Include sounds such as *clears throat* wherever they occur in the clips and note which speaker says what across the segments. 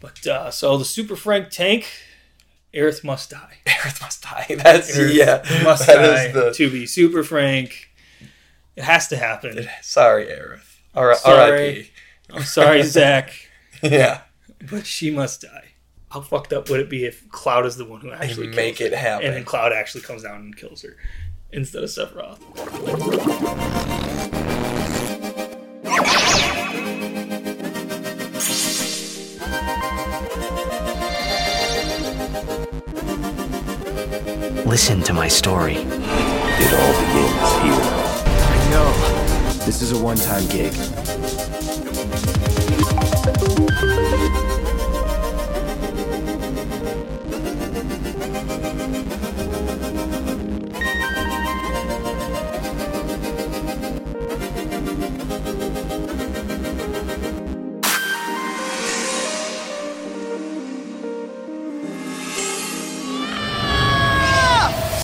Speaker 1: But uh, so the Super Frank tank, Aerith must
Speaker 2: *laughs*
Speaker 1: die.
Speaker 2: Aerith must die. That's
Speaker 1: Aerith
Speaker 2: yeah.
Speaker 1: must
Speaker 2: that
Speaker 1: die
Speaker 2: is the-
Speaker 1: to be Super Frank. It has to happen.
Speaker 2: Sorry, Aerith. All right,
Speaker 1: Sorry.
Speaker 2: R.I.P.
Speaker 1: I'm sorry, Zach,
Speaker 2: *laughs* Yeah,
Speaker 1: but she must die. How fucked up would it be if Cloud is the one who actually kills
Speaker 2: make it
Speaker 1: her, and then
Speaker 2: happen.
Speaker 1: Cloud actually comes down and kills her instead of Sephiroth?
Speaker 3: Listen to my story.
Speaker 4: It all begins here.
Speaker 5: No, this is a one time gig.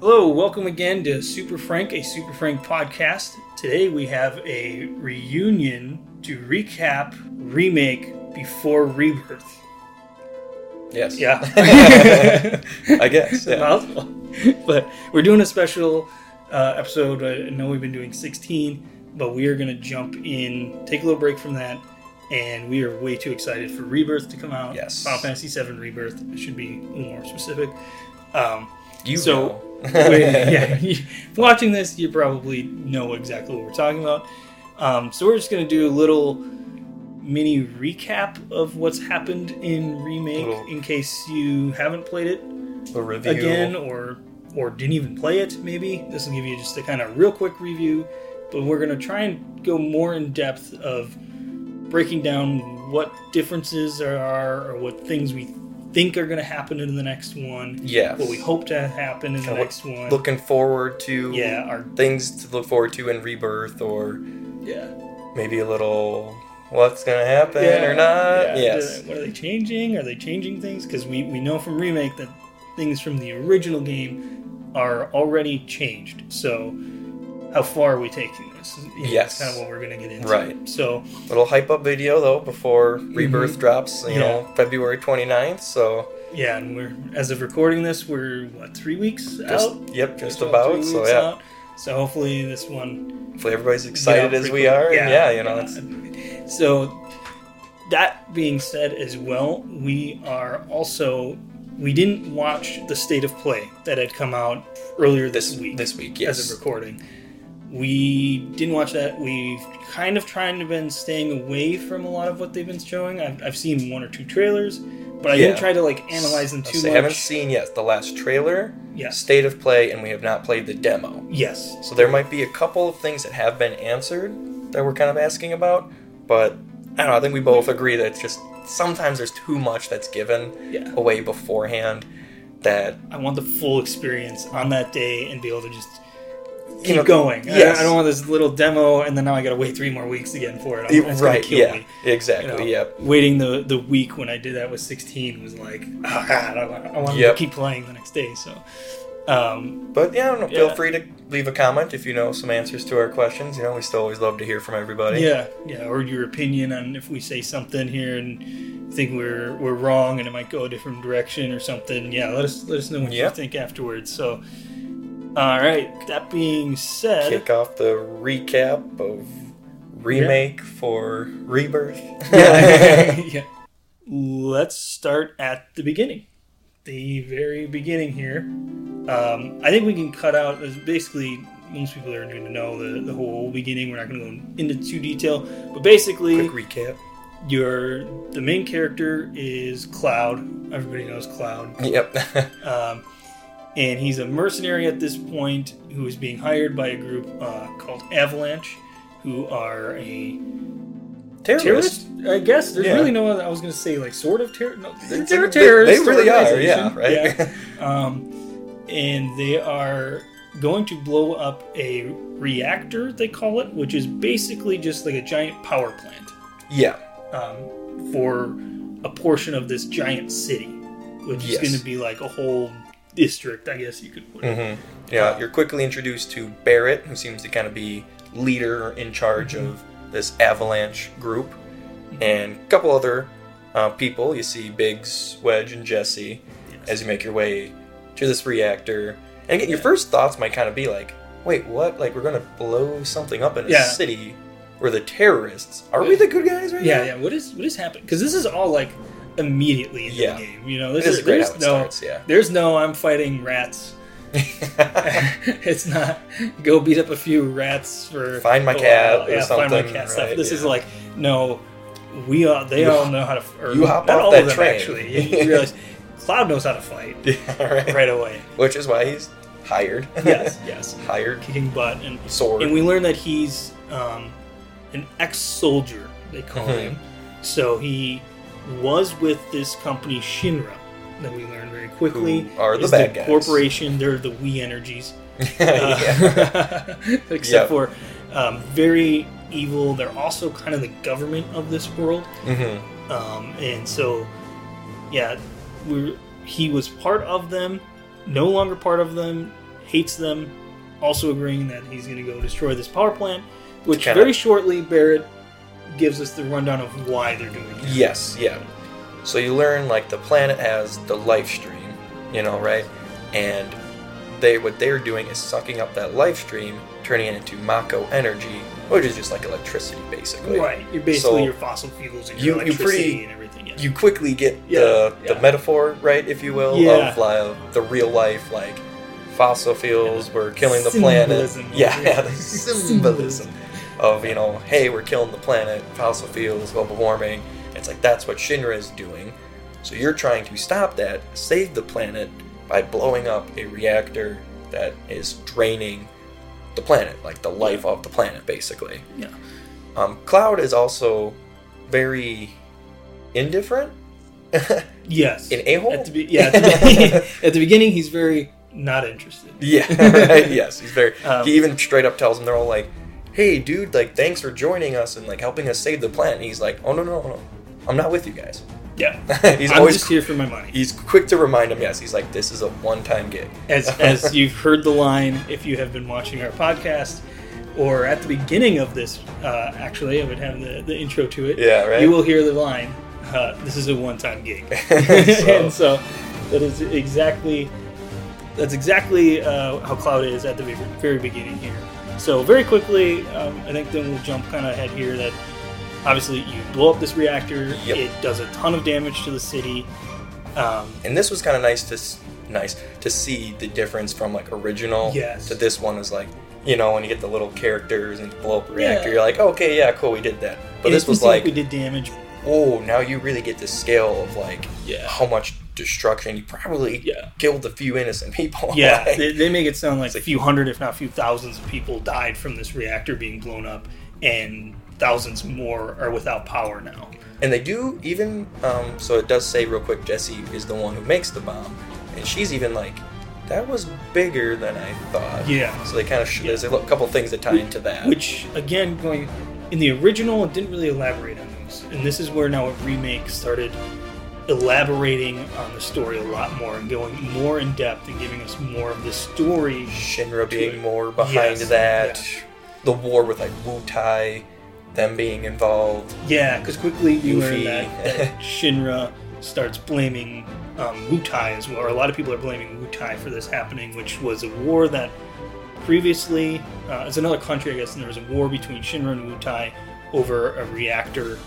Speaker 1: Hello, welcome again to Super Frank, a Super Frank podcast. Today we have a reunion to recap remake before rebirth.
Speaker 2: Yes. *laughs*
Speaker 1: Yeah.
Speaker 2: I guess. Yeah.
Speaker 1: mouthful. *laughs* but we're doing a special uh, episode. I know we've been doing 16, but we are going to jump in, take a little break from that, and we are way too excited for Rebirth to come out.
Speaker 2: Yes.
Speaker 1: Final Fantasy VII Rebirth I should be more
Speaker 2: *laughs*
Speaker 1: specific. Um,
Speaker 2: You
Speaker 1: so,
Speaker 2: know.
Speaker 1: *laughs* wait, yeah, *laughs* you- watching this, you probably know exactly what we're talking about. Um, so we're just going to do a little mini recap of what's happened in remake
Speaker 2: Little-
Speaker 1: in case you haven't played it
Speaker 2: *laughs* The review.
Speaker 1: again or or didn't even play it maybe this will give you just a kind of real quick review but we're going to try and go more in depth of breaking down what differences there are or what things we think are going to happen in the next one
Speaker 2: Yes.
Speaker 1: what we hope to happen in the
Speaker 2: And what-
Speaker 1: next one
Speaker 2: Looking forward to.
Speaker 1: yeah our
Speaker 2: Things to look forward to in Rebirth, or
Speaker 1: yeah
Speaker 2: maybe a little what's gonna happen
Speaker 1: Yeah.
Speaker 2: or not.
Speaker 1: Yeah.
Speaker 2: Yes.
Speaker 1: what are they changing are they changing things because we, we know from remake that things from the original game are already changed so how far are we taking this You know, that's
Speaker 2: Yes.
Speaker 1: kind of what we're going to get into
Speaker 2: Right.
Speaker 1: so
Speaker 2: Little hype up video though before Rebirth drops. You
Speaker 1: Mm-hmm. Yeah.
Speaker 2: know, February 29th. So
Speaker 1: yeah and we're as of recording this we're what three weeks
Speaker 2: just
Speaker 1: out
Speaker 2: yep, just
Speaker 1: We're
Speaker 2: about.
Speaker 1: three
Speaker 2: So
Speaker 1: weeks
Speaker 2: yeah,
Speaker 1: out. so hopefully this one
Speaker 2: hopefully everybody's
Speaker 1: get out
Speaker 2: excited as we
Speaker 1: frequently.
Speaker 2: are. and yeah you know,
Speaker 1: yeah.
Speaker 2: it's
Speaker 1: So that being said, as well, we are also we didn't watch the state of play that had come out earlier this,
Speaker 2: this
Speaker 1: week.
Speaker 2: This week,
Speaker 1: as
Speaker 2: yes.
Speaker 1: of recording, we didn't watch that. We've kind of trying to been staying away from a lot of what they've been showing. I've, I've seen one or two trailers, but I
Speaker 2: Yeah.
Speaker 1: didn't try to like analyze them too
Speaker 2: So
Speaker 1: much.
Speaker 2: I haven't seen yet the last trailer,
Speaker 1: Yes.
Speaker 2: state of play, and we have not played the demo.
Speaker 1: yes,
Speaker 2: So there might be a couple of things that have been answered that we're kind of asking about, but I don't know. I think we both agree that it's just sometimes there's too much that's given
Speaker 1: Yeah.
Speaker 2: away beforehand that
Speaker 1: I want the full experience on that day and be able to just keep
Speaker 2: know,
Speaker 1: going. I-
Speaker 2: yes.
Speaker 1: I, don't want this little demo and then now I got to wait three more weeks again for it. I'm, it's gonna
Speaker 2: right,
Speaker 1: kill
Speaker 2: yeah,
Speaker 1: me. You know,
Speaker 2: exactly, yep.
Speaker 1: Waiting the, the week when I did that with 16 was like, oh God, I, wa- I want
Speaker 2: Yep.
Speaker 1: to keep playing the next day. So, um,
Speaker 2: But yeah, I don't know, feel
Speaker 1: Yeah.
Speaker 2: free to leave a comment if you know some answers to our questions. You know, we still always love to hear from everybody.
Speaker 1: yeah, yeah. Or your opinion on if we say something here and you think we're we're wrong and it might go a different direction or something. Yeah, let us let us know what
Speaker 2: Yeah.
Speaker 1: you think afterwards. So, all right. That being said,
Speaker 2: Kick off the recap of remake for rebirth.
Speaker 1: yeah. Let's start at the beginning, the very beginning here. Um, I think we can cut out as basically most people are going to know the, the whole beginning. We're not going to go into too detail, but basically,
Speaker 2: *laughs* Quick recap.
Speaker 1: your the main character is Cloud. Everybody knows Cloud
Speaker 2: Yep.
Speaker 1: um, and he's a mercenary at this point who is being hired by a group uh, called Avalanche, who are a terrorist. I guess there's
Speaker 2: Yeah.
Speaker 1: really no. other I was gonna say like sort of terror. No, they're,
Speaker 2: They're-
Speaker 1: a terrorist.
Speaker 2: they really are,
Speaker 1: organization.
Speaker 2: yeah, right? *laughs*
Speaker 1: Yeah. Um, and they are going to blow up a reactor. They call it, which is basically just like a giant power plant
Speaker 2: *laughs* Yeah.
Speaker 1: um, for a portion of this giant city, which is
Speaker 2: Yes.
Speaker 1: going to be like a whole district, I guess you could put it.
Speaker 2: Mm-hmm. Yeah, you're quickly introduced to Barrett, who seems to kind of be
Speaker 1: Mm-hmm.
Speaker 2: leader in charge of this avalanche group, and a couple other uh, people. You see Biggs, Wedge, and Jesse as you make your way to this reactor. And again, your first thoughts might kind of be like, wait, what? Like, we're going to blow something up in a
Speaker 1: Yeah.
Speaker 2: city where the terrorists are we the good guys right
Speaker 1: Yeah,
Speaker 2: now?
Speaker 1: yeah. What is what is happening? Because this is all like immediately in
Speaker 2: Yeah.
Speaker 1: the game. You know, this
Speaker 2: It is
Speaker 1: is
Speaker 2: great
Speaker 1: there's
Speaker 2: how it
Speaker 1: no
Speaker 2: starts, yeah. *laughs*
Speaker 1: there's no I'm fighting rats. *laughs* it's not go beat up a few rats for
Speaker 2: Find my
Speaker 1: a
Speaker 2: cat
Speaker 1: while.
Speaker 2: or
Speaker 1: yeah, Find my
Speaker 2: something,
Speaker 1: cat stuff.
Speaker 2: right,
Speaker 1: This is
Speaker 2: yeah.
Speaker 1: like no, we all they
Speaker 2: You-
Speaker 1: all know how to. Or
Speaker 2: you hop
Speaker 1: not
Speaker 2: off
Speaker 1: all
Speaker 2: that
Speaker 1: of them,
Speaker 2: train.
Speaker 1: Actually, you
Speaker 2: *laughs*
Speaker 1: realize Cloud knows how to fight
Speaker 2: yeah,
Speaker 1: *laughs*
Speaker 2: right.
Speaker 1: right away.
Speaker 2: *laughs* Which is why he's hired.
Speaker 1: Yes, yes.
Speaker 2: *laughs* hired.
Speaker 1: Kicking butt and
Speaker 2: Sword.
Speaker 1: And we learn that he's um, an ex-soldier. They call
Speaker 2: Mhm.
Speaker 1: him. So he was with this company Shinra that we learn very quickly.
Speaker 2: Who are the
Speaker 1: is
Speaker 2: bad guys.
Speaker 1: corporation? They're the we energies.
Speaker 2: *laughs* yeah.
Speaker 1: Uh, *laughs* except
Speaker 2: Yep.
Speaker 1: for um, very evil. They're also kind of the government of this world,
Speaker 2: Mhm.
Speaker 1: *laughs* um, and so yeah, we he was part of them, no longer part of them, hates them. Also agreeing that he's going to go destroy this power plant, which
Speaker 2: Kinda-
Speaker 1: very shortly Barrett gives us the rundown of why they're doing it.
Speaker 2: Yes, yeah. So you learn like the planet has the life stream, you know, right? And they what they're doing is sucking up that life stream, turning it into Mako energy, which is just like electricity basically.
Speaker 1: right. You're basically
Speaker 2: So-
Speaker 1: your fossil fuels and
Speaker 2: You-
Speaker 1: your
Speaker 2: you
Speaker 1: electricity
Speaker 2: pretty-
Speaker 1: and everything. Yeah.
Speaker 2: You quickly get the,
Speaker 1: Yeah, yeah.
Speaker 2: the metaphor, right, if you will,
Speaker 1: Yeah.
Speaker 2: of like, the real life, like fossil fuels, we're killing the planet.
Speaker 1: Symbolism.
Speaker 2: Yeah, *laughs*
Speaker 1: Yeah.
Speaker 2: yeah, the symbolism of, you know, hey, we're killing the planet, fossil fuels, global warming. It's like that's what Shinra is doing. So you're trying to stop that, save the planet by blowing up a reactor that is draining the planet, like the life of the planet, basically.
Speaker 1: Yeah.
Speaker 2: Um, Cloud is also very indifferent. *laughs*
Speaker 1: Yes.
Speaker 2: An a-hole?
Speaker 1: At the be- yeah. At the, be- *laughs* at the beginning, he's very not
Speaker 2: *laughs*
Speaker 1: interested. *laughs*
Speaker 2: yeah, right. Yes, he's very.
Speaker 1: Um,
Speaker 2: he even straight up tells them they're all like, "Hey, dude, like, thanks for joining us and like helping us save the planet." And he's like, "Oh no, no, no, no, I'm not with you guys." *laughs*
Speaker 1: Yeah.
Speaker 2: he's
Speaker 1: I'm
Speaker 2: always
Speaker 1: just here for my money.
Speaker 2: he's quick to remind them. Yes, he's like, "This is a one-time gig." *laughs*
Speaker 1: As as you've heard the line, if you have been watching our podcast, or at the beginning of this, uh, actually, I would have the, the intro to it.
Speaker 2: Yeah, right.
Speaker 1: You will hear the line. Uh, this is a one-time
Speaker 2: *laughs*
Speaker 1: gig, *laughs*
Speaker 2: So-
Speaker 1: and so that is exactly that's exactly uh, how Cloud is at the very, very beginning here. So very quickly, um, I think then we'll jump kind of ahead here. That obviously you blow up this reactor.
Speaker 2: Yep.
Speaker 1: It does a ton of damage to the city. Um,
Speaker 2: and this was kind of nice to s- nice to see the difference from like original
Speaker 1: Yes.
Speaker 2: to this one is like you know when you get the little characters and blow up a reactor
Speaker 1: Yeah.
Speaker 2: you're like okay yeah cool we did that but
Speaker 1: it
Speaker 2: this
Speaker 1: didn't
Speaker 2: was
Speaker 1: seem
Speaker 2: like
Speaker 1: we did damage.
Speaker 2: oh now you really get the scale of like
Speaker 1: Yeah.
Speaker 2: how much destruction you probably
Speaker 1: Yeah.
Speaker 2: killed a few innocent people
Speaker 1: Yeah,
Speaker 2: *laughs* Like,
Speaker 1: *laughs* they, they make it sound like a few hundred, if not a few thousands, of people died from this reactor being blown up, and thousands more are without power now.
Speaker 2: and they do even um, so it does say real quick jesse is the one who makes the bomb and she's even like that was bigger than i thought
Speaker 1: Yeah.
Speaker 2: so they kind of sh- there's a lo- couple things that tie into that
Speaker 1: Which, again, going in the original, it didn't really elaborate on those, and this is where now a remake started elaborating on the story a lot more and going more in depth and giving us more of the story.
Speaker 2: Shinra being
Speaker 1: it.
Speaker 2: more behind
Speaker 1: Yes,
Speaker 2: that,
Speaker 1: yeah.
Speaker 2: the war with like Wu Tai, them being involved.
Speaker 1: Yeah, because quickly we
Speaker 2: Goofy.
Speaker 1: learn that, that Shinra starts blaming um, Wu Tai as well, or a lot of people are blaming Wu Tai for this happening, which was a war that previously, uh, it's another country, I guess, and there was a war between Shinra and Wu Tai over a reactor.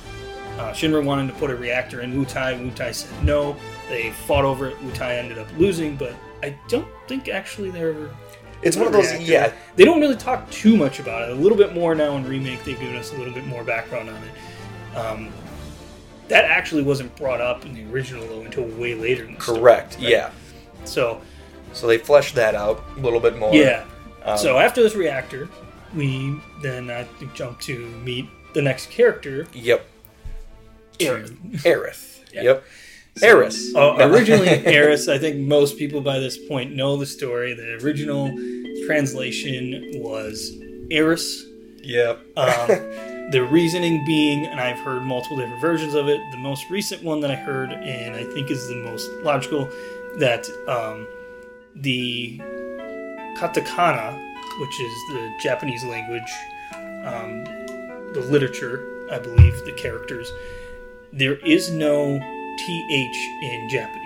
Speaker 1: Uh, Shinra wanted to put a reactor in Wu Tai. Wu Tai said no. They fought over it. Wu Tai ended up losing, but I don't think actually they ever.
Speaker 2: It's one of those,
Speaker 1: reactor.
Speaker 2: yeah,
Speaker 1: They don't really talk too much about it. A little bit more now in remake. They've given us a little bit more background on it. Um, that actually wasn't brought up in the original though until way later. In the story.
Speaker 2: correct,
Speaker 1: Right.
Speaker 2: yeah.
Speaker 1: So
Speaker 2: So they flesh that out a little bit more.
Speaker 1: yeah.
Speaker 2: Um,
Speaker 1: so after this reactor, we then I think jump to meet the next character.
Speaker 2: Yep.
Speaker 1: Aerith.
Speaker 2: Aerith.
Speaker 1: Yeah.
Speaker 2: Yep. Eris.
Speaker 1: Oh, *laughs* originally Eris. I think most people by this point know the story. The original translation was Eris.
Speaker 2: Yep.
Speaker 1: Um, the reasoning being, and I've heard multiple different versions of it. The most recent one that I heard, and I think is the most logical, that um, the katakana, which is the Japanese language, um, the literature, I believe, the characters there is no th in Japanese,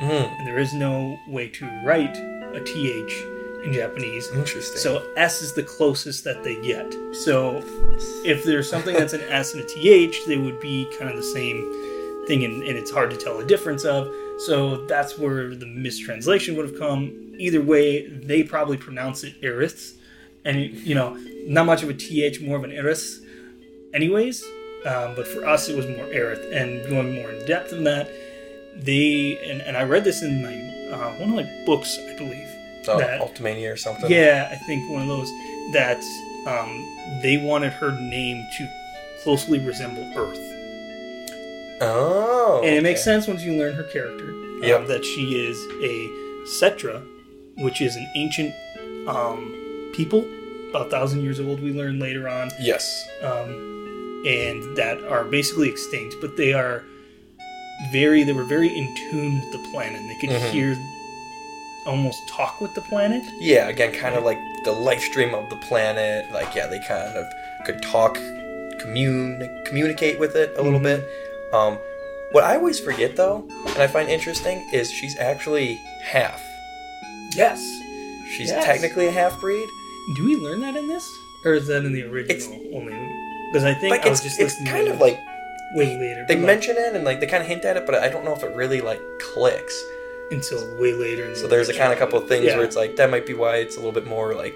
Speaker 2: Mm,
Speaker 1: and there is no way to write a th in Japanese.
Speaker 2: interesting.
Speaker 1: So S is the closest that they get. So if there's something
Speaker 2: *laughs*
Speaker 1: that's an S and a TH, they would be kind of the same thing, and, and it's hard to tell the difference of. So that's where the mistranslation would have come. Either way, they probably pronounce it Eris, and you know, not much of a TH, more of an Eris, anyways. Um, but for us, it was more Aerith, and going more in depth than that, they and, and I read this in my uh, one of my books, I believe.
Speaker 2: oh,
Speaker 1: that-
Speaker 2: Ultimania or something.
Speaker 1: yeah, I think one of those that um, they wanted her name to closely resemble Earth,
Speaker 2: Oh.
Speaker 1: and it makes
Speaker 2: okay.
Speaker 1: sense once you learn her character. um,
Speaker 2: Yep.
Speaker 1: that she is a Setra, which is an ancient um, people, about a thousand years old. We learn later on,
Speaker 2: Yes.
Speaker 1: um, and that are basically extinct, but they are very they were very in tune with the planet. They could
Speaker 2: Mhm.
Speaker 1: hear almost talk with the planet.
Speaker 2: Yeah, again, kind of like the life stream of the planet. Like, yeah, they kind of could talk, commune, communicate with it a little
Speaker 1: Mhm.
Speaker 2: bit. Um, what I always forget, though, and I find interesting, is she's actually half.
Speaker 1: Yes.
Speaker 2: She's
Speaker 1: Yes.
Speaker 2: technically a half breed.
Speaker 1: Do we learn that in this, or is that in the original
Speaker 2: It's-
Speaker 1: only? Because I think
Speaker 2: Like,
Speaker 1: I was
Speaker 2: it's,
Speaker 1: just
Speaker 2: it's
Speaker 1: listening
Speaker 2: kind
Speaker 1: to
Speaker 2: of like
Speaker 1: way later.
Speaker 2: they
Speaker 1: but, like,
Speaker 2: mention it and like they kind of hint at it, but I don't know if it really like clicks.
Speaker 1: until way later. in
Speaker 2: So
Speaker 1: the
Speaker 2: there's a kind of
Speaker 1: original.
Speaker 2: couple of things
Speaker 1: Yeah.
Speaker 2: where it's like that might be why it's a little bit more like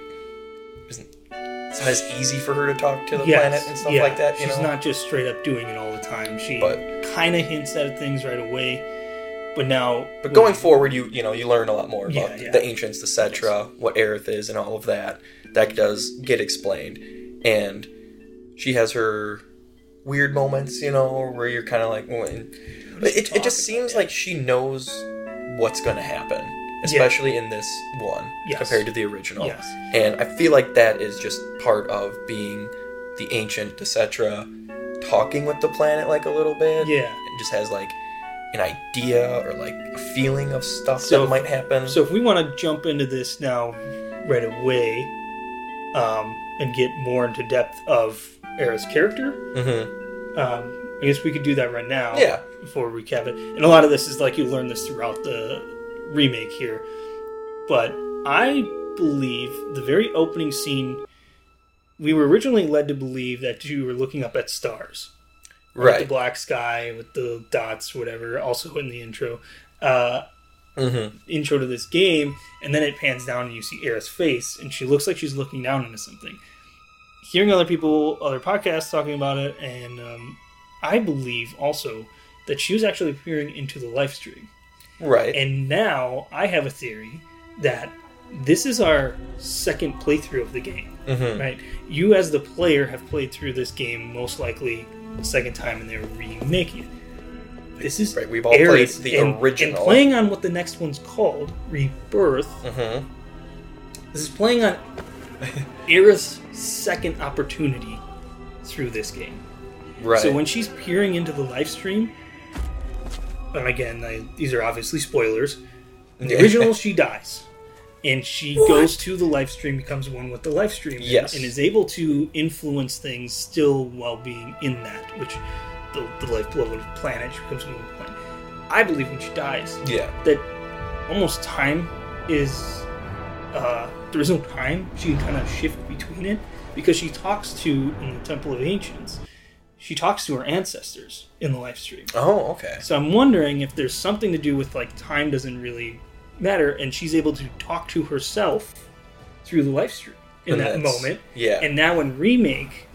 Speaker 2: isn't it's not as easy for her to talk to the
Speaker 1: Yes,
Speaker 2: planet and stuff
Speaker 1: yeah.
Speaker 2: like that. You
Speaker 1: She's
Speaker 2: know?
Speaker 1: not just straight up doing it all the time. She
Speaker 2: But-
Speaker 1: kind of hints at things right away, but now.
Speaker 2: But going forward, you you know you learn a lot more
Speaker 1: Yeah,
Speaker 2: about
Speaker 1: yeah.
Speaker 2: the ancients, the Cetra, what Aerith is, and all of that. That does get explained, and she has her weird moments, you know, where you're kind of like, "Well," and- but it, it just seems like she knows what's going to happen, especially in this one
Speaker 1: Yes.
Speaker 2: compared to the original.
Speaker 1: Yes.
Speaker 2: And I feel like that is just part of being the ancient, the Cetra, talking with the planet like a little bit
Speaker 1: yeah.
Speaker 2: and just has like an idea or like a feeling of stuff
Speaker 1: So-
Speaker 2: that might happen.
Speaker 1: So if we want to jump into this now, right away, um, and get more into depth of Era's character,
Speaker 2: Mhm.
Speaker 1: um, I guess we could do that right now.
Speaker 2: yeah,
Speaker 1: before we recap it. And a lot of this is like you learn this throughout the remake here. But I believe the very opening scene, we were originally led to believe that you were looking up at stars. The
Speaker 2: right.
Speaker 1: black sky with the dots, whatever, also in the intro. Uh,
Speaker 2: Mm-hmm.
Speaker 1: intro to this game, and then it pans down and you see Era's face, and she looks like she's looking down into something. Hearing other people, other podcasts talking about it, and um, I believe also that she was actually peering into the live stream.
Speaker 2: Right.
Speaker 1: And now I have a theory that this is our second playthrough of the game,
Speaker 2: Mhm.
Speaker 1: right? You, as the player, have played through this game most likely a second time, and they're remaking it. This is
Speaker 2: Right, we've all
Speaker 1: Ares,
Speaker 2: played the
Speaker 1: and-
Speaker 2: original.
Speaker 1: And playing on what the next one's called, Rebirth,
Speaker 2: Mhm.
Speaker 1: this is playing on Era's second opportunity through this game.
Speaker 2: Right.
Speaker 1: So when she's peering into the live stream, and again, I, these are obviously spoilers. In the
Speaker 2: Yeah.
Speaker 1: original,
Speaker 2: *laughs*
Speaker 1: she dies. And she goes to the live stream, becomes one with the live stream, and-
Speaker 2: Yes.
Speaker 1: and is able to influence things still while being in that, which the, the lifeblood of the planet, she becomes one with the planet. I believe when she dies,
Speaker 2: yeah.
Speaker 1: that almost time is uh, there is no time. She can kind of shift between it because she talks to in the Temple of Ancients. She talks to her ancestors in the live stream.
Speaker 2: Oh, okay.
Speaker 1: So I'm wondering if there's something to do with like time doesn't really matter, and she's able to talk to herself through the live stream in
Speaker 2: And
Speaker 1: that
Speaker 2: that's-
Speaker 1: moment.
Speaker 2: Yeah.
Speaker 1: And now in remake,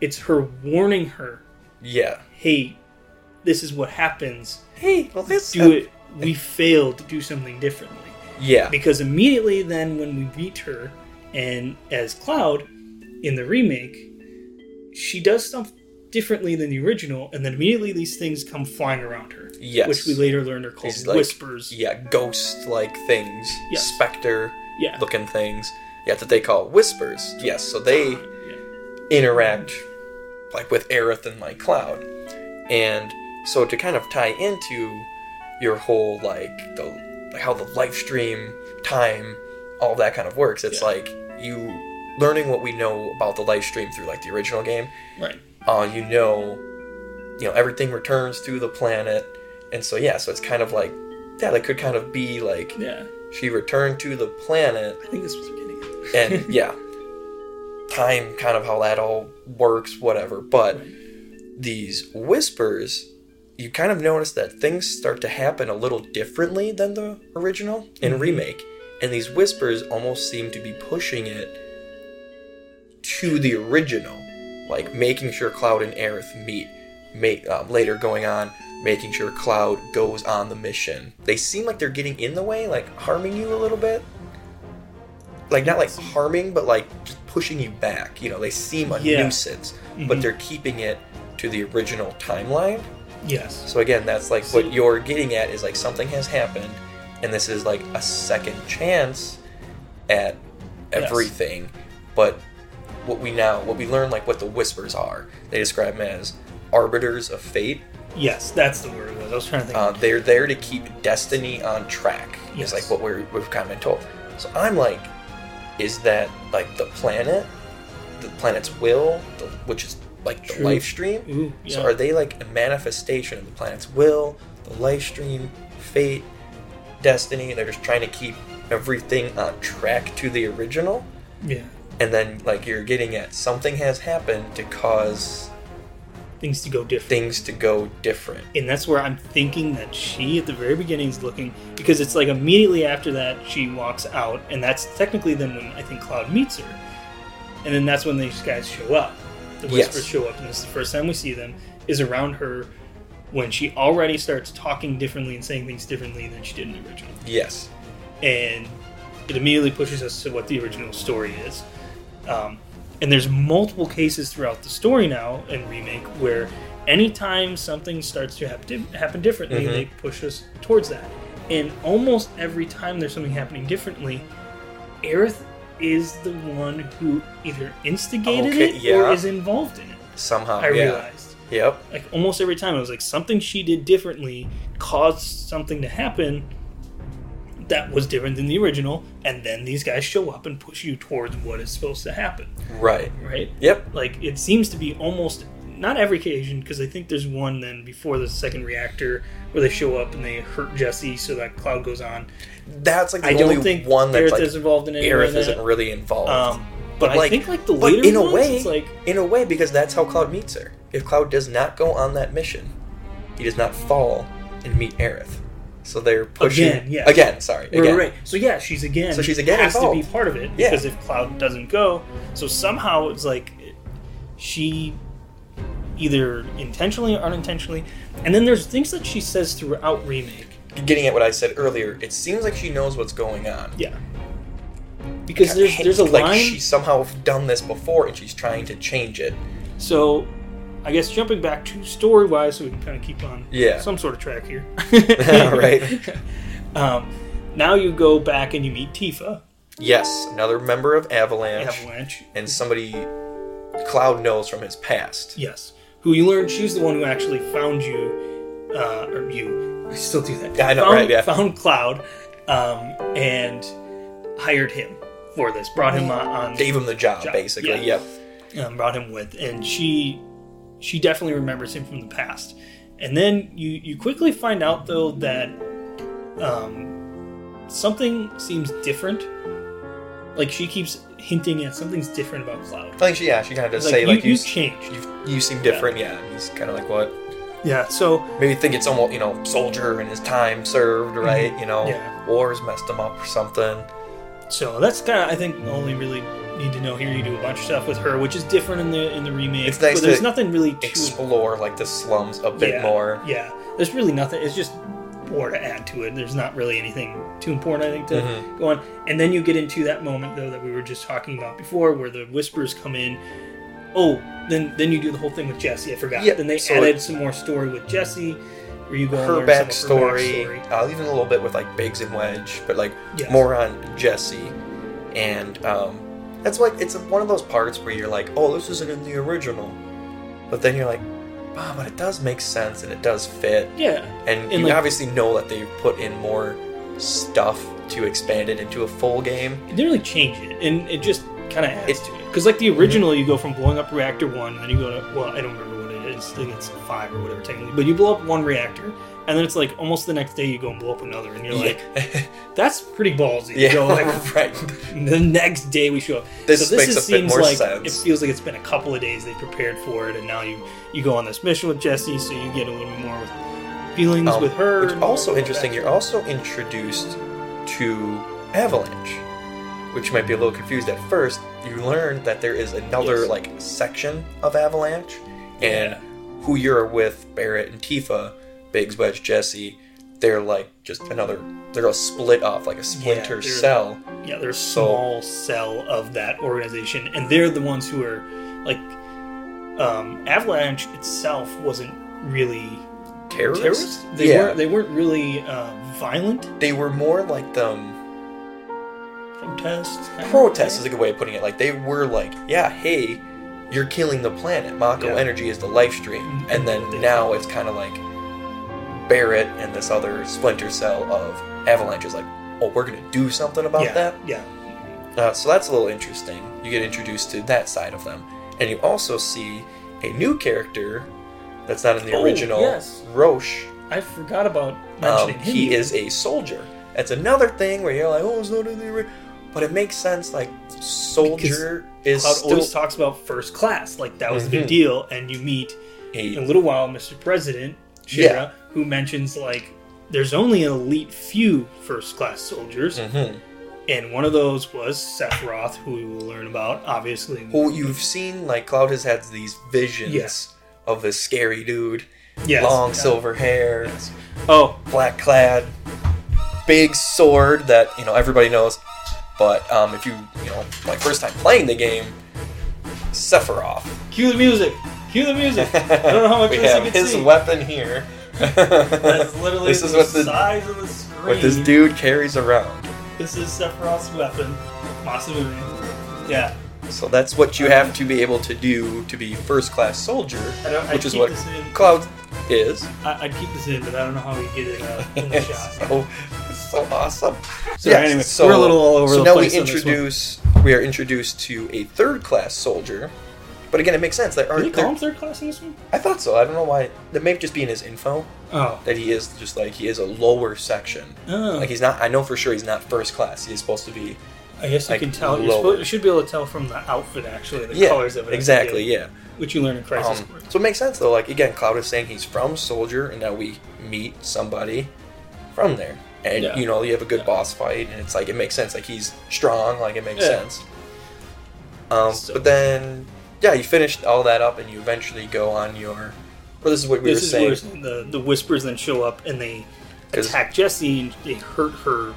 Speaker 1: it's her warning her,
Speaker 2: yeah.
Speaker 1: "Hey, this is what happens.
Speaker 2: Hey, well, this
Speaker 1: Do it. We failed to do something differently."
Speaker 2: Yeah.
Speaker 1: because immediately then when we meet her and as cloud in the remake she does stuff differently than the original and then immediately these things come flying around her
Speaker 2: Yes.
Speaker 1: which we later learned are called
Speaker 2: These, like,
Speaker 1: whispers
Speaker 2: Yeah, ghost-like things,
Speaker 1: Yes.
Speaker 2: specter-looking
Speaker 1: yeah
Speaker 2: things. Yeah, that they call whispers. Yes. So they interact like with Aerith and like Cloud. And so to kind of tie into your whole like the like how the live stream time all that kind of works, it's
Speaker 1: Yeah.
Speaker 2: like you learning what we know about the live stream through like the original game.
Speaker 1: right
Speaker 2: Uh, you know you know everything returns to the planet, and so yeah, so it's kind of like yeah, that could kind of be like
Speaker 1: Yeah.
Speaker 2: she returned to the planet
Speaker 1: I think this was beginning. *laughs*
Speaker 2: and yeah time kind of how that all works whatever but these whispers you kind of notice that things start to happen a little differently than the original in remake and these whispers almost seem to be pushing it to the original like making sure cloud and aerith meet ma- um, later going on making sure cloud goes on the mission they seem like they're getting in the way like harming you a little bit like not like harming, but like just pushing you back. You know, they seem a
Speaker 1: Yeah.
Speaker 2: nuisance,
Speaker 1: Mhm.
Speaker 2: but they're keeping it to the original timeline.
Speaker 1: Yes.
Speaker 2: So again, that's like
Speaker 1: So-
Speaker 2: what you're getting at is like something has happened, and this is like a second chance at
Speaker 1: Yes.
Speaker 2: everything. But what we now what we learn like what the whispers are, they describe them as arbiters of fate.
Speaker 1: Yes, that's the word it was. I was trying to think.
Speaker 2: Uh, they're there to keep destiny on track.
Speaker 1: Yes.
Speaker 2: Is like what we're, we've kind of been told. So I'm like, is that like the planet, the planet's will, the, which is like the
Speaker 1: True.
Speaker 2: life stream?
Speaker 1: Ooh, yeah.
Speaker 2: So are they like a manifestation of the planet's will, the life stream, fate, destiny? They're just trying to keep everything on track to the original,
Speaker 1: yeah.
Speaker 2: and then like you're getting at something has happened to cause
Speaker 1: Things to go different.
Speaker 2: things to go different.
Speaker 1: and that's where I'm thinking that she at the very beginning is looking because it's like immediately after that she walks out, and that's technically then when I think Cloud meets her, and then that's when these guys show up. The
Speaker 2: Yes.
Speaker 1: whispers show up, and this is the first time we see them is around her when she already starts talking differently and saying things differently than she did in the original,
Speaker 2: Yes.
Speaker 1: and it immediately pushes us to what the original story is. Um, and there's multiple cases throughout the story now in remake where anytime something starts to hap- happen differently,
Speaker 2: Mhm.
Speaker 1: they push us towards that. And almost every time there's something happening differently, Aerith is the one who either instigated
Speaker 2: Okay,
Speaker 1: it or
Speaker 2: yeah.
Speaker 1: is involved in it.
Speaker 2: Somehow.
Speaker 1: I
Speaker 2: yeah.
Speaker 1: realized
Speaker 2: Yep.
Speaker 1: like almost every time it was like something she did differently caused something to happen that was different than the original and then these guys show up and push you towards what is supposed to happen
Speaker 2: Right.
Speaker 1: right
Speaker 2: Yep.
Speaker 1: like it seems to be almost not every occasion because i think there's one then before the second reactor where they show up and they hurt jesse so that cloud goes on
Speaker 2: That's like the
Speaker 1: i
Speaker 2: only
Speaker 1: don't think
Speaker 2: one that's
Speaker 1: Aerith
Speaker 2: like
Speaker 1: is involved in any
Speaker 2: Aerith
Speaker 1: of that.
Speaker 2: isn't really involved.
Speaker 1: um but, i
Speaker 2: like-
Speaker 1: think like the
Speaker 2: but
Speaker 1: later
Speaker 2: in a
Speaker 1: ones,
Speaker 2: way-
Speaker 1: it's like
Speaker 2: in a way, because that's how Cloud meets her. If Cloud does not go on that mission, he does not fall and meet Aerith. So they're pushing
Speaker 1: Again, yeah.
Speaker 2: Again, sorry.
Speaker 1: Right,
Speaker 2: again.
Speaker 1: right. So yeah, she's again.
Speaker 2: So she's again
Speaker 1: has to
Speaker 2: involved.
Speaker 1: be part of it
Speaker 2: Yeah.
Speaker 1: because if Cloud doesn't go, so somehow it's like she either intentionally or unintentionally, and then there's things that she says throughout remake.
Speaker 2: Getting at what I said earlier, it seems like she knows what's going on.
Speaker 1: Yeah, because there's there's a
Speaker 2: like
Speaker 1: line.
Speaker 2: she's somehow done this before and she's trying to
Speaker 1: *laughs*
Speaker 2: change it. *laughs*
Speaker 1: So I guess jumping back to story wise, so we can kind of keep on
Speaker 2: Yeah.
Speaker 1: some sort of track here.
Speaker 2: *laughs* Right.
Speaker 1: Um, now you go back and you meet Tifa
Speaker 2: Yes, another member of Avalanche,
Speaker 1: Avalanche.
Speaker 2: and somebody Cloud knows from his past.
Speaker 1: Yes. Who you learned she's the one who actually found you, uh, or you. I still do that.
Speaker 2: Yeah, I know,
Speaker 1: found,
Speaker 2: right, yeah.
Speaker 1: Found Cloud, um, and hired him for this. Brought him on. on
Speaker 2: Gave him the job,
Speaker 1: Job,
Speaker 2: basically.
Speaker 1: yeah.
Speaker 2: Yep.
Speaker 1: um, brought him with, and she she definitely remembers him from the past. And then you you quickly find out though that um, something seems different. Like she keeps hinting at something's different about
Speaker 2: I
Speaker 1: Cloud.
Speaker 2: think she yeah, she kinda does
Speaker 1: Like,
Speaker 2: say
Speaker 1: you,
Speaker 2: like you
Speaker 1: you
Speaker 2: s-
Speaker 1: changed.
Speaker 2: you you seem different, yeah. And he's kinda like what?
Speaker 1: Yeah. So
Speaker 2: Maybe think it's almost you know, soldier and his time served, right? You know,
Speaker 1: Mm-hmm. Yeah.
Speaker 2: wars messed him up or something.
Speaker 1: So that's kind of I think all we really need to know here. You do a bunch of stuff with her, which is different in the in the remake.
Speaker 2: It's nice
Speaker 1: but there's
Speaker 2: to
Speaker 1: nothing really to
Speaker 2: Explore like the slums a bit
Speaker 1: yeah,
Speaker 2: more.
Speaker 1: Yeah, there's really nothing. It's just more to add to it. There's not really anything too important I think to
Speaker 2: Mhm.
Speaker 1: go on. And then you get into that moment though that we were just talking about before, where the whispers come in. Oh, then then you do the whole thing with Jesse. I forgot.
Speaker 2: Yeah,
Speaker 1: then they
Speaker 2: so
Speaker 1: added
Speaker 2: it-
Speaker 1: some more story with Jesse, where you go and
Speaker 2: Her
Speaker 1: learn some of her
Speaker 2: backstory,
Speaker 1: backstory.
Speaker 2: uh, even a little bit with like Biggs and Wedge, but like
Speaker 1: Yes.
Speaker 2: more on Jesse, and um, that's like it's one of those parts where you're like, oh, this isn't in the original, but then you're like, ah, but it does make sense and it does fit,
Speaker 1: Yeah, And,
Speaker 2: and, you
Speaker 1: like-
Speaker 2: obviously know that they put in more stuff to expand it into a full game.
Speaker 1: It didn't really change it, and it just kind of adds
Speaker 2: It's-
Speaker 1: to it. Because like the original, you go from blowing up reactor one, and then you go to well, I don't remember what it is. I think it's five or whatever technically. But you blow up one reactor, and then it's like almost the next day you go and blow up another, and you're like, that's pretty ballsy.
Speaker 2: *laughs*
Speaker 1: *laughs*
Speaker 2: yeah, *laughs*
Speaker 1: So, like,
Speaker 2: right.
Speaker 1: the next day we show up.
Speaker 2: This makes
Speaker 1: is-
Speaker 2: a bit more
Speaker 1: like
Speaker 2: sense.
Speaker 1: it feels like it's been a couple of days they prepared for it, and now you you go on this mission with Jesse, so you get a little more with feelings
Speaker 2: Um,
Speaker 1: with her.
Speaker 2: Which
Speaker 1: and
Speaker 2: also
Speaker 1: all
Speaker 2: interesting.
Speaker 1: that.
Speaker 2: You're also introduced to Avalanche, which you might be a little confused at first. You learn that there is another
Speaker 1: Yes.
Speaker 2: like section of Avalanche, and
Speaker 1: Yeah.
Speaker 2: who you're with, Barrett and Tifa, Biggs, Wedge, Jesse. They're like just another. They're a split off, like a splinter
Speaker 1: they're-
Speaker 2: cell.
Speaker 1: yeah, they're a
Speaker 2: So-
Speaker 1: small cell of that organization, and they're the ones who are like um, Avalanche itself wasn't really
Speaker 2: Terrorists.
Speaker 1: terrorist. They
Speaker 2: yeah,
Speaker 1: weren't. They weren't really uh, violent
Speaker 2: they were more like them.
Speaker 1: protests.
Speaker 2: protest is a good way of putting it. Like they were like, yeah, hey, you're killing the planet. Mako
Speaker 1: Yeah.
Speaker 2: Energy is the life stream,
Speaker 1: Mhm.
Speaker 2: and then
Speaker 1: They-
Speaker 2: now it's kind of like Barrett and this other splinter cell of Avalanche is like, oh, we're gonna do something about
Speaker 1: yeah,
Speaker 2: that.
Speaker 1: Yeah,
Speaker 2: Uh, so that's a little interesting. You get introduced to that side of them, and you also see a new character that's not in the
Speaker 1: Oh,
Speaker 2: original.
Speaker 1: yes.
Speaker 2: Roche.
Speaker 1: I forgot about
Speaker 2: Um,
Speaker 1: mentioning him.
Speaker 2: he
Speaker 1: even.
Speaker 2: is a soldier. That's another thing where you're like, oh, it's not in the ori-" But it makes sense. Like, soldier is
Speaker 1: Cloud
Speaker 2: still
Speaker 1: always talks about first class, like that was the
Speaker 2: Mhm.
Speaker 1: big deal. And you meet in a
Speaker 2: a
Speaker 1: little while Mr. President Shira,
Speaker 2: Yeah.
Speaker 1: who mentions like there's only an elite few first class soldiers,
Speaker 2: Mhm.
Speaker 1: and one of those was Seth Roth, who we will learn about obviously.
Speaker 2: who you've seen. Like, Cloud has had these visions of this scary dude,
Speaker 1: Yes.
Speaker 2: long
Speaker 1: Yeah.
Speaker 2: silver hair,
Speaker 1: Oh,
Speaker 2: black clad, big sword that you know everybody knows. But um, if you you know like first time playing the game, Sephiroth.
Speaker 1: cue the music. Cue the
Speaker 2: *laughs*
Speaker 1: music. *laughs* I don't know how much
Speaker 2: we
Speaker 1: of this
Speaker 2: have
Speaker 1: you can
Speaker 2: his
Speaker 1: see.
Speaker 2: weapon here.
Speaker 1: That's literally
Speaker 2: *laughs* this
Speaker 1: the
Speaker 2: is what the
Speaker 1: size of the screen.
Speaker 2: what this dude carries around.
Speaker 1: This is Sephiroth's weapon, Masamune. Yeah.
Speaker 2: So that's what you have to be able to do to be first class soldier,
Speaker 1: I don't- I
Speaker 2: which is
Speaker 1: keep
Speaker 2: what
Speaker 1: this in-
Speaker 2: Cloud is.
Speaker 1: I, I'd keep this in, but I don't know how we get it
Speaker 2: *laughs*
Speaker 1: out in the shot.
Speaker 2: It's so, it's so awesome.
Speaker 1: So anyway, we're a little all over
Speaker 2: so
Speaker 1: the
Speaker 2: now
Speaker 1: place
Speaker 2: we
Speaker 1: on this one.
Speaker 2: introduce we are introduced to a third class soldier. But again, it makes sense. There
Speaker 1: Did
Speaker 2: aren't
Speaker 1: they call
Speaker 2: there-
Speaker 1: him third class in this one?
Speaker 2: I thought so. I don't know why. That may just be in his info
Speaker 1: Oh.
Speaker 2: that he is just like he is a lower section.
Speaker 1: Oh.
Speaker 2: Like he's not. I know for sure he's not first class. He is supposed to be.
Speaker 1: I guess you
Speaker 2: like
Speaker 1: can tell. You're
Speaker 2: lower.
Speaker 1: supposed, you should be able to tell from the outfit, actually, the
Speaker 2: yeah,
Speaker 1: colors of it.
Speaker 2: exactly. Yeah.
Speaker 1: Which you learn in Crisis
Speaker 2: Um,
Speaker 1: Core.
Speaker 2: so it makes sense though. Like again, Cloud is saying he's from Soldier, and now we meet somebody from there, and
Speaker 1: Yeah.
Speaker 2: you know you have a good
Speaker 1: Yeah.
Speaker 2: boss fight, and it's like it makes sense. Like he's strong. Like it makes
Speaker 1: Yeah.
Speaker 2: sense. Um,
Speaker 1: So-
Speaker 2: but then yeah, you finish all that up, and you eventually go on your. Well, this is what we
Speaker 1: this
Speaker 2: were
Speaker 1: is where
Speaker 2: saying.
Speaker 1: the, the whispers then show up and they
Speaker 2: 'Cause-
Speaker 1: attack Jesse and they hurt her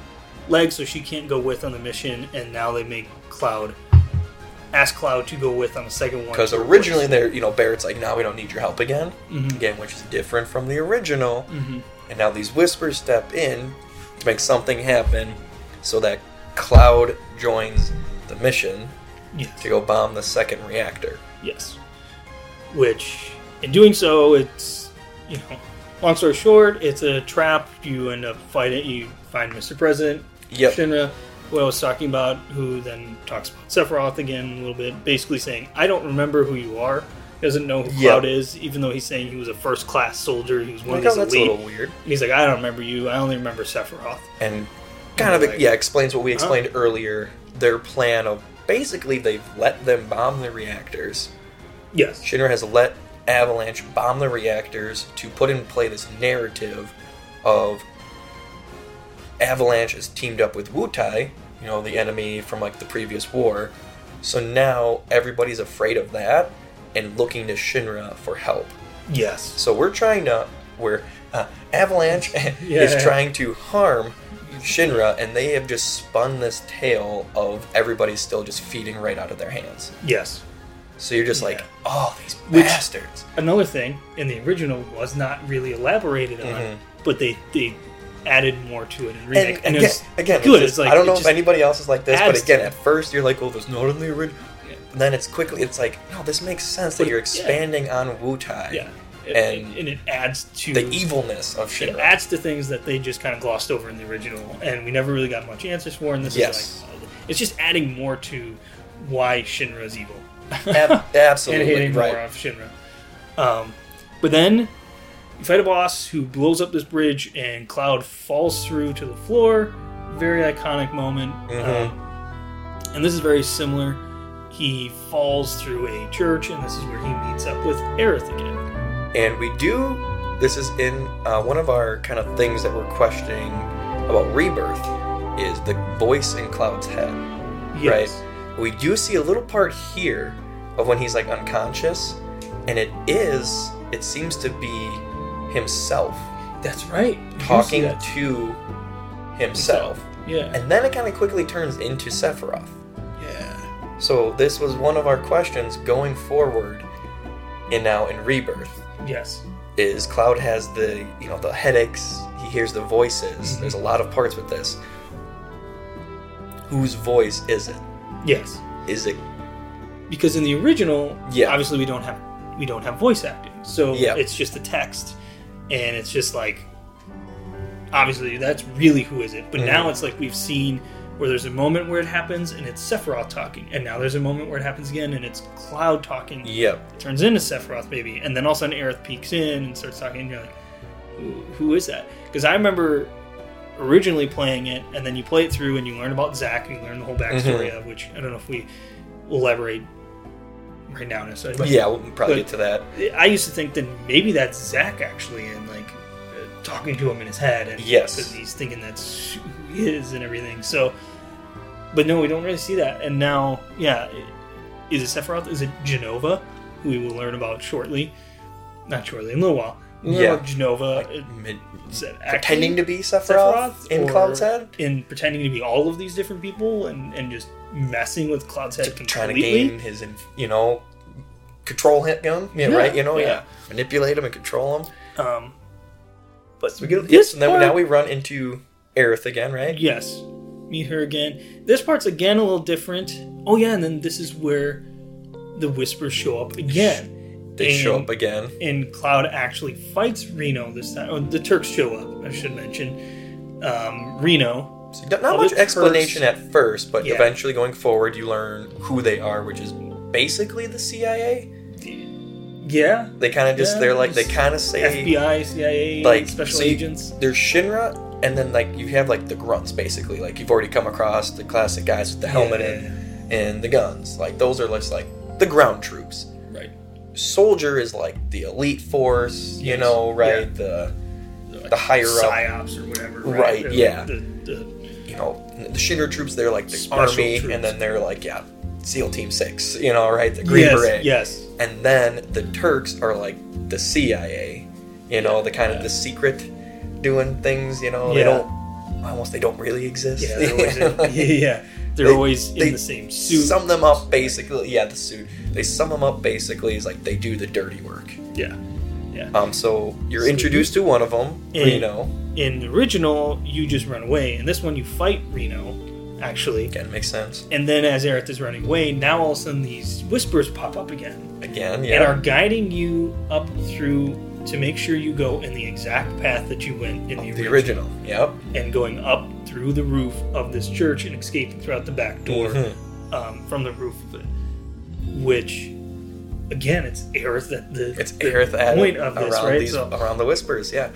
Speaker 1: leg so she can't go with on the mission, and now they make Cloud ask Cloud to go with on the second one.
Speaker 2: Because
Speaker 1: to replace-
Speaker 2: originally, there, you know, Barrett's like, "Now we don't need your help again."
Speaker 1: Mhm.
Speaker 2: Again, which is different from the original.
Speaker 1: Mhm.
Speaker 2: And now these whispers step in to make something happen, so that Cloud joins the mission
Speaker 1: Yes.
Speaker 2: to go bomb the second reactor.
Speaker 1: Yes. Which, in doing so, it's you know, long story short, it's a trap. You end up fighting. You find Mr. President
Speaker 2: Yep.
Speaker 1: Shinra, who I was talking about, who then talks about Sephiroth again a little bit, basically saying, "I don't remember who you are." Doesn't know who
Speaker 2: Yep.
Speaker 1: Cloud is, even though he's saying he was a first class soldier. He was one
Speaker 2: Like,
Speaker 1: of
Speaker 2: oh,
Speaker 1: these
Speaker 2: that's a
Speaker 1: elite.
Speaker 2: little weird.
Speaker 1: And he's like, "I don't remember you. I only remember Sephiroth."
Speaker 2: And kind of
Speaker 1: Like-
Speaker 2: yeah explains what we
Speaker 1: Huh?
Speaker 2: explained earlier. Their plan of basically they've let them bomb the reactors.
Speaker 1: Yes.
Speaker 2: Shinra has let Avalanche bomb the reactors to put in play this narrative of Avalanche is teamed up with Wutai, you know, the enemy from like the previous war. So now everybody's afraid of that and looking to Shinra for help.
Speaker 1: Yes.
Speaker 2: So we're trying to, we're uh,
Speaker 1: *laughs*
Speaker 2: Avalanche is
Speaker 1: yeah.
Speaker 2: trying to harm Shinra, and they have just spun this tale of everybody still just feeding right out of their hands.
Speaker 1: Yes.
Speaker 2: So you're just like,
Speaker 1: Yeah.
Speaker 2: oh, these
Speaker 1: Which-
Speaker 2: bastards.
Speaker 1: another thing in the original was not really elaborated on,
Speaker 2: Mhm.
Speaker 1: but they they added more to it in remake,
Speaker 2: And,
Speaker 1: and, it
Speaker 2: again,
Speaker 1: was
Speaker 2: again,
Speaker 1: good.
Speaker 2: It's
Speaker 1: It's
Speaker 2: just,
Speaker 1: like
Speaker 2: I don't
Speaker 1: it
Speaker 2: know if
Speaker 1: just-
Speaker 2: anybody else is like this, but
Speaker 1: adds
Speaker 2: again,
Speaker 1: to it.
Speaker 2: at first you're like, oh, there's not in the original.
Speaker 1: Yeah.
Speaker 2: And then it's quickly, it's like, no, this makes sense
Speaker 1: But
Speaker 2: that
Speaker 1: it-
Speaker 2: you're
Speaker 1: yeah.
Speaker 2: expanding on Wu Tai,
Speaker 1: yeah, It-
Speaker 2: and-
Speaker 1: it- and it adds to
Speaker 2: the evilness of
Speaker 1: It
Speaker 2: Shinra.
Speaker 1: adds to things that they just kind of glossed over in the original, and we never really got much answers for. And this
Speaker 2: Yes.
Speaker 1: is like, it's just adding more to why Shinra is evil.
Speaker 2: Ab-
Speaker 1: *laughs* and
Speaker 2: absolutely
Speaker 1: hating
Speaker 2: right.
Speaker 1: more of Shinra. Um, But then you fight a boss who blows up this bridge, and Cloud falls through to the floor. Very iconic moment.
Speaker 2: Mhm.
Speaker 1: Um, and this is very similar. He falls through a church, and this is where he meets up with Aerith again.
Speaker 2: And we do, this is in uh, one of our kind of things that we're questioning about rebirth is the voice in Cloud's head.
Speaker 1: Yes.
Speaker 2: We do see a little part here of when he's like unconscious, and it is, it seems to be himself
Speaker 1: That's right. You do see
Speaker 2: talking
Speaker 1: that.
Speaker 2: to himself.
Speaker 1: Yeah.
Speaker 2: And then it kind of quickly turns into Sephiroth.
Speaker 1: Yeah.
Speaker 2: So this was one of our questions going forward and now in rebirth.
Speaker 1: Yes.
Speaker 2: is Cloud has the you know the headaches. He hears the voices.
Speaker 1: Mm-hmm.
Speaker 2: There's a lot of parts with this. Whose voice is it?
Speaker 1: Yes.
Speaker 2: Is it?
Speaker 1: because in the original,
Speaker 2: Yeah.
Speaker 1: obviously we don't have we don't have voice acting, so
Speaker 2: Yeah.
Speaker 1: it's just the text, and it's just like obviously that's really who is it. But
Speaker 2: Mhm.
Speaker 1: now it's like we've seen where there's a moment where it happens and it's Sephiroth talking, and now there's a moment where it happens again and it's Cloud talking.
Speaker 2: Yep.
Speaker 1: It turns into Sephiroth maybe, and then all of a sudden Aerith peeks in and starts talking, and you're like, who, who is that? Because I remember originally playing it, and then you play it through and you learn about Zack, and you learn the whole backstory of which I don't know if we will elaborate right now necessarily. But
Speaker 2: yeah, we'll probably
Speaker 1: but-
Speaker 2: get to that.
Speaker 1: I used to think that maybe that's Zack actually, and like uh, talking to him in his head, and
Speaker 2: Yes.
Speaker 1: because he's thinking that's who he is and everything. So, but no, we don't really see that. And now, yeah, i- is it Sephiroth? Is it Genova? Who we will learn about shortly. Not shortly, in a little while. We'll learn
Speaker 2: Yeah.
Speaker 1: about Genova. uh,
Speaker 2: Mid-
Speaker 1: is it actually
Speaker 2: pretending to be Sephiroth, in
Speaker 1: or
Speaker 2: Cloud's head,
Speaker 1: in pretending to be all of these different people, and and just messing with Cloud's head completely.
Speaker 2: trying to gain his inf- you know control him. You know, yeah,
Speaker 1: Yeah,
Speaker 2: right. You know,
Speaker 1: yeah.
Speaker 2: yeah. manipulate him and control him.
Speaker 1: Um, but
Speaker 2: So we get
Speaker 1: this
Speaker 2: yes, and then
Speaker 1: part-
Speaker 2: now we run into Aerith again, right?
Speaker 1: Yes. Meet her again. This part's again a little different. Oh yeah, and then this is where the whispers show up again.
Speaker 2: They show
Speaker 1: And-
Speaker 2: up again.
Speaker 1: And Cloud actually fights Reno this time. Oh, the Turks show up, I should mention. Um, Reno.
Speaker 2: So not,
Speaker 1: Well,
Speaker 2: not much
Speaker 1: this
Speaker 2: explanation at first, but
Speaker 1: Yeah.
Speaker 2: eventually going forward, you learn who they are, which is basically the CIA.
Speaker 1: Yeah.
Speaker 2: They kind of just,
Speaker 1: Yeah,
Speaker 2: they're like, they
Speaker 1: just
Speaker 2: kind of say,
Speaker 1: FBI, CIA,
Speaker 2: like,
Speaker 1: special
Speaker 2: so you-
Speaker 1: agents.
Speaker 2: There's Shinra, and then, like, you have, like, the grunts, basically. Like, you've already come across the classic guys with the helmet and, and the guns. Like, those are just, like, the ground troops.
Speaker 1: Right.
Speaker 2: Soldier is, like, the elite force, you
Speaker 1: Yes.
Speaker 2: know, right?
Speaker 1: Yeah.
Speaker 2: The, the higher up,
Speaker 1: PSYOPs or whatever. Right.
Speaker 2: Right,
Speaker 1: They're
Speaker 2: yeah.
Speaker 1: The, the,
Speaker 2: you know, the Shinra troops, they're, like, the
Speaker 1: Special
Speaker 2: army,
Speaker 1: troops.
Speaker 2: and then they're, like, yeah, SEAL Team 6, you know, right? The Green
Speaker 1: yes,
Speaker 2: Beret.
Speaker 1: yes.
Speaker 2: and then the Turks are like the CIA, you know, the kind of the secret doing things, you know, they
Speaker 1: Yeah.
Speaker 2: don't almost they don't really exist.
Speaker 1: Yeah. They're always
Speaker 2: *laughs*
Speaker 1: in, *laughs* yeah. They're
Speaker 2: They-
Speaker 1: always in
Speaker 2: they
Speaker 1: the same suit.
Speaker 2: Sum them up basically, yeah, the suit. They sum them up basically is like they do the dirty work.
Speaker 1: yeah.
Speaker 2: Um, so you're
Speaker 1: So
Speaker 2: introduced to one of them,
Speaker 1: And-
Speaker 2: Reno.
Speaker 1: in the original, you just run away. In this one, you fight Reno, actually.
Speaker 2: Again, makes sense.
Speaker 1: And then as Aerith is running away, now all of a sudden these whispers pop up again
Speaker 2: Again,
Speaker 1: and
Speaker 2: yeah,
Speaker 1: are guiding you up through to make sure you go in the exact path that you went in the,
Speaker 2: the
Speaker 1: original.
Speaker 2: original. Yep.
Speaker 1: And going up through the roof of this church and escaping throughout the back door
Speaker 2: Mhm.
Speaker 1: um, from the roof of it. Which, again, it's Aerith that the,
Speaker 2: It's
Speaker 1: the
Speaker 2: Aerith at
Speaker 1: point of this,
Speaker 2: around
Speaker 1: right?
Speaker 2: these
Speaker 1: so,
Speaker 2: around the whispers, yeah.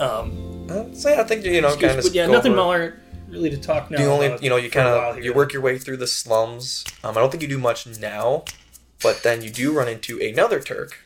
Speaker 1: um,
Speaker 2: Uh, so yeah, I think you know, kind of
Speaker 1: but yeah, nothing more really to talk now.
Speaker 2: you only
Speaker 1: about uh,
Speaker 2: you know you
Speaker 1: for a
Speaker 2: kind
Speaker 1: while
Speaker 2: of
Speaker 1: here.
Speaker 2: you work your way through the slums um, i don't think you do much now but then you do run into another turk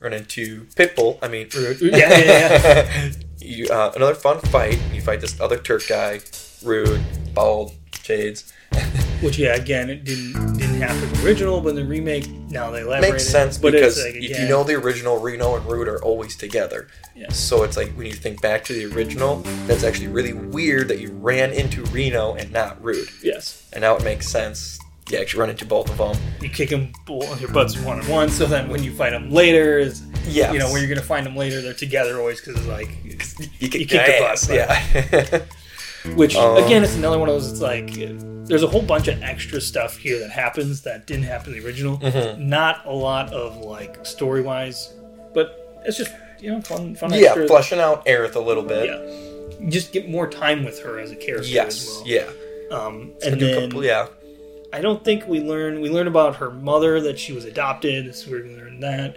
Speaker 2: run into pitbull i mean rude
Speaker 1: Yeah, yeah,
Speaker 2: *laughs* you, uh, another fun fight you fight this other turk guy rude bald shades *laughs*
Speaker 1: Which yeah, again, it didn't didn't happen in the original, but in the remake now they elaborate.
Speaker 2: makes sense
Speaker 1: but
Speaker 2: because
Speaker 1: it's like,
Speaker 2: if you
Speaker 1: again,
Speaker 2: know the original reno and rude are always together
Speaker 1: Yeah.
Speaker 2: so it's like when you think back to the original that's actually really weird that you ran into reno and not rude
Speaker 1: yes,
Speaker 2: and now it makes sense you actually run into both of them
Speaker 1: you kick them bull- your butts one on one, so then when you fight them later, is
Speaker 2: yeah
Speaker 1: you know where you're gonna find them later, they're together always because it's like,
Speaker 2: you kick,
Speaker 1: You kick the
Speaker 2: the
Speaker 1: bus,
Speaker 2: bus. Yeah. *laughs*
Speaker 1: which
Speaker 2: Um,
Speaker 1: again, it's another one of those. It's like there's a whole bunch of extra stuff here that happens that didn't happen in the original.
Speaker 2: Mm-hmm.
Speaker 1: Not a lot of like story wise, but it's just you know fun fun
Speaker 2: yeah,
Speaker 1: extra.
Speaker 2: flushing out Aerith a little bit.
Speaker 1: yeah just get more time with her as a character
Speaker 2: Yes.
Speaker 1: as well
Speaker 2: Yeah.
Speaker 1: um
Speaker 2: A
Speaker 1: and
Speaker 2: new
Speaker 1: then
Speaker 2: couple- yeah.
Speaker 1: i don't think we learn we learn about her mother that she was adopted so we learn that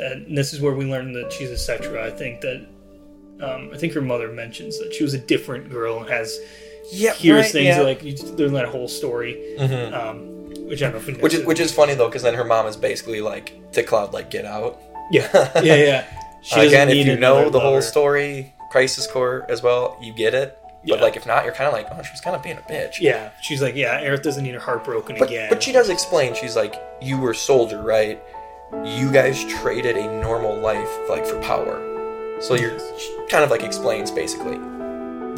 Speaker 1: and this is where we learn that she's a Setra. I think that um, I think her mother mentions that she was a different girl and has
Speaker 2: Yeah,
Speaker 1: hears
Speaker 2: right,
Speaker 1: things
Speaker 2: yeah. Mm-hmm.
Speaker 1: like you just learn that whole story, um, which I don't know. If we know
Speaker 2: which is
Speaker 1: too.
Speaker 2: which is funny though, because then her mom is basically like to Cloud, like get out. *laughs*
Speaker 1: yeah, yeah, yeah. She doesn't
Speaker 2: Again, if
Speaker 1: need
Speaker 2: you
Speaker 1: another
Speaker 2: know the whole
Speaker 1: lover.
Speaker 2: story, Crisis Core as well, you get it.
Speaker 1: Yeah.
Speaker 2: But like if not, you're kind of like, oh, she's kind of being a bitch.
Speaker 1: Yeah, she's like, yeah, Aerith doesn't need her heart broken
Speaker 2: But,
Speaker 1: again.
Speaker 2: but she does explain. She's like, you were soldier, right? You guys traded a normal life like for power. So you're she kind of like explains basically,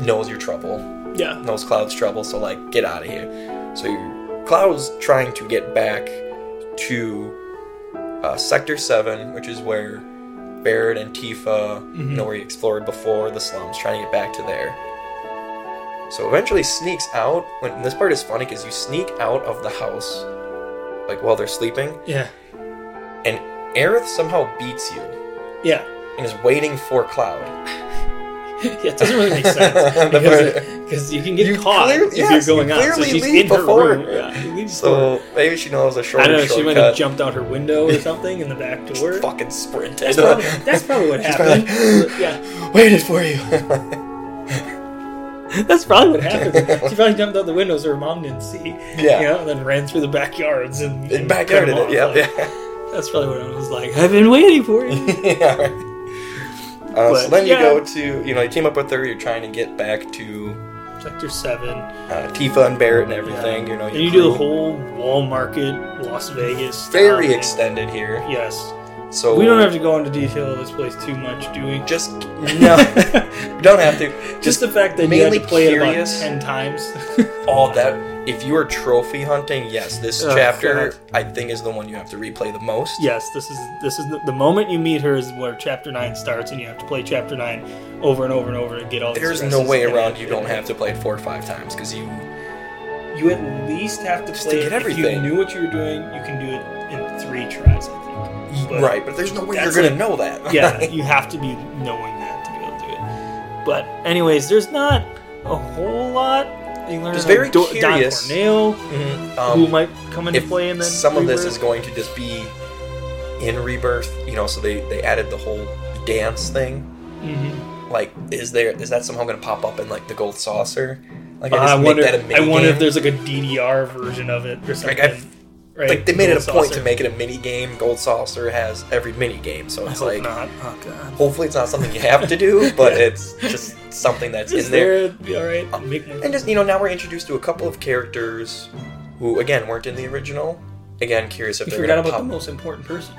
Speaker 2: knows your trouble,
Speaker 1: yeah,
Speaker 2: knows Cloud's trouble. So like, get out of here. So you Cloud's trying to get back to uh, Sector Seven, which is where Barrett and Tifa,
Speaker 1: Mm-hmm.
Speaker 2: you know, where he explored before the slums, trying to get back to there. So eventually sneaks out. When and this part is funny because you sneak out of the house, like while they're sleeping,
Speaker 1: yeah,
Speaker 2: and Aerith somehow beats you
Speaker 1: yeah.
Speaker 2: and is waiting for Cloud.
Speaker 1: Yeah, it doesn't really make
Speaker 2: *laughs*
Speaker 1: sense because, because you can get
Speaker 2: You
Speaker 1: caught
Speaker 2: clear-
Speaker 1: if
Speaker 2: yes,
Speaker 1: you're going
Speaker 2: you
Speaker 1: out. So
Speaker 2: clearly
Speaker 1: she's
Speaker 2: leave
Speaker 1: in her
Speaker 2: before
Speaker 1: room.
Speaker 2: her.
Speaker 1: Yeah, you leave before her.
Speaker 2: So maybe she knows a short
Speaker 1: I don't know.
Speaker 2: shortcut.
Speaker 1: She might have jumped out her window or something in the back door.
Speaker 2: Fucking sprint.
Speaker 1: That's
Speaker 2: *laughs*
Speaker 1: probably, that's probably what
Speaker 2: She's probably
Speaker 1: happened.
Speaker 2: like, *laughs*
Speaker 1: yeah,
Speaker 2: waited for you.
Speaker 1: that's probably what happened. She probably jumped out the window so her mom didn't see.
Speaker 2: Yeah.
Speaker 1: you know, and then ran through the backyards and,
Speaker 2: it
Speaker 1: and
Speaker 2: back
Speaker 1: cut
Speaker 2: out of
Speaker 1: them
Speaker 2: it.
Speaker 1: off.
Speaker 2: Yeah,
Speaker 1: Like,
Speaker 2: yeah.
Speaker 1: That's probably what I was like. I've been waiting for you.
Speaker 2: *laughs* yeah right. Uh,
Speaker 1: But,
Speaker 2: so then you
Speaker 1: yeah.
Speaker 2: go to, you know, you team up with her, you're trying to get back to
Speaker 1: Sector seven.
Speaker 2: uh, Tifa and Barrett and everything, you know.
Speaker 1: and
Speaker 2: your
Speaker 1: you do the
Speaker 2: crew.
Speaker 1: whole wall market, Las Vegas.
Speaker 2: Very
Speaker 1: town.
Speaker 2: extended here.
Speaker 1: Yes.
Speaker 2: So
Speaker 1: We don't have to go into detail of this place too much, do we? *laughs*
Speaker 2: Just, no. you don't have to.
Speaker 1: Just the fact that you had
Speaker 2: mainly
Speaker 1: to play
Speaker 2: curious.
Speaker 1: it about ten times. *laughs*
Speaker 2: all that. If you are trophy hunting, yes, this
Speaker 1: Oh,
Speaker 2: chapter,
Speaker 1: God.
Speaker 2: I think, is the one you have to replay the most.
Speaker 1: yes, this is this is the, the moment you meet her is where chapter nine starts, and you have to play chapter nine over and over and over to get all. the
Speaker 2: There's no
Speaker 1: stresses
Speaker 2: way
Speaker 1: and
Speaker 2: around
Speaker 1: it-
Speaker 2: you
Speaker 1: it-
Speaker 2: don't have to play it four or five times because you.
Speaker 1: You at least have to
Speaker 2: Just
Speaker 1: play
Speaker 2: to
Speaker 1: it.
Speaker 2: get
Speaker 1: If you
Speaker 2: everything.
Speaker 1: knew what you were doing, you can do it in three tries. I think. But-
Speaker 2: right, but there's no way you're
Speaker 1: That's
Speaker 2: going
Speaker 1: like-
Speaker 2: to know
Speaker 1: *laughs*
Speaker 2: that. *laughs*
Speaker 1: yeah, you have to be knowing that to be able to do it. But anyways, there's not a whole lot. You learn
Speaker 2: Just
Speaker 1: about
Speaker 2: very
Speaker 1: Do- Don
Speaker 2: curious.
Speaker 1: Corneo,
Speaker 2: Mhm.
Speaker 1: who
Speaker 2: Um,
Speaker 1: might come into
Speaker 2: if
Speaker 1: play, and then
Speaker 2: some of this
Speaker 1: Rebirth.
Speaker 2: is going to just be in rebirth you know so they they added the whole dance thing
Speaker 1: Mhm.
Speaker 2: like is there is that somehow going to pop up in like the gold saucer like
Speaker 1: I, wonder. I
Speaker 2: minigame.
Speaker 1: wonder if there's like a DDR version of it or something.
Speaker 2: Like, I've-
Speaker 1: right?
Speaker 2: like they made it a
Speaker 1: Gold
Speaker 2: point
Speaker 1: saucer.
Speaker 2: to make it a mini game gold saucer has every mini game so
Speaker 1: I
Speaker 2: it's
Speaker 1: hope
Speaker 2: like
Speaker 1: not. Oh god.
Speaker 2: hopefully it's not something you have
Speaker 1: *laughs*
Speaker 2: to do but
Speaker 1: Yeah.
Speaker 2: it's just something that's
Speaker 1: Is
Speaker 2: in there
Speaker 1: there? Be all right.
Speaker 2: Um,
Speaker 1: Make more.
Speaker 2: And just, you know, now we're introduced to a couple of characters who, again, weren't in the original. Again, curious if
Speaker 1: you
Speaker 2: they're
Speaker 1: forgot
Speaker 2: going to
Speaker 1: about
Speaker 2: pop.
Speaker 1: the most important person.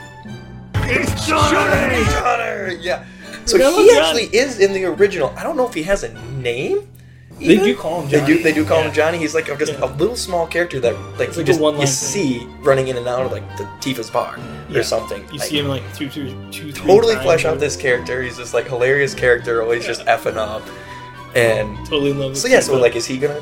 Speaker 2: Connor! Yeah. So
Speaker 1: Forgot
Speaker 2: he
Speaker 1: about
Speaker 2: actually is in the original. I don't know if he has a name.
Speaker 1: They
Speaker 2: even.
Speaker 1: do call him
Speaker 2: They do.
Speaker 1: Johnny.
Speaker 2: They do call him
Speaker 1: Yeah.
Speaker 2: Johnny. He's like a- just
Speaker 1: Yeah.
Speaker 2: a little small character that like,
Speaker 1: It's like
Speaker 2: you
Speaker 1: a
Speaker 2: just
Speaker 1: one-line
Speaker 2: you
Speaker 1: thing.
Speaker 2: see running in and out of like the Tifa's bar
Speaker 1: Yeah.
Speaker 2: or something.
Speaker 1: You
Speaker 2: Like,
Speaker 1: see him like two, two, two, three
Speaker 2: totally
Speaker 1: times
Speaker 2: flesh
Speaker 1: or-
Speaker 2: out this character. He's just like hilarious character, always just effing up. And
Speaker 1: Totally in love.
Speaker 2: so
Speaker 1: with
Speaker 2: yeah, so
Speaker 1: Tifa.
Speaker 2: like, is he gonna,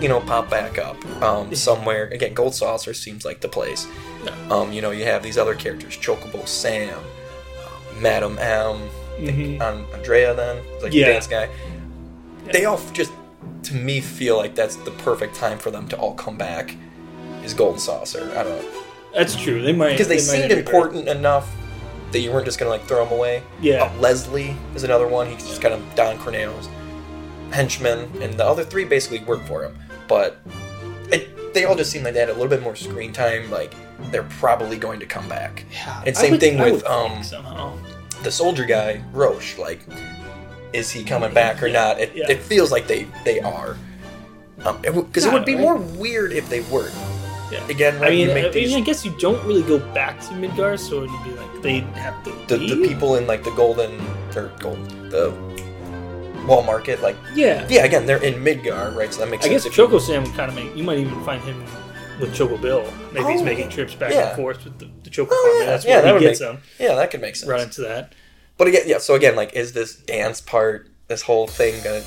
Speaker 2: you know, pop back up um, somewhere? Again, Gold Saucer seems like the place.
Speaker 1: Yeah.
Speaker 2: Um, you know, you have these other characters: Chocobo Sam, uh, Madam M,
Speaker 1: Mhm.
Speaker 2: An- Andrea. Then like
Speaker 1: Yeah.
Speaker 2: the dance guy. They all just, to me, feel like that's the perfect time for them to all come back. Is Golden Saucer? I don't know
Speaker 1: That's true. They might
Speaker 2: because they,
Speaker 1: might
Speaker 2: seemed
Speaker 1: integrate.
Speaker 2: important enough that you weren't just gonna like throw them away.
Speaker 1: Yeah.
Speaker 2: Uh, Leslie is another one. He's just kind of Don Corneo's henchman, and the other three basically work for him. But it, they all just seem like they had a little bit more screen time. Like they're probably going to come back.
Speaker 1: Yeah,
Speaker 2: And
Speaker 1: I
Speaker 2: same
Speaker 1: would-
Speaker 2: thing
Speaker 1: I
Speaker 2: with
Speaker 1: would think
Speaker 2: um,
Speaker 1: somehow.
Speaker 2: the soldier guy, Roche. Like, is he coming back or not? It,
Speaker 1: Yeah.
Speaker 2: it feels like they they are. Um, because it, would- 'cause it
Speaker 1: Yeah,
Speaker 2: would be
Speaker 1: right.
Speaker 2: more weird if they weren't.
Speaker 1: Yeah.
Speaker 2: Again,
Speaker 1: I
Speaker 2: right?
Speaker 1: mean, uh,
Speaker 2: you make
Speaker 1: I,
Speaker 2: these-
Speaker 1: mean, I guess you don't really go back to Midgar, so it'd be like they have to
Speaker 2: the,
Speaker 1: leave?
Speaker 2: the people in like the golden or gold the wall market like
Speaker 1: Yeah,
Speaker 2: yeah again they're in midgar right so that makes
Speaker 1: I
Speaker 2: sense
Speaker 1: guess
Speaker 2: if you-
Speaker 1: Choco Sam would kind of make. You might even find him with Choco Bill. Maybe he's
Speaker 2: Oh,
Speaker 1: making trips back
Speaker 2: yeah.
Speaker 1: and forth with the, the Choco
Speaker 2: oh,
Speaker 1: family.
Speaker 2: yeah,
Speaker 1: That's
Speaker 2: yeah,
Speaker 1: where
Speaker 2: that
Speaker 1: he
Speaker 2: would
Speaker 1: gets
Speaker 2: make,
Speaker 1: them.
Speaker 2: yeah that could make sense
Speaker 1: Run into that.
Speaker 2: but again yeah so again like is this dance part this whole thing gonna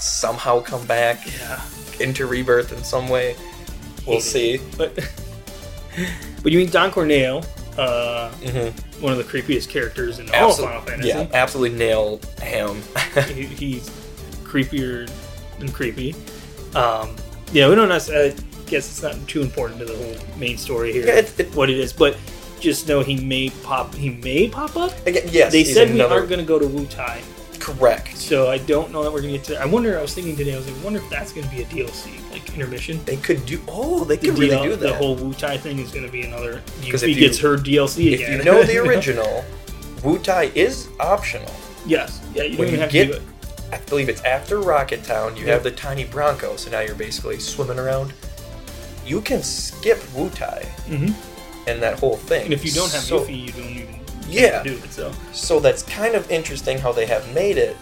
Speaker 2: somehow come back
Speaker 1: Yeah,
Speaker 2: into rebirth in some way we'll see
Speaker 1: but *laughs* but you mean Don Corneo, uh,
Speaker 2: Mhm.
Speaker 1: one of the creepiest characters in all of
Speaker 2: Absol-
Speaker 1: Final Fantasy.
Speaker 2: yeah absolutely nail him *laughs*
Speaker 1: he, he's creepier than creepy. Um, yeah, we don't necessarily. I guess it's not too important to the whole main story here.
Speaker 2: Yeah, it- it-
Speaker 1: what it is, but Just know he may pop. He may pop up.
Speaker 2: Again, yes,
Speaker 1: they
Speaker 2: he's
Speaker 1: said we
Speaker 2: another-
Speaker 1: are going to go to Wu Tai,
Speaker 2: correct.
Speaker 1: so I don't know that we're going to get to. I wonder. I was thinking today. I was like, I wonder if that's going to be a DLC, like intermission.
Speaker 2: They could do. Oh, they
Speaker 1: The,
Speaker 2: could really
Speaker 1: DL
Speaker 2: do that.
Speaker 1: the whole Wu Tai thing is going to be another.
Speaker 2: 'Cause
Speaker 1: Yuffie
Speaker 2: if you-
Speaker 1: gets her DLC
Speaker 2: if
Speaker 1: again.
Speaker 2: you
Speaker 1: *laughs*
Speaker 2: know the original, Wu Tai is optional.
Speaker 1: yes. Yeah. You don't
Speaker 2: When
Speaker 1: even
Speaker 2: you
Speaker 1: have
Speaker 2: get,
Speaker 1: to do it.
Speaker 2: I believe it's after Rocket Town, you
Speaker 1: Yeah.
Speaker 2: have the tiny Bronco, so now you're basically swimming around. You can skip Wu Tai
Speaker 1: Mhm.
Speaker 2: and that whole thing.
Speaker 1: And if you don't have
Speaker 2: so,
Speaker 1: Yuffie, you don't even
Speaker 2: yeah,
Speaker 1: do it. So
Speaker 2: so that's kind of interesting how they have made it.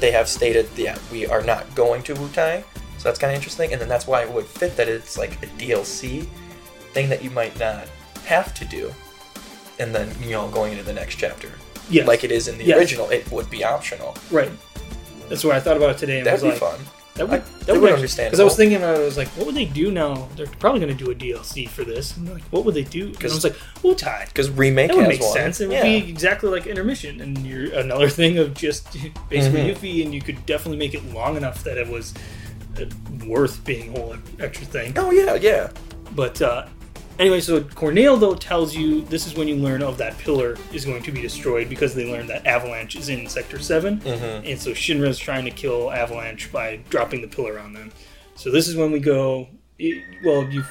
Speaker 2: They have stated, yeah, we are not going to Wu Tai, so that's kind of interesting. And then that's why it would fit that it's like a DLC thing that you might not have to do, and then you know going into the next chapter,
Speaker 1: yeah,
Speaker 2: like it is in the
Speaker 1: Yes.
Speaker 2: original, it would be optional.
Speaker 1: right. That's what I thought about it today. And
Speaker 2: That'd
Speaker 1: was
Speaker 2: be
Speaker 1: like,
Speaker 2: fun.
Speaker 1: That
Speaker 2: I-
Speaker 1: would,
Speaker 2: that
Speaker 1: that
Speaker 2: would
Speaker 1: would understand.
Speaker 2: understandable.
Speaker 1: Because I was thinking about it, I was like, what would they do now? They're probably going to do a DLC for this. And like, what would they do? And I
Speaker 2: 'Cause-
Speaker 1: was like, Wu Tai.
Speaker 2: Because remake
Speaker 1: That would
Speaker 2: has
Speaker 1: make
Speaker 2: one.
Speaker 1: sense. It would
Speaker 2: yeah.
Speaker 1: be exactly like intermission, and you're another *laughs* thing of just basically
Speaker 2: Mhm.
Speaker 1: Yuffie, and you could definitely make it long enough that it was uh, worth being a whole extra thing.
Speaker 2: Oh yeah, yeah.
Speaker 1: But uh, anyway, so Cornel though tells you this is when you learn of that pillar is going to be destroyed because they learned that Avalanche is in Sector 7
Speaker 2: Mm-hmm.
Speaker 1: and so Shinra's trying to kill Avalanche by dropping the pillar on them. So this is when we go. It, well, you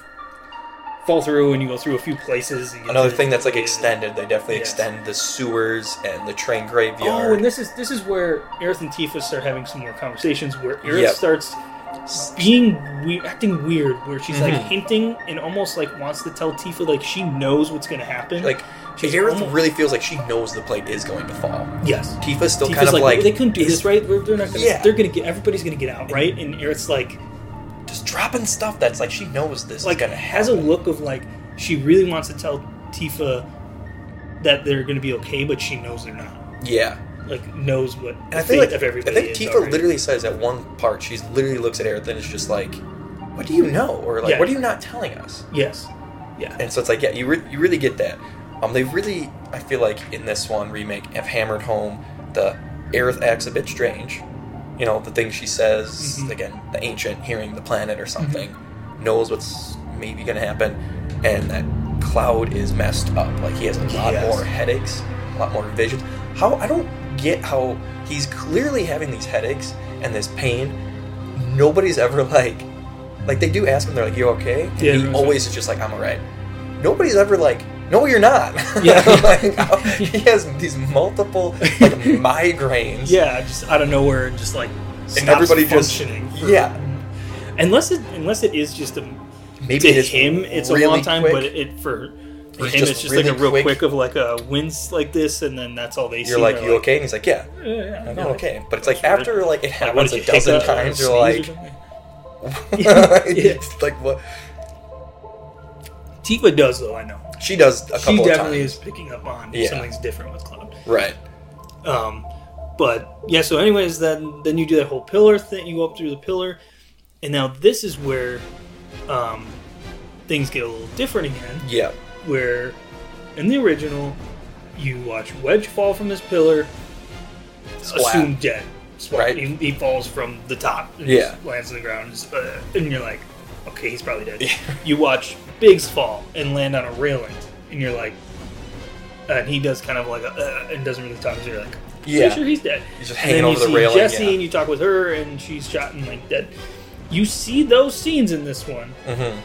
Speaker 1: fall through and you go through a few places. And get
Speaker 2: Another
Speaker 1: to-
Speaker 2: thing that's like extended. They definitely
Speaker 1: Yes.
Speaker 2: extend the sewers and the train graveyard.
Speaker 1: Oh, and this is this is where Aerith and Tifa start having some more conversations. Where Aerith
Speaker 2: Yep.
Speaker 1: starts being we- acting weird, where she's like
Speaker 2: Mm-hmm.
Speaker 1: hinting and almost like wants to tell Tifa like she knows what's going to happen.
Speaker 2: like
Speaker 1: She's
Speaker 2: Aerith
Speaker 1: almost-
Speaker 2: really feels like she knows the plate is going to fall.
Speaker 1: yes,
Speaker 2: Tifa's still
Speaker 1: Tifa's
Speaker 2: kind of
Speaker 1: like,
Speaker 2: like,
Speaker 1: they couldn't do
Speaker 2: is
Speaker 1: this, right? We're- They're not. Gonna,
Speaker 2: Yeah.
Speaker 1: they're going to get everybody's going to get out, right? And Aerith's like,
Speaker 2: Just dropping stuff that's like she knows this
Speaker 1: like
Speaker 2: is gonna
Speaker 1: has a
Speaker 2: happen.
Speaker 1: look of like she really wants to tell Tifa that they're going to be okay, but she knows they're not.
Speaker 2: yeah.
Speaker 1: Like knows what
Speaker 2: And
Speaker 1: the
Speaker 2: I think
Speaker 1: fate
Speaker 2: like
Speaker 1: of
Speaker 2: I
Speaker 1: everybody.
Speaker 2: think
Speaker 1: is
Speaker 2: Tifa
Speaker 1: already.
Speaker 2: literally says at one part she literally looks at Aerith and is just like, "What do you know?" Or like,
Speaker 1: Yeah.
Speaker 2: "What are you not telling us?"
Speaker 1: yes, yeah.
Speaker 2: And so it's like, yeah, you, re- you really get that. Um, they really, I feel like in this one remake, have hammered home the Aerith acts a bit strange. You know, the thing she says,
Speaker 1: Mhm.
Speaker 2: again, the ancient hearing the planet
Speaker 1: Mm-hmm.
Speaker 2: or something, knows what's maybe going to happen, and that Cloud is messed up. Like, he has a lot
Speaker 1: Yes.
Speaker 2: more headaches, a lot more visions. How, I don't get how he's clearly having these headaches and this pain. Nobody's ever like, like they do ask him, they're like, "You okay?"
Speaker 1: Yeah,
Speaker 2: And he
Speaker 1: everyone's
Speaker 2: always is just like, "I'm alright." Nobody's ever like, "No, you're not." *laughs*
Speaker 1: Yeah.
Speaker 2: Like, how- he has these multiple like
Speaker 1: *laughs*
Speaker 2: migraines.
Speaker 1: Yeah, just out of nowhere, just like stops
Speaker 2: everybody just-
Speaker 1: functioning. for-
Speaker 2: yeah.
Speaker 1: unless it unless it is just a
Speaker 2: Maybe
Speaker 1: to
Speaker 2: it is
Speaker 1: him it's a
Speaker 2: really
Speaker 1: long time,
Speaker 2: quick.
Speaker 1: but it for for
Speaker 2: It's
Speaker 1: him
Speaker 2: just
Speaker 1: it's just like
Speaker 2: really
Speaker 1: a real quick.
Speaker 2: quick.
Speaker 1: of like a wins like this, and then that's all they see.
Speaker 2: you're like,
Speaker 1: They're
Speaker 2: "You okay?" And he's like, "Yeah,
Speaker 1: "Eh, yeah,
Speaker 2: I'm
Speaker 1: no."
Speaker 2: okay." But it's like
Speaker 1: That's weird.
Speaker 2: after like it
Speaker 1: Like, what
Speaker 2: happens
Speaker 1: did
Speaker 2: a
Speaker 1: you
Speaker 2: dozen
Speaker 1: hiccup or
Speaker 2: times,
Speaker 1: sneeze
Speaker 2: you're
Speaker 1: or
Speaker 2: like,
Speaker 1: something?
Speaker 2: *laughs*
Speaker 1: *laughs*
Speaker 2: it's like what?
Speaker 1: Tifa does though. I know
Speaker 2: She does a couple
Speaker 1: she
Speaker 2: of
Speaker 1: definitely
Speaker 2: times.
Speaker 1: is picking up on
Speaker 2: Yeah.
Speaker 1: something's different with Cloud.
Speaker 2: Right.
Speaker 1: Um, but yeah, so anyways, then then you do that whole pillar thing. You go up through the pillar, and now this is where um, things get a little different again.
Speaker 2: Yeah.
Speaker 1: where in the original you watch Wedge fall from this pillar,
Speaker 2: Splat.
Speaker 1: assumed dead. Splat.
Speaker 2: Right.
Speaker 1: He, he falls from the top. And
Speaker 2: Yeah.
Speaker 1: just Lands on the ground, and, just, uh, and you're like, okay, he's probably dead.
Speaker 2: *laughs* Yeah.
Speaker 1: You watch Biggs fall and land on a railing, and you're like, and he does kind of like a, uh, and doesn't really talk. So you're like,
Speaker 2: Yeah.
Speaker 1: pretty sure he's dead.
Speaker 2: He's just
Speaker 1: And
Speaker 2: hanging
Speaker 1: then
Speaker 2: over
Speaker 1: you
Speaker 2: the
Speaker 1: see
Speaker 2: railing.
Speaker 1: Jesse,
Speaker 2: yeah.
Speaker 1: and you talk with her, and she's shot and like dead. You see those scenes in this one.
Speaker 2: Mhm.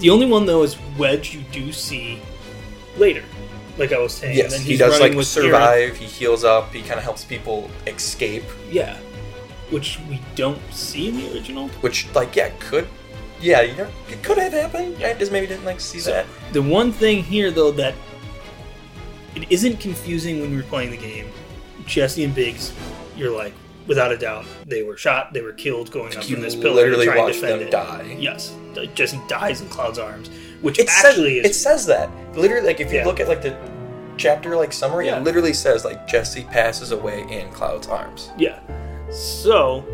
Speaker 1: The only one though is Wedge. You do see later, like I was saying.
Speaker 2: Yes,
Speaker 1: and then
Speaker 2: he
Speaker 1: he's
Speaker 2: does
Speaker 1: running
Speaker 2: like
Speaker 1: with Aerith.
Speaker 2: survive. He heals up. He kind of helps people escape,
Speaker 1: Yeah, which we don't see in the original.
Speaker 2: which like yeah could, yeah you know it could have happened. I just maybe didn't like see that.
Speaker 1: The one thing here though that it isn't confusing when we were playing the game. Jesse and Biggs, you're like without a doubt they were shot, they were killed going up
Speaker 2: You
Speaker 1: from this pillar.
Speaker 2: literally
Speaker 1: to try and
Speaker 2: watched
Speaker 1: defend
Speaker 2: them
Speaker 1: it.
Speaker 2: die.
Speaker 1: Yes, Jesse dies in Cloud's arms, which
Speaker 2: It
Speaker 1: actually
Speaker 2: says, it
Speaker 1: is
Speaker 2: says that literally like if you
Speaker 1: Yeah.
Speaker 2: look at like the chapter like summary,
Speaker 1: Yeah.
Speaker 2: it literally says like Jesse passes away in Cloud's arms.
Speaker 1: yeah. So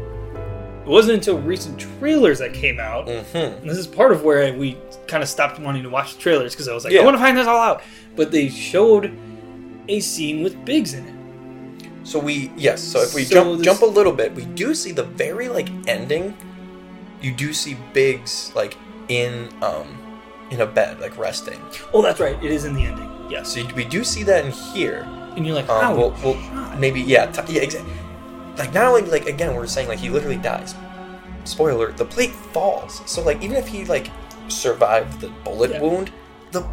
Speaker 1: it wasn't until recent trailers that came out
Speaker 2: Mm-hmm.
Speaker 1: And this is part of where we kind of stopped wanting to watch the trailers because I was like,
Speaker 2: Yeah.
Speaker 1: I want to find this all out. But they showed a scene with Biggs in it.
Speaker 2: So we yes. So if we
Speaker 1: So
Speaker 2: jump
Speaker 1: this-
Speaker 2: jump a little bit, we do see the very like ending. You do see Biggs like in um in a bed, like resting.
Speaker 1: Oh, that's right. It is in the ending. Yes.
Speaker 2: So we do see that in here.
Speaker 1: And you're like,
Speaker 2: Um,
Speaker 1: how?
Speaker 2: we'll, we'll maybe yeah, t- yeah, exactly. Like not only like again, we're saying like he literally dies. Spoiler: alert, the plate falls. So like even if he like survived the bullet
Speaker 1: Yeah.
Speaker 2: wound, the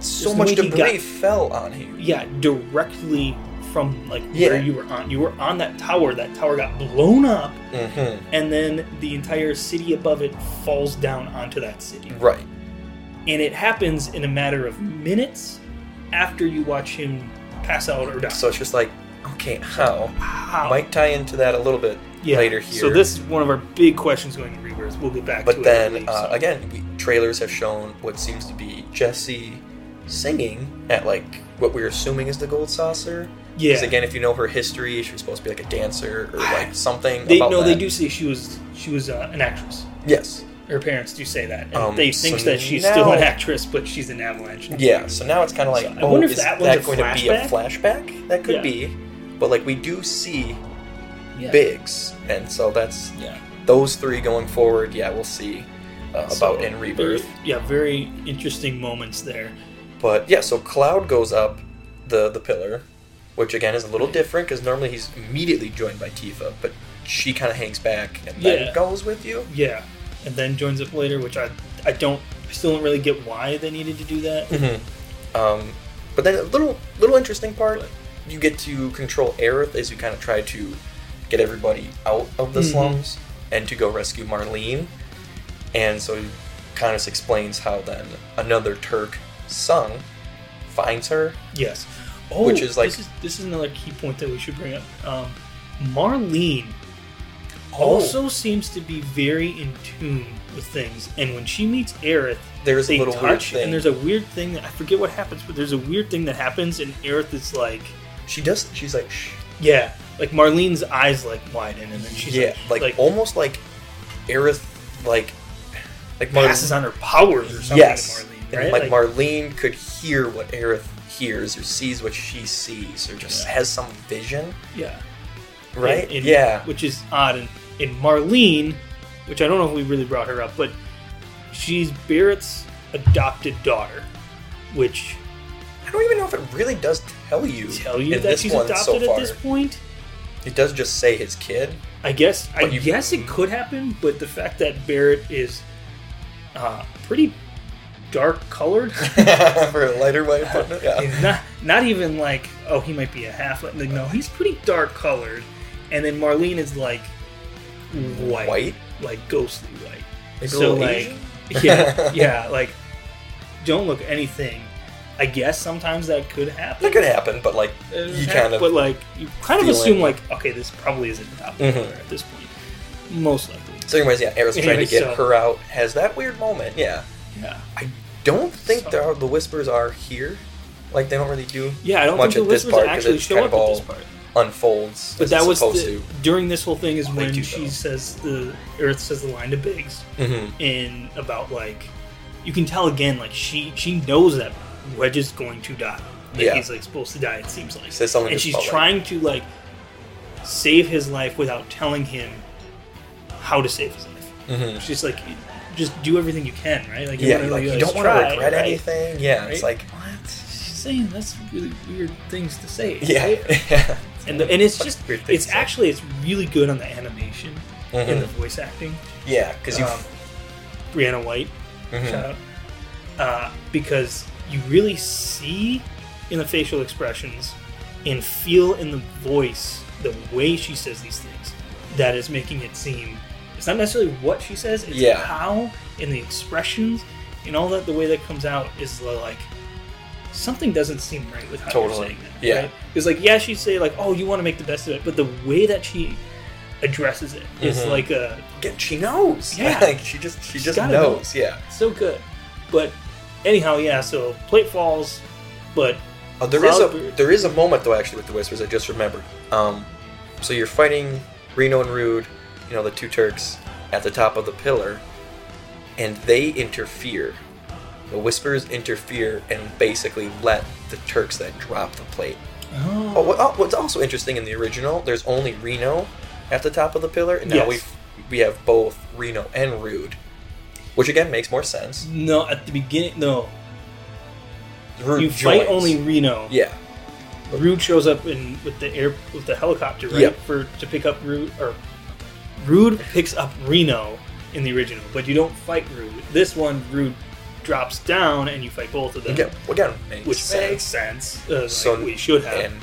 Speaker 2: so
Speaker 1: the
Speaker 2: much
Speaker 1: way he
Speaker 2: debris
Speaker 1: got-
Speaker 2: fell on him.
Speaker 1: yeah, directly from like
Speaker 2: Yeah.
Speaker 1: where you were on. You were on that tower. That tower got blown up,
Speaker 2: Mm-hmm.
Speaker 1: and then the entire city above it falls down onto that city.
Speaker 2: Right.
Speaker 1: And it happens in a matter of minutes after you watch him pass out or die.
Speaker 2: So it's just like okay, how
Speaker 1: How?
Speaker 2: might tie into that a little bit
Speaker 1: Yeah.
Speaker 2: later here.
Speaker 1: So this is one of our big questions going to rebirth. We'll get back to
Speaker 2: But
Speaker 1: it. I
Speaker 2: then
Speaker 1: believe,
Speaker 2: uh,
Speaker 1: so.
Speaker 2: again, we, trailers have shown what seems to be Jesse singing at like what we're assuming is the gold saucer.
Speaker 1: yeah.
Speaker 2: Because again, if you know her history, she was supposed to be like a dancer or like something.
Speaker 1: they
Speaker 2: about
Speaker 1: no, they
Speaker 2: that.
Speaker 1: do say she was she was uh, an actress.
Speaker 2: Yes.
Speaker 1: Her parents do say that, and
Speaker 2: Um,
Speaker 1: they think
Speaker 2: so
Speaker 1: that she's still
Speaker 2: now-
Speaker 1: an actress, but she's an avalanche.
Speaker 2: Yeah. So now it's kind of like,
Speaker 1: So I
Speaker 2: oh,
Speaker 1: wonder if
Speaker 2: is
Speaker 1: that
Speaker 2: that,
Speaker 1: one's a
Speaker 2: going to be a flashback? That could
Speaker 1: Yeah.
Speaker 2: be. But like we do see
Speaker 1: Yeah.
Speaker 2: Biggs, and so that's
Speaker 1: Yeah.
Speaker 2: those three going forward. Yeah, we'll see uh,
Speaker 1: So,
Speaker 2: about in rebirth.
Speaker 1: very- yeah, very interesting moments there.
Speaker 2: But yeah, so Cloud goes up the the pillar, which again is a little different because normally he's immediately joined by Tifa, but she kind of hangs back and
Speaker 1: Yeah.
Speaker 2: then goes with you.
Speaker 1: Yeah, and then joins up later, which I I don't I still don't really get why they needed to do that.
Speaker 2: Um, but then a little little interesting part, you get to control Aerith as you kind of try to get everybody out of the
Speaker 1: Mhm.
Speaker 2: slums and to go rescue Marlene. And so kind of explains how then another Turk son finds her.
Speaker 1: Yes. Oh,
Speaker 2: Which is like-
Speaker 1: this is this is another key point that we should bring up. Um, Marlene
Speaker 2: Oh,
Speaker 1: also seems to be very in tune with things, and when she meets Aerith,
Speaker 2: there's
Speaker 1: they
Speaker 2: a little weird
Speaker 1: touch,
Speaker 2: thing.
Speaker 1: and there's a weird thing that I forget what happens, but there's a weird thing that happens, and Aerith is like,
Speaker 2: she does. She's like, Shh.
Speaker 1: yeah, like Marlene's eyes like widen, and then she's
Speaker 2: yeah, like,
Speaker 1: like,
Speaker 2: almost like Aerith, like like Marlene-
Speaker 1: passes on her powers or something
Speaker 2: yes,
Speaker 1: to
Speaker 2: And,
Speaker 1: Marlene, right?
Speaker 2: like, Marlene could hear what Aerith hears or sees what she sees or just has some vision,
Speaker 1: yeah,
Speaker 2: right?
Speaker 1: And- and-
Speaker 2: yeah,
Speaker 1: which is odd. And, and Marlene, which I don't know if we really brought her up, but she's Barrett's adopted daughter, which
Speaker 2: I don't even know if it really does tell you.
Speaker 1: tell you that
Speaker 2: in this
Speaker 1: she's
Speaker 2: one
Speaker 1: adopted
Speaker 2: so far.
Speaker 1: at this point.
Speaker 2: It does just say his kid. *laughs*
Speaker 1: I guess I
Speaker 2: But you-
Speaker 1: guess it could happen, but the fact that Barrett is uh, pretty dark
Speaker 2: *laughs*
Speaker 1: colored
Speaker 2: For a lighter
Speaker 1: *laughs*
Speaker 2: way of putting it, yeah.
Speaker 1: is not not even like oh he might be a half like no he's pretty dark colored, and then Marlene is like white,
Speaker 2: White?
Speaker 1: like ghostly white.
Speaker 2: Maybe a
Speaker 1: so
Speaker 2: little
Speaker 1: like
Speaker 2: Asian?
Speaker 1: *laughs*
Speaker 2: *laughs*
Speaker 1: yeah yeah like don't look anything. I guess sometimes that could happen.
Speaker 2: That could happen, but like
Speaker 1: Uh,
Speaker 2: you kind of
Speaker 1: but like you kind of
Speaker 2: feel
Speaker 1: assume
Speaker 2: it.
Speaker 1: like okay this probably isn't top
Speaker 2: Mhm.
Speaker 1: color at this point, most likely.
Speaker 2: So, anyways, yeah, Aerith's trying to
Speaker 1: Anyway,
Speaker 2: get
Speaker 1: so-
Speaker 2: her out. Has that weird moment, yeah.
Speaker 1: Yeah.
Speaker 2: I don't think
Speaker 1: So-
Speaker 2: there are, the whispers are here. Like they don't really do.
Speaker 1: Yeah, I don't
Speaker 2: much
Speaker 1: think the
Speaker 2: at this
Speaker 1: whispers
Speaker 2: part 'cause
Speaker 1: actually
Speaker 2: it's
Speaker 1: show
Speaker 2: kind
Speaker 1: up
Speaker 2: of
Speaker 1: at this
Speaker 2: all
Speaker 1: part.
Speaker 2: Unfolds.
Speaker 1: But
Speaker 2: as
Speaker 1: that
Speaker 2: it's
Speaker 1: was
Speaker 2: supposed
Speaker 1: the, during this whole thing is
Speaker 2: They
Speaker 1: when
Speaker 2: do,
Speaker 1: she
Speaker 2: though.
Speaker 1: says the Earth says the line to Biggs
Speaker 2: to. Mhm.
Speaker 1: in about like you can tell again like she she knows that Wedge is going to die. Like,
Speaker 2: Yeah.
Speaker 1: he's like supposed to die. It seems like.
Speaker 2: Says something
Speaker 1: and
Speaker 2: just
Speaker 1: she's
Speaker 2: about, like-
Speaker 1: trying to like save his life without telling him how to save his life.
Speaker 2: Mhm.
Speaker 1: She's like, just do everything you can, right? Like,
Speaker 2: Yeah,
Speaker 1: wanna-
Speaker 2: like you
Speaker 1: like,
Speaker 2: don't want to
Speaker 1: try,
Speaker 2: regret
Speaker 1: right?
Speaker 2: anything. Yeah, it's
Speaker 1: Right?
Speaker 2: like what?
Speaker 1: She's saying that's really weird things to say. right?
Speaker 2: *laughs* Yeah,
Speaker 1: and the, and it's
Speaker 2: Such
Speaker 1: just
Speaker 2: weird things,
Speaker 1: it's
Speaker 2: yeah.
Speaker 1: actually it's really good on the animation and the
Speaker 2: Mhm.
Speaker 1: voice acting.
Speaker 2: yeah, because you.
Speaker 1: Um, Brianna White,
Speaker 2: Mhm.
Speaker 1: shout out, uh, because you really see in the facial expressions and feel in the voice the way she says these things that is making it seem it's not necessarily what she says it's
Speaker 2: Yeah.
Speaker 1: how and the expressions and all that the way that comes out is like something doesn't seem right with how
Speaker 2: Totally.
Speaker 1: you're saying that
Speaker 2: Yeah.
Speaker 1: right? it's like yeah she'd say like oh you want to make the best of it but the way that she addresses it is
Speaker 2: Mhm.
Speaker 1: like a
Speaker 2: Again, she knows.
Speaker 1: Yeah.
Speaker 2: *laughs* like she just she
Speaker 1: She's
Speaker 2: just
Speaker 1: gotta
Speaker 2: knows. Yeah.
Speaker 1: so good. But anyhow, yeah. So plate falls, but
Speaker 2: Uh, there is
Speaker 1: Cloud-
Speaker 2: a there is a moment though actually with the whispers I just remembered. Um, so you're fighting Reno and Rude, you know the two Turks at the top of the pillar, and they interfere. The whispers interfere and basically let the Turks that drop the plate. Oh, what, oh, what's also interesting in the original, there's only Reno at the top of the pillar, and now
Speaker 1: Yes.
Speaker 2: we we have both Reno and Rude which again makes more sense.
Speaker 1: No, at the beginning, no.
Speaker 2: Rude
Speaker 1: you fight
Speaker 2: joins.
Speaker 1: only Reno.
Speaker 2: Yeah,
Speaker 1: Rude shows up in with the air with the helicopter, right?
Speaker 2: Yep.
Speaker 1: For to pick up Rude or Rude picks up Reno in the original, but you don't fight Rude. This one, Rude drops down and you fight both of them,
Speaker 2: again, again makes
Speaker 1: which
Speaker 2: sense.
Speaker 1: makes sense. Uh, like
Speaker 2: So-
Speaker 1: we should have.
Speaker 2: and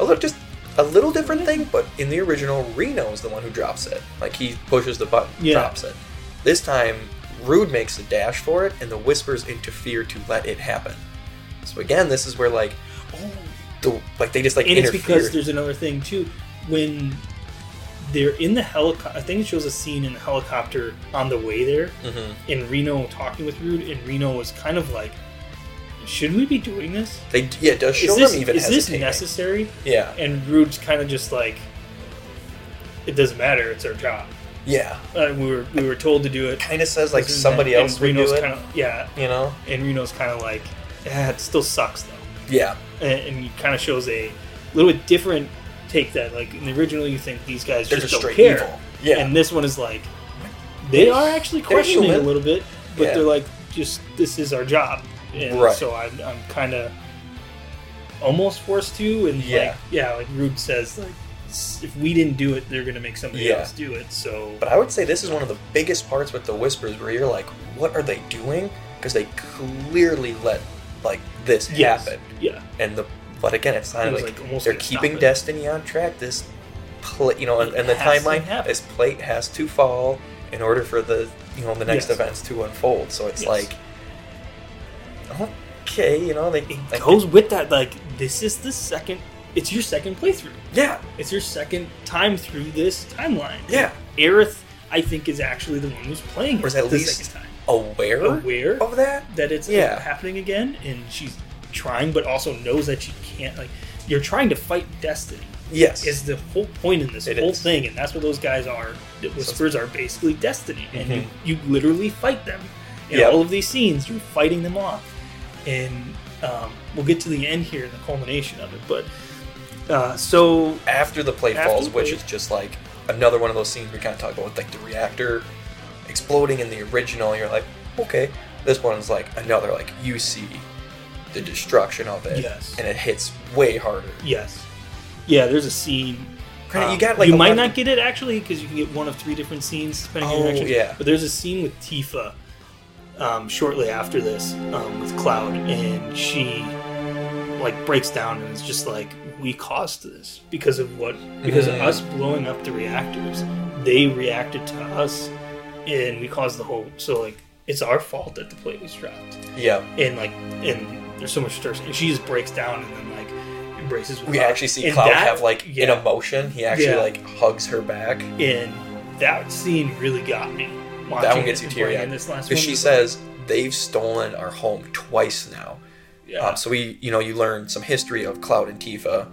Speaker 2: a little just a little different thing but in the original reno is the one who drops it like he pushes the button
Speaker 1: Yeah.
Speaker 2: drops it this time rude makes a dash for it and the whispers interfere to let it happen so again this is where like oh the, like they just like
Speaker 1: and it's
Speaker 2: interfere
Speaker 1: because there's another thing too when they're in the helicopter i think it shows a scene in the helicopter on the way there
Speaker 2: Mhm.
Speaker 1: and reno talking with rude and reno was kind of like should we be doing this
Speaker 2: they yeah it does show
Speaker 1: is this,
Speaker 2: them even
Speaker 1: is this
Speaker 2: hesitating.
Speaker 1: necessary
Speaker 2: yeah
Speaker 1: and rude's kind of just like it doesn't matter it's our job
Speaker 2: yeah
Speaker 1: uh, we were we were told to do it
Speaker 2: kind of says like
Speaker 1: This is-
Speaker 2: somebody
Speaker 1: and
Speaker 2: else would do
Speaker 1: Reno's
Speaker 2: it
Speaker 1: kind of yeah
Speaker 2: you know
Speaker 1: and reno's kind of like ah, it still sucks though
Speaker 2: yeah
Speaker 1: and, and kind of shows a little bit different take that like in the original you think these guys
Speaker 2: They're
Speaker 1: just,
Speaker 2: just
Speaker 1: don't
Speaker 2: straight
Speaker 1: care
Speaker 2: evil. Yeah.
Speaker 1: and this one is like they are actually
Speaker 2: They're
Speaker 1: questioning a
Speaker 2: human.
Speaker 1: little bit but
Speaker 2: Yeah.
Speaker 1: they're like just this is our job and
Speaker 2: Right.
Speaker 1: so i'm, I'm kind of almost forced to and
Speaker 2: Yeah.
Speaker 1: like yeah like rude says like s- if we didn't do it they're gonna make somebody
Speaker 2: Yeah.
Speaker 1: else do it so
Speaker 2: But I would say this is one of the biggest parts with the whispers where you're like, what are they doing? Because they clearly let like this
Speaker 1: Yes.
Speaker 2: happen.
Speaker 1: yeah
Speaker 2: And the but again, it's kind
Speaker 1: It
Speaker 2: of
Speaker 1: was,
Speaker 2: like,
Speaker 1: like, almost
Speaker 2: they're
Speaker 1: gonna stop
Speaker 2: keeping
Speaker 1: it.
Speaker 2: destiny on track. This plate, you know, and,
Speaker 1: It
Speaker 2: and the
Speaker 1: has to
Speaker 2: timeline,
Speaker 1: happen.
Speaker 2: this plate has to fall in order for the you know the next
Speaker 1: Yes.
Speaker 2: events to unfold. So it's
Speaker 1: Yes.
Speaker 2: like, okay, you know, they
Speaker 1: it
Speaker 2: like,
Speaker 1: goes with that like this is the second it's your second playthrough
Speaker 2: yeah,
Speaker 1: it's your second time through this timeline
Speaker 2: yeah,
Speaker 1: Aerith, I think, is actually the one who's playing
Speaker 2: Or is
Speaker 1: it
Speaker 2: at
Speaker 1: the
Speaker 2: least
Speaker 1: second time.
Speaker 2: aware,
Speaker 1: Aware
Speaker 2: of that.
Speaker 1: that it's
Speaker 2: Yeah.
Speaker 1: happening again, and she's trying, but also knows that she can't. Like, you're trying to fight destiny.
Speaker 2: Yes,
Speaker 1: Is the whole point in this
Speaker 2: It
Speaker 1: whole
Speaker 2: is.
Speaker 1: thing, and that's what those guys are. The whispers are basically destiny, and you, you literally fight them in
Speaker 2: Mm-hmm. Yep.
Speaker 1: all of these scenes. You're fighting them off, and um, we'll get to the end here and the culmination of it. But uh, so
Speaker 2: after the plate
Speaker 1: After
Speaker 2: falls,
Speaker 1: the
Speaker 2: which
Speaker 1: plate.
Speaker 2: is just like another one of those scenes we kind of talk about with like the reactor exploding in the original. You're like, okay, this one's like another like you see the destruction of it,
Speaker 1: Yes.
Speaker 2: and it hits way harder. Um,
Speaker 1: Yes. Yeah, there's a scene.
Speaker 2: Kinda-
Speaker 1: uh,
Speaker 2: you got, like, a
Speaker 1: might
Speaker 2: lot-
Speaker 1: not get it actually because you can get one of three different scenes depending on
Speaker 2: Oh,
Speaker 1: your direction.
Speaker 2: yeah.
Speaker 1: But there's a scene with Tifa um, shortly after this um, with Cloud, and she like breaks down and is just like, "We caused this because of what? Because
Speaker 2: Mhm.
Speaker 1: of us blowing up the reactors. They reacted to us, and we caused the whole. So like, it's our fault that the plate was dropped."
Speaker 2: Yeah,
Speaker 1: and like and there's so much thirst and she just breaks down and then like embraces
Speaker 2: we
Speaker 1: Cloud.
Speaker 2: actually see
Speaker 1: And
Speaker 2: Cloud
Speaker 1: Uh, that-
Speaker 2: have like
Speaker 1: yeah,
Speaker 2: an emotion. He actually
Speaker 1: Yeah.
Speaker 2: like hugs her back.
Speaker 1: and that scene really got me watching
Speaker 2: That one gets
Speaker 1: it
Speaker 2: you
Speaker 1: and
Speaker 2: teary
Speaker 1: playing
Speaker 2: eyed
Speaker 1: this last
Speaker 2: because
Speaker 1: one
Speaker 2: she
Speaker 1: was
Speaker 2: says they've stolen our home twice now.
Speaker 1: like, yeah.
Speaker 2: Um, so we, you know, you learn some history of Cloud and Tifa.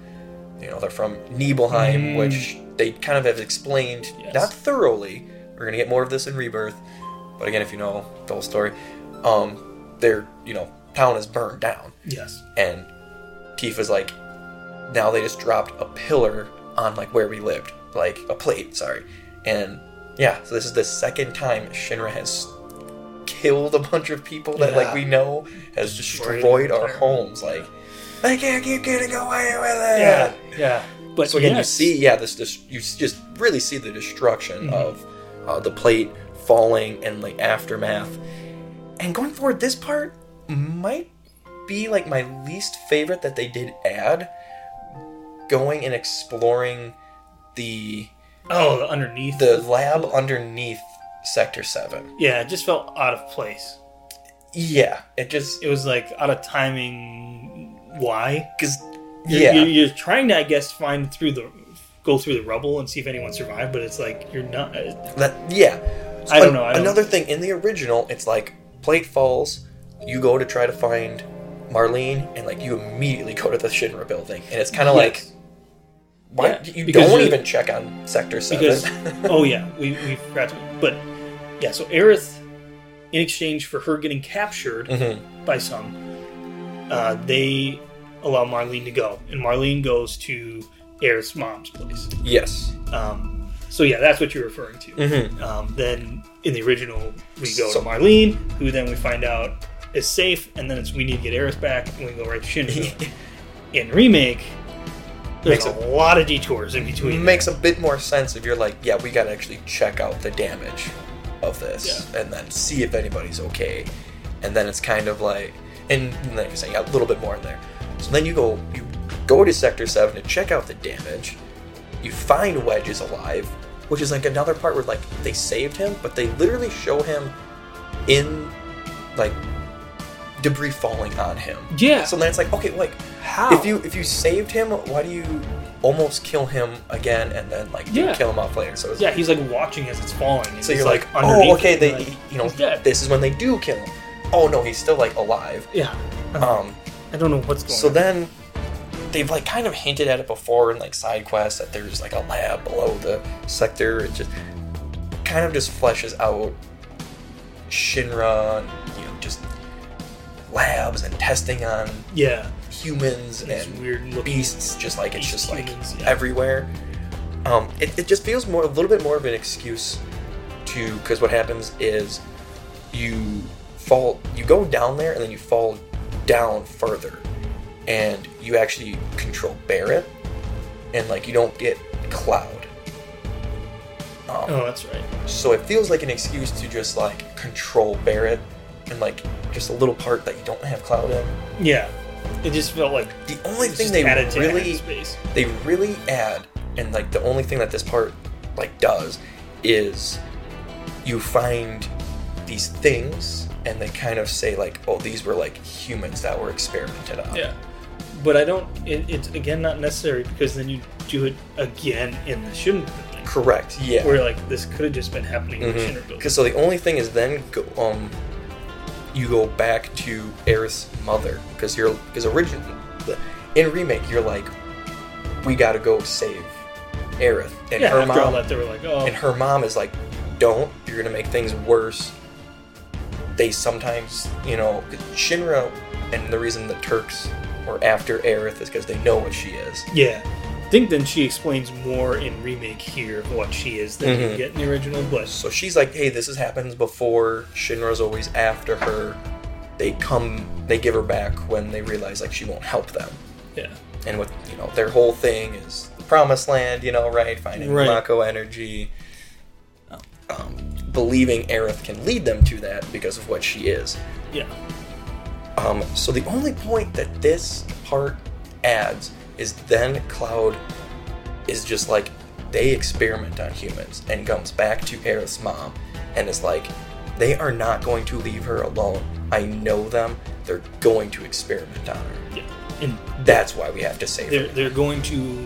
Speaker 2: You know, they're from Nibelheim,
Speaker 1: Mm.
Speaker 2: which they kind of have explained
Speaker 1: Yes.
Speaker 2: not thoroughly. We're gonna get more of this in Rebirth, but again, if you know the whole story, um, their you know town is burned down,
Speaker 1: yes
Speaker 2: and Tifa's like, now they just dropped a pillar on like where we lived, like a plate, sorry, and yeah, so this is the second time Shinra has killed a bunch of people that like
Speaker 1: Yeah.
Speaker 2: we know has
Speaker 1: Destroyed
Speaker 2: destroyed our
Speaker 1: their-
Speaker 2: homes, like. They can't keep getting away with it.
Speaker 1: yeah yeah but
Speaker 2: So again,
Speaker 1: yes,
Speaker 2: you see, yeah, this, this you s- just really see the destruction of uh, the plate falling and like aftermath. And going forward, this part might be like my least favorite that they did add. Going and exploring the
Speaker 1: oh the underneath
Speaker 2: the lab underneath Sector Seven.
Speaker 1: yeah it just felt out of place
Speaker 2: Yeah, it just
Speaker 1: it was like out of timing why
Speaker 2: because
Speaker 1: You're-
Speaker 2: yeah
Speaker 1: you're, you're trying to i guess find through the go through the rubble and see if anyone survived but it's like you're not uh,
Speaker 2: *laughs* that yeah
Speaker 1: i don't know I don't,
Speaker 2: Another thing in the original, it's like plate falls. You go to try to find Marlene, and like you immediately go to the Shinra building, and it's kind of like
Speaker 1: Yes.
Speaker 2: why
Speaker 1: Yeah,
Speaker 2: you
Speaker 1: because
Speaker 2: don't
Speaker 1: you're-
Speaker 2: even check on Sector Seven. *laughs*
Speaker 1: because oh yeah we, we forgot to but yeah so Aerith in exchange for her getting captured
Speaker 2: Mhm.
Speaker 1: by some uh, they allow Marlene to go and Marlene goes to Aerith's mom's place
Speaker 2: Yes,
Speaker 1: um, So yeah, that's what you're referring to.
Speaker 2: Mhm.
Speaker 1: Um, then in the original, we go
Speaker 2: So-
Speaker 1: to Marlene, who then we find out is safe, and then it's we need to get Eris back, and we go right to
Speaker 2: *laughs*
Speaker 1: Shinra. in remake, there's
Speaker 2: Makes
Speaker 1: a lot of detours in
Speaker 2: It
Speaker 1: between.
Speaker 2: makes a bit more sense if you're like, yeah, we gotta actually check out the damage of this and then see if anybody's okay. And then it's kind of like, and like you're saying, a little bit more in there. So then you go, you go to Sector 7 to check out the damage. You find Wedge is alive, which is like another part where like they saved him, but they literally show him in like debris falling on him.
Speaker 1: Yeah.
Speaker 2: So then it's like, okay, like
Speaker 1: How?
Speaker 2: if you if you saved him, why do you almost kill him again and then like
Speaker 1: Yeah.
Speaker 2: kill him off later? So it's,
Speaker 1: yeah, he's like watching as it's falling. and
Speaker 2: so
Speaker 1: he's,
Speaker 2: you're like,
Speaker 1: underneath
Speaker 2: oh, okay,
Speaker 1: it,
Speaker 2: they
Speaker 1: like,
Speaker 2: you know
Speaker 1: he's dead.
Speaker 2: this is when they do kill him. Oh no, he's still like alive.
Speaker 1: yeah.
Speaker 2: Um,
Speaker 1: I don't know what's going Uh-huh.
Speaker 2: so
Speaker 1: on.
Speaker 2: then they've like kind of hinted at it before in like side quests that there's like a lab below the sector. It just kind of just fleshes out Shinra, you know, just labs and testing on
Speaker 1: yeah,
Speaker 2: humans
Speaker 1: These
Speaker 2: and
Speaker 1: weird-looking
Speaker 2: beasts just like it's just like
Speaker 1: humans, yeah.
Speaker 2: everywhere um it, it just feels more a little bit more of an excuse to because what happens is you fall you go down there and then you fall down further and you actually control barrett and like you don't get cloud um,
Speaker 1: oh, that's right.
Speaker 2: so it feels like an excuse to just like control barrett and like just a little part that you don't have cloud in
Speaker 1: Yeah, it just felt like
Speaker 2: the only
Speaker 1: it's
Speaker 2: thing
Speaker 1: just
Speaker 2: they
Speaker 1: added to
Speaker 2: really
Speaker 1: added space.
Speaker 2: they really add and like the only thing that this part like does is you find these things and they kind of say like oh these were like humans that were experimented on
Speaker 1: Yeah, but I don't. It, it's again not necessary because then you do it again in the Shin building,
Speaker 2: correct yeah Mm-hmm.
Speaker 1: where like this could have just been happening in the Shin building.
Speaker 2: Because so the only thing is then go, um, you go back to Eris' mother because you're because originally in remake you're like we gotta go save Aerith and
Speaker 1: yeah,
Speaker 2: her
Speaker 1: after
Speaker 2: mom
Speaker 1: all that, they were like, oh,
Speaker 2: and her mom is like, "Don't! You're gonna make things worse." They sometimes, you know, Shinra, and the reason the Turks were after Aerith is because they know what she is.
Speaker 1: yeah. I think then she explains more in remake here of what she is than you get in the original. But
Speaker 2: Mm-hmm. So she's like, "Hey, this has happened before. Shinra's always after her. They come, they give her back when they realize like she won't help them."
Speaker 1: yeah,
Speaker 2: And with you know, their whole thing is the Promised Land, you know, right? Finding
Speaker 1: Right.
Speaker 2: Mako energy. Um, believing Aerith can lead them to that because of what she is.
Speaker 1: yeah,
Speaker 2: Um, so the only point that this part adds is then Cloud is just like they experiment on humans and comes back to Aerith's mom and is like, they are not going to leave her alone. I know them. They're going to experiment on her.
Speaker 1: yeah. And
Speaker 2: That's why we have to save
Speaker 1: they're
Speaker 2: her.
Speaker 1: they're going to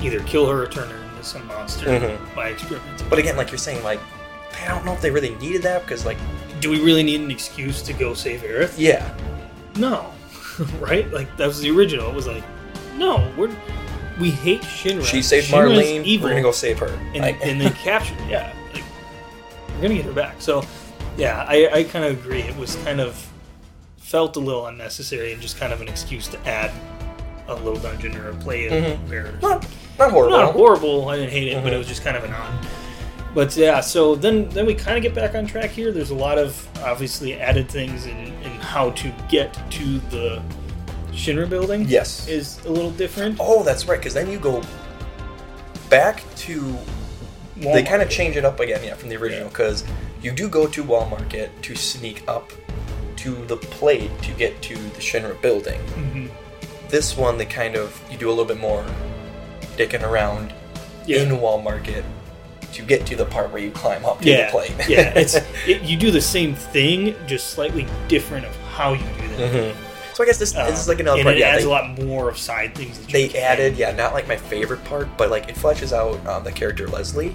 Speaker 1: either kill her or turn her into some monster
Speaker 2: Mhm.
Speaker 1: by experimenting.
Speaker 2: But again, like you're saying, like I don't know if they really needed that because, like,
Speaker 1: Do we really need an excuse to go save Aerith?
Speaker 2: yeah,
Speaker 1: No, *laughs* right? Like that was the original. It was like, no, we're we hate Shinra.
Speaker 2: she saved
Speaker 1: Shinra's
Speaker 2: Marlene.
Speaker 1: Evil,
Speaker 2: We're gonna go save her.
Speaker 1: and,
Speaker 2: Like-
Speaker 1: and then captured. Yeah, like we're gonna get her back. So, yeah, I, I kind of agree. It was kind of felt a little unnecessary and just kind of an excuse to add a little dungeon or a play
Speaker 2: Mhm.
Speaker 1: of where
Speaker 2: *laughs* not, not horrible.
Speaker 1: not horrible. I didn't hate it, but
Speaker 2: Mhm.
Speaker 1: it was just kind of an odd. But yeah, so then then we kind of get back on track here. There's a lot of obviously added things in, in how to get to the Shinra building.
Speaker 2: Yes.
Speaker 1: is a little different.
Speaker 2: Oh, that's right. Because then you go back to. They
Speaker 1: Walmart.
Speaker 2: kind of change it up again, yeah, from the original.
Speaker 1: Yeah.
Speaker 2: Because you do go to Wall Market to sneak up to the plate to get to the Shinra building.
Speaker 1: Mhm.
Speaker 2: This one, they kind of you do a little bit more dicking around
Speaker 1: Yeah.
Speaker 2: in Wall Market to get to the part where you climb up to
Speaker 1: yeah,
Speaker 2: the plate.
Speaker 1: yeah.
Speaker 2: *laughs*
Speaker 1: It's it, you do the same thing, just slightly different of how you do that.
Speaker 2: Mhm. So I guess this,
Speaker 1: Um,
Speaker 2: this is like another
Speaker 1: and
Speaker 2: part.
Speaker 1: it
Speaker 2: yeah,
Speaker 1: adds
Speaker 2: they-
Speaker 1: a lot more of side things. That you
Speaker 2: they
Speaker 1: can-
Speaker 2: added yeah not like my favorite part but like it fleshes out um, the character leslie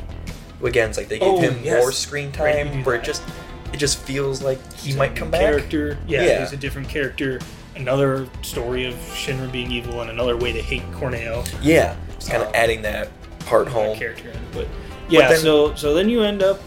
Speaker 2: who again it's like they gave
Speaker 1: Oh,
Speaker 2: him
Speaker 1: yes.
Speaker 2: more screen
Speaker 1: Right, you
Speaker 2: time
Speaker 1: do
Speaker 2: where it
Speaker 1: that.
Speaker 2: just it just feels like he might come back
Speaker 1: character. Yeah,
Speaker 2: Yeah.
Speaker 1: he's a different character. Another story of Shinra being evil, and another way to hate Corneo.
Speaker 2: yeah just kind of
Speaker 1: Um,
Speaker 2: adding that part home
Speaker 1: character, but yeah.
Speaker 2: then-
Speaker 1: so so then you end up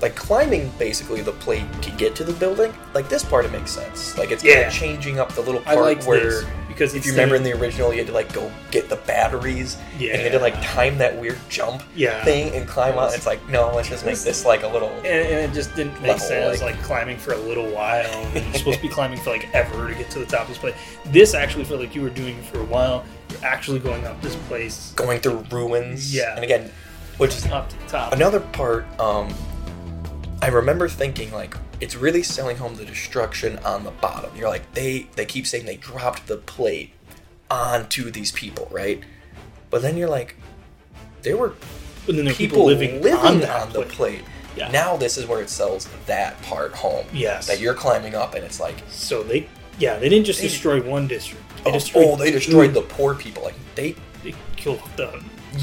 Speaker 2: like climbing basically the plate to get to the building like this part it makes sense like it's
Speaker 1: Yeah.
Speaker 2: kind of changing up the little
Speaker 1: I
Speaker 2: part
Speaker 1: like
Speaker 2: where
Speaker 1: this because
Speaker 2: If you remember in the original, you had to like go get the batteries, and you had to like
Speaker 1: Yeah.
Speaker 2: time that weird jump
Speaker 1: Yeah.
Speaker 2: thing and climb out. It's like no, let's just make this like a little.
Speaker 1: and, and it just didn't make
Speaker 2: Level,
Speaker 1: sense.
Speaker 2: like-
Speaker 1: Like, climbing for a little while, and you're supposed to be climbing for like ever to get to the top of this place. This actually felt like you were doing it for a while. You're actually going up this place,
Speaker 2: going through ruins.
Speaker 1: Yeah.
Speaker 2: And again, which is
Speaker 1: up to the top.
Speaker 2: another part. Um, I remember thinking like it's really selling home the destruction on the bottom. You're like they they keep saying they dropped the plate onto these people, right? But then you're like, there were
Speaker 1: and then there are
Speaker 2: people living, on,
Speaker 1: that
Speaker 2: on the
Speaker 1: place.
Speaker 2: plate.
Speaker 1: Yeah.
Speaker 2: Now this is where it sells that part home.
Speaker 1: Yes.
Speaker 2: That you're climbing up and it's like,
Speaker 1: So they, yeah, they didn't just
Speaker 2: They-
Speaker 1: destroy one district. They
Speaker 2: oh,
Speaker 1: destroyed
Speaker 2: oh, they
Speaker 1: two.
Speaker 2: destroyed the poor people. Like they,
Speaker 1: They killed the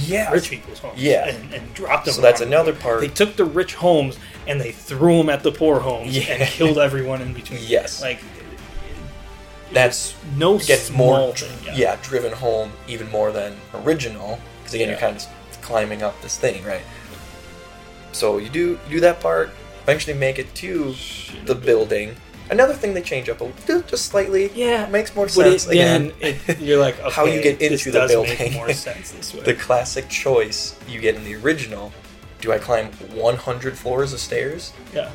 Speaker 2: yeah,
Speaker 1: rich people's homes.
Speaker 2: Yeah.
Speaker 1: and, and dropped them.
Speaker 2: So that's
Speaker 1: around.
Speaker 2: another part.
Speaker 1: They took the rich homes and they threw them at the poor homes
Speaker 2: Yeah. *laughs*
Speaker 1: and killed everyone in between.
Speaker 2: Yes.
Speaker 1: like
Speaker 2: that's
Speaker 1: no
Speaker 2: gets
Speaker 1: small
Speaker 2: more
Speaker 1: thing.
Speaker 2: yeah. driven home even more than original because again you're
Speaker 1: Yeah.
Speaker 2: kind of climbing up this thing right so you do you do that part eventually make it to the building another thing they change up a little just slightly
Speaker 1: Yeah.
Speaker 2: makes more
Speaker 1: But it,
Speaker 2: sense
Speaker 1: then
Speaker 2: again *laughs*
Speaker 1: it, you're like, okay,
Speaker 2: How you get
Speaker 1: this
Speaker 2: into the
Speaker 1: does Make
Speaker 2: building.
Speaker 1: more sense this way.
Speaker 2: *laughs* the classic choice you get in the original do i climb 100 floors of stairs
Speaker 1: yeah,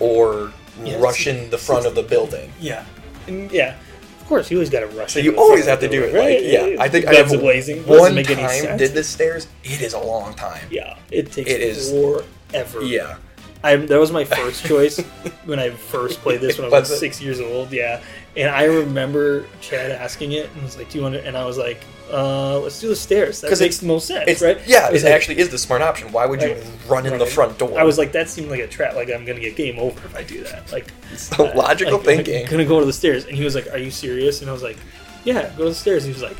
Speaker 2: or
Speaker 1: Yeah,
Speaker 2: rush in the front of the building
Speaker 1: yeah, And yeah. Of course, you always got to rush.
Speaker 2: So you always have to do it, right? Yeah, I think I have
Speaker 1: guns blazing. doesn't
Speaker 2: one
Speaker 1: make any
Speaker 2: time
Speaker 1: sense.
Speaker 2: did the stairs. It is a long time.
Speaker 1: Yeah, it takes
Speaker 2: It is-
Speaker 1: forever.
Speaker 2: Yeah,
Speaker 1: I, that was my first
Speaker 2: *laughs*
Speaker 1: choice when I first played this when I was
Speaker 2: Was it?
Speaker 1: like six years old. Yeah, and I remember Chad asking it and was like, "Do you want to?" And I was like, uh, "Let's do the stairs. That
Speaker 2: 'Cause it-
Speaker 1: makes the most sense,
Speaker 2: it's
Speaker 1: right?"
Speaker 2: yeah.
Speaker 1: I
Speaker 2: It,
Speaker 1: was like-
Speaker 2: actually is the smart option. Why would you
Speaker 1: Right.
Speaker 2: run in the
Speaker 1: Right.
Speaker 2: front door?
Speaker 1: I was like, "That seemed like a trap. Like I'm gonna get game over if I do that." Like
Speaker 2: so
Speaker 1: uh,
Speaker 2: logical
Speaker 1: like,
Speaker 2: thinking.
Speaker 1: I'm gonna go to the stairs, and he was like, "Are you serious?" And I was like, "Yeah, go to the stairs." He was like.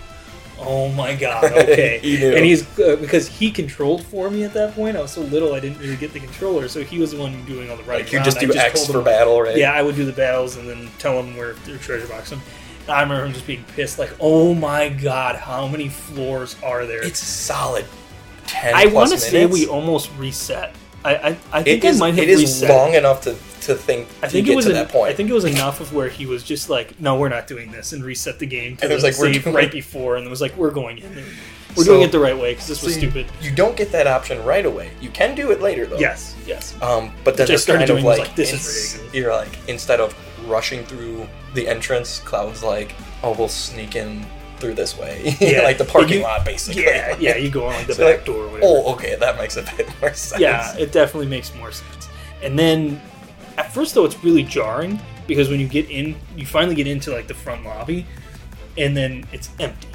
Speaker 1: Oh my
Speaker 2: *laughs*
Speaker 1: god! Okay,
Speaker 2: He knew.
Speaker 1: and he's uh, because he controlled for me at that point. I was so little, I didn't really get the controller, so he was the one doing all the right.
Speaker 2: like you just do X for
Speaker 1: battle.
Speaker 2: battle, right?
Speaker 1: Yeah, I would do the battles and then tell them where their treasure box. And I remember him just being pissed, like, "Oh my god, how many floors are there?"
Speaker 2: it's a solid ten.
Speaker 1: I
Speaker 2: want to
Speaker 1: say we almost reset. I I, I think
Speaker 2: It is,
Speaker 1: I might have
Speaker 2: it is
Speaker 1: reset.
Speaker 2: long enough to, to think
Speaker 1: I think
Speaker 2: you get
Speaker 1: it was
Speaker 2: to
Speaker 1: en-
Speaker 2: that point.
Speaker 1: I think it was enough of where he was just like, "No, we're not doing this," and reset the game to
Speaker 2: And it was
Speaker 1: the
Speaker 2: like, we're
Speaker 1: save
Speaker 2: doing-
Speaker 1: right before, and it was like, "We're going in. there. We're
Speaker 2: So-
Speaker 1: doing it the right way because this was
Speaker 2: So you-
Speaker 1: stupid."
Speaker 2: You don't get that option right away. You can do it later though.
Speaker 1: Yes,
Speaker 2: *laughs*
Speaker 1: yes.
Speaker 2: Um, but then
Speaker 1: Which I
Speaker 2: it's
Speaker 1: started
Speaker 2: kind of
Speaker 1: doing, was
Speaker 2: like,
Speaker 1: like, this is
Speaker 2: ins-
Speaker 1: ridiculous.
Speaker 2: You're like instead of rushing through the entrance, Cloud's like, oh, we'll sneak in through this way, *laughs*
Speaker 1: Yeah.
Speaker 2: like the
Speaker 1: But
Speaker 2: parking
Speaker 1: you-
Speaker 2: lot, basically.
Speaker 1: yeah,
Speaker 2: Like,
Speaker 1: yeah.
Speaker 2: *laughs*
Speaker 1: You go on like the
Speaker 2: so
Speaker 1: back
Speaker 2: like,
Speaker 1: door. Or whatever.
Speaker 2: Oh, okay, that makes a *laughs* bit more sense.
Speaker 1: yeah, it definitely makes more sense. And then at first though it's really jarring because when you get in you finally get into like the front lobby and then it's empty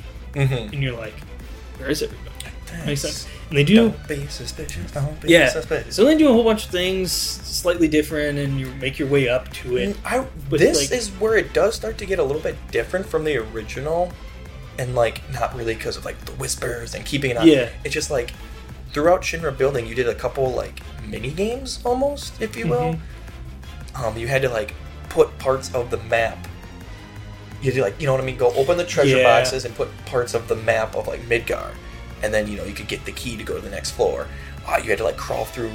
Speaker 1: and
Speaker 2: Mm-hmm.
Speaker 1: you're like, Where is everybody? Makes sense. And they do
Speaker 2: Don't be suspicious. Don't be
Speaker 1: Yeah.
Speaker 2: suspicious.
Speaker 1: So they do a whole bunch of things slightly different and you make your way up to it.
Speaker 2: Mm, I,
Speaker 1: but,
Speaker 2: this
Speaker 1: like-
Speaker 2: is where it does start to get a little bit different from the original, and like not really because of like the whispers and keeping it on.
Speaker 1: Yeah.
Speaker 2: It's just like throughout Shinra Building, you did a couple like mini games almost, if you will.
Speaker 1: Mm-hmm.
Speaker 2: Um, you had to like put parts of the map. You had to like you know what I mean. Go open the treasure
Speaker 1: Yeah.
Speaker 2: boxes and put parts of the map of like Midgar, and then you know you could get the key to go to the next floor. Uh, you had to like crawl through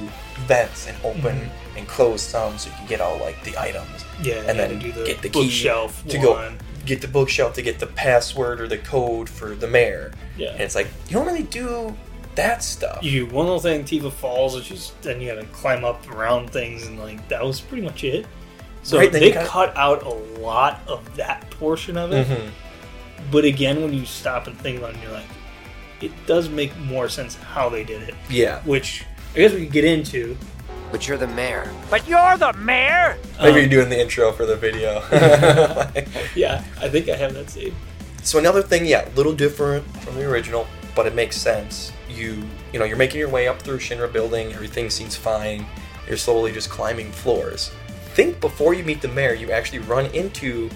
Speaker 2: vents and open and close some so you could get all like the items
Speaker 1: Mm-hmm. Yeah,
Speaker 2: and
Speaker 1: you
Speaker 2: then
Speaker 1: do the
Speaker 2: get the key
Speaker 1: bookshelf
Speaker 2: to
Speaker 1: one.
Speaker 2: go get the bookshelf to get the password or the code for the mayor.
Speaker 1: Yeah.
Speaker 2: And it's like you don't really do that stuff.
Speaker 1: You do one little thing, Tifa falls, and she's then you gotta climb up around things, and like that was pretty much it. So
Speaker 2: Right, then
Speaker 1: they
Speaker 2: you kinda-
Speaker 1: cut out a lot of that portion of it.
Speaker 2: Mhm.
Speaker 1: But again, when you stop and think about it, you're like, it does make more sense how they did it,
Speaker 2: Yeah.
Speaker 1: which I guess we could get into.
Speaker 5: But you're the mayor.
Speaker 2: Maybe
Speaker 1: Um,
Speaker 2: you're doing the intro for
Speaker 1: *laughs*
Speaker 2: the video. *laughs*
Speaker 1: Yeah, I think I have that saved.
Speaker 2: so another thing, yeah, a little different from the original, but it makes sense. You you know, you're making your way up through Shinra building, everything seems fine. You're slowly just climbing floors. Think before you meet the mayor, you actually run into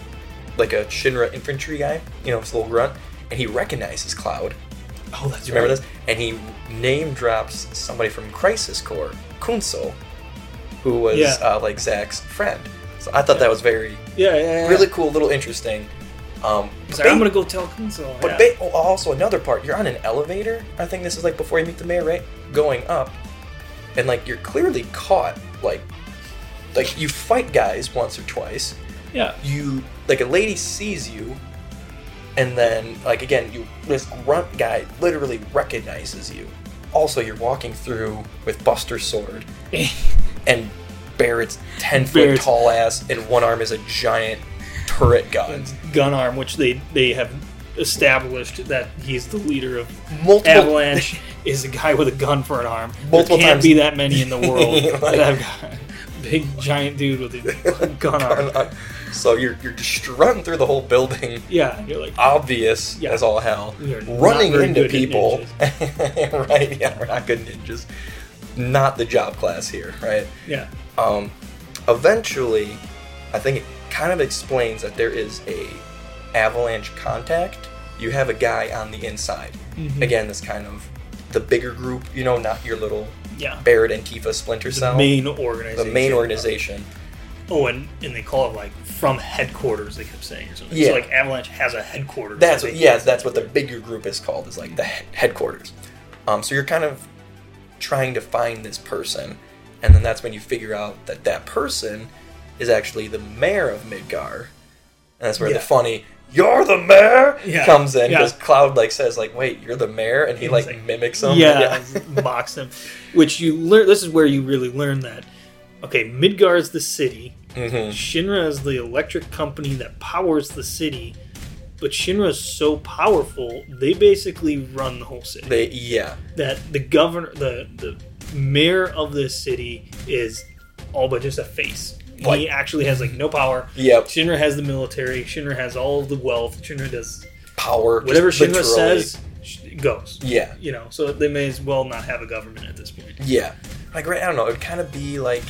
Speaker 2: like a Shinra infantry guy, you know, this little grunt, and he recognizes Cloud.
Speaker 1: Oh, that's
Speaker 2: Do you remember this? And he name drops somebody from Crisis Core, Kunso, who was
Speaker 1: Yeah.
Speaker 2: uh, like Zach's friend. So I thought that was very,
Speaker 1: Yeah, yeah, yeah.
Speaker 2: really cool, little interesting. Um,
Speaker 1: He's
Speaker 2: but
Speaker 1: like, I'm
Speaker 2: ba-
Speaker 1: gonna go tell Kunzel.
Speaker 2: but
Speaker 1: yeah.
Speaker 2: ba- oh, also another part, you're on an elevator. I think this is like before you meet the mayor, right? Going up, and like you're clearly caught. Like, like you fight guys once or twice.
Speaker 1: yeah,
Speaker 2: You like a lady sees you, And then, like again, you this grunt guy literally recognizes you. Also, you're walking through with Buster's
Speaker 1: *laughs*
Speaker 2: sword and Barrett's ten foot
Speaker 1: Barrett's-
Speaker 2: tall ass, and one arm is a giant turret gun.
Speaker 1: gun arm, which they they have established that he's the leader of
Speaker 2: Multiple
Speaker 1: Avalanche,
Speaker 2: *laughs*
Speaker 1: is a guy with a gun for an arm.
Speaker 2: Multiple
Speaker 1: there can't
Speaker 2: times.
Speaker 1: be that many in
Speaker 2: *laughs*
Speaker 1: the world
Speaker 2: Like-
Speaker 1: that have got a big giant dude with a
Speaker 2: *laughs*
Speaker 1: gun arm.
Speaker 2: So you're you're just running through the whole building,
Speaker 1: Yeah, and you're like,
Speaker 2: obvious
Speaker 1: Yeah.
Speaker 2: as all hell,
Speaker 1: We are not
Speaker 2: running
Speaker 1: very
Speaker 2: into
Speaker 1: good at
Speaker 2: people. *laughs* right? Yeah, we're not good ninjas. Not the job class here, right?
Speaker 1: yeah,
Speaker 2: um, eventually i think it kind of explains that there is a avalanche contact you have a guy on the inside
Speaker 1: Mm-hmm.
Speaker 2: again this kind of the bigger group you know not your little
Speaker 1: yeah.
Speaker 2: barrett antifa splinter
Speaker 1: The
Speaker 2: cell
Speaker 1: main organization.
Speaker 2: the main organization
Speaker 1: Oh, and, and they call it like from headquarters. They kept saying or something.
Speaker 2: Yeah.
Speaker 1: So like Avalanche has a headquarters.
Speaker 2: that's
Speaker 1: Like,
Speaker 2: what, yeah that's what the bigger group is called is like the he- headquarters um, so you're kind of trying to find this person and then that's when you figure out that that person is actually the mayor of midgar and that's where
Speaker 1: Yeah.
Speaker 2: the funny you're the mayor
Speaker 1: Yeah.
Speaker 2: comes in because
Speaker 1: Yeah.
Speaker 2: cloud like says like wait you're the mayor and he
Speaker 1: He's
Speaker 2: like,
Speaker 1: like,
Speaker 2: mimics him *laughs*
Speaker 1: Yeah, *laughs* mocks him. Which you learn. This is where you really learn that. Okay, Midgar is the city.
Speaker 2: Mhm.
Speaker 1: Shinra is the electric company that powers the city. But Shinra is so powerful, they basically run the whole city.
Speaker 2: They, yeah
Speaker 1: that the governor, the the mayor of this city, is all but just a face.
Speaker 2: Like-
Speaker 1: he actually has like no power.
Speaker 2: Yep.
Speaker 1: Shinra has the military. Shinra has all of the wealth. Shinra does
Speaker 2: power just
Speaker 1: whatever Shinra
Speaker 2: literally-
Speaker 1: says sh- goes.
Speaker 2: yeah
Speaker 1: You know, so they may as well not have a government at this point.
Speaker 2: Yeah. Like right, I don't know. It'd kind of be like,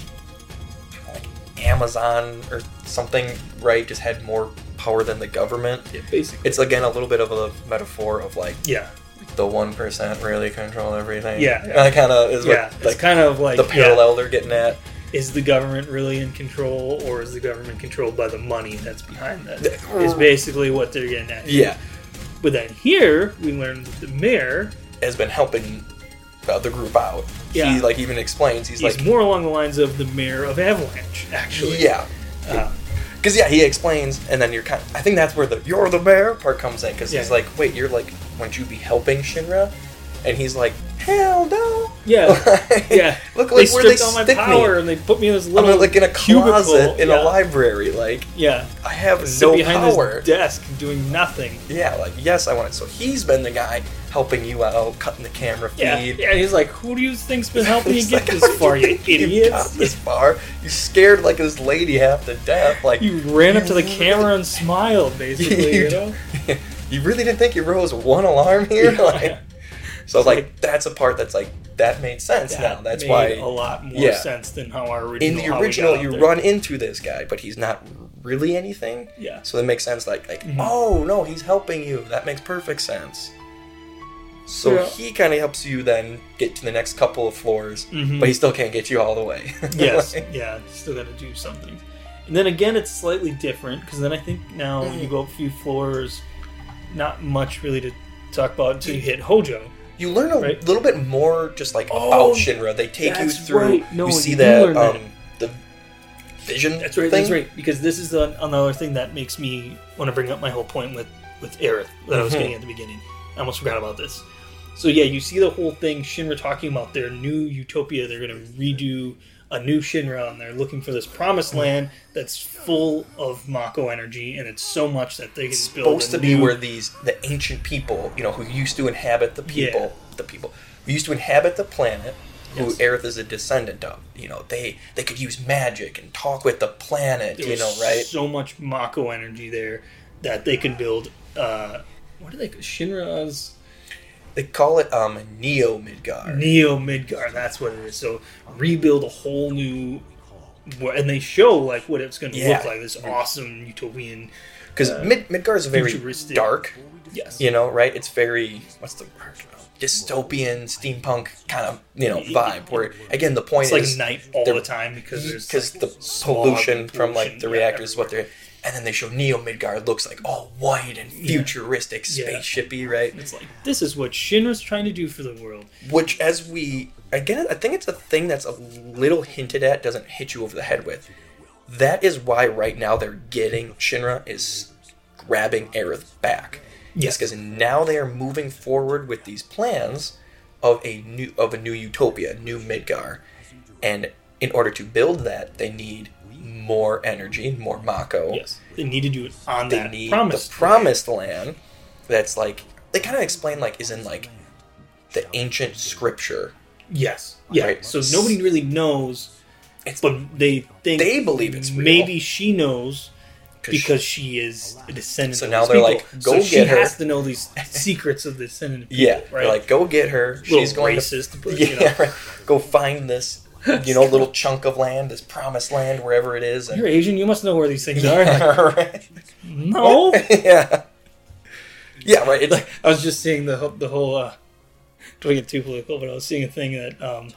Speaker 2: kinda like Amazon or something, right? Just had more power than the government.
Speaker 1: Yeah, basically.
Speaker 2: It's again a little bit of a metaphor of like
Speaker 1: Yeah,
Speaker 2: the one percent really control everything.
Speaker 1: Yeah, yeah.
Speaker 2: That kind of is
Speaker 1: yeah.
Speaker 2: what
Speaker 1: It's
Speaker 2: like
Speaker 1: kind of like
Speaker 2: the
Speaker 1: yeah,
Speaker 2: parallel they're getting at.
Speaker 1: is the government really in control, or is the government controlled by the money that's behind that? Is basically what they're getting at.
Speaker 2: Yeah,
Speaker 1: But then here we learn that the mayor
Speaker 2: has been helping the other group out.
Speaker 1: Yeah.
Speaker 2: He like even explains he's,
Speaker 1: He's
Speaker 2: like
Speaker 1: more along the lines of the mayor of Avalanche, actually.
Speaker 2: yeah.
Speaker 1: Uh,
Speaker 2: Because yeah, he explains, and then you're kind. I think that's where the "you're the mayor" part comes in. Because
Speaker 1: Yeah.
Speaker 2: he's like, "Wait, you're like, wouldn't you be helping Shinra?" And he's like, "Hell no!" *laughs*
Speaker 1: yeah. yeah.
Speaker 2: Look like
Speaker 1: they
Speaker 2: where they
Speaker 1: stripped all my
Speaker 2: stick
Speaker 1: power
Speaker 2: me.
Speaker 1: and they put me in this
Speaker 2: I'm
Speaker 1: little
Speaker 2: in, like in a
Speaker 1: cubicle.
Speaker 2: closet in
Speaker 1: yeah.
Speaker 2: a library. Like
Speaker 1: Yeah.
Speaker 2: I have
Speaker 1: Sit
Speaker 2: no
Speaker 1: behind
Speaker 2: power.
Speaker 1: this desk doing nothing.
Speaker 2: yeah, like yes, I want it. So he's been the guy helping you out, cutting the camera feed.
Speaker 1: Yeah. Yeah, he's like, who do you think's been helping you
Speaker 2: He's
Speaker 1: get
Speaker 2: like,
Speaker 1: this
Speaker 2: "How
Speaker 1: far,
Speaker 2: *laughs* do
Speaker 1: you
Speaker 2: think got
Speaker 1: idiots?
Speaker 2: this far. You scared like this lady half to death. Like
Speaker 1: You ran up to the
Speaker 2: really-
Speaker 1: camera and smiled, basically, you,
Speaker 2: *laughs* You-
Speaker 1: know?
Speaker 2: you really didn't think you rose one alarm here?
Speaker 1: Yeah.
Speaker 2: *laughs* Like, so I was like,
Speaker 1: Like-
Speaker 2: that's a part that's like that made sense now. That's
Speaker 1: made a
Speaker 2: why
Speaker 1: lot more
Speaker 2: yeah.
Speaker 1: sense than how our original
Speaker 2: in the
Speaker 1: how we
Speaker 2: original
Speaker 1: got out
Speaker 2: you
Speaker 1: there. *laughs*
Speaker 2: run into this guy, but he's not really anything.
Speaker 1: Yeah. Mm-hmm.
Speaker 2: So that makes sense. Like like oh no, he's helping you. That makes perfect sense. So
Speaker 1: Yeah.
Speaker 2: he kind of helps you then get to the next couple of floors,
Speaker 1: Mhm.
Speaker 2: but he still can't get you all the way. *laughs*
Speaker 1: yes
Speaker 2: Like,
Speaker 1: yeah still got to do something and then again it's slightly different because then i think now you go up a few floors not much really to talk about until you hit hojo
Speaker 2: you learn a
Speaker 1: Right.
Speaker 2: little bit more just like
Speaker 1: Oh,
Speaker 2: about Shinra. They take you
Speaker 1: that's
Speaker 2: through.
Speaker 1: right. No,
Speaker 2: you see
Speaker 1: you
Speaker 2: that um
Speaker 1: learn that.
Speaker 2: the vision.
Speaker 1: that's right
Speaker 2: Thing?
Speaker 1: that's right because this is the, another thing that makes me want to bring up my whole point with with Aerith that i was
Speaker 2: Mhm.
Speaker 1: getting at the beginning i almost forgot about this so yeah you see the whole thing shinra talking about their new utopia they're going to redo a new shinra and they're looking for this
Speaker 2: Mm-hmm.
Speaker 1: promised land that's full of mako energy and it's so much that they can
Speaker 2: It's
Speaker 1: build a
Speaker 2: supposed to be
Speaker 1: new-
Speaker 2: where these the ancient people, you know, who used to inhabit the people, the people who used to inhabit the planet, who
Speaker 1: Yes.
Speaker 2: Aerith is a descendant of. You know, they they could use magic and talk with the planet.
Speaker 1: there
Speaker 2: you
Speaker 1: was
Speaker 2: know, right?
Speaker 1: so much Mako energy there that they can build. Uh, what do they Shinra's
Speaker 2: They call it um Neo Midgar.
Speaker 1: Neo Midgar? That's what it is. So rebuild a whole new, and they show like what it's going to
Speaker 2: Yeah.
Speaker 1: look like. This awesome utopian.
Speaker 2: because Mid- Midgar is very
Speaker 1: uh, futuristic.
Speaker 2: dark.
Speaker 1: Yes.
Speaker 2: You know, right? It's very what's the word? dystopian steampunk kind of you know vibe. Where again, the point
Speaker 1: It's like
Speaker 2: is
Speaker 1: night all
Speaker 2: they're-
Speaker 1: the time because there's
Speaker 2: because
Speaker 1: like,
Speaker 2: the
Speaker 1: smog
Speaker 2: pollution
Speaker 1: and
Speaker 2: from like the
Speaker 1: pollution, yeah,
Speaker 2: reactors is what they're and then they show neo midgard looks like all white and futuristic
Speaker 1: Yeah.
Speaker 2: spaceshipy right
Speaker 1: It's like this is what Shinra's trying to do for the world.
Speaker 2: which as we again i think it's a thing that's a little hinted at doesn't hit you over the head with that is why right now they're getting shinra is grabbing Aerith back
Speaker 1: Yes.
Speaker 2: It's because now they are moving forward with these plans of a new of a new utopia, new Midgar, and in order to build that, they need more energy, more Mako.
Speaker 1: Yes, they need to do it on
Speaker 2: They
Speaker 1: that
Speaker 2: need
Speaker 1: promise.
Speaker 2: the promised land. That's like they kind of explain like is in like the ancient scripture.
Speaker 1: Yes, yeah.
Speaker 2: Right.
Speaker 1: So nobody really knows,
Speaker 2: It's
Speaker 1: but they think
Speaker 2: They believe it's real.
Speaker 1: Maybe she knows
Speaker 2: 'Cause she-
Speaker 1: because she is a descendant.
Speaker 2: So
Speaker 1: of
Speaker 2: now
Speaker 1: these
Speaker 2: they're
Speaker 1: people.
Speaker 2: like,
Speaker 1: So
Speaker 2: "Go
Speaker 1: she
Speaker 2: get her."
Speaker 1: has to know
Speaker 2: *laughs*
Speaker 1: these secrets of the descendant. People,
Speaker 2: yeah, they're
Speaker 1: right.
Speaker 2: like go get her.
Speaker 1: Little
Speaker 2: She's going *laughs* to
Speaker 1: racist, but,
Speaker 2: yeah,
Speaker 1: you know.
Speaker 2: right. go find this you
Speaker 1: *laughs*
Speaker 2: know little chunk of land, this promised land, wherever it is.
Speaker 1: You're
Speaker 2: And,
Speaker 1: Asian. You must know where these things are. *laughs* Like,
Speaker 2: *laughs* yeah, right.
Speaker 1: no,
Speaker 2: *laughs* yeah, yeah, right. It's,
Speaker 1: *laughs* I was just seeing the whole- the whole. Uh, don't get too political, but I was seeing a thing that um,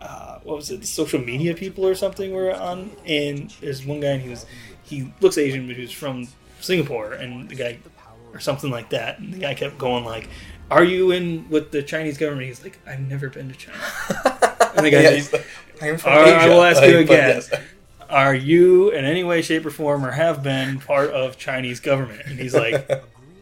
Speaker 1: uh, what was it? Social media people or something were on, and there's one guy and he was he looks Asian, but he was from Singapore, and the guy or something like that, and the guy kept going like, "Are you in with the Chinese government?" He's like, "I've never been to *laughs* China." And the guy
Speaker 2: yeah,
Speaker 1: said,
Speaker 2: he's like, I'm from
Speaker 1: All right,
Speaker 2: Asia.
Speaker 1: I will ask you
Speaker 2: Like, but
Speaker 1: again.
Speaker 2: yes.
Speaker 1: "Are you in any way, shape, or form, or have been part of Chinese government?" And he's
Speaker 2: *laughs*
Speaker 1: like.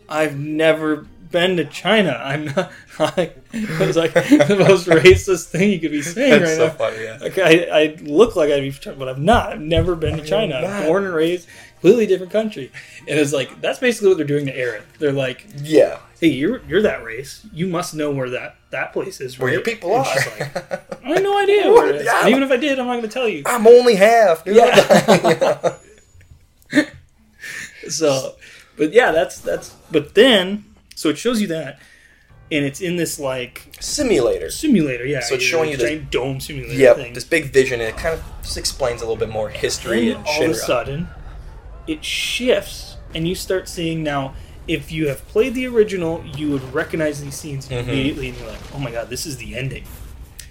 Speaker 1: I've never been to China. I'm not. *laughs* I it was like the most racist thing you could be saying
Speaker 2: That's
Speaker 1: right
Speaker 2: so
Speaker 1: now.
Speaker 2: funny. Yeah.
Speaker 1: Like I, I look like I'd be, from China, but I'm not. I've never been to China.
Speaker 2: not.
Speaker 1: I'm born and raised, completely different country. And it's like that's basically what they're doing to Aaron. They're like,
Speaker 2: yeah,
Speaker 1: "Hey, you're you're that race. You must know where that that place is.
Speaker 2: where your
Speaker 1: right?"
Speaker 2: people
Speaker 1: And
Speaker 2: are.
Speaker 1: she's like, I have no idea where it is.
Speaker 2: *laughs* Yeah.
Speaker 1: And even if I did, I'm not going to tell you.
Speaker 2: I'm only half. Dude. *laughs*
Speaker 1: Yeah. So, but yeah, that's that's. But then, so it shows you that, and it's in this like
Speaker 2: Simulator.
Speaker 1: simulator. Yeah,
Speaker 2: So it's showing you this-
Speaker 1: giant dome simulator
Speaker 2: Yep,
Speaker 1: thing.
Speaker 2: this big vision, and it kind of just explains a little bit more history
Speaker 1: and
Speaker 2: and
Speaker 1: all of a
Speaker 2: Shinra.
Speaker 1: sudden, it shifts, and you start seeing now. If you have played the original, you would recognize these scenes
Speaker 2: Mm-hmm.
Speaker 1: immediately, and you're like, "Oh my god, this is the ending."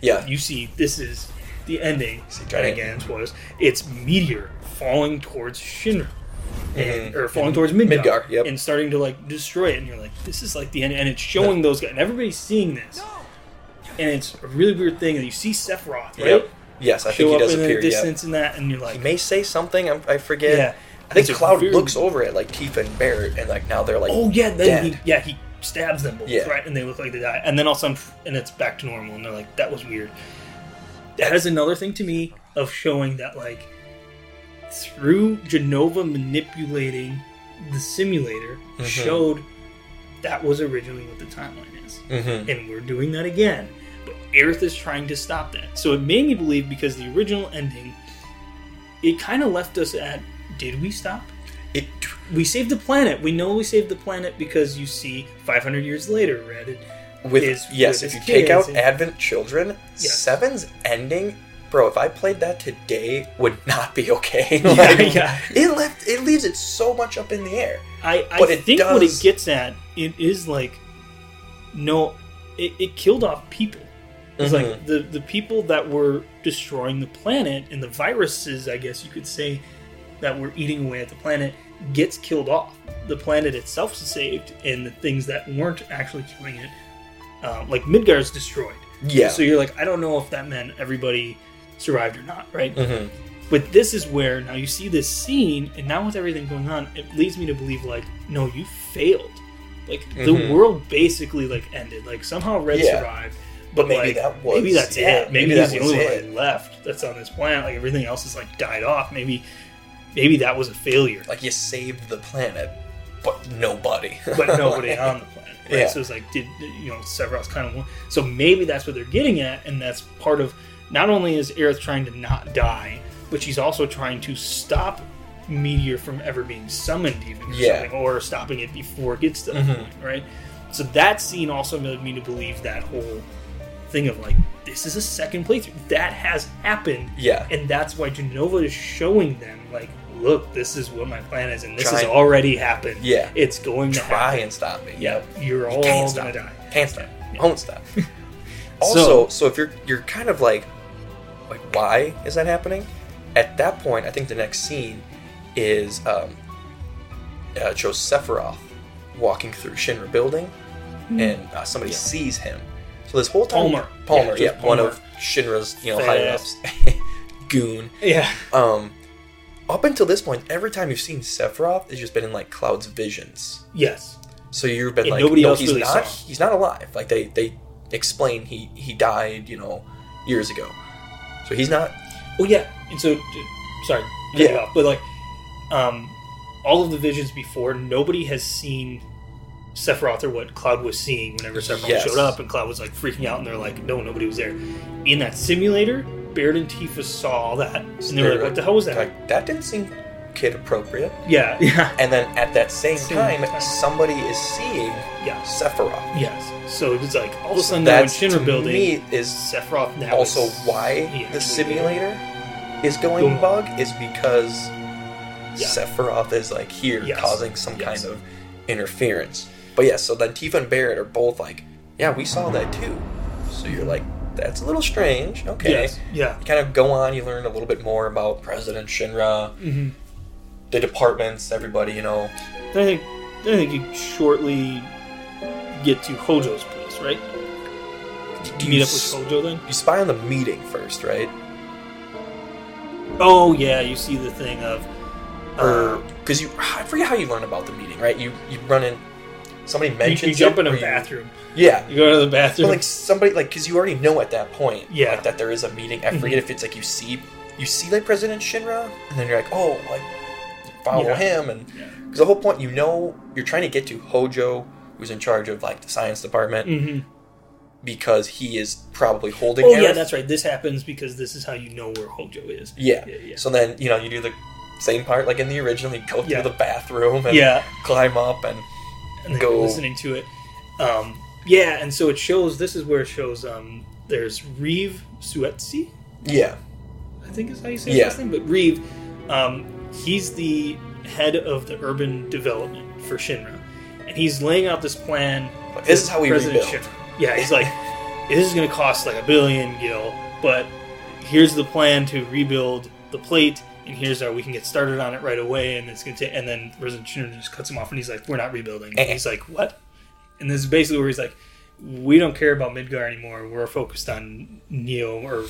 Speaker 2: yeah,
Speaker 1: You see, this is the ending.
Speaker 2: See,
Speaker 1: and
Speaker 2: giant-
Speaker 1: again, spoilers. It's meteor falling towards Shinra. and-
Speaker 2: Mhm.
Speaker 1: or falling towards Midgar,
Speaker 2: Midgar, yep.
Speaker 1: and starting to like destroy it. And you're like, this is like the end, and it's showing those guys, and everybody's seeing this, and it's a really weird thing. And you see Sephiroth, right?
Speaker 2: yep. Yes, I
Speaker 1: Show
Speaker 2: think he
Speaker 1: up
Speaker 2: does
Speaker 1: in
Speaker 2: appear.
Speaker 1: the
Speaker 2: Yeah.
Speaker 1: distance in that, and you're
Speaker 2: He
Speaker 1: like,
Speaker 2: may say something. I'm, I forget.
Speaker 1: Yeah.
Speaker 2: I think
Speaker 1: It's
Speaker 2: Cloud
Speaker 1: very-
Speaker 2: looks over at like Tifa and Barrett, and like now they're like,
Speaker 1: oh yeah, then he,
Speaker 2: dead.
Speaker 1: yeah he stabs them both,
Speaker 2: Yeah.
Speaker 1: right? And they look like they die, and then all of a sudden, and it's back to normal, and they're like, that was weird. That is another thing to me of showing that like through Genova manipulating the simulator
Speaker 2: Mm-hmm.
Speaker 1: showed that was originally what the timeline is.
Speaker 2: Mhm.
Speaker 1: and we're doing that again. But Aerith is trying to stop that. So it made me believe because the original ending, it kind of left us at did we stop?
Speaker 2: It,
Speaker 1: We saved the planet. We know we saved the planet because you see 500 years later, Reddit.
Speaker 2: with
Speaker 1: Is-
Speaker 2: yes,
Speaker 1: with
Speaker 2: if you
Speaker 1: his
Speaker 2: take out
Speaker 1: kids and-
Speaker 2: Advent Children,
Speaker 1: Yes.
Speaker 2: Seven's ending, bro. If I played that today, would not be okay.
Speaker 1: *laughs* Yeah,
Speaker 2: Like,
Speaker 1: yeah.
Speaker 2: It left. It leaves it so much up in the air.
Speaker 1: I, I
Speaker 2: But it
Speaker 1: think what it
Speaker 2: does-
Speaker 1: gets at, it is like, no, it, it killed off people. It's
Speaker 2: Mm-hmm.
Speaker 1: like the, the people that were destroying the planet and the viruses, I guess you could say, that were eating away at the planet gets killed off. The planet itself is saved, and the things that weren't actually killing it, um, like Midgar's destroyed.
Speaker 2: Yeah.
Speaker 1: So you're like, I don't know if that meant everybody survived or not, right?
Speaker 2: Mhm.
Speaker 1: But this is where now you see this scene, and now with everything going on, it leads me to believe like, no, you failed. Like
Speaker 2: Mhm.
Speaker 1: the world basically like ended. Like somehow Red
Speaker 2: Yeah.
Speaker 1: survived,
Speaker 2: But
Speaker 1: but,
Speaker 2: maybe
Speaker 1: like,
Speaker 2: that was-
Speaker 1: maybe that's
Speaker 2: yeah,
Speaker 1: it. Maybe,
Speaker 2: maybe
Speaker 1: that's
Speaker 2: that
Speaker 1: the
Speaker 2: was
Speaker 1: only
Speaker 2: it.
Speaker 1: one left that's on this planet. Like everything else is like died off. Maybe maybe that was a failure,
Speaker 2: like you saved the planet, but nobody.
Speaker 1: but
Speaker 2: *laughs*
Speaker 1: nobody on the planet. Right?
Speaker 2: Yeah.
Speaker 1: So it's like did you know Sephiroth's kind of one. So maybe that's what they're getting at, and that's part of not only is Aerith trying to not die, but she's also trying to stop Meteor from ever being summoned, even or
Speaker 2: Yeah. Mm-hmm.
Speaker 1: something, or stopping it before it gets to that point, right? So that scene also made me to believe that whole thing of like this is a second playthrough that has happened,
Speaker 2: Yeah.
Speaker 1: and that's why Genova is showing them like. Look, this is what my plan is, and this has
Speaker 2: Try-
Speaker 1: already happened.
Speaker 2: Yeah.
Speaker 1: it's going to happen.
Speaker 2: Try and stop me.
Speaker 1: Yeah, you're all
Speaker 2: Can't
Speaker 1: gonna
Speaker 2: stop.
Speaker 1: die.
Speaker 2: Can't stop.
Speaker 1: Yeah. *laughs*
Speaker 2: Won't stop. also, so,
Speaker 1: So-
Speaker 2: if you're you're kind of like, like why is that happening? At that point, I think the next scene is um, uh, it shows Sephiroth walking through Shinra building, and uh, somebody sees him. So this whole time,
Speaker 1: Hmm. Palmer. Yeah,
Speaker 2: Palmer,
Speaker 1: just
Speaker 2: yeah, one
Speaker 1: Palmer.
Speaker 2: of Shinra's you know
Speaker 1: Fat
Speaker 2: higher ups,
Speaker 1: ass.
Speaker 2: *laughs* goon.
Speaker 1: Yeah,
Speaker 2: Um, up until this point, every time you've seen Sephiroth, it's just been in like Cloud's visions.
Speaker 1: yes,
Speaker 2: So you've been
Speaker 1: And
Speaker 2: like,
Speaker 1: nobody
Speaker 2: no,
Speaker 1: else
Speaker 2: he's
Speaker 1: really saw
Speaker 2: not.
Speaker 1: him.
Speaker 2: He's not alive. Like they they explain he he died, you know, years ago. So he's not.
Speaker 1: Well, yeah, and so sorry, cut you
Speaker 2: Yeah.
Speaker 1: off, but like, um, all of the visions before, nobody has seen Sephiroth or what Cloud was seeing whenever Sephiroth
Speaker 2: Yes.
Speaker 1: showed up, and Cloud was like freaking out, and they're like, no, nobody was there. In that simulator, Baird and Tifa saw all that, and they were like, what the hell was that?
Speaker 2: Like that didn't seem kid appropriate. *laughs*
Speaker 1: yeah, yeah,
Speaker 2: And then at that same,
Speaker 1: Same
Speaker 2: time,
Speaker 1: time.
Speaker 2: somebody is seeing
Speaker 1: yeah,
Speaker 2: Sephiroth.
Speaker 1: yes. So it's like all of a
Speaker 2: So
Speaker 1: sudden, they're in
Speaker 2: that's, to
Speaker 1: Shinra building,
Speaker 2: me is
Speaker 1: Sephiroth now
Speaker 2: also
Speaker 1: is-
Speaker 2: why
Speaker 1: Yeah.
Speaker 2: the simulator is going
Speaker 1: Boom.
Speaker 2: bug is because
Speaker 1: Yeah.
Speaker 2: Sephiroth is like here
Speaker 1: Yes.
Speaker 2: causing some
Speaker 1: Yes.
Speaker 2: kind of interference. But yeah, so then Tifa and Barrett are both like, yeah, we saw that too. So you're like, that's a little strange. Okay.
Speaker 1: Yes, yeah,
Speaker 2: You kind of go on, you learn a little bit more about President Shinra,
Speaker 1: mm-hmm.
Speaker 2: the departments, everybody, you know.
Speaker 1: I think then I think you shortly get to Hojo's place, right?
Speaker 2: Do
Speaker 1: You meet up with
Speaker 2: s-
Speaker 1: Hojo then?
Speaker 2: you spy on the meeting first, right?
Speaker 1: Oh yeah, you see the thing of
Speaker 2: or
Speaker 1: uh,
Speaker 2: because you I forget how you learn about the meeting, right? You you run in, somebody
Speaker 1: you,
Speaker 2: mentions
Speaker 1: you jump
Speaker 2: it,
Speaker 1: in a
Speaker 2: or you-
Speaker 1: bathroom.
Speaker 2: Yeah,
Speaker 1: You go to the
Speaker 2: but
Speaker 1: bathroom.
Speaker 2: like somebody like because you already know at that point,
Speaker 1: Yeah. Mm-hmm.
Speaker 2: like, that there is a meeting. I forget if it's like you see you see like President Shinra, and then you're like, oh, like follow
Speaker 1: Yeah.
Speaker 2: him, and
Speaker 1: Yeah.
Speaker 2: because the whole point you know you're trying to get to Hojo, who's in charge of like the science department,
Speaker 1: Mhm.
Speaker 2: because he is probably holding.
Speaker 1: Oh
Speaker 2: Aerith.
Speaker 1: yeah, that's right. This happens because this is how you know where Hojo is.
Speaker 2: yeah.
Speaker 1: Yeah, yeah.
Speaker 2: So then you know you do the same part like in the original. You go through
Speaker 1: Yeah.
Speaker 2: the bathroom and
Speaker 1: yeah,
Speaker 2: climb up and.
Speaker 1: and then
Speaker 2: go-
Speaker 1: you're listening to it. Um, yeah, and so it shows. This is where it shows. Um, there's Reeve Suetsi,
Speaker 2: Yeah,
Speaker 1: I think is how you say
Speaker 2: Yeah.
Speaker 1: his last name. But Reeve, um, he's the head of the urban development for Shinra, and he's laying out this plan
Speaker 2: Like, this is how we
Speaker 1: President
Speaker 2: rebuild.
Speaker 1: Schiff- Yeah, he's like, this is going to cost like a billion gil, but here's the plan to rebuild the plate, and here's how we can get started on it right away, and it's going to. And then President Schiff just cuts him off, and he's like, "We're not rebuilding."
Speaker 2: Eh,
Speaker 1: And he's like, "What?" And this is basically where he's like, "We don't care about Midgar anymore. We're focused on Neo or."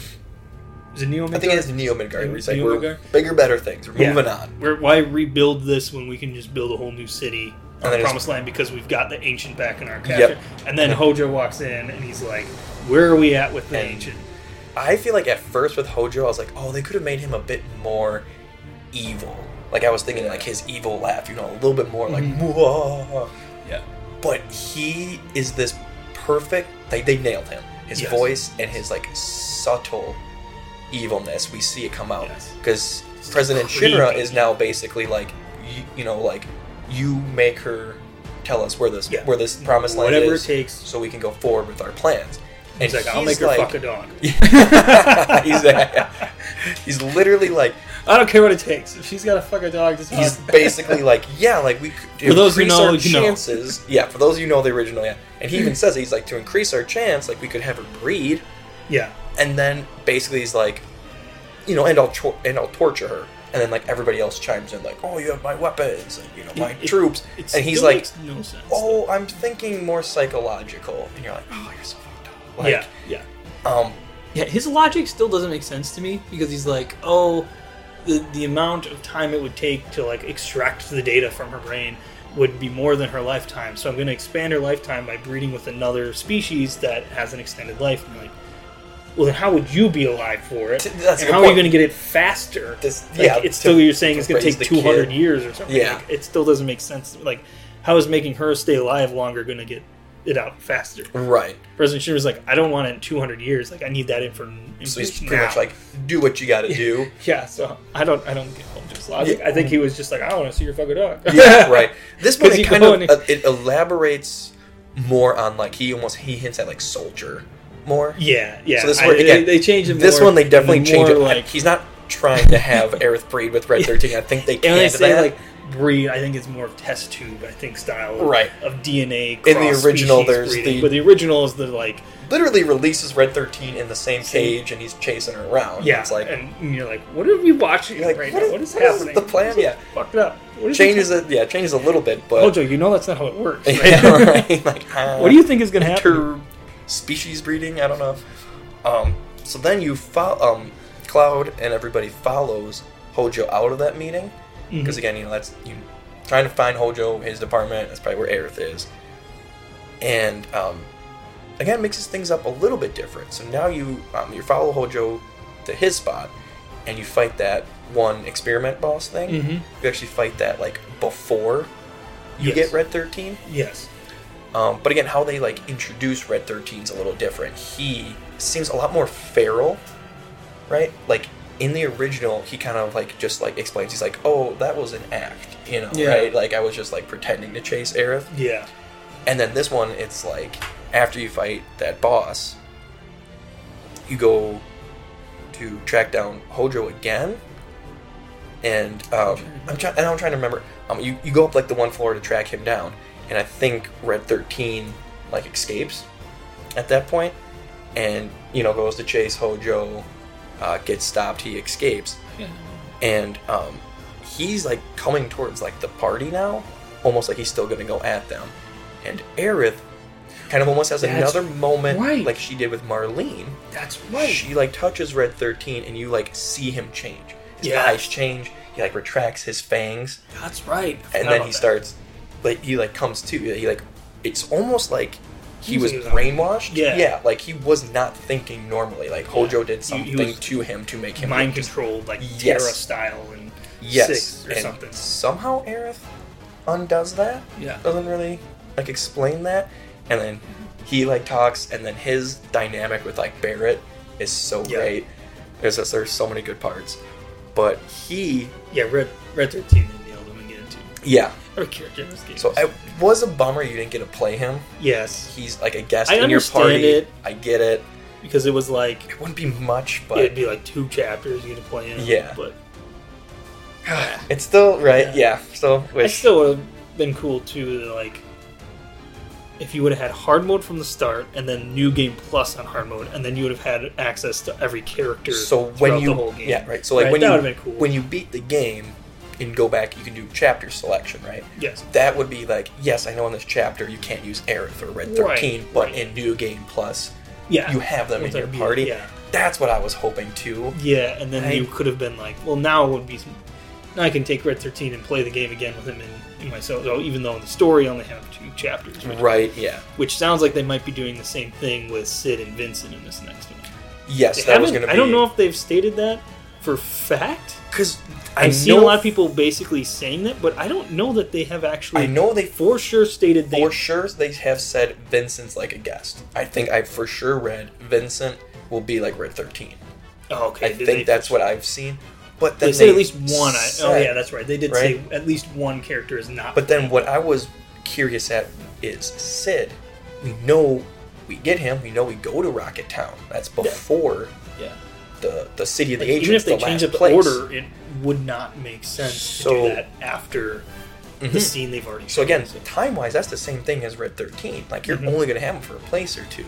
Speaker 1: Is it Neo Midgar?
Speaker 2: I think it is Neo Midgard. Where he's like,
Speaker 1: Neo
Speaker 2: we're
Speaker 1: Midgard?
Speaker 2: bigger, better things. We're
Speaker 1: Yeah.
Speaker 2: moving on.
Speaker 1: We're, why rebuild this when we can just build a whole new city on
Speaker 2: And
Speaker 1: the
Speaker 2: then it's-
Speaker 1: promised land because we've got the ancient back in our capture?
Speaker 2: Yep.
Speaker 1: And then Hojo walks in and he's like, "Where are we at with the
Speaker 2: And-
Speaker 1: ancient?"
Speaker 2: I feel like at first with Hojo, I was like, oh, they could have made him a bit more evil. Like I was thinking, like his evil laugh, you know, a little bit more like, "Mwah."
Speaker 1: Mm-hmm. Yeah.
Speaker 2: but he is this perfect. Like they nailed him. His
Speaker 1: Yes.
Speaker 2: voice and his like subtle evilness. We see it come out
Speaker 1: Yes.
Speaker 2: because President
Speaker 1: creepy.
Speaker 2: Shinra is now basically like, you, you know, like you make her tell us where this
Speaker 1: Yeah.
Speaker 2: where this promised land
Speaker 1: Whatever
Speaker 2: is.
Speaker 1: it takes.
Speaker 2: so we can go forward with our plans. And
Speaker 1: He's like, "I'll make her fuck a dog.
Speaker 2: dog. *laughs* he's, like- he's literally like,
Speaker 1: I don't care what it takes. If she's got to fuck a dog, just
Speaker 2: he's
Speaker 1: fuck."
Speaker 2: basically like, yeah, like we could
Speaker 1: For those who
Speaker 2: increase
Speaker 1: know,
Speaker 2: our
Speaker 1: you know.
Speaker 2: chances. Yeah, for those who know the original, yeah. And he even says it, he's like to increase our chance, like we could have her breed,
Speaker 1: yeah,
Speaker 2: and then basically he's like, you know, and I'll tor- and I'll torture her, and then like everybody else chimes in like, oh, you have my weapons, and you know my
Speaker 1: It- it-
Speaker 2: troops,
Speaker 1: it
Speaker 2: and he's
Speaker 1: still
Speaker 2: like,
Speaker 1: makes no sense.
Speaker 2: oh, I'm thinking more psychological, and you're like, oh, you're so fucked up.
Speaker 1: though.
Speaker 2: Like,
Speaker 1: yeah, yeah.
Speaker 2: Um,
Speaker 1: Yeah, his logic still doesn't make sense to me because he's like, oh, the, the amount of time it would take to like extract the data from her brain would be more than her lifetime. So I'm going to expand her lifetime by breeding with another species that has an extended life. And you're like, well, then how would you be alive for it?
Speaker 2: T- that's a
Speaker 1: and
Speaker 2: good
Speaker 1: how are you
Speaker 2: point.
Speaker 1: going to get it faster?
Speaker 2: This-
Speaker 1: Like,
Speaker 2: yeah,
Speaker 1: it's
Speaker 2: to-
Speaker 1: still you're saying
Speaker 2: to
Speaker 1: it's going to
Speaker 2: raise
Speaker 1: take
Speaker 2: the
Speaker 1: 200
Speaker 2: kid.
Speaker 1: years or something.
Speaker 2: Yeah.
Speaker 1: Like, it still doesn't make sense. Like, how is making her stay alive longer going to get it out faster?
Speaker 2: right.
Speaker 1: President Shinra was like, I don't want it in 200 years. Like, I need that info- information.
Speaker 2: So he's pretty
Speaker 1: now."
Speaker 2: much like, do what you got
Speaker 1: *laughs*
Speaker 2: to do.
Speaker 1: yeah. So I don't, I don't get Hojo's logic.
Speaker 2: Yeah.
Speaker 1: I think he was just like, I want to see your fucking *laughs* dog.
Speaker 2: yeah, right. This one
Speaker 1: 'Cause
Speaker 2: it
Speaker 1: you
Speaker 2: kind
Speaker 1: go
Speaker 2: of
Speaker 1: and-
Speaker 2: uh, it elaborates more on like he almost he hints at like soldier more.
Speaker 1: Yeah, yeah.
Speaker 2: So this
Speaker 1: I-
Speaker 2: one
Speaker 1: they,
Speaker 2: again,
Speaker 1: they changed it.
Speaker 2: This
Speaker 1: more-
Speaker 2: one they definitely
Speaker 1: more
Speaker 2: change it. *laughs*
Speaker 1: Like,
Speaker 2: He's not trying to have *laughs* Aerith breed with Red Thirteen. I think they
Speaker 1: and
Speaker 2: can
Speaker 1: when they
Speaker 2: to
Speaker 1: say
Speaker 2: that.
Speaker 1: like breed, I think it's more of test tube. I think style, of,
Speaker 2: Right.
Speaker 1: Of DNA.
Speaker 2: In the
Speaker 1: cross
Speaker 2: original,
Speaker 1: species
Speaker 2: there's
Speaker 1: breeding.
Speaker 2: the-
Speaker 1: but the original is the like,
Speaker 2: Literally releases Red Thirteen in the same
Speaker 1: Same.
Speaker 2: cage, and he's chasing her around.
Speaker 1: yeah.
Speaker 2: it's like
Speaker 1: and you're like, what are we watching
Speaker 2: You're like,
Speaker 1: right
Speaker 2: what
Speaker 1: now?
Speaker 2: is-
Speaker 1: what is
Speaker 2: what is
Speaker 1: happening?
Speaker 2: the plan?
Speaker 1: This is
Speaker 2: Yeah.
Speaker 1: fucked up. What is
Speaker 2: changes it. Yeah, changes a little bit, but *laughs*
Speaker 1: Hojo, you know that's not how it works. *laughs* Right?
Speaker 2: Yeah, right. *laughs* Like, uh,
Speaker 1: What do you think is gonna happen?
Speaker 2: inter- species breeding. I don't know. Um, so then you follow um,
Speaker 1: Mm-hmm.
Speaker 2: Cloud and everybody follows Hojo out of that meeting because again, you know that's you trying to find Hojo, his department. That's probably where Aerith is. And um, again, it mixes things up a little bit different. So now you um, you follow Hojo to his spot, and you fight that one experiment boss thing.
Speaker 1: Mm-hmm.
Speaker 2: You actually fight that like before you
Speaker 1: Yes.
Speaker 2: get Red Thirteen.
Speaker 1: Yes.
Speaker 2: Um, but again, how they like introduce Red 13's a little different. He seems a lot more feral, right? Like in the original, he kind of like just like explains. He's like, "Oh, that was an act," you know,
Speaker 1: Yeah.
Speaker 2: right? Like I was just like pretending to chase Aerith.
Speaker 1: Yeah.
Speaker 2: And then this one, it's like after you fight that boss, you go to track down Hojo again. And um, I'm trying. I'm trying to remember. Um, you, you go up like the one floor to track him down, and I think Red Thirteen like escapes at that point, and you know goes to chase Hojo, uh, gets stopped. He escapes, and um, he's like coming towards like the party now, almost like he's still gonna go at them. And Aerith kind of almost has
Speaker 1: That's
Speaker 2: another moment
Speaker 1: right.
Speaker 2: like she did with Marlene.
Speaker 1: That's
Speaker 2: She like touches Red Thirteen, and you like see him change. His
Speaker 1: Yeah.
Speaker 2: eyes change. He like retracts his fangs,
Speaker 1: That's right.
Speaker 2: and then he starts like he like comes to. He like it's almost like. He
Speaker 1: He's
Speaker 2: was
Speaker 1: like-
Speaker 2: brainwashed.
Speaker 1: Yeah.
Speaker 2: yeah, like he was not thinking normally. Like Hojo did
Speaker 1: He- he
Speaker 2: something
Speaker 1: was
Speaker 2: to him to make him
Speaker 1: mind
Speaker 2: look just
Speaker 1: controlled, like Terra
Speaker 2: Yes.
Speaker 1: style and six or
Speaker 2: and
Speaker 1: something.
Speaker 2: Somehow Aerith undoes that.
Speaker 1: Yeah.
Speaker 2: Doesn't really like explain that. And then he like talks and then his dynamic with like Barrett is so
Speaker 1: Yeah.
Speaker 2: great. There's just there's so many good parts. But he
Speaker 1: Yeah, Red Red Thirteen they nailed him again too.
Speaker 2: yeah.
Speaker 1: Every character in this game.
Speaker 2: So
Speaker 1: is-
Speaker 2: it was a bummer you didn't get to play him.
Speaker 1: yes,
Speaker 2: He's like a guest
Speaker 1: I
Speaker 2: in your
Speaker 1: understand
Speaker 2: party.
Speaker 1: it.
Speaker 2: I get it.
Speaker 1: because it was like
Speaker 2: It wouldn't be much, but
Speaker 1: it'd be like two chapters you get to play in.
Speaker 2: Yeah.
Speaker 1: but
Speaker 2: *sighs* it's still right,
Speaker 1: Yeah.
Speaker 2: yeah. So
Speaker 1: I
Speaker 2: which
Speaker 1: still would have been cool too. to, Like if you would have had hard mode from the start and then new game plus on hard mode, and then you would have had access to every character.
Speaker 2: So when
Speaker 1: throughout
Speaker 2: you
Speaker 1: the whole game.
Speaker 2: yeah right, so like when
Speaker 1: that
Speaker 2: you
Speaker 1: would have been cool.
Speaker 2: when you beat the game and go back, you can do chapter selection, right?
Speaker 1: yes,
Speaker 2: That would be like yes, I know in this chapter you can't use Aerith or Red
Speaker 1: Right,
Speaker 2: Thirteen, but
Speaker 1: right.
Speaker 2: in New Game Plus
Speaker 1: yeah,
Speaker 2: you have them in
Speaker 1: With
Speaker 2: your
Speaker 1: our beat,
Speaker 2: party.
Speaker 1: yeah.
Speaker 2: That's what I was hoping too.
Speaker 1: Yeah, and then
Speaker 2: Right.
Speaker 1: you could have been like, well, now it would be. Now I can take Red 13 and play the game again with him in, in myself. So even though in the story I only have two chapters, which,
Speaker 2: Right? Yeah.
Speaker 1: which sounds like they might be doing the same thing with Sid and Vincent in this next one.
Speaker 2: Yes,
Speaker 1: They
Speaker 2: that was
Speaker 1: haven't-
Speaker 2: going to be.
Speaker 1: I don't know if they've stated that for fact.
Speaker 2: because I
Speaker 1: I've seen a
Speaker 2: know-
Speaker 1: lot of people basically saying that, but I don't know that they have actually.
Speaker 2: I know they
Speaker 1: for sure stated they.
Speaker 2: for sure they have said Vincent's like a guest. I think I for sure read Vincent will be like Red Thirteen.
Speaker 1: oh, okay,
Speaker 2: I
Speaker 1: did
Speaker 2: think
Speaker 1: they-
Speaker 2: that's what I've seen. But then
Speaker 1: they said at least one. I, oh
Speaker 2: said-
Speaker 1: yeah, that's right. They did
Speaker 2: right?
Speaker 1: say at least one character is not.
Speaker 2: But then what I was curious at is Sid. We know we get him. We know we go to Rocket Town. That's before
Speaker 1: yeah.
Speaker 2: the the city of the
Speaker 1: Like,
Speaker 2: agents.
Speaker 1: even if they
Speaker 2: the
Speaker 1: change
Speaker 2: last
Speaker 1: up the
Speaker 2: place.
Speaker 1: order, it would not make sense to
Speaker 2: So-
Speaker 1: do that after the
Speaker 2: Mhm.
Speaker 1: scene they've already.
Speaker 2: So again,
Speaker 1: shown.
Speaker 2: time wise, that's the same thing as Red Thirteen. Like you're
Speaker 1: Mhm.
Speaker 2: only going to have him for a place or two.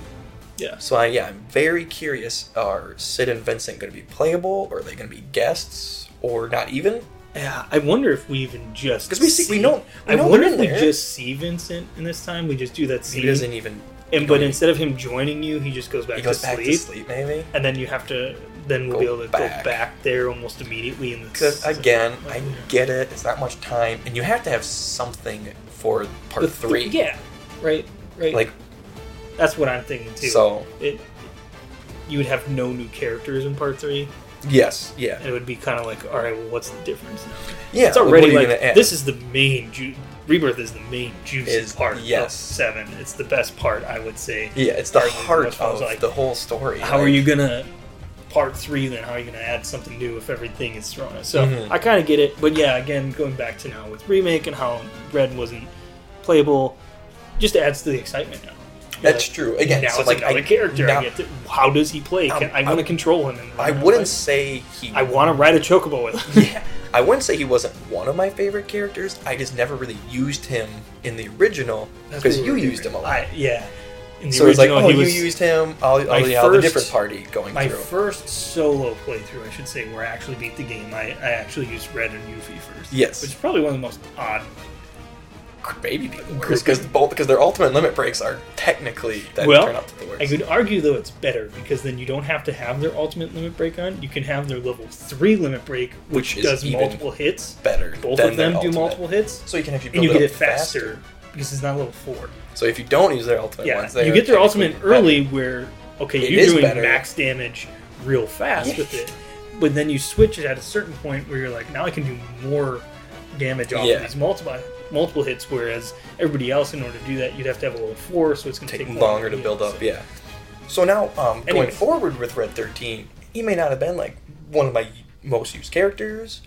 Speaker 1: yeah,
Speaker 2: So I, yeah, I'm very curious. Are Sid and Vincent going to be playable? Or are they going to be guests? Or not even?
Speaker 1: yeah. I wonder if we even just
Speaker 2: 'Cause we see- we know- we
Speaker 1: I
Speaker 2: know
Speaker 1: wonder
Speaker 2: they're
Speaker 1: if we
Speaker 2: in there.
Speaker 1: just see Vincent in this time. We just do that
Speaker 2: He
Speaker 1: scene,
Speaker 2: doesn't even.
Speaker 1: and but
Speaker 2: he-
Speaker 1: instead of him joining you, he just goes back,
Speaker 2: He goes
Speaker 1: to,
Speaker 2: back
Speaker 1: sleep,
Speaker 2: to sleep, maybe.
Speaker 1: and then you have to. Then we'll
Speaker 2: Go
Speaker 1: be able to
Speaker 2: back.
Speaker 1: go back there almost immediately. In the
Speaker 2: Because again, I
Speaker 1: Yeah.
Speaker 2: get it. It's not much time, and you have to have something for part
Speaker 1: The
Speaker 2: three.
Speaker 1: th- yeah, right, right.
Speaker 2: Like
Speaker 1: that's what I'm thinking too.
Speaker 2: so.
Speaker 1: it, you would have no new characters in part three.
Speaker 2: Yes. Yeah.
Speaker 1: it would be kind of like, all right, well, what's the difference now?
Speaker 2: Yeah.
Speaker 1: It's already
Speaker 2: what are you
Speaker 1: like
Speaker 2: gonna add?
Speaker 1: this is the main ju- rebirth is the main juicy
Speaker 2: Is-
Speaker 1: part. of
Speaker 2: yes.
Speaker 1: seven. It's the best part, I would say.
Speaker 2: Yeah, it's the
Speaker 1: Or
Speaker 2: heart
Speaker 1: what I was
Speaker 2: of
Speaker 1: like,
Speaker 2: the whole story.
Speaker 1: How
Speaker 2: like-
Speaker 1: are you gonna part three? Then how are you gonna add something new if everything is thrown? out? So
Speaker 2: Mhm.
Speaker 1: I kind of get it, but yeah, again, going back to now with remake and how red wasn't playable, just adds to the excitement now. You're
Speaker 2: That's
Speaker 1: like,
Speaker 2: true. Again,
Speaker 1: now
Speaker 2: so
Speaker 1: it's
Speaker 2: like
Speaker 1: another
Speaker 2: I,
Speaker 1: character. I
Speaker 2: now-
Speaker 1: get to, how does he play? Can,
Speaker 2: Um,
Speaker 1: I want
Speaker 2: I-
Speaker 1: to control him. And
Speaker 2: I
Speaker 1: run
Speaker 2: wouldn't
Speaker 1: away.
Speaker 2: say he.
Speaker 1: I want to ride a chocobo with him.
Speaker 2: *laughs* Yeah, I wouldn't say he wasn't one of my favorite characters. I just never really used him in the original because you used him a lot.
Speaker 1: I, yeah. In the
Speaker 2: so it's like,
Speaker 1: original,
Speaker 2: oh,
Speaker 1: he
Speaker 2: you
Speaker 1: was-
Speaker 2: used him. I'll,
Speaker 1: My
Speaker 2: I'll have a
Speaker 1: first-
Speaker 2: different party going
Speaker 1: My
Speaker 2: through.
Speaker 1: first solo playthrough, I should say, where I actually beat the game, I, I actually used Red and Yuffie first.
Speaker 2: Yes.
Speaker 1: Which is probably one of the most odd
Speaker 2: baby dealers because both because their ultimate limit breaks are technically that
Speaker 1: well,
Speaker 2: turn out to the worst.
Speaker 1: I could argue though it's better because then you don't have to have their ultimate limit break on. You can have their level three limit break, which,
Speaker 2: Which is
Speaker 1: does
Speaker 2: even
Speaker 1: multiple hits.
Speaker 2: better.
Speaker 1: Both
Speaker 2: than
Speaker 1: of
Speaker 2: their
Speaker 1: them do
Speaker 2: ultimate.
Speaker 1: multiple hits,
Speaker 2: So you can have you
Speaker 1: and
Speaker 2: build
Speaker 1: you get it
Speaker 2: up
Speaker 1: faster, because it's not level four.
Speaker 2: So if you don't use their ultimate
Speaker 1: Yeah,
Speaker 2: ones, they
Speaker 1: you
Speaker 2: are
Speaker 1: get their
Speaker 2: technically
Speaker 1: ultimate early, where okay,
Speaker 2: It
Speaker 1: you're
Speaker 2: is
Speaker 1: doing
Speaker 2: better.
Speaker 1: max damage real fast with it, but then you switch it at a certain point where you're like, now I can do more damage off
Speaker 2: Yeah.
Speaker 1: of these multiple multiple hits, whereas everybody else, in order to do that, you'd have to have a level four, so it's going to
Speaker 2: better.
Speaker 1: take,
Speaker 2: Take
Speaker 1: more
Speaker 2: longer to
Speaker 1: heals.
Speaker 2: build up. Yeah. So now um, going
Speaker 1: Anyway.
Speaker 2: forward with Red Thirteen, he may not have been like one of my most used characters.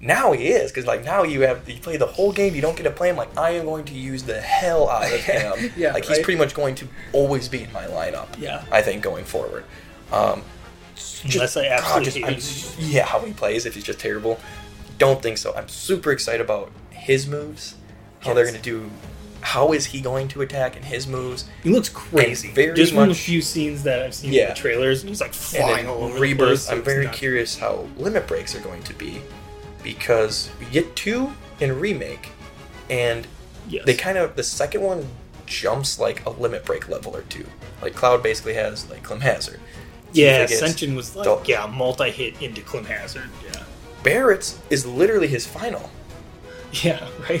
Speaker 2: Now he is because like now you have you play the whole game. You don't get to play him. Like I am going to use the hell out
Speaker 1: *laughs*
Speaker 2: of him.
Speaker 1: Yeah,
Speaker 2: like he's
Speaker 1: right.
Speaker 2: pretty much going to always be in my lineup.
Speaker 1: Yeah.
Speaker 2: I think going forward. Um,
Speaker 1: Unless I
Speaker 2: God,
Speaker 1: absolutely
Speaker 2: just-
Speaker 1: hate
Speaker 2: I'm
Speaker 1: him.
Speaker 2: s- yeah, how he plays if he's just terrible. Don't think so. I'm super excited about his moves. How they're
Speaker 1: Yes.
Speaker 2: gonna do. How is he going to attack in his moves?
Speaker 1: He looks crazy.
Speaker 2: And very
Speaker 1: Just from the
Speaker 2: much-
Speaker 1: few scenes that I've seen
Speaker 2: Yeah.
Speaker 1: in the trailers, he's like
Speaker 2: And
Speaker 1: flying all
Speaker 2: then
Speaker 1: over
Speaker 2: rebirth.
Speaker 1: the place.
Speaker 2: I'm
Speaker 1: It's
Speaker 2: very
Speaker 1: nuts.
Speaker 2: curious how limit breaks are going to be, because we get two in remake, and
Speaker 1: Yes.
Speaker 2: they kind of the second one jumps like a limit break level or two. Like Cloud basically has like Clemhazard.
Speaker 1: yeah,
Speaker 2: forgets.
Speaker 1: Ascension was like
Speaker 2: Don't-
Speaker 1: yeah, multi-hit into Clem Hazard.
Speaker 2: *laughs*
Speaker 1: Yeah,
Speaker 2: Barrett's is literally his final.
Speaker 1: yeah, right.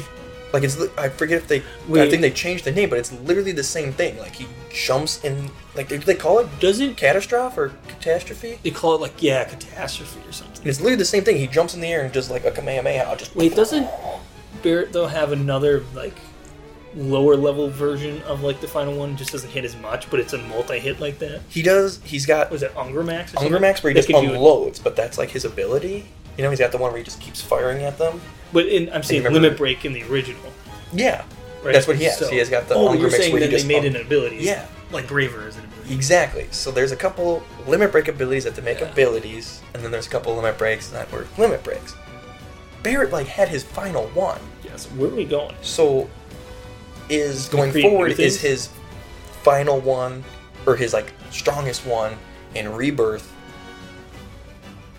Speaker 2: Like it's, li- I forget if they, I
Speaker 1: Wait.
Speaker 2: think they changed the name, but it's literally the same thing. Like he jumps in, like do they call it
Speaker 1: Doesn't
Speaker 2: catastrophe or catastrophe?
Speaker 1: they call it like yeah, catastrophe or
Speaker 2: And
Speaker 1: something?
Speaker 2: it's literally the same thing. He jumps in the air and does like a kamehameha. Just
Speaker 1: Wait, doesn't Barrett though have another like lower level version of like the final one? Just doesn't hit as much, but it's a multi-hit like that.
Speaker 2: he does? He's got
Speaker 1: Was it Ungramax? Or something?
Speaker 2: Ungramax where he
Speaker 1: They
Speaker 2: just
Speaker 1: could do it.
Speaker 2: unloads, but that's like his ability. You know, he's got the one where he just keeps firing at them.
Speaker 1: But in, I'm saying
Speaker 2: remember-
Speaker 1: Limit Break in the original.
Speaker 2: Yeah,
Speaker 1: Right?
Speaker 2: that's what he has.
Speaker 1: So-
Speaker 2: he has got the
Speaker 1: oh,
Speaker 2: Ungramax
Speaker 1: you're saying
Speaker 2: where he
Speaker 1: that they
Speaker 2: just
Speaker 1: made
Speaker 2: un-
Speaker 1: an ability.
Speaker 2: Yeah.
Speaker 1: like Graver is an ability.
Speaker 2: Exactly. So there's a couple limit break abilities that they make
Speaker 1: Yeah.
Speaker 2: abilities, and then there's a couple limit breaks that were limit breaks. Barrett like had his final one.
Speaker 1: Yes, where are we going?
Speaker 2: So is going
Speaker 1: create new
Speaker 2: forward is
Speaker 1: things?
Speaker 2: his final one or his like strongest one in rebirth.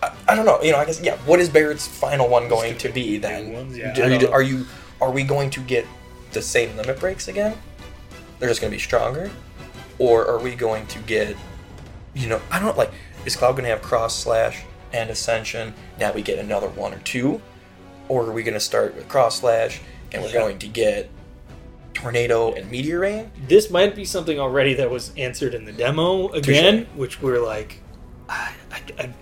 Speaker 2: I, I don't know. You know, I guess yeah. What is Barrett's final one going to be then?
Speaker 1: ones, yeah, I
Speaker 2: are,
Speaker 1: don't
Speaker 2: you,
Speaker 1: know.
Speaker 2: are you are we going to get the same limit breaks again? They're just going to be stronger, or are we going to get you know, I don't like. Is Cloud going to have cross slash and ascension? Now we get another one or two, or are we going to start with cross slash and we're
Speaker 1: Yeah.
Speaker 2: going to get tornado and meteor rain?
Speaker 1: This might be something already that was answered in the demo again, which we're like, I, I, I,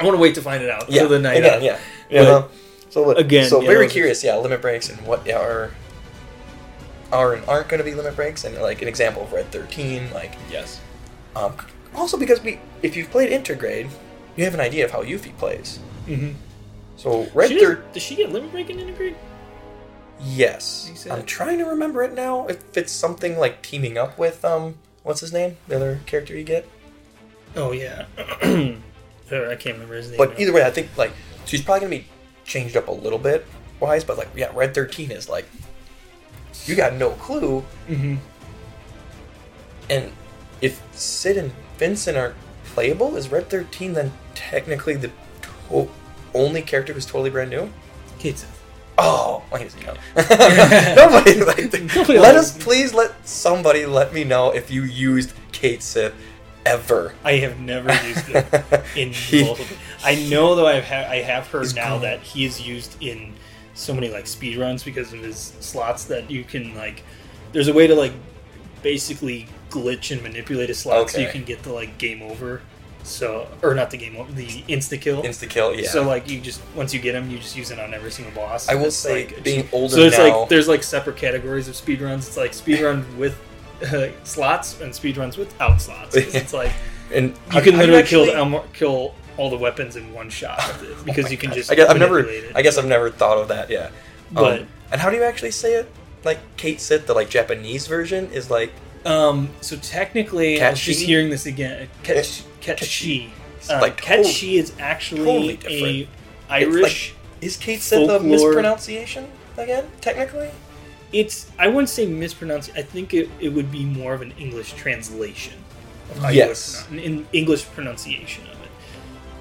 Speaker 1: I want to wait to find it out.
Speaker 2: Yeah,
Speaker 1: till the night
Speaker 2: again,
Speaker 1: of.
Speaker 2: yeah,
Speaker 1: But-
Speaker 2: You know? So look,
Speaker 1: Again,
Speaker 2: so
Speaker 1: you know,
Speaker 2: very
Speaker 1: it's-
Speaker 2: curious. Yeah, limit breaks and what are are and aren't going to be limit breaks, and like an example of red thirteen, like
Speaker 1: Yes.
Speaker 2: um, also because we if you've played intergrade, you have an idea of how Yuffie plays.
Speaker 1: Mm-hmm.
Speaker 2: So red
Speaker 1: she
Speaker 2: thirteen.
Speaker 1: does, does she get limit break in integrate? He
Speaker 2: Yes.
Speaker 1: said-
Speaker 2: I'm trying to remember it now. If it's something like teaming up with um what's his name? The other character you get.
Speaker 1: Oh yeah. *clears throat* I can't remember his name.
Speaker 2: But
Speaker 1: now.
Speaker 2: either way, I think like she's probably gonna be changed up a little bit wise, but like yeah, Red Thirteen is like you got no clue
Speaker 1: Mhm.
Speaker 2: and if Sid and Vincent aren't playable, is Red Thirteen then technically the to- only character who's totally brand new?
Speaker 1: Kids.
Speaker 2: Oh, wait
Speaker 1: *laughs*
Speaker 2: a second. Nobody like
Speaker 1: Nobody
Speaker 2: let
Speaker 1: else.
Speaker 2: us please let somebody let me know if you used Kate Sith ever.
Speaker 1: I have never used
Speaker 2: *laughs*
Speaker 1: it in
Speaker 2: He-
Speaker 1: multiple. I know though I've ha- I have heard
Speaker 2: He's
Speaker 1: now
Speaker 2: cool.
Speaker 1: that he is used in so many like speed runs because of his slots that you can like. There's a way to like basically glitch and manipulate a slot so you
Speaker 2: Okay.
Speaker 1: can get the like game over. So or not the game over the insta kill.
Speaker 2: Insta kill, yeah.
Speaker 1: So like you just once you get him, you just use it on every single boss.
Speaker 2: I will
Speaker 1: It's,
Speaker 2: say,
Speaker 1: like,
Speaker 2: being older
Speaker 1: so it's
Speaker 2: now,
Speaker 1: like there's like separate categories of speedruns. It's like
Speaker 2: *laughs*
Speaker 1: speedrun with uh, slots and speedruns without
Speaker 2: *laughs*
Speaker 1: slots. It's like
Speaker 2: and
Speaker 1: you can literally
Speaker 2: actually, Oh
Speaker 1: kill Elmo- kill all the weapons in one shot with
Speaker 2: *laughs*
Speaker 1: it, because you can just
Speaker 2: I guess I've never.
Speaker 1: manipulate it.
Speaker 2: I guess I've never thought of that. Yeah. Um,
Speaker 1: But-
Speaker 2: and how do you actually say it? Like Kate Sith, the like Japanese version is like
Speaker 1: um so technically I was just
Speaker 2: Catchy?
Speaker 1: hearing this again catch
Speaker 2: Catchy.
Speaker 1: catchy
Speaker 2: It's
Speaker 1: um,
Speaker 2: like totally-
Speaker 1: catchy is actually
Speaker 2: totally
Speaker 1: a
Speaker 2: different. It's
Speaker 1: Irish
Speaker 2: like, is Kate Sith a
Speaker 1: folklore-
Speaker 2: mispronunciation again? Technically,
Speaker 1: it's I wouldn't say mispronounce. I think it, it would be more of an English translation. Of how
Speaker 2: Yes.
Speaker 1: you would pronounce, an English pronunciation of it.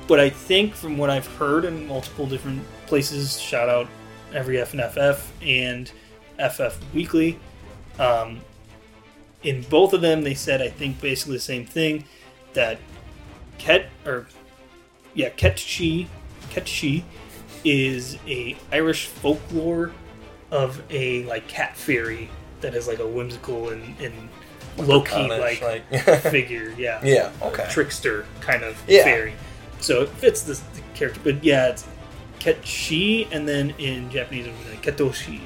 Speaker 1: But I think from what I've heard in multiple different places, shout out every FNFF and uh, FF Weekly. Um, in both of them, they said I think basically the same thing that Ket or yeah Ketchi Ketchi is a Irish folklore of a like cat fairy that is like a whimsical and, and low key
Speaker 2: Honest,
Speaker 1: like,
Speaker 2: Uh,
Speaker 1: *laughs*
Speaker 2: like *laughs*
Speaker 1: figure yeah
Speaker 2: yeah, okay.
Speaker 1: trickster kind of
Speaker 2: Yeah.
Speaker 1: fairy. So it fits this the character, but yeah, it's Ketchi, and then in Japanese it would be like Ketoshi,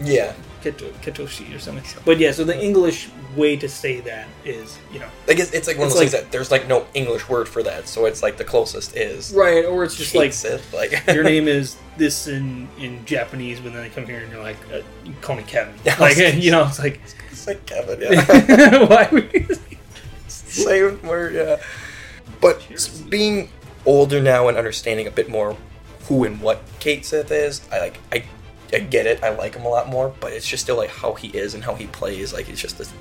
Speaker 2: Yeah,
Speaker 1: Keto, Ketoshi or something. But yeah, so the English way to say that is, you know,
Speaker 2: I guess it's like one
Speaker 1: It's
Speaker 2: of those
Speaker 1: like-
Speaker 2: things that there's like no English word for that, so it's like the closest is
Speaker 1: right, or it's just like
Speaker 2: Sith, like
Speaker 1: *laughs* your name is this in in Japanese, but then they come here and you're like, uh, you call me *laughs* Kevin,
Speaker 2: Yeah, I
Speaker 1: like
Speaker 2: was-
Speaker 1: you know, it's like
Speaker 2: *laughs* It's like Kevin, yeah. *laughs*
Speaker 1: *laughs* why would you?
Speaker 2: Same word, yeah. But being older now and understanding a bit more who and what Kate Sith is, I like I I get it. I like him a lot more, but it's just still like how he is and how he plays. Like it's just this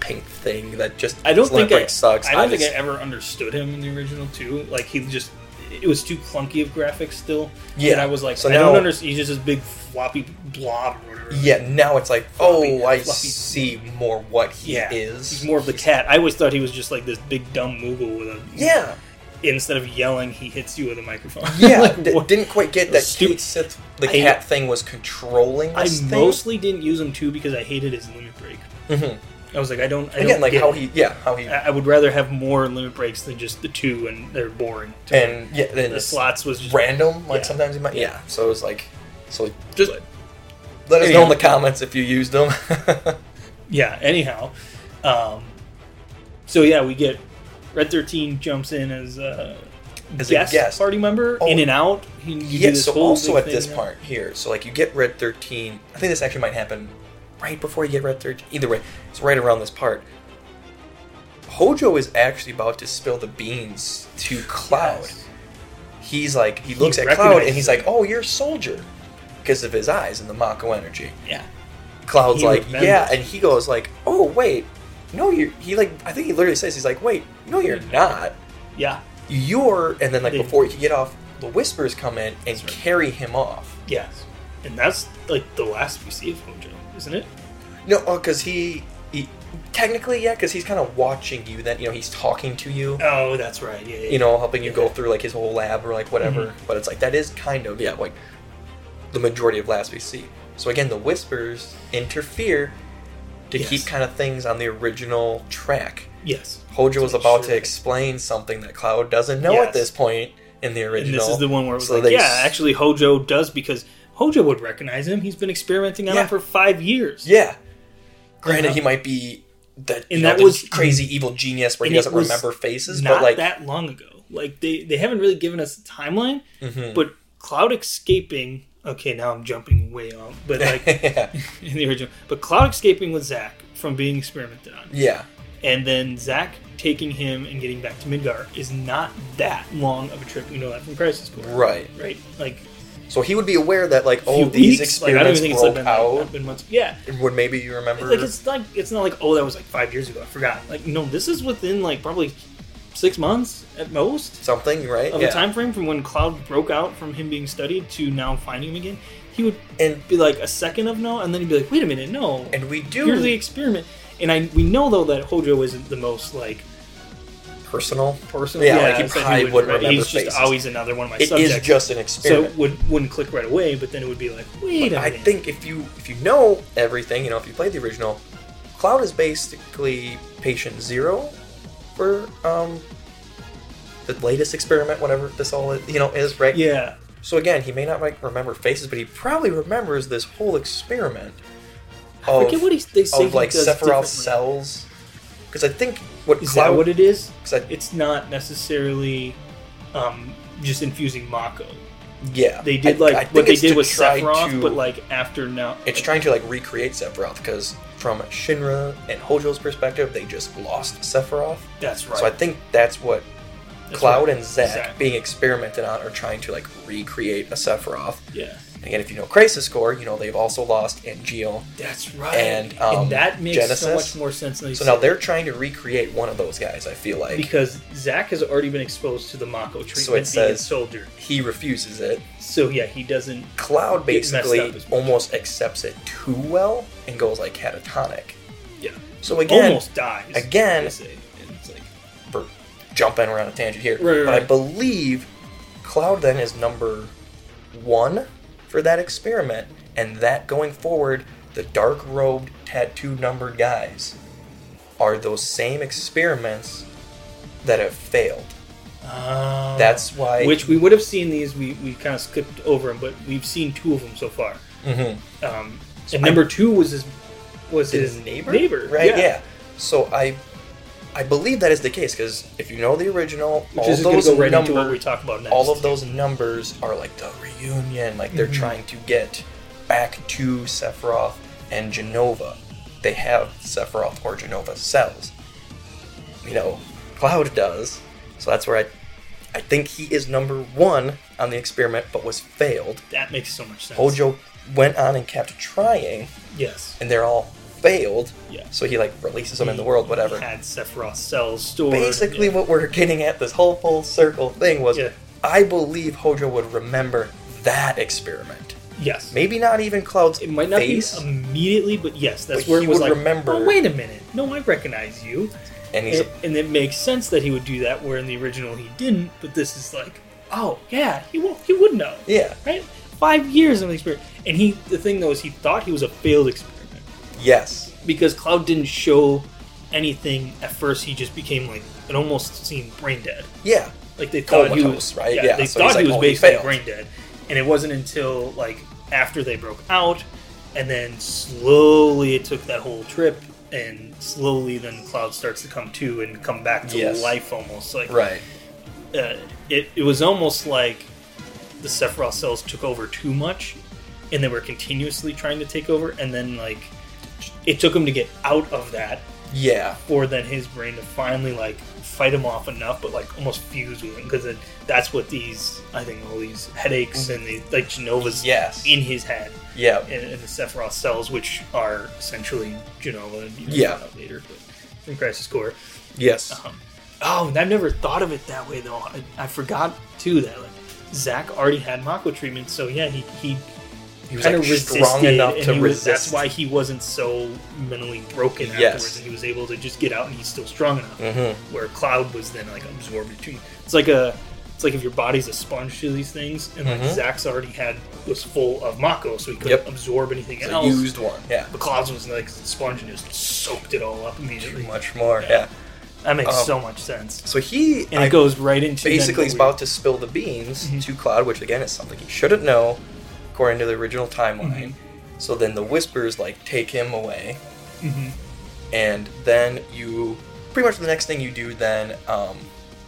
Speaker 2: pink thing that just
Speaker 1: I don't
Speaker 2: just like,
Speaker 1: think I,
Speaker 2: like, sucks.
Speaker 1: I don't think
Speaker 2: just-
Speaker 1: I ever understood him in the original too. Like he just it was too clunky of graphics still.
Speaker 2: Yeah.
Speaker 1: And I was like,
Speaker 2: So
Speaker 1: I
Speaker 2: now-
Speaker 1: don't understand. He's just this big floppy blob or whatever.
Speaker 2: yeah, now it's like,
Speaker 1: Floppy-
Speaker 2: oh, I
Speaker 1: floppy.
Speaker 2: see more what he
Speaker 1: Yeah.
Speaker 2: is.
Speaker 1: He's more of the cat. I always thought he was just like this big dumb moogle with a
Speaker 2: yeah,
Speaker 1: Instead of yelling, he hits you with a microphone.
Speaker 2: yeah.
Speaker 1: *laughs* Like,
Speaker 2: d-
Speaker 1: what-
Speaker 2: didn't quite get that.
Speaker 1: Stupid-
Speaker 2: Kate Sith, the
Speaker 1: I-
Speaker 2: cat thing, was controlling.
Speaker 1: I
Speaker 2: This thing.
Speaker 1: mostly didn't use him too because I hated his limit break.
Speaker 2: Mhm.
Speaker 1: I was like, I don't. I
Speaker 2: again
Speaker 1: don't
Speaker 2: like
Speaker 1: get
Speaker 2: how
Speaker 1: it. Uh,
Speaker 2: he, yeah, how he
Speaker 1: I I would rather have more limit breaks than just the two, and they're boring. To me.
Speaker 2: and yeah, then
Speaker 1: the
Speaker 2: it's
Speaker 1: slots was just
Speaker 2: random. Like
Speaker 1: Yeah.
Speaker 2: sometimes you might,
Speaker 1: Yeah.
Speaker 2: yeah. So it was like, so
Speaker 1: just
Speaker 2: let us
Speaker 1: Anyhow.
Speaker 2: know in the comments if you
Speaker 1: *laughs*
Speaker 2: used them. *laughs*
Speaker 1: yeah anyhow um so yeah we get red 13 jumps in as a
Speaker 2: As a
Speaker 1: guest,
Speaker 2: guest.
Speaker 1: party member
Speaker 2: Oh.
Speaker 1: in and out he, you do
Speaker 2: yeah.
Speaker 1: this
Speaker 2: So
Speaker 1: whole
Speaker 2: also
Speaker 1: big
Speaker 2: at
Speaker 1: thing,
Speaker 2: this
Speaker 1: yeah.
Speaker 2: part here, so like you get red thirteen. I think this actually might happen right before you get red thirteen. Either way, it's right around this part. Hojo is actually about to spill the beans to Cloud.
Speaker 1: Yes.
Speaker 2: He's like, he looks at Cloud
Speaker 1: recognizes
Speaker 2: and he's like, "Oh, you're a soldier," because of his eyes and the Mako energy.
Speaker 1: yeah
Speaker 2: Cloud's
Speaker 1: He
Speaker 2: like,
Speaker 1: remembers.
Speaker 2: yeah, and he goes like, oh wait, no, you. He like, I think he literally says he's like, wait, no, you're not.
Speaker 1: yeah
Speaker 2: You're, and then like
Speaker 1: Yeah.
Speaker 2: before he can get off, the whispers come in and
Speaker 1: right.
Speaker 2: carry him off.
Speaker 1: yes and that's like the last we see of hojo isn't it
Speaker 2: No, because he, he, technically, yeah, because he's kind of watching you. Then you know he's talking to you.
Speaker 1: oh that's right yeah, yeah
Speaker 2: You know, helping you go
Speaker 1: Yeah.
Speaker 2: through like his whole lab or like whatever.
Speaker 1: Mhm.
Speaker 2: But it's like that is kind of yeah, like the majority of last we see. So again, the whispers interfere to
Speaker 1: Yes.
Speaker 2: keep kind of things on the original track.
Speaker 1: yes
Speaker 2: Hojo was
Speaker 1: That's
Speaker 2: about
Speaker 1: true.
Speaker 2: to explain something that Cloud doesn't know
Speaker 1: Yes.
Speaker 2: at this point in the original.
Speaker 1: and this is the one where it was
Speaker 2: So
Speaker 1: like
Speaker 2: they
Speaker 1: yeah
Speaker 2: s-
Speaker 1: actually hojo does because hojo would recognize him he's been experimenting on
Speaker 2: Yeah.
Speaker 1: him for five years
Speaker 2: Yeah. Granted,
Speaker 1: Uh-huh.
Speaker 2: he might be that, you
Speaker 1: And
Speaker 2: know,
Speaker 1: that
Speaker 2: this
Speaker 1: was-
Speaker 2: crazy evil genius where
Speaker 1: and
Speaker 2: he
Speaker 1: it
Speaker 2: doesn't
Speaker 1: was
Speaker 2: remember faces,
Speaker 1: not
Speaker 2: but like *laughs*
Speaker 1: that long ago. Like they they haven't really given us a timeline,
Speaker 2: Mhm.
Speaker 1: but Cloud escaping. Okay, now I'm jumping way off, but
Speaker 2: *laughs*
Speaker 1: like *laughs*
Speaker 2: yeah.
Speaker 1: in the original, but Cloud escaping with Zack from being experimented on,
Speaker 2: yeah.
Speaker 1: and then Zack taking him and getting back to Midgar is not that long of a trip. We know that from Crisis Core,
Speaker 2: Right.
Speaker 1: Right, like
Speaker 2: So he would be aware that like
Speaker 1: few
Speaker 2: oh these
Speaker 1: weeks. Like, I don't
Speaker 2: experiments
Speaker 1: even think it's like,
Speaker 2: broke
Speaker 1: been
Speaker 2: out
Speaker 1: like, been months. Yeah,
Speaker 2: when maybe you remember
Speaker 1: like it's like it's not like oh that was like five years ago. I forgot. Like no, this is within like probably six months at most.
Speaker 2: something, right?
Speaker 1: of a time frame from when Cloud broke out from him being studied to now finding him again, he would
Speaker 2: And
Speaker 1: be like a second of no, and then he'd be like, wait a minute, no,
Speaker 2: and we do
Speaker 1: here's the experiment. And I we know though that Hojo isn't the most like
Speaker 2: personal.
Speaker 1: personal.
Speaker 2: Yeah, like, he
Speaker 1: it's that
Speaker 2: probably
Speaker 1: wouldn't
Speaker 2: wouldn't
Speaker 1: write-
Speaker 2: remember
Speaker 1: He's
Speaker 2: faces.
Speaker 1: just always another one of my
Speaker 2: It is
Speaker 1: subjects.
Speaker 2: just an
Speaker 1: so
Speaker 2: experiment.
Speaker 1: it would wouldn't click right away, but then it would be like, wait a
Speaker 2: I
Speaker 1: minute.
Speaker 2: think if you if you know everything, you know if you played the original, Cloud is basically patient zero for um the latest experiment, whatever this all is, you know is right.
Speaker 1: yeah,
Speaker 2: So again, he may not like remember faces, but he probably remembers this whole experiment
Speaker 1: I
Speaker 2: of,
Speaker 1: forget what he, they say.
Speaker 2: of like
Speaker 1: he does
Speaker 2: Sephiroth
Speaker 1: differently.
Speaker 2: cells. Because I think what
Speaker 1: Is
Speaker 2: Cloud
Speaker 1: that what it is?
Speaker 2: 'cause I-
Speaker 1: It's not necessarily um, just infusing Mako.
Speaker 2: yeah
Speaker 1: They did
Speaker 2: I-
Speaker 1: like
Speaker 2: I
Speaker 1: what
Speaker 2: think
Speaker 1: they
Speaker 2: it's
Speaker 1: did
Speaker 2: to
Speaker 1: with
Speaker 2: try
Speaker 1: Sephiroth,
Speaker 2: to-
Speaker 1: but like after now,
Speaker 2: It's trying to like recreate Sephiroth because from Shinra and Hojo's perspective, they just lost Sephiroth.
Speaker 1: that's right.
Speaker 2: So I think that's what
Speaker 1: That's
Speaker 2: Cloud
Speaker 1: right.
Speaker 2: and Zack
Speaker 1: Zack.
Speaker 2: being experimented on are trying to like recreate a Sephiroth.
Speaker 1: Yeah.
Speaker 2: Again, if you know Crisis Core, you know they've also lost Angel.
Speaker 1: That's right.
Speaker 2: And, um,
Speaker 1: that makes so
Speaker 2: Genesis.
Speaker 1: much more sense. Than
Speaker 2: So now they're trying to recreate one of those guys. I feel like
Speaker 1: because Zack has already been exposed to the Mako treatment
Speaker 2: So it
Speaker 1: being a
Speaker 2: says-
Speaker 1: soldier.
Speaker 2: he refuses it.
Speaker 1: So yeah, he doesn't.
Speaker 2: Cloud
Speaker 1: Get messed up
Speaker 2: basically
Speaker 1: as much.
Speaker 2: almost accepts it too well and goes like catatonic.
Speaker 1: Yeah.
Speaker 2: So again,
Speaker 1: almost dies
Speaker 2: again-
Speaker 1: they say. And it's like,
Speaker 2: for jumping around a tangent here,
Speaker 1: Right, right,
Speaker 2: but I
Speaker 1: right.
Speaker 2: believe Cloud then is number one for that experiment, and that going forward, the dark robed, tattoo numbered guys are those same experiments that have failed.
Speaker 1: um,
Speaker 2: That's why.
Speaker 1: which we would have seen these. We we kind of skipped over them, but we've seen two of them so far.
Speaker 2: Mhm.
Speaker 1: Um, and number two was his was
Speaker 2: His
Speaker 1: his,
Speaker 2: neighbor?
Speaker 1: Neighbor,
Speaker 2: right?
Speaker 1: Yeah.
Speaker 2: Yeah. So I, I believe that is the case because if you know the original,
Speaker 1: Which
Speaker 2: all
Speaker 1: is going to
Speaker 2: those
Speaker 1: go right
Speaker 2: numbers,
Speaker 1: into what we talk about next.
Speaker 2: all of those numbers are like the reunion, like
Speaker 1: Mm-hmm.
Speaker 2: they're trying to get back to Sephiroth and Genova. They have Sephiroth or Genova cells. You know, Cloud does. So that's where I I think he is number one on the experiment but was failed.
Speaker 1: that makes so much sense.
Speaker 2: Hojo went on and kept trying,
Speaker 1: yes,
Speaker 2: and they're all failed.
Speaker 1: Yeah.
Speaker 2: So he like releases them in the world, whatever
Speaker 1: had Sephiroth cells stored.
Speaker 2: basically
Speaker 1: Yeah.
Speaker 2: what we're getting at this whole full circle thing was
Speaker 1: Yeah.
Speaker 2: i believe hojo would remember that experiment
Speaker 1: yes,
Speaker 2: maybe not even cloud's
Speaker 1: it might not
Speaker 2: face
Speaker 1: be immediately, but yes, that's
Speaker 2: But
Speaker 1: where
Speaker 2: he
Speaker 1: it was
Speaker 2: would
Speaker 1: like.
Speaker 2: remember-
Speaker 1: Oh, wait a minute! No, I recognize you,
Speaker 2: and he's
Speaker 1: and, and it makes sense that he would do that. Where in the original he didn't, but this is like, oh yeah, he will. He would know.
Speaker 2: yeah
Speaker 1: right? Five years of experiment, and he. The thing though is, he thought he was a failed experiment
Speaker 2: yes
Speaker 1: because Cloud didn't show anything at first. He just became like it almost seemed brain dead.
Speaker 2: yeah
Speaker 1: Like they thought he
Speaker 2: Comatose,
Speaker 1: was
Speaker 2: Oh, right?
Speaker 1: Yeah,
Speaker 2: Yeah,
Speaker 1: they
Speaker 2: so he's
Speaker 1: thought
Speaker 2: like,
Speaker 1: he was
Speaker 2: "Oh, he
Speaker 1: basically
Speaker 2: failed."
Speaker 1: brain dead, and it wasn't until like after they broke out, and then slowly it took that whole trip, and slowly then Cloud starts to come to and come back to
Speaker 2: Yes.
Speaker 1: life almost like
Speaker 2: right
Speaker 1: uh, it, it was almost like the Sephiroth cells took over too much and they were continuously trying to take over and then like it took him to get out of that
Speaker 2: yeah
Speaker 1: for then his brain to finally like fight him off enough but like almost fuse with him because that's what these I think all these headaches and the like Genova's
Speaker 2: Yes.
Speaker 1: in his head
Speaker 2: yeah
Speaker 1: and, and the Sephiroth cells which are essentially Genova and you know,
Speaker 2: Yeah.
Speaker 1: later but in Crisis Core
Speaker 2: yes
Speaker 1: um, oh, I never thought of it that way though. I, I forgot too that like, Zach already had Mako treatment, so yeah, he he
Speaker 2: he was
Speaker 1: kind
Speaker 2: like
Speaker 1: of resisted,
Speaker 2: strong enough
Speaker 1: and
Speaker 2: to
Speaker 1: he was-
Speaker 2: resist
Speaker 1: That's why he wasn't so mentally broken
Speaker 2: Yes.
Speaker 1: afterwards, and he was able to just get out, and he's still strong enough.
Speaker 2: Mhm.
Speaker 1: Where Cloud was then like absorbed too. much. It's like a it's like if your body's a sponge to these things, and like
Speaker 2: Mhm.
Speaker 1: Zach's already had was full of Mako, so he couldn't
Speaker 2: Yep.
Speaker 1: absorb anything
Speaker 2: So
Speaker 1: else.
Speaker 2: used one yeah
Speaker 1: but Cloud's was like sponge and just soaked it all up immediately.
Speaker 2: much more yeah,
Speaker 1: That makes
Speaker 2: Um,
Speaker 1: so much sense
Speaker 2: so he
Speaker 1: and
Speaker 2: I
Speaker 1: it goes right into then
Speaker 2: basically he's
Speaker 1: what
Speaker 2: about to spill the beans
Speaker 1: Mhm.
Speaker 2: to Cloud, which again is something he shouldn't know, according to the original timeline.
Speaker 1: Mm-hmm.
Speaker 2: So then the whispers like take him away,
Speaker 1: we- Mhm.
Speaker 2: and then you pretty much the next thing you do then. Um,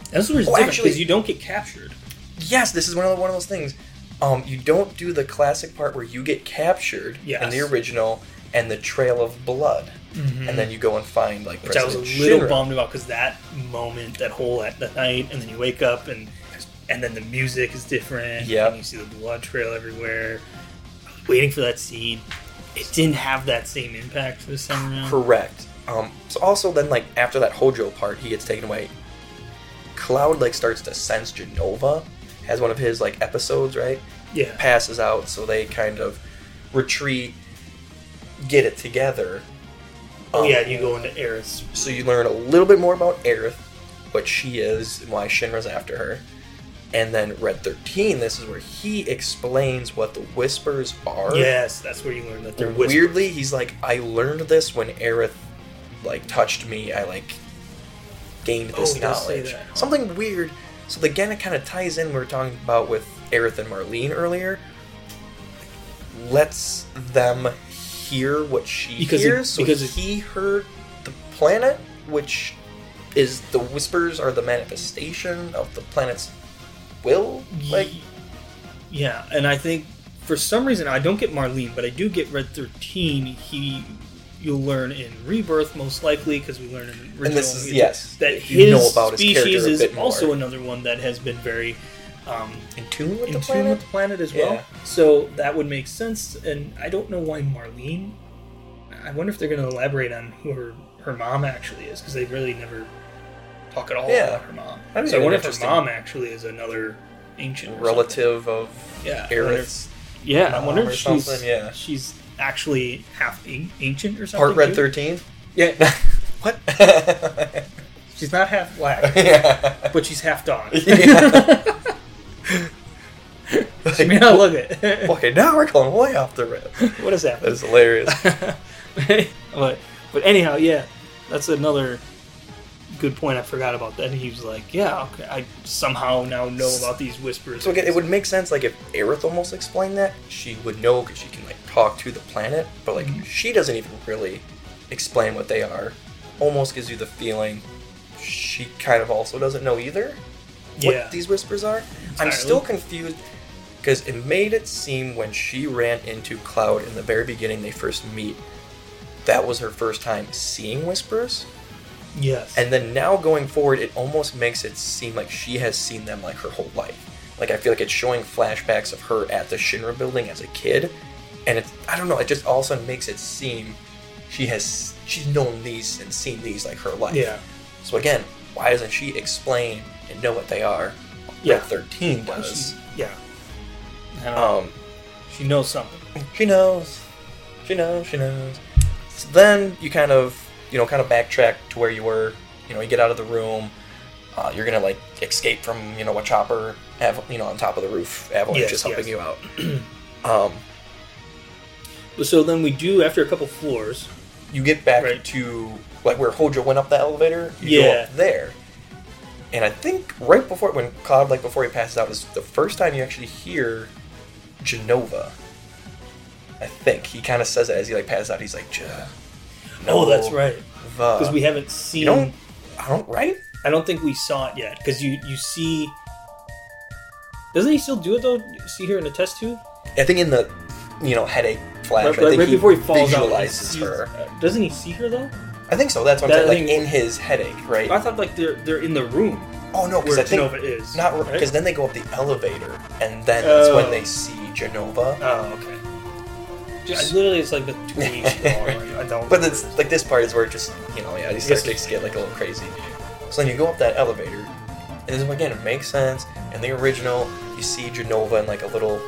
Speaker 1: That's where it's
Speaker 2: Oh,
Speaker 1: different
Speaker 2: actually-
Speaker 1: because you don't get captured.
Speaker 2: yes, this is one of one of those things. Um, you don't do the classic part where you get captured in the
Speaker 1: Yes. Mm.
Speaker 2: original and the Trail of Blood,
Speaker 1: Mm-hmm.
Speaker 2: and then you go and find like
Speaker 1: which I was a
Speaker 2: President
Speaker 1: little
Speaker 2: Shinra.
Speaker 1: bummed about because that moment, that whole that, that night, and then you wake up and and then the music is different.
Speaker 2: Yep.
Speaker 1: and you see the blood trail everywhere. Waiting for that scene, it didn't have that same impact this time around.
Speaker 2: Correct. Um, so also then like after that Hojo part, he gets taken away. Cloud like starts to sense Genova, has one of his like episodes, right?
Speaker 1: yeah,
Speaker 2: Passes out, so they kind of retreat, get it together.
Speaker 1: oh
Speaker 2: Um,
Speaker 1: yeah, you go into Eris.
Speaker 2: So you learn a little bit more about Aerith, what she is, and why Shinra's after her. And then Red 13, this is where he explains what the whispers are.
Speaker 1: Yes, that's where you learn that they're whispers.
Speaker 2: Weirdly, he's like, I learned this when Aerith like touched me. I like gained
Speaker 1: Oh,
Speaker 2: this
Speaker 1: he does say
Speaker 2: knowledge.
Speaker 1: that, huh?
Speaker 2: Something weird. So again, it kind of ties in. We were talking about with Aerith and Marlene earlier. Lets them hear what she
Speaker 1: Because it-
Speaker 2: hears. so
Speaker 1: because it-
Speaker 2: he heard the planet, which is the whispers are the manifestation of the planet's will. Like
Speaker 1: Ye- yeah, and I think for some reason I don't get Marlene, but I do get Red Thirteen. He you'll learn in Rebirth most likely because we learn in the original.
Speaker 2: this is-
Speaker 1: Mutant,
Speaker 2: yes,
Speaker 1: that
Speaker 2: if you
Speaker 1: his
Speaker 2: know about his character
Speaker 1: species
Speaker 2: a
Speaker 1: is
Speaker 2: bit more.
Speaker 1: also another one that has been very um,
Speaker 2: in tune with
Speaker 1: in
Speaker 2: the
Speaker 1: tune
Speaker 2: planet.
Speaker 1: with the planet as well.
Speaker 2: Yeah.
Speaker 1: So that would make sense. And I don't know why Marlene. I wonder if they're going to elaborate on who her, her mom actually is because they really never talk at all
Speaker 2: Yeah.
Speaker 1: about her mom.
Speaker 2: That'd be
Speaker 1: so I
Speaker 2: an
Speaker 1: wonder if her
Speaker 2: interesting-
Speaker 1: mom actually is another ancient or something.
Speaker 2: relative of
Speaker 1: Yeah, I wonder
Speaker 2: Aerith's
Speaker 1: Yeah, I wonder
Speaker 2: mom
Speaker 1: if
Speaker 2: or
Speaker 1: she's
Speaker 2: something, yeah.
Speaker 1: she's actually half an- ancient or something.
Speaker 2: part red
Speaker 1: too.
Speaker 2: thirteen. Yeah. *laughs* what?
Speaker 1: *laughs* She's not half black,
Speaker 2: yeah.
Speaker 1: but she's half dog.
Speaker 2: *laughs*
Speaker 1: *laughs*
Speaker 2: Yeah.
Speaker 1: she may not look it.
Speaker 2: Okay, now we're going way off the rail.
Speaker 1: *laughs* what is that?
Speaker 2: That is hilarious.
Speaker 1: *laughs* but but anyhow, yeah, that's another good point. I forgot about that. And he was like, yeah, okay, I somehow now know about these whispers.
Speaker 2: *laughs* So again, it would make sense like if Aerith almost explained that, she would know because she can like talk to the planet, but like she doesn't even really explain what they are. Almost gives you the feeling she kind of also doesn't know either. what
Speaker 1: yeah,
Speaker 2: these whispers are.
Speaker 1: Entirely.
Speaker 2: I'm still confused because it made it seem when she ran into Cloud in the very beginning they first meet, that was her first time seeing whispers.
Speaker 1: yes,
Speaker 2: And then now going forward, it almost makes it seem like she has seen them like her whole life. Like I feel like it's showing flashbacks of her at the Shinra building as a kid, and it's I don't know. It just all of a sudden makes it seem she has she's known these and seen these like her life.
Speaker 1: yeah,
Speaker 2: So again, why doesn't she explain and know what they are?
Speaker 1: Yeah.
Speaker 2: Red Thirteen does.
Speaker 1: She- yeah. I don't know.
Speaker 2: Um,
Speaker 1: she knows something.
Speaker 2: she knows. She knows. She knows. So then you kind of, you know, kind of backtrack to where you were. You know, you get out of the room. Uh, you're gonna like escape from, you know, a chopper, av- you know, on top of the roof. Avalanche
Speaker 1: Yes,
Speaker 2: is helping
Speaker 1: yes.
Speaker 2: you out. *clears throat* um,
Speaker 1: But so then we do after a couple floors.
Speaker 2: you get back
Speaker 1: Right.
Speaker 2: to like where Hojo went up the elevator. You go
Speaker 1: Yeah.
Speaker 2: up there, and I think right before when Cloud, like before he passes out, is the first time you actually hear Genova. I think he kind of says it as he like passes out. He's like, "Genova."
Speaker 1: Oh, that's right. Because we haven't seen.
Speaker 2: Uh, you don't, I don't, right?
Speaker 1: I don't think we saw it yet because you you see. Doesn't he still do it though? You See here in the test tube,
Speaker 2: I think in the, you know, headache flash.
Speaker 1: right,
Speaker 2: I
Speaker 1: right
Speaker 2: think
Speaker 1: before he falls out, he
Speaker 2: visualizes
Speaker 1: sees-
Speaker 2: her.
Speaker 1: Doesn't he see her though?
Speaker 2: I think so. That's what I'm
Speaker 1: That- I
Speaker 2: saying. Like
Speaker 1: think-
Speaker 2: in his headache, right?
Speaker 1: I thought like they're they're in the room
Speaker 2: Oh no, because
Speaker 1: where
Speaker 2: I think
Speaker 1: Genova is.
Speaker 2: Not
Speaker 1: right?
Speaker 2: because then they go up the elevator, and then that's
Speaker 1: Oh.
Speaker 2: when they see Genova.
Speaker 1: Oh, okay.
Speaker 2: Just-
Speaker 1: I literally, it's like between
Speaker 2: *laughs*
Speaker 1: each floor. I don't.
Speaker 2: But it's like this part is where it just you know yeah these
Speaker 1: Yes.
Speaker 2: sidekicks get like a little crazy. So then you go up that elevator, and this is when, again it makes sense. In the original, you see Genova in like a little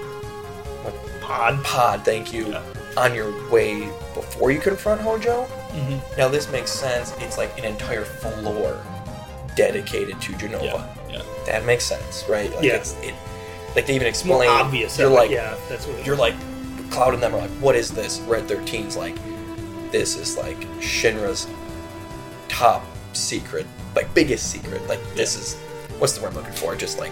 Speaker 2: like pod pod. Thank you.
Speaker 1: Yeah.
Speaker 2: On your way before you confront Hojo.
Speaker 1: Mhm.
Speaker 2: Now this makes sense. It's like an entire floor dedicated to Genova.
Speaker 1: yeah, yeah.
Speaker 2: That makes sense, right? Like
Speaker 1: Yeah.
Speaker 2: It's, it, like they even
Speaker 1: It's more
Speaker 2: explain.
Speaker 1: obvious.
Speaker 2: You're
Speaker 1: I-
Speaker 2: like
Speaker 1: yeah, that's what. it-
Speaker 2: you're like Cloud and them are like, what is this? Red 13's like, this is like Shinra's top secret, like biggest secret. Like this is what's the word I'm looking for? Just like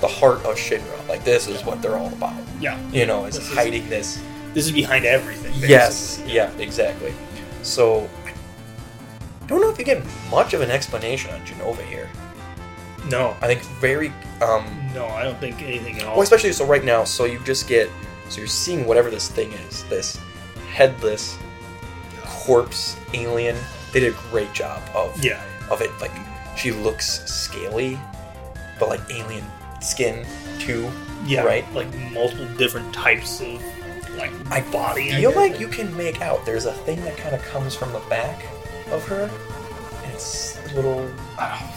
Speaker 2: the heart of Shinra. Like this is what they're all about.
Speaker 1: yeah.
Speaker 2: You know, is
Speaker 1: This is-
Speaker 2: hiding this.
Speaker 1: This is behind everything. Basically.
Speaker 2: Yes, yeah, exactly. So I don't know if you get much of an explanation on Genova here.
Speaker 1: No.
Speaker 2: I think very um
Speaker 1: No, I don't think anything at all.
Speaker 2: Well, especially so right now, so you just get so you're seeing whatever this thing is, this headless corpse alien. They did a great job of
Speaker 1: yeah.
Speaker 2: of it. Like she looks scaly, but like alien skin too.
Speaker 1: Yeah.
Speaker 2: Right?
Speaker 1: Like multiple different types of like
Speaker 2: I
Speaker 1: body. I
Speaker 2: feel
Speaker 1: guess.
Speaker 2: like you can make out there's a thing that kind of comes from the back of her. And it's a little. ah.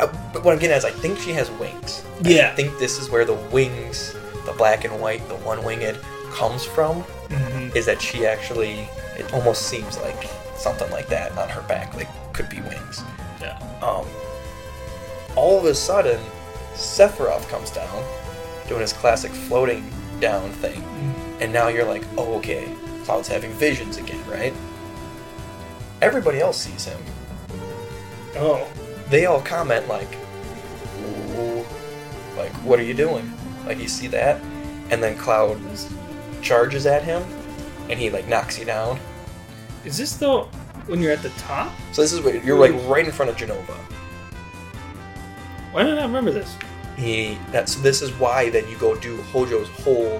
Speaker 2: Uh, but what I'm getting at is, I think she has wings. I
Speaker 1: Yeah.
Speaker 2: think this is where the wings, the black and white, the one winged, comes from.
Speaker 1: Mhm.
Speaker 2: Is that she actually? It almost seems like something like that on her back, like could be wings.
Speaker 1: Yeah.
Speaker 2: Um, all of a sudden, Sephiroth comes down, doing his classic floating down thing, and now you're like, oh okay, Cloud's having visions again, right? Everybody else sees him.
Speaker 1: Oh.
Speaker 2: They all comment like, ooh, like what are you doing? Like you see that, and then Cloud charges at him, and he like knocks you down.
Speaker 1: Is this though when you're at the top?
Speaker 2: So this is what you're like right in front of Genova.
Speaker 1: Why don't I remember this?
Speaker 2: He that so this is why then you go do Hojo's whole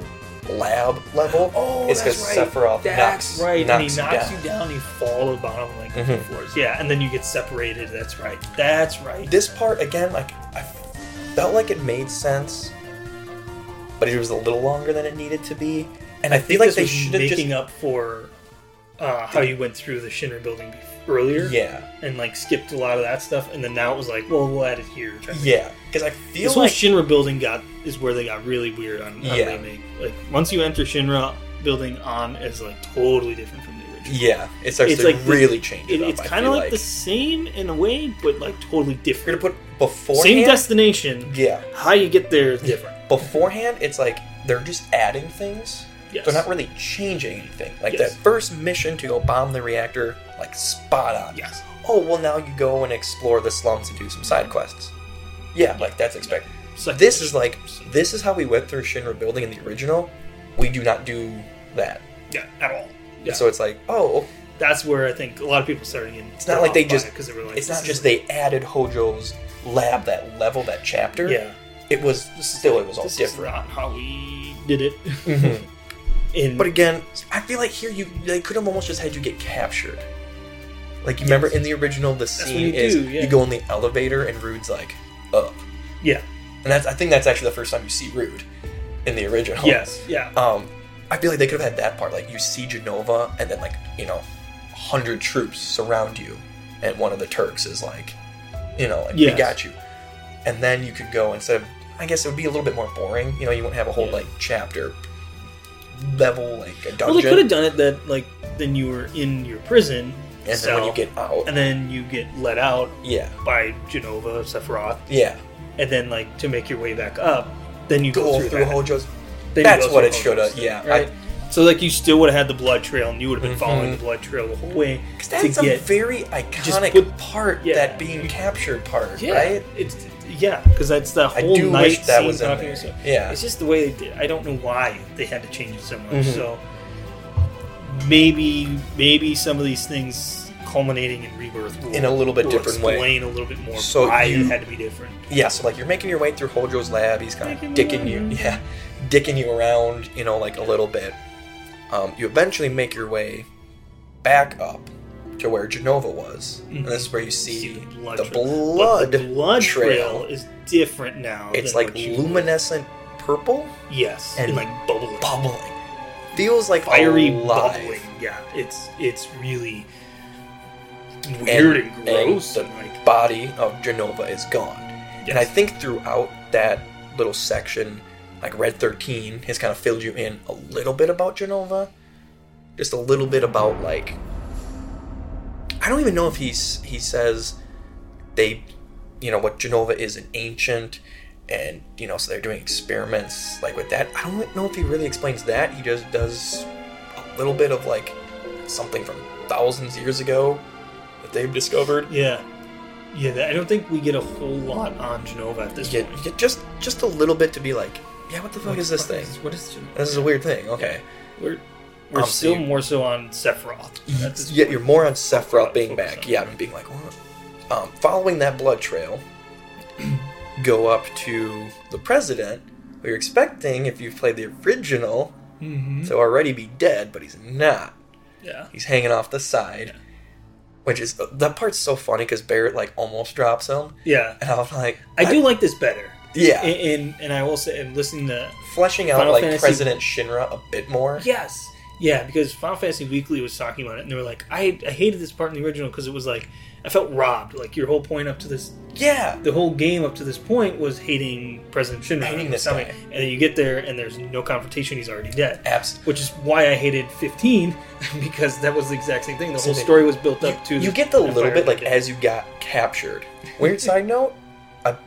Speaker 2: lab level
Speaker 1: Oh,
Speaker 2: is
Speaker 1: that's
Speaker 2: because
Speaker 1: right.
Speaker 2: Sephiroth
Speaker 1: That's
Speaker 2: knocks,
Speaker 1: right, and he
Speaker 2: knocks you
Speaker 1: knocks
Speaker 2: down.
Speaker 1: you down. You fall to the bottom like
Speaker 2: Mhm.
Speaker 1: floors. Yeah, and then you get separated. That's right. That's right.
Speaker 2: This part again, like I felt like it made sense, but it was a little longer than it needed to be. And I, feel
Speaker 1: think
Speaker 2: like
Speaker 1: this
Speaker 2: they
Speaker 1: was
Speaker 2: should have
Speaker 1: making
Speaker 2: just
Speaker 1: up for uh, how you went through the Shinra building bef- earlier.
Speaker 2: yeah,
Speaker 1: and like skipped a lot of that stuff, and then now it was like, well, we'll add it here. Try to-
Speaker 2: yeah. Because I feel
Speaker 1: This whole
Speaker 2: like
Speaker 1: Shinra building got is where they got really weird on, on
Speaker 2: Yeah.
Speaker 1: remake. Like once you enter Shinra building, on is like totally different from the original.
Speaker 2: yeah, it starts
Speaker 1: It's
Speaker 2: to
Speaker 1: like the-
Speaker 2: really change it,
Speaker 1: It-
Speaker 2: up.
Speaker 1: it's
Speaker 2: I
Speaker 1: kind of
Speaker 2: feel
Speaker 1: like, the same in a way, but like totally
Speaker 2: We're gonna
Speaker 1: different.
Speaker 2: put before
Speaker 1: Same destination.
Speaker 2: Yeah,
Speaker 1: How you get there is different.
Speaker 2: beforehand, it's like they're just adding things.
Speaker 1: Yes.
Speaker 2: They're not really changing anything. Like
Speaker 1: Yes.
Speaker 2: that first mission to go bomb the reactor, like spot on.
Speaker 1: Yes.
Speaker 2: Oh well, now you go and explore the slums and do some side quests. Yeah, like that's expected.
Speaker 1: So
Speaker 2: This is like this is how we went through Shinra building in the original. We do not do that.
Speaker 1: yeah, at all. Yeah.
Speaker 2: So it's like oh,
Speaker 1: That's where I think a lot of people started getting.
Speaker 2: It's not like they just-
Speaker 1: because they were like,
Speaker 2: it's not
Speaker 1: this
Speaker 2: just
Speaker 1: is-
Speaker 2: they added Hojo's lab, that level, that chapter.
Speaker 1: Yeah.
Speaker 2: It was still it was all
Speaker 1: This is
Speaker 2: different.
Speaker 1: not how we did it. *laughs*
Speaker 2: Mhm.
Speaker 1: In
Speaker 2: But again, I feel like here you they could have almost just had you get captured. Like you remember in the original, the
Speaker 1: what you
Speaker 2: scene is
Speaker 1: do, yeah.
Speaker 2: you go in the elevator and Rude's like up,
Speaker 1: yeah,
Speaker 2: and that's I think that's actually the first time you see Rude in the original.
Speaker 1: *laughs* yes, yeah.
Speaker 2: Um, I feel like they could have had that part, like you see Genova, and then like you know, hundred troops surround you, and one of the Turks is like, you know, like
Speaker 1: Yes.
Speaker 2: we got you, and then you could go instead of. I guess it would be a little bit more boring. You know, you wouldn't have a whole
Speaker 1: Yeah.
Speaker 2: like chapter level like a dungeon.
Speaker 1: Well, they could have done it that like then you were in your prison,
Speaker 2: and then when
Speaker 1: cell,
Speaker 2: you get out,
Speaker 1: and then you get let out
Speaker 2: yeah,
Speaker 1: by Genova, Sephiroth,
Speaker 2: yeah,
Speaker 1: and then like to make your way back up, then you go,
Speaker 2: go through
Speaker 1: that.
Speaker 2: Hojo's.
Speaker 1: Then you
Speaker 2: That's
Speaker 1: go
Speaker 2: what
Speaker 1: through
Speaker 2: it should have.
Speaker 1: Hojo's,
Speaker 2: Yeah,
Speaker 1: right. so like you still would have had the blood trail, and you would have been following
Speaker 2: Mhm.
Speaker 1: the blood trail the whole way
Speaker 2: because
Speaker 1: to
Speaker 2: that's a
Speaker 1: get.
Speaker 2: very iconic
Speaker 1: put-
Speaker 2: part.
Speaker 1: yeah.
Speaker 2: That being captured part,
Speaker 1: yeah,
Speaker 2: right?
Speaker 1: It's yeah, because that's the
Speaker 2: I
Speaker 1: whole
Speaker 2: do
Speaker 1: night
Speaker 2: wish that
Speaker 1: scene
Speaker 2: was in
Speaker 1: talking
Speaker 2: there.
Speaker 1: to yourself.
Speaker 2: Yeah.
Speaker 1: It's just the way they did. I don't know why they had to change it so much.
Speaker 2: Mhm.
Speaker 1: So maybe maybe some of these things culminating in rebirth will,
Speaker 2: In a little bit
Speaker 1: will
Speaker 2: different way.
Speaker 1: explain a little bit more
Speaker 2: So
Speaker 1: why
Speaker 2: you-
Speaker 1: it had to be different.
Speaker 2: Yeah, so like you're making your way through Hojo's lab. He's kind of
Speaker 1: Making
Speaker 2: dicking
Speaker 1: my
Speaker 2: you,
Speaker 1: way.
Speaker 2: yeah, dicking you around, you know, like a little bit. Um, you eventually make your way back up to where Genova was, and this is where you see,
Speaker 1: Mm-hmm. the
Speaker 2: the,
Speaker 1: blood
Speaker 2: blood
Speaker 1: trail. But the blood trail,
Speaker 2: trail.
Speaker 1: is different now.
Speaker 2: It's
Speaker 1: than
Speaker 2: like
Speaker 1: what you-
Speaker 2: luminescent purple,
Speaker 1: yes,
Speaker 2: and
Speaker 1: and, like bubbling,
Speaker 2: bubbling. Feels like
Speaker 1: fiery
Speaker 2: alive.
Speaker 1: bubbling. Yeah, it's it's really weird and, gross.
Speaker 2: and
Speaker 1: and, like
Speaker 2: Body of Genova is gone, and I
Speaker 1: Yes.
Speaker 2: think throughout that little section, like Red Thirteen has kind of filled you in a little bit about Genova, just a little bit about like I don't even know if he's he says they, you know, what Genova is an ancient. And you know, so they're doing experiments like with that. I don't know if he really explains that. He just does a little bit of like something from thousands of years ago that they've discovered.
Speaker 1: Yeah. Yeah, that- I don't think we get a whole lot on Genova at this
Speaker 2: You get,
Speaker 1: point.
Speaker 2: you get just just a little bit to be like, yeah, what the fuck is this thing?
Speaker 1: What is Genova?
Speaker 2: This is a weird thing. Okay,
Speaker 1: We're, we're
Speaker 2: Um, so
Speaker 1: still
Speaker 2: you- Mm-hmm.
Speaker 1: more so on Sephiroth. At this
Speaker 2: yet
Speaker 1: point.
Speaker 2: you're more on Sephiroth being
Speaker 1: Focus
Speaker 2: back.
Speaker 1: on-
Speaker 2: Yeah, and being like, what? Um, following that blood trail, *clears throat* go up to the president. Who you're expecting if you've played the original
Speaker 1: Mhm.
Speaker 2: to already be dead, but he's not.
Speaker 1: Yeah.
Speaker 2: He's hanging off the side, which is that part's so funny because Barrett like almost drops him,
Speaker 1: Yeah.
Speaker 2: and I was like,
Speaker 1: I do like this better.
Speaker 2: yeah,
Speaker 1: And, and, and I will say, and listening to.
Speaker 2: fleshing out
Speaker 1: Final
Speaker 2: like
Speaker 1: Fantasy-
Speaker 2: President Shinra a bit more.
Speaker 1: Yes. Yeah, because Final Fantasy Weekly was talking about it, and they were like, I, I hated this part in the original because it was like, I felt robbed. Like, your whole point up to this
Speaker 2: yeah.
Speaker 1: the whole game up to this point was hating President Shinra.
Speaker 2: Hating this
Speaker 1: Something.
Speaker 2: guy.
Speaker 1: And then you get there and there's no confrontation, he's already dead.
Speaker 2: Abs-
Speaker 1: Which is why I hated 15, *laughs* because that was the exact same thing. The
Speaker 2: Same
Speaker 1: whole
Speaker 2: thing.
Speaker 1: story was built up to
Speaker 2: you
Speaker 1: this
Speaker 2: get the little bit like
Speaker 1: environment.
Speaker 2: as you got captured.
Speaker 1: *laughs*
Speaker 2: Weird side note, I'm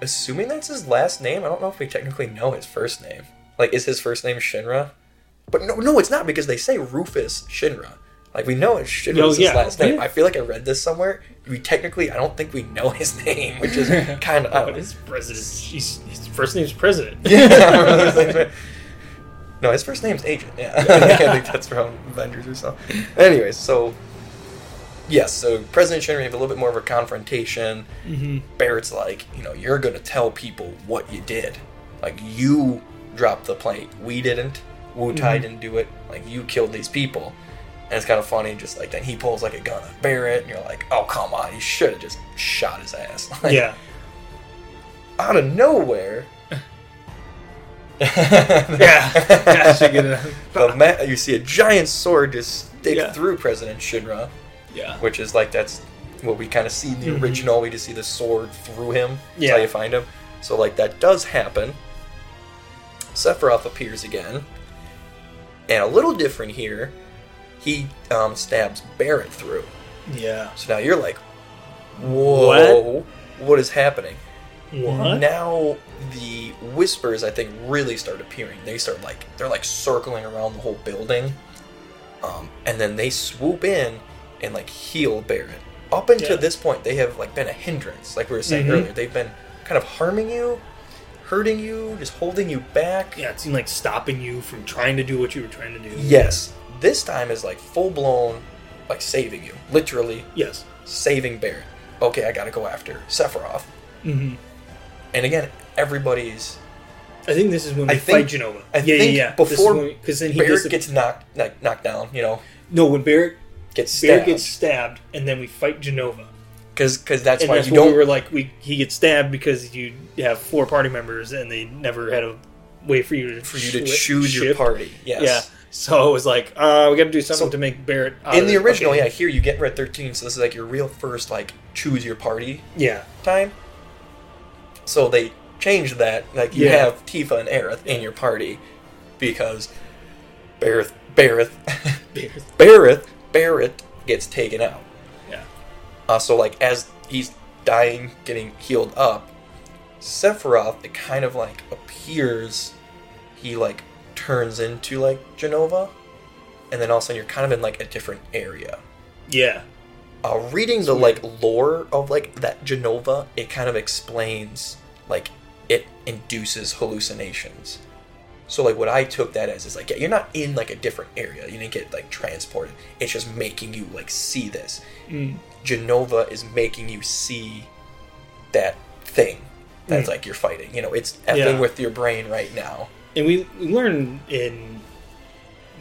Speaker 2: assuming that's his last name. I don't know if we technically know his first name. Like, is his first name Shinra? But no, no, it's not because they say Rufus Shinra. Like we know it's Shinra
Speaker 1: No,
Speaker 2: is his
Speaker 1: yeah.
Speaker 2: last name.
Speaker 1: Yeah.
Speaker 2: I feel like I read this somewhere. We technically, I don't think we know his *laughs* name,
Speaker 1: *laughs*
Speaker 2: which is kind of
Speaker 1: But his president, he's, his first name's
Speaker 2: *laughs*
Speaker 1: President. *laughs*
Speaker 2: Yeah. no, his first name's Agent. Yeah, *laughs* I think that's from Avengers or something. Anyways, so yes, so President Shinra have a little bit more of a confrontation.
Speaker 1: hmm
Speaker 2: Barrett's like, you know, you're gonna tell people what you did. Like you dropped the plate, we didn't. Wu Tai didn't do it. Like you killed these people, and it's kind of funny. Just like then he pulls like a gun on Barrett, and you're like, oh come on, you should have just shot his ass. *laughs* Like,
Speaker 1: yeah.
Speaker 2: Out of nowhere.
Speaker 1: *laughs* Yeah.
Speaker 2: *laughs*
Speaker 1: yeah I should get it.
Speaker 2: the ma- you see a giant sword just stick
Speaker 1: Yeah.
Speaker 2: through President Shinra,
Speaker 1: Yeah.
Speaker 2: which is like that's what we kind of see in the
Speaker 1: Mhm.
Speaker 2: original. We just see the sword through him. That's
Speaker 1: Yeah.
Speaker 2: how you find him. So like that does happen. Sephiroth appears again, and a little different here. He um, stabs Barrett through.
Speaker 1: Yeah.
Speaker 2: So now you're like, whoa, what is happening?
Speaker 1: What?
Speaker 2: Now the whispers, I think, really start appearing. They start like they're like circling around the whole building, um, and then they swoop in and like heal Barrett. Up until
Speaker 1: Yeah.
Speaker 2: this point, they have like been a hindrance, like we were saying
Speaker 1: Mhm.
Speaker 2: earlier. They've been kind of harming you, hurting you, just holding you back.
Speaker 1: Yeah, it seemed like stopping you from trying to do what you were trying to do.
Speaker 2: Yes, this time is like full blown, like saving you, literally
Speaker 1: Yes.
Speaker 2: saving Barrett. Okay, I gotta go after Sephiroth,
Speaker 1: hmm
Speaker 2: and again, everybody's
Speaker 1: I think this is when
Speaker 2: I
Speaker 1: they
Speaker 2: think-
Speaker 1: fight Genova.
Speaker 2: I
Speaker 1: yeah,
Speaker 2: think
Speaker 1: yeah, yeah.
Speaker 2: before
Speaker 1: because then he
Speaker 2: Barrett
Speaker 1: dis-
Speaker 2: gets knocked like knocked down, you know,
Speaker 1: no when Barrett
Speaker 2: gets
Speaker 1: Barrett
Speaker 2: stabbed.
Speaker 1: gets stabbed and then we fight Genova.
Speaker 2: Because that's
Speaker 1: and
Speaker 2: why
Speaker 1: that's
Speaker 2: you
Speaker 1: when we
Speaker 2: don't.
Speaker 1: were like we he gets stabbed because you have four party members and they never had a way for you to
Speaker 2: for you to
Speaker 1: swi-
Speaker 2: choose your
Speaker 1: shift.
Speaker 2: party. Yes.
Speaker 1: Yeah. So it was like, uh, we got to do something
Speaker 2: So-
Speaker 1: to make Barrett out
Speaker 2: In
Speaker 1: of
Speaker 2: the
Speaker 1: this.
Speaker 2: original,
Speaker 1: Okay.
Speaker 2: yeah, here you get Red 13, so this is like your real first, like, choose your party
Speaker 1: yeah,
Speaker 2: time. So they changed that. Like, you
Speaker 1: Yeah.
Speaker 2: have Tifa and Aerith in your party because Bareth, Bareth,
Speaker 1: Barrett.
Speaker 2: *laughs* Bareth, Bareth gets taken out.
Speaker 1: Yeah.
Speaker 2: Uh, so, like, as he's dying, getting healed up, Sephiroth, it kind of, like, appears. He, like, turns into, like, Genova. And then all of a sudden, you're kind of in, like, a different area.
Speaker 1: yeah,
Speaker 2: Uh, reading the, like, lore of, like, that Genova, it kind of explains, like, it induces hallucinations. So, like, what I took that as is, like, yeah, you're not in, like, a different area. You didn't get, like, transported. It's just making you, like, see this.
Speaker 1: Mm.
Speaker 2: Genova is making you see that thing that's
Speaker 1: Mm.
Speaker 2: like you're fighting. You know, it's effing
Speaker 1: Yeah.
Speaker 2: with your brain right now.
Speaker 1: and we we learn in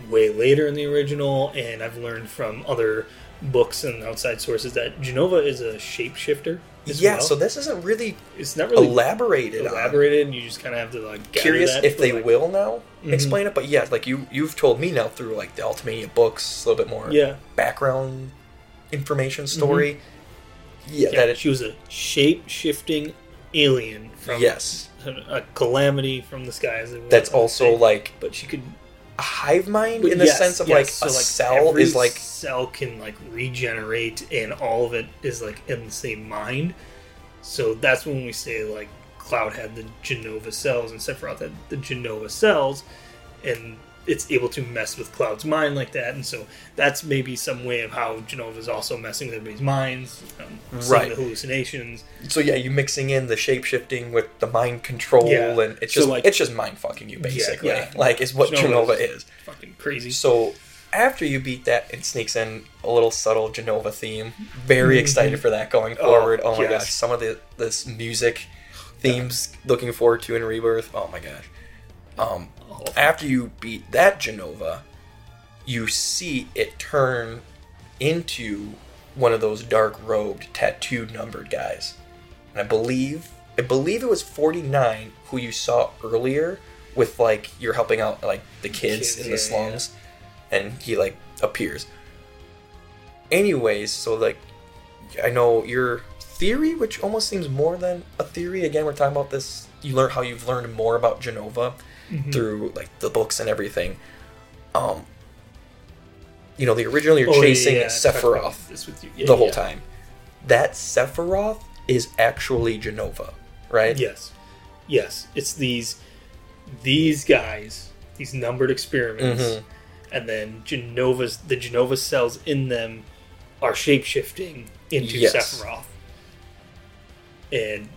Speaker 1: way later in the original, and I've learned from other books and outside sources that Genova is a shapeshifter. As
Speaker 2: yeah,
Speaker 1: well.
Speaker 2: so this isn't really,
Speaker 1: it's not really
Speaker 2: elaborated. on.
Speaker 1: elaborated. and You just kind of have to like gather
Speaker 2: Curious
Speaker 1: that
Speaker 2: if
Speaker 1: from,
Speaker 2: they
Speaker 1: like-
Speaker 2: will now
Speaker 1: Mhm.
Speaker 2: explain it, but yeah, like you you've told me now through like the Ultimania books, a little bit more
Speaker 1: Yeah,
Speaker 2: background information story. Yeah,
Speaker 1: Mm-hmm. yeah
Speaker 2: that it
Speaker 1: she was a shape shifting alien from
Speaker 2: yes,
Speaker 1: a calamity from the skies.
Speaker 2: that's also like
Speaker 1: but she could
Speaker 2: a hive mind
Speaker 1: But
Speaker 2: in the
Speaker 1: yes,
Speaker 2: sense of
Speaker 1: yes,
Speaker 2: like
Speaker 1: so,
Speaker 2: a cell
Speaker 1: every
Speaker 2: is like
Speaker 1: cell can like regenerate and all of it is like in the same mind so that's when we say like cloud had the genova cells and sephiroth had the genova cells and it's able to mess with cloud's mind like that and so that's maybe some way of how genova is also messing with everybody's minds um, seeing
Speaker 2: Right.
Speaker 1: the hallucinations
Speaker 2: so yeah, you mixing in the shape shifting with the mind control,
Speaker 1: Yeah.
Speaker 2: and it's
Speaker 1: So,
Speaker 2: just
Speaker 1: like-
Speaker 2: it's just mind fucking you basically.
Speaker 1: yeah.
Speaker 2: Like it's what Genova
Speaker 1: Genova
Speaker 2: is.
Speaker 1: fucking crazy
Speaker 2: So after you beat that, it sneaks in a little subtle Genova theme. Very excited for that going
Speaker 1: Mm-hmm. Oh,
Speaker 2: forward. Oh, my
Speaker 1: yes.
Speaker 2: gosh, some of the this music themes looking forward to in Rebirth. Oh my gosh. Um,
Speaker 1: Oh.
Speaker 2: after you beat that Genova, you see it turn into one of those dark robed, tattooed numbered guys. And I believe I believe it was 49 who you saw earlier with like you're helping out like the kids,
Speaker 1: Kids,
Speaker 2: in
Speaker 1: yeah,
Speaker 2: the slums and he like appears. Anyways, so like I know your theory, which almost seems more than a theory. Again, we're talking about this. You learn how you've learned more about Genova
Speaker 1: Mm-hmm.
Speaker 2: through like the books and everything. Um, you know, the original you're
Speaker 1: Oh, yeah,
Speaker 2: chasing
Speaker 1: yeah, I talked about
Speaker 2: Sephiroth
Speaker 1: this with you.
Speaker 2: the whole
Speaker 1: yeah.
Speaker 2: time. That Sephiroth is actually Genova, right?
Speaker 1: Yes. Yes. It's these these guys, these numbered experiments,
Speaker 2: Mhm.
Speaker 1: and then Genova's the Genova cells in them are shape shifting into
Speaker 2: Yes.
Speaker 1: Sephiroth. And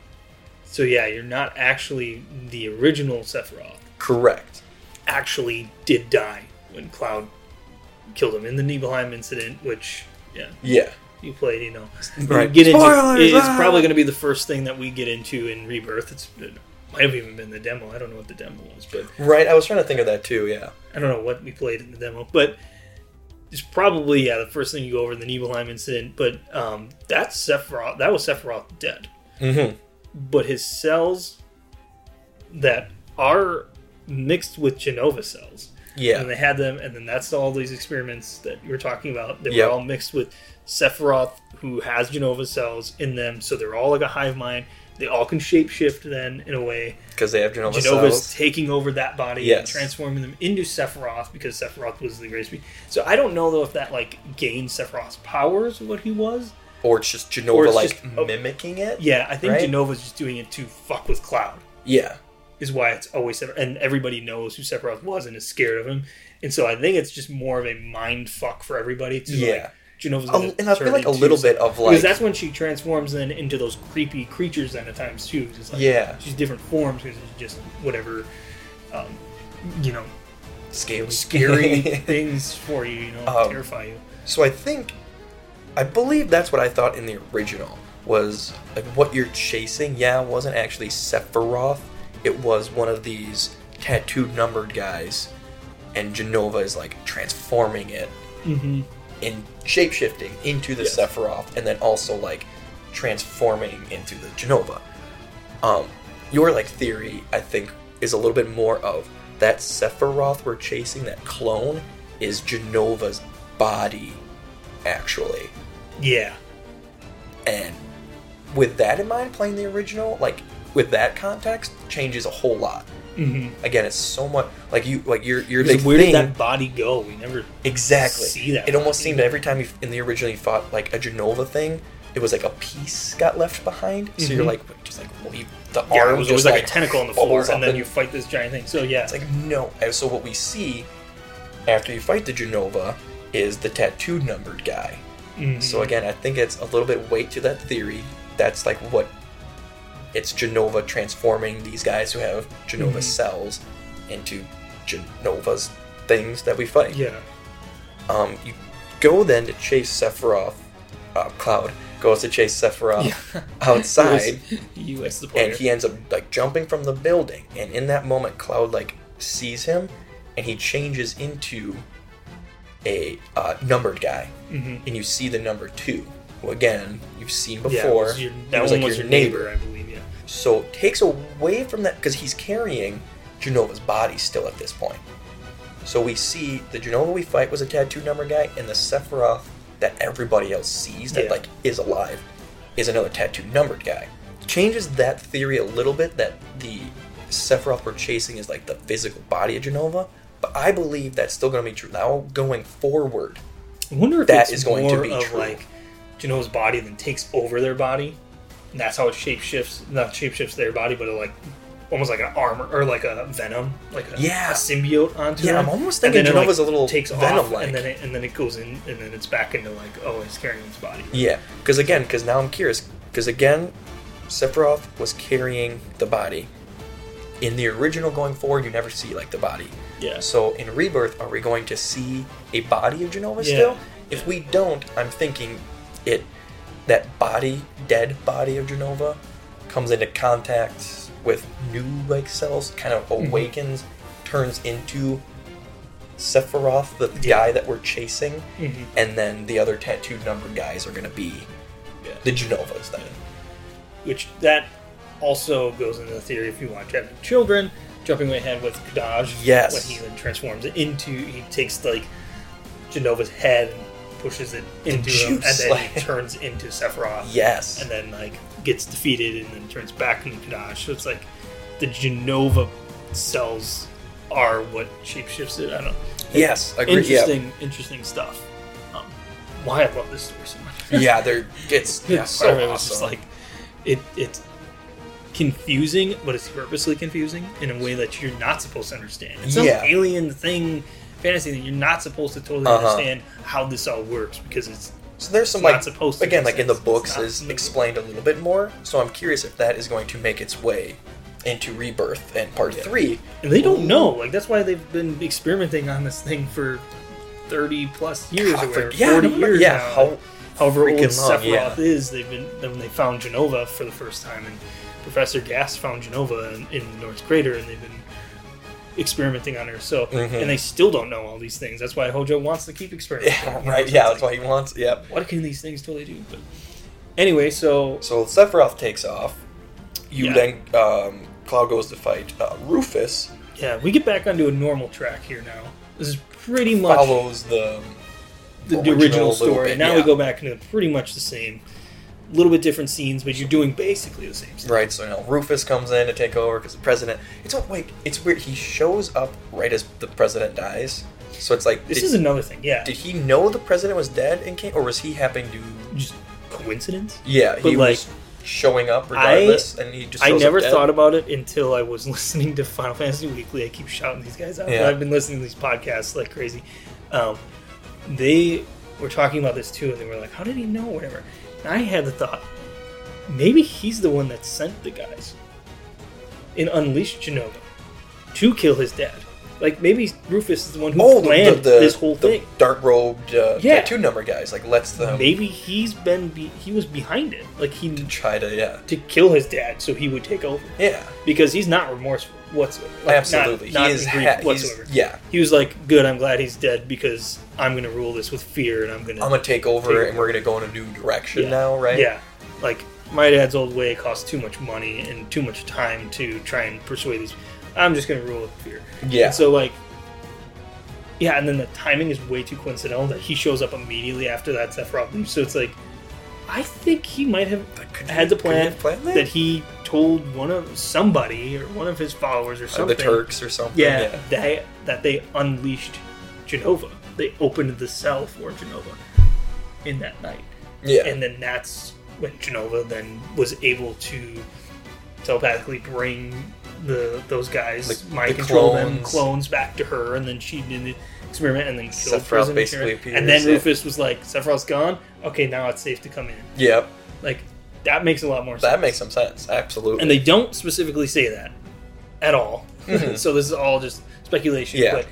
Speaker 1: so yeah, you're not actually the original Sephiroth.
Speaker 2: Correct.
Speaker 1: Actually did die when Cloud killed him in the Nibelheim incident, which yeah,
Speaker 2: Yeah.
Speaker 1: you played, you know.
Speaker 2: Right.
Speaker 1: We get into,
Speaker 2: Spoilers!
Speaker 1: it's
Speaker 2: Ah!
Speaker 1: probably going to be the first thing that we get into in Rebirth. It's, it might have even been the demo. I don't know what the demo was, but
Speaker 2: Right. I was trying to think of that too. Yeah.
Speaker 1: I don't know what we played in the demo, but it's probably yeah the first thing you go over the Nibelheim incident. But um, that's Sephiroth. That was Sephiroth dead.
Speaker 2: Mm-hmm.
Speaker 1: But his cells that are mixed with Genova cells, and
Speaker 2: Yeah.
Speaker 1: they had them, and then that's all these experiments that you were talking about. They
Speaker 2: Yep.
Speaker 1: were all mixed with Sephiroth, who has Genova cells in them, so they're all like a hive mind. They all can shapeshift then in a way.
Speaker 2: Because they have Genova
Speaker 1: Genova's
Speaker 2: cells.
Speaker 1: taking over that body and
Speaker 2: Yes.
Speaker 1: transforming them into Sephiroth because Sephiroth was the greatest. be- So I don't know though if that like gained Sephiroth's powers, what he was.
Speaker 2: or it's just Genova
Speaker 1: it's
Speaker 2: like
Speaker 1: just- oh.
Speaker 2: mimicking it.
Speaker 1: Yeah, I think
Speaker 2: Right.
Speaker 1: Genova's just doing it to fuck with Cloud.
Speaker 2: Yeah.
Speaker 1: Is why it's always Sephiroth, and everybody knows who Sephiroth was and is scared of him. And so I think it's just more of a mind fuck for everybody to
Speaker 2: Yeah.
Speaker 1: like Genova's
Speaker 2: A-
Speaker 1: gonna
Speaker 2: and I
Speaker 1: turn
Speaker 2: feel like a
Speaker 1: into
Speaker 2: little bit of like
Speaker 1: because that's when she transforms then into those creepy creatures then at times too. Just like
Speaker 2: Yeah.
Speaker 1: she's different forms because it's just whatever, um, you know,
Speaker 2: scary, *laughs*
Speaker 1: scary things for you, you know,
Speaker 2: Um,
Speaker 1: terrify you.
Speaker 2: so I think, I believe that's what I thought in the original was like what you're chasing. Yeah, wasn't actually Sephiroth. It was one of these tattooed numbered guys, and Genova is like transforming it
Speaker 1: Mm-hmm.
Speaker 2: in shapeshifting into the
Speaker 1: Yes.
Speaker 2: Sephiroth and then also like transforming into the Genova. Um, your like theory, I think, is a little bit more of that Sephiroth we're chasing, that clone, is Genova's body, actually.
Speaker 1: Yeah,
Speaker 2: And with that in mind, playing the original, like with that context, changes a whole lot.
Speaker 1: mm-hmm.
Speaker 2: Again, it's so much like you like you're you're they
Speaker 1: where did
Speaker 2: think-
Speaker 1: that body go? We never.
Speaker 2: Exactly.
Speaker 1: see that
Speaker 2: It almost
Speaker 1: body.
Speaker 2: seemed every time you, in the original you fought like a Genova thing, it was like a piece got left behind. So you're
Speaker 1: Mhm.
Speaker 2: like just like leave the
Speaker 1: Yeah,
Speaker 2: arm
Speaker 1: it was
Speaker 2: just
Speaker 1: always like, a tentacle on the floor,
Speaker 2: bubbles up
Speaker 1: and then you fight this giant thing. So yeah,
Speaker 2: It's like no. And so what we see after you fight the Genova is the tattooed numbered guy.
Speaker 1: Mhm.
Speaker 2: So again, I think it's a little bit weight to that theory. That's like what it's Genova transforming these guys who have Genova
Speaker 1: Mhm.
Speaker 2: cells into Genova's things that we fight.
Speaker 1: yeah,
Speaker 2: Um, you go then to chase Sephiroth. Uh, Cloud goes to chase Sephiroth *laughs* outside,
Speaker 1: you as the player.
Speaker 2: and he ends up like jumping from the building. And in that moment, Cloud like sees him, and he changes into a uh, numbered guy.
Speaker 1: Mhm.
Speaker 2: And you see the number two, who again you've seen before.
Speaker 1: Yeah, it was your,
Speaker 2: He
Speaker 1: that
Speaker 2: was,
Speaker 1: one
Speaker 2: like,
Speaker 1: was your neighbor, I believe. Yeah.
Speaker 2: So it takes away from that because he's carrying Genova's body still at this point. So we see the Genova we fight was a tattoo number guy, and the Sephiroth that everybody else sees that
Speaker 1: Yeah.
Speaker 2: like is alive is another tattoo numbered guy. Changes that theory a little bit that the Sephiroth we're chasing is like the physical body of Genova, but I believe that's still going to be true. Now going forward,
Speaker 1: I wonder if
Speaker 2: That
Speaker 1: it's
Speaker 2: is going to
Speaker 1: more
Speaker 2: be
Speaker 1: of
Speaker 2: true.
Speaker 1: like Genova's body then takes over their body. And that's how it shapeshifts, not shapeshifts their body, but it like almost like an armor or like a venom, like a,
Speaker 2: Yeah.
Speaker 1: a symbiote onto
Speaker 2: Yeah,
Speaker 1: them.
Speaker 2: I'm almost
Speaker 1: And
Speaker 2: thinking
Speaker 1: then it,
Speaker 2: Genova's a little
Speaker 1: takes off,
Speaker 2: Venom-like.
Speaker 1: and then it, and then it goes in, and then it's back into like oh, it's carrying its body.
Speaker 2: Yeah, because again, because now I'm curious. Because again, Sephiroth was carrying the body. In the original going forward, you never see like the body.
Speaker 1: Yeah.
Speaker 2: So in Rebirth, are we going to see a body of Genova
Speaker 1: Yeah.
Speaker 2: still? If we don't, I'm thinking it that body, dead body of Genova, comes into contact with new like cells, kind of
Speaker 1: Mm-hmm.
Speaker 2: awakens, turns into Sephiroth, the
Speaker 1: Yeah.
Speaker 2: guy that we're chasing,
Speaker 1: Mhm.
Speaker 2: and then the other tattooed numbered guys are gonna be
Speaker 1: Yeah.
Speaker 2: the Genovas then.
Speaker 1: which that also goes into the theory if you want to have children. Jumping way ahead with Kadaj,
Speaker 2: Yes.
Speaker 1: when he then transforms it into, he takes like Genova's head and pushes it into him, and
Speaker 2: juice,
Speaker 1: then he
Speaker 2: like-
Speaker 1: turns into Sephiroth,
Speaker 2: Yes.
Speaker 1: and then like gets defeated and then turns back into Kadaj. So it's like the Genova cells are what shapeshifts it. I don't know.
Speaker 2: yes. Agree.
Speaker 1: Interesting, interesting stuff. Um, why I love this story so much. *laughs*
Speaker 2: Yeah, yeah they're it's
Speaker 1: Yeah,
Speaker 2: yeah, so
Speaker 1: part of it
Speaker 2: Oh, awesome.
Speaker 1: was just like it it's confusing, but it's purposely confusing in a way that you're not supposed to understand. It's some
Speaker 2: Yeah.
Speaker 1: alien thing, fantasy that you're not supposed to totally
Speaker 2: Uh-huh.
Speaker 1: understand how this all works because it's
Speaker 2: So there's some
Speaker 1: It's not
Speaker 2: like
Speaker 1: supposed to
Speaker 2: again
Speaker 1: make
Speaker 2: like in the
Speaker 1: sense. It's
Speaker 2: books
Speaker 1: not
Speaker 2: is
Speaker 1: movie.
Speaker 2: explained a little bit more. So I'm curious if that is going to make its way into Rebirth and Part Three.
Speaker 1: and they don't know. Like that's why they've been experimenting on this thing for thirty plus years
Speaker 2: God,
Speaker 1: or whatever,
Speaker 2: for- yeah, I
Speaker 1: forty
Speaker 2: remember-
Speaker 1: years.
Speaker 2: yeah,
Speaker 1: now.
Speaker 2: how *laughs*
Speaker 1: however old
Speaker 2: freaking long,
Speaker 1: Sephiroth
Speaker 2: yeah.
Speaker 1: is, they've been when they found Genova for the first time, and Professor Gas found Genova in, in the North Crater, and they've been experimenting on Earth. So,
Speaker 2: Mhm.
Speaker 1: and they still don't know all these things. That's why Hojo wants to keep experimenting. you
Speaker 2: Yeah,
Speaker 1: know,
Speaker 2: right.
Speaker 1: so
Speaker 2: Yeah,
Speaker 1: it's
Speaker 2: that's
Speaker 1: like,
Speaker 2: what he wants. Yep.
Speaker 1: What can these things totally do? But anyway, so
Speaker 2: So Sephiroth takes off. You
Speaker 1: Yeah.
Speaker 2: then um, Cloud goes to fight uh, Rufus.
Speaker 1: yeah, we get back onto a normal track here now. This is pretty much
Speaker 2: Follows the
Speaker 1: the, the
Speaker 2: original
Speaker 1: original
Speaker 2: little
Speaker 1: story.
Speaker 2: bit,
Speaker 1: now
Speaker 2: yeah.
Speaker 1: we go back into pretty much the same, little bit different scenes, but you're doing basically the same stuff.
Speaker 2: right. So now Rufus comes in to take over because the president. It's all wait. It's weird. He shows up right as the president dies. So it's like
Speaker 1: This
Speaker 2: did,
Speaker 1: is another thing, yeah.
Speaker 2: did he know the president was dead and came, or was he happening to?
Speaker 1: Just coincidence.
Speaker 2: Yeah,
Speaker 1: But,
Speaker 2: he
Speaker 1: like,
Speaker 2: was showing up regardless, and he just.
Speaker 1: I
Speaker 2: shows up
Speaker 1: never
Speaker 2: dead.
Speaker 1: thought about it until I was *laughs* listening to Final Fantasy Weekly. I keep shouting these guys out. but
Speaker 2: Yeah.
Speaker 1: I've been listening to these podcasts like crazy. Um, they were talking about this too, and they were like, "How did he know?" Whatever. And I had the thought, maybe he's the one that sent the guys and unleashed Genova to kill his dad. Like maybe Rufus is the one who
Speaker 2: Oh, the,
Speaker 1: planned
Speaker 2: the, the
Speaker 1: this whole
Speaker 2: the
Speaker 1: thing.
Speaker 2: dark robed uh,
Speaker 1: Yeah.
Speaker 2: tattoo number guys like lets them
Speaker 1: Maybe he's been be- he was behind it. Like he
Speaker 2: try to yeah
Speaker 1: to kill his dad so he would take over.
Speaker 2: yeah
Speaker 1: because he's not remorseful whatsoever. Like, not-
Speaker 2: absolutely
Speaker 1: not,
Speaker 2: he is
Speaker 1: grief
Speaker 2: ha- he's,
Speaker 1: whatsoever.
Speaker 2: yeah
Speaker 1: He was like, "Good, I'm glad he's dead because I'm going to rule this with fear and I'm going
Speaker 2: I'm
Speaker 1: to
Speaker 2: gonna take over
Speaker 1: Take-
Speaker 2: and we're gonna go in a new direction now right
Speaker 1: Yeah, like my dad's old way costs too much money and too much time to try and persuade these. I'm just going to rule with fear.
Speaker 2: yeah
Speaker 1: And so like, yeah, and then the timing is way too coincidental that he shows up immediately after that Sephiroth leaves. So it's like, I think he might have
Speaker 2: Like, could
Speaker 1: had the
Speaker 2: you- could you
Speaker 1: plan
Speaker 2: have planned
Speaker 1: that he told one of somebody or one of his followers or
Speaker 2: Uh, the
Speaker 1: something.
Speaker 2: Turks or something
Speaker 1: Yeah, they that they unleashed Genova. They opened the cell for Genova in that night,
Speaker 2: yeah,
Speaker 1: and then that's when Genova then was able to telepathically bring the those guys
Speaker 2: The-
Speaker 1: mind
Speaker 2: the
Speaker 1: control them
Speaker 2: clones.
Speaker 1: clones back to her, and then she did the experiment and then killed
Speaker 2: Sephiroth
Speaker 1: President
Speaker 2: basically
Speaker 1: Karen.
Speaker 2: appears,
Speaker 1: and then
Speaker 2: yeah.
Speaker 1: Rufus was like, "Sephiroth's gone. Okay, now it's safe to come in."
Speaker 2: yeah
Speaker 1: Like that makes a lot more sense.
Speaker 2: that makes some sense absolutely
Speaker 1: And they don't specifically say that at all. *laughs* so this is all just speculation.
Speaker 2: Mm-hmm. Yeah.
Speaker 1: But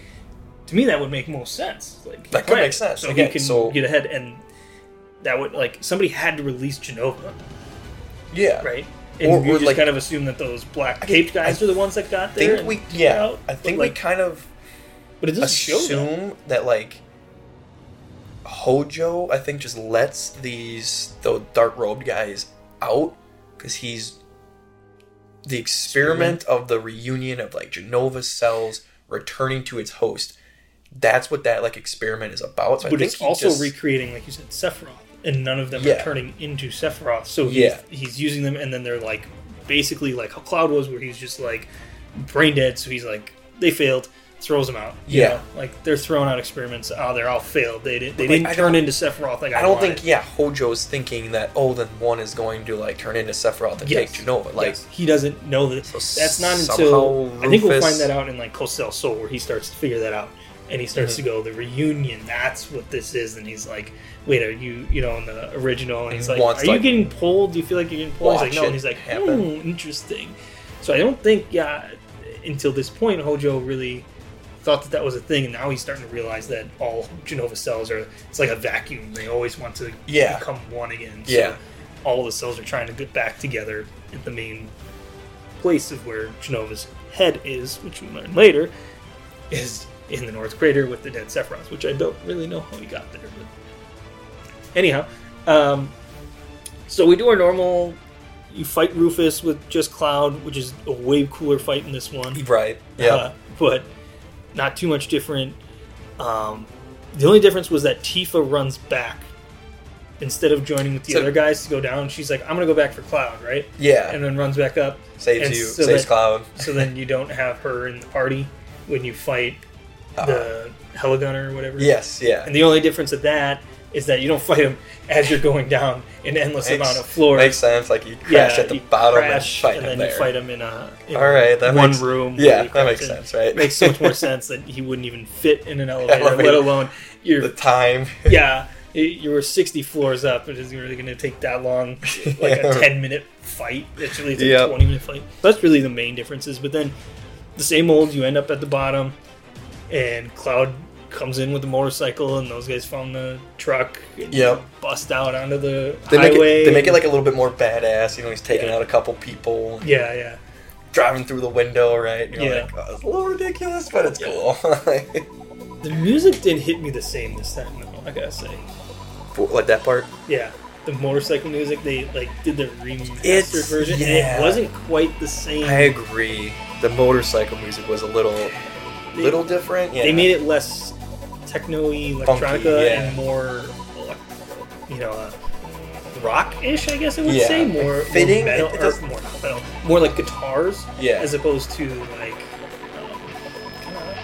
Speaker 1: to me, that would make most sense. Like
Speaker 2: That could
Speaker 1: plan.
Speaker 2: make sense.
Speaker 1: So
Speaker 2: Again,
Speaker 1: he can
Speaker 2: so-
Speaker 1: get ahead, and that would like somebody had to release Genova,
Speaker 2: yeah
Speaker 1: right? And
Speaker 2: Or-
Speaker 1: we
Speaker 2: or,
Speaker 1: just
Speaker 2: like-
Speaker 1: kind of assume that those black caped
Speaker 2: I
Speaker 1: guys are the ones that got
Speaker 2: I
Speaker 1: there.
Speaker 2: think
Speaker 1: and
Speaker 2: we
Speaker 1: took it
Speaker 2: yeah
Speaker 1: out,
Speaker 2: I think
Speaker 1: but, like,
Speaker 2: we kind of
Speaker 1: but it doesn't show that.
Speaker 2: assume that like Hojo, I think, just lets these the dark robed guys out because he's the experiment of the reunion of like Genova cells returning to its host. That's what that like experiment is about. So I
Speaker 1: But
Speaker 2: think
Speaker 1: it's
Speaker 2: he
Speaker 1: also
Speaker 2: just-
Speaker 1: recreating, like you said, Sephiroth, and none of them
Speaker 2: Yeah.
Speaker 1: are turning into Sephiroth. So
Speaker 2: Yeah.
Speaker 1: he's, he's using them, and then they're like basically like how Cloud was, where he's just like brain dead. So he's like they failed, throws them out. you
Speaker 2: Yeah.
Speaker 1: know? like they're throwing out experiments. Oh, they're all failed. They did. They
Speaker 2: But, like,
Speaker 1: didn't
Speaker 2: I
Speaker 1: turn
Speaker 2: don't-
Speaker 1: into Sephiroth. Like I,
Speaker 2: I don't
Speaker 1: wanted.
Speaker 2: think yeah Hojo's thinking that oh then one is going to like turn into Sephiroth and
Speaker 1: Yes.
Speaker 2: take Genova like
Speaker 1: Yes. he doesn't know that.
Speaker 2: So
Speaker 1: That's not until
Speaker 2: somehow
Speaker 1: I think we'll
Speaker 2: Rufus-
Speaker 1: find that out in like Coastal Soul, where he starts to figure that out, and he starts
Speaker 2: Mm-hmm.
Speaker 1: to go the reunion. That's what this is, and he's like, "Wait, are you you know in the original?" And he's like,
Speaker 2: wants
Speaker 1: "Are
Speaker 2: to,
Speaker 1: you
Speaker 2: like,
Speaker 1: getting pulled? Do you feel like you're getting pulled?" He's like,
Speaker 2: watch
Speaker 1: "No,"
Speaker 2: it
Speaker 1: and he's like,
Speaker 2: happen.
Speaker 1: "Hmm, interesting." So I don't think yeah until this point Hojo really thought that that was a thing, and now he's starting to realize that all Genova cells are it's like a vacuum. They always want to
Speaker 2: Yeah.
Speaker 1: become one again. So
Speaker 2: Yeah.
Speaker 1: all the cells are trying to get back together at the main place of where Genova's head is, which we learn later, is in the North Crater with the dead Sephiroth, which I don't really know how he got there. But anyhow, um, so we do our normal. You fight Rufus with just Cloud, which is a way cooler fight in this one.
Speaker 2: right yeah
Speaker 1: Uh, but not too much different. Um, the only difference was that Tifa runs back instead of joining with the
Speaker 2: So-
Speaker 1: other guys to go down. She's like, "I'm gonna go back for Cloud, right?"
Speaker 2: yeah
Speaker 1: And then runs back up.
Speaker 2: saves
Speaker 1: and
Speaker 2: you
Speaker 1: so
Speaker 2: saves
Speaker 1: that-
Speaker 2: Cloud
Speaker 1: So
Speaker 2: *laughs*
Speaker 1: then you don't have her in the party when you fight
Speaker 2: Uh,
Speaker 1: the Heligunner or whatever.
Speaker 2: yes yeah
Speaker 1: And the only difference of that is that you don't fight him as you're going down an endless
Speaker 2: Makes-
Speaker 1: amount of floors.
Speaker 2: Makes sense. Like you crash
Speaker 1: Yeah,
Speaker 2: at the
Speaker 1: you
Speaker 2: bottom
Speaker 1: crash,
Speaker 2: and fight him
Speaker 1: then
Speaker 2: there.
Speaker 1: you fight him in a in
Speaker 2: All right, that
Speaker 1: one
Speaker 2: makes-
Speaker 1: room. where
Speaker 2: Yeah,
Speaker 1: you
Speaker 2: that
Speaker 1: crash
Speaker 2: makes
Speaker 1: in.
Speaker 2: sense, right?
Speaker 1: It makes so much
Speaker 2: *laughs*
Speaker 1: more sense that he wouldn't even fit in an elevator, let
Speaker 2: Elevator.
Speaker 1: alone you're
Speaker 2: the time.
Speaker 1: *laughs* yeah y- you were 60 floors up it isn't really going to take that
Speaker 2: *laughs*
Speaker 1: long like a
Speaker 2: Yeah.
Speaker 1: 10 minute fight it's really it's
Speaker 2: Yep.
Speaker 1: a 20 minute fight that's really the main differences but then the same old you end up at the bottom and cloud comes in with the motorcycle and those guys found the truck and
Speaker 2: Yep.
Speaker 1: bust out onto the
Speaker 2: *laughs* They make,
Speaker 1: highway
Speaker 2: it, they make it
Speaker 1: and-
Speaker 2: like a little bit more badass. You know, he's taking
Speaker 1: Yeah.
Speaker 2: out a couple people.
Speaker 1: yeah yeah
Speaker 2: driving through the window, right? And you're
Speaker 1: Yeah.
Speaker 2: like, oh, it's a little ridiculous, but it's cool. *laughs* like,
Speaker 1: The music didn't hit me the same this time, though. I gotta say,
Speaker 2: like that part.
Speaker 1: yeah, the motorcycle music they like did the remastered
Speaker 2: It's-
Speaker 1: version,
Speaker 2: yeah.
Speaker 1: and it wasn't quite the same.
Speaker 2: I agree. The motorcycle music was a little,
Speaker 1: They-
Speaker 2: little different. Yeah.
Speaker 1: They made it less techno-y, electronica,
Speaker 2: yeah.
Speaker 1: and more, elec- you know, uh, rock-ish. I guess I would
Speaker 2: Yeah.
Speaker 1: say more more
Speaker 2: Fitting,
Speaker 1: metal,
Speaker 2: it- it
Speaker 1: or
Speaker 2: doesn't-
Speaker 1: more not metal, more like guitars,
Speaker 2: Yeah.
Speaker 1: as opposed to like. um,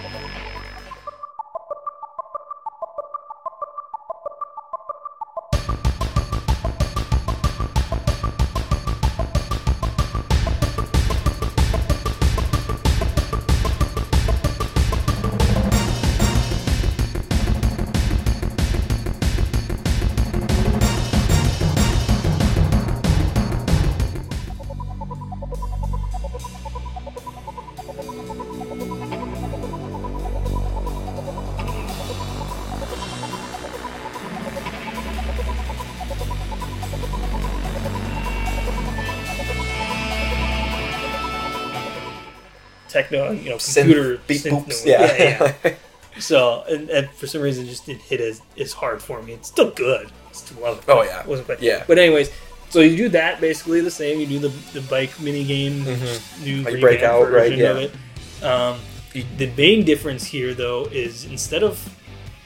Speaker 1: Techno, you know, computer
Speaker 2: synth, beat
Speaker 1: synth
Speaker 2: boops.
Speaker 1: noise.
Speaker 2: Yeah.
Speaker 1: yeah, yeah. So, and, and for some reason, it just didn't hit as, as hard for me. It's still good. Still love it.
Speaker 2: *laughs* oh yeah.
Speaker 1: It wasn't quite.
Speaker 2: Yeah.
Speaker 1: But anyways, so you do that basically the same. You do the, the bike mini game, new
Speaker 2: Mm-hmm. Like
Speaker 1: revamped
Speaker 2: Breakout, right,
Speaker 1: version
Speaker 2: yeah.
Speaker 1: of it. Um, the, the main difference here though is instead of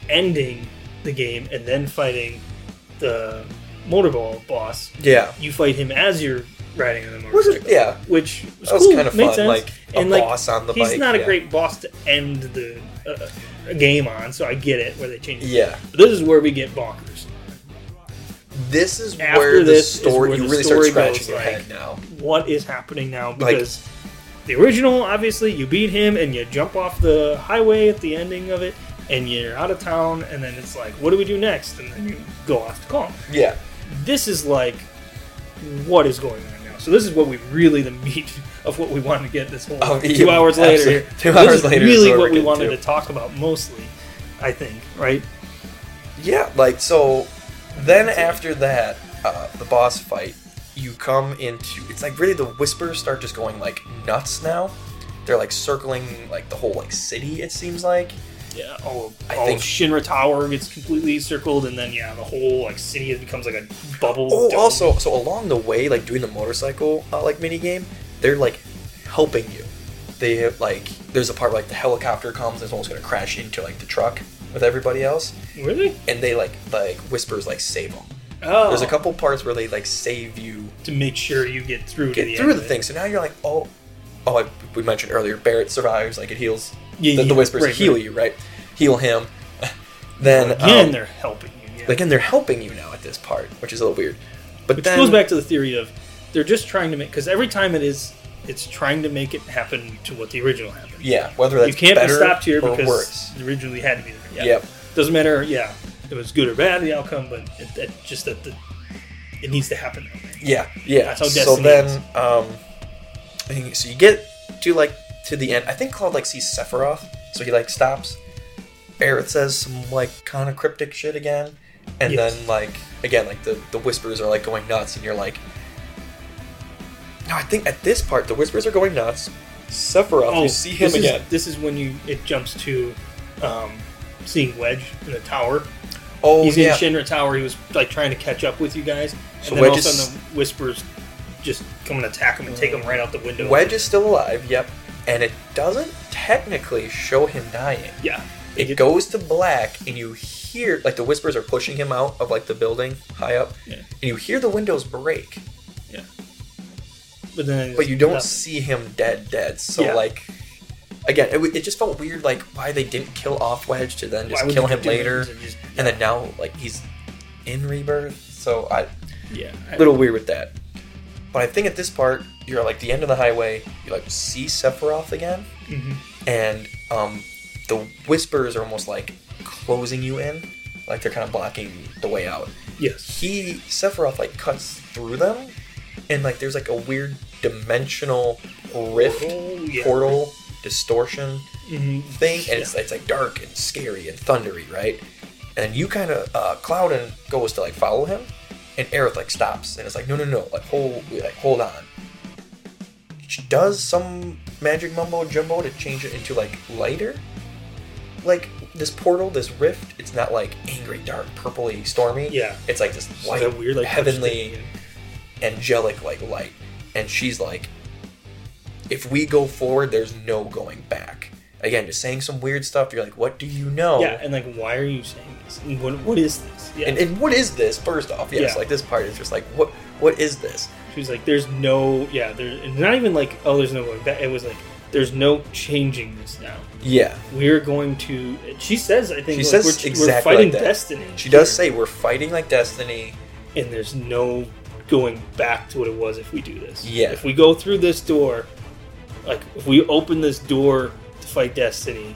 Speaker 1: ending the game and then fighting the motorball boss,
Speaker 2: Yeah.
Speaker 1: you fight him as you're riding on the
Speaker 2: Was
Speaker 1: motorcycle.
Speaker 2: it? Yeah.
Speaker 1: Which was
Speaker 2: That was
Speaker 1: cool,
Speaker 2: kind of
Speaker 1: made
Speaker 2: fun,
Speaker 1: sense.
Speaker 2: like a
Speaker 1: and like
Speaker 2: boss on the
Speaker 1: he's
Speaker 2: bike,
Speaker 1: not a
Speaker 2: yeah.
Speaker 1: great boss to end the uh, a game on, so I get it where they change. it.
Speaker 2: Yeah.
Speaker 1: But this is where we get bonkers.
Speaker 2: This is
Speaker 1: After
Speaker 2: where the
Speaker 1: this is
Speaker 2: story
Speaker 1: where
Speaker 2: you
Speaker 1: the
Speaker 2: really
Speaker 1: story
Speaker 2: start scratching
Speaker 1: goes,
Speaker 2: your
Speaker 1: like,
Speaker 2: head now.
Speaker 1: what is happening now
Speaker 2: Like-
Speaker 1: because the original obviously you beat him and you jump off the highway at the ending of it and you're out of town and then it's like what do we do next and then you go off to calm
Speaker 2: Yeah.
Speaker 1: this is like what is going on now so this is what we really the meat of what we wanted to get this whole
Speaker 2: Oh, yeah,
Speaker 1: two hours later
Speaker 2: absolutely.
Speaker 1: here.
Speaker 2: Two
Speaker 1: this
Speaker 2: hours
Speaker 1: is
Speaker 2: later is
Speaker 1: really
Speaker 2: where we're
Speaker 1: what we
Speaker 2: getting
Speaker 1: wanted
Speaker 2: to.
Speaker 1: to talk about mostly i think right
Speaker 2: Yeah, like so. Then after that, uh, the boss fight, you come into. It's like really the whispers start just going like nuts now. They're like circling like the whole like city. It seems like.
Speaker 1: yeah, all, of-
Speaker 2: I
Speaker 1: all
Speaker 2: think-
Speaker 1: of Shinra Tower gets completely circled, and then yeah, the whole like city becomes like a bubble.
Speaker 2: Oh,
Speaker 1: dome.
Speaker 2: also, so along the way, like doing the motorcycle uh, like mini game, they're like helping you. They have, like there's a part where, like the helicopter comes and it's almost gonna crash into like the truck with everybody else,
Speaker 1: really?
Speaker 2: and they like like whispers like save them.
Speaker 1: Oh,
Speaker 2: There's a couple parts where they like save you
Speaker 1: to make sure you get through
Speaker 2: get
Speaker 1: to the
Speaker 2: through
Speaker 1: end
Speaker 2: the
Speaker 1: of it.
Speaker 2: thing. So now you're like, oh, oh, I, we mentioned earlier, Barrett survives. Like it heals
Speaker 1: Yeah,
Speaker 2: the,
Speaker 1: yeah,
Speaker 2: the whispers
Speaker 1: right,
Speaker 2: heal
Speaker 1: right.
Speaker 2: you, right? Heal him. *laughs* then
Speaker 1: Again,
Speaker 2: um,
Speaker 1: they're helping you. Yeah.
Speaker 2: again, they're helping you now at this part, which is a little weird. But
Speaker 1: Which
Speaker 2: then
Speaker 1: goes back to the theory of they're just trying to make because every time it is, it's trying to make it happen to what the original happened.
Speaker 2: yeah, whether that's
Speaker 1: you can't be
Speaker 2: better
Speaker 1: stopped here
Speaker 2: or
Speaker 1: because
Speaker 2: worse.
Speaker 1: it originally had to be there. Yeah.
Speaker 2: Yep.
Speaker 1: Doesn't matter. Yeah, it was good or bad the outcome, but it, it, just that the, it needs to happen. That way.
Speaker 2: Yeah, yeah.
Speaker 1: That's how
Speaker 2: so
Speaker 1: Destiny
Speaker 2: then,
Speaker 1: is.
Speaker 2: um, I think- so you get to like to the end. I think Claude like sees Sephiroth, so he like stops. Barrett says some like kind of cryptic shit again, and
Speaker 1: Yes.
Speaker 2: then like again like the the whispers are like going nuts, and you're like, no, I think at this part the whispers are going nuts. Sephiroth, Oh, you see him
Speaker 1: Oh, this is-
Speaker 2: again.
Speaker 1: this is when you it jumps to um, seeing Wedge in the tower.
Speaker 2: oh
Speaker 1: he's
Speaker 2: yeah,
Speaker 1: in Shinra Tower. He was like trying to catch up with you guys, and
Speaker 2: So
Speaker 1: then all of
Speaker 2: Wedge
Speaker 1: a
Speaker 2: is-
Speaker 1: sudden the whispers just come and attack him and take him right out the window.
Speaker 2: Wedge is still alive. Yep, and it doesn't technically show him dying.
Speaker 1: yeah,
Speaker 2: It
Speaker 1: They-
Speaker 2: goes to black, and you hear like the whispers are pushing him out of like the building high up,
Speaker 1: Yeah.
Speaker 2: and you hear the windows break,
Speaker 1: but then
Speaker 2: but you don't
Speaker 1: Yeah.
Speaker 2: see him dead, dead. So
Speaker 1: Yeah.
Speaker 2: like, again, it, w- it just felt weird, like why they didn't kill off Wedge to then
Speaker 1: Why
Speaker 2: just
Speaker 1: would
Speaker 2: kill
Speaker 1: you
Speaker 2: him
Speaker 1: do it?
Speaker 2: later,
Speaker 1: They're just-
Speaker 2: and then now like he's in rebirth. So I
Speaker 1: yeah, I-
Speaker 2: little weird with that. But I think at this part, you're like the end of the highway. You like see Sephiroth again,
Speaker 1: Mhm.
Speaker 2: and um, the whispers are almost like closing you in, like they're kind of blocking the way out.
Speaker 1: yes,
Speaker 2: He Sephiroth like cuts through them, and like there's like a weird dimensional rift,
Speaker 1: Portal, yeah.
Speaker 2: portal distortion
Speaker 1: Mhm.
Speaker 2: thing, and it's, it's like dark and scary and thundery, right? And you kind of uh, Cloud and goes to like follow him, and Aerith like stops and it's like, no, no, no, like hold, like hold on. she does some magic mumbo jumbo to change it into like lighter. Like this portal, this rift, it's not like angry, dark, purpley, stormy.
Speaker 1: Yeah.
Speaker 2: It's like this
Speaker 1: So
Speaker 2: white,
Speaker 1: that weird, like
Speaker 2: heavenly,
Speaker 1: touch thing.
Speaker 2: angelic, like light. And she's like, if we go forward, there's no going back. Again, just saying some weird stuff. You're like, what do you know?
Speaker 1: Yeah, and like, why are you saying this? And what, what is this? Yeah.
Speaker 2: Oh. And, and what is this? First off, yes,
Speaker 1: Yeah.
Speaker 2: like this part is just like, what what is this?
Speaker 1: She's like, there's no, yeah, there's not even like, oh, there's no going back. It was like, there's no changing this now.
Speaker 2: Yeah,
Speaker 1: We're going to. She says, I think
Speaker 2: She
Speaker 1: like,
Speaker 2: says
Speaker 1: we're, we're
Speaker 2: exactly
Speaker 1: fighting
Speaker 2: like that.
Speaker 1: destiny.
Speaker 2: she does say we're fighting like destiny.
Speaker 1: and there's no going back to what it was if we do this.
Speaker 2: Yeah.
Speaker 1: If we go through this door, like if we open this door to fight destiny,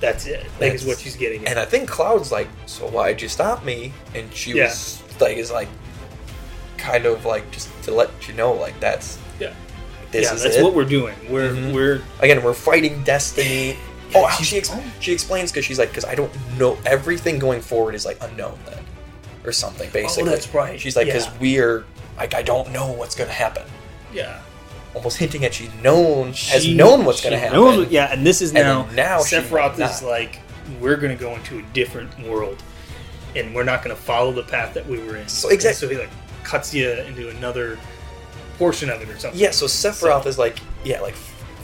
Speaker 1: that's it. Like
Speaker 2: That's-
Speaker 1: is what she's getting. At.
Speaker 2: And I think Cloud's like, so why'd you stop me? And she
Speaker 1: Yeah.
Speaker 2: was like, is like, kind of like just to let you know, like that's
Speaker 1: Yeah.
Speaker 2: this
Speaker 1: yeah,
Speaker 2: is
Speaker 1: that's
Speaker 2: it.
Speaker 1: what we're doing. We're
Speaker 2: Mhm.
Speaker 1: we're
Speaker 2: Again, we're fighting destiny.
Speaker 1: Yeah,
Speaker 2: oh,
Speaker 1: she's-
Speaker 2: she ex- she explains because she's like, because I don't know everything going forward is like unknown then, or something basically.
Speaker 1: Oh, that's right,
Speaker 2: She's like, because
Speaker 1: yeah.
Speaker 2: we are like I don't know what's gonna happen.
Speaker 1: yeah.
Speaker 2: almost hinting at she's known has
Speaker 1: She-
Speaker 2: known what's going to
Speaker 1: she
Speaker 2: happen.
Speaker 1: knows what- yeah, and this is
Speaker 2: And
Speaker 1: now
Speaker 2: then now she
Speaker 1: Sephiroth
Speaker 2: might
Speaker 1: is
Speaker 2: not.
Speaker 1: like we're going to go into a different world, and we're not going to follow the path that we were in.
Speaker 2: So-
Speaker 1: And
Speaker 2: exact-
Speaker 1: So he like cuts you into another portion of it or something.
Speaker 2: Yeah, so Sephiroth is like yeah, like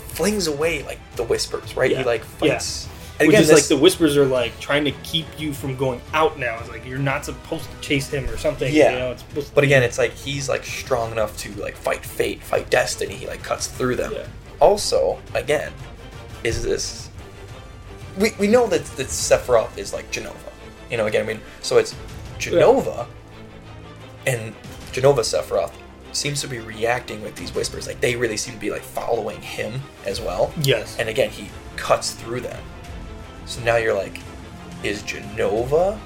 Speaker 2: flings away like the whispers, right?
Speaker 1: Yeah.
Speaker 2: He like fights. And
Speaker 1: Which
Speaker 2: again,
Speaker 1: is
Speaker 2: this,
Speaker 1: like the whispers are like trying to keep you from going out now. It's like you're not supposed to chase him or something.
Speaker 2: Yeah.
Speaker 1: You know, it's supposed to
Speaker 2: but again, it's like he's like strong enough to like fight fate, fight destiny. He like cuts through them.
Speaker 1: Yeah.
Speaker 2: Also, again, is this we, we know that that Sephiroth is like Genova. You know, again, I mean, so it's Genova, and Genova Sephiroth seems to be reacting with these whispers. Like they really seem to be like following him as well.
Speaker 1: Yes.
Speaker 2: And again, he cuts through them. So now you're like, is Genova,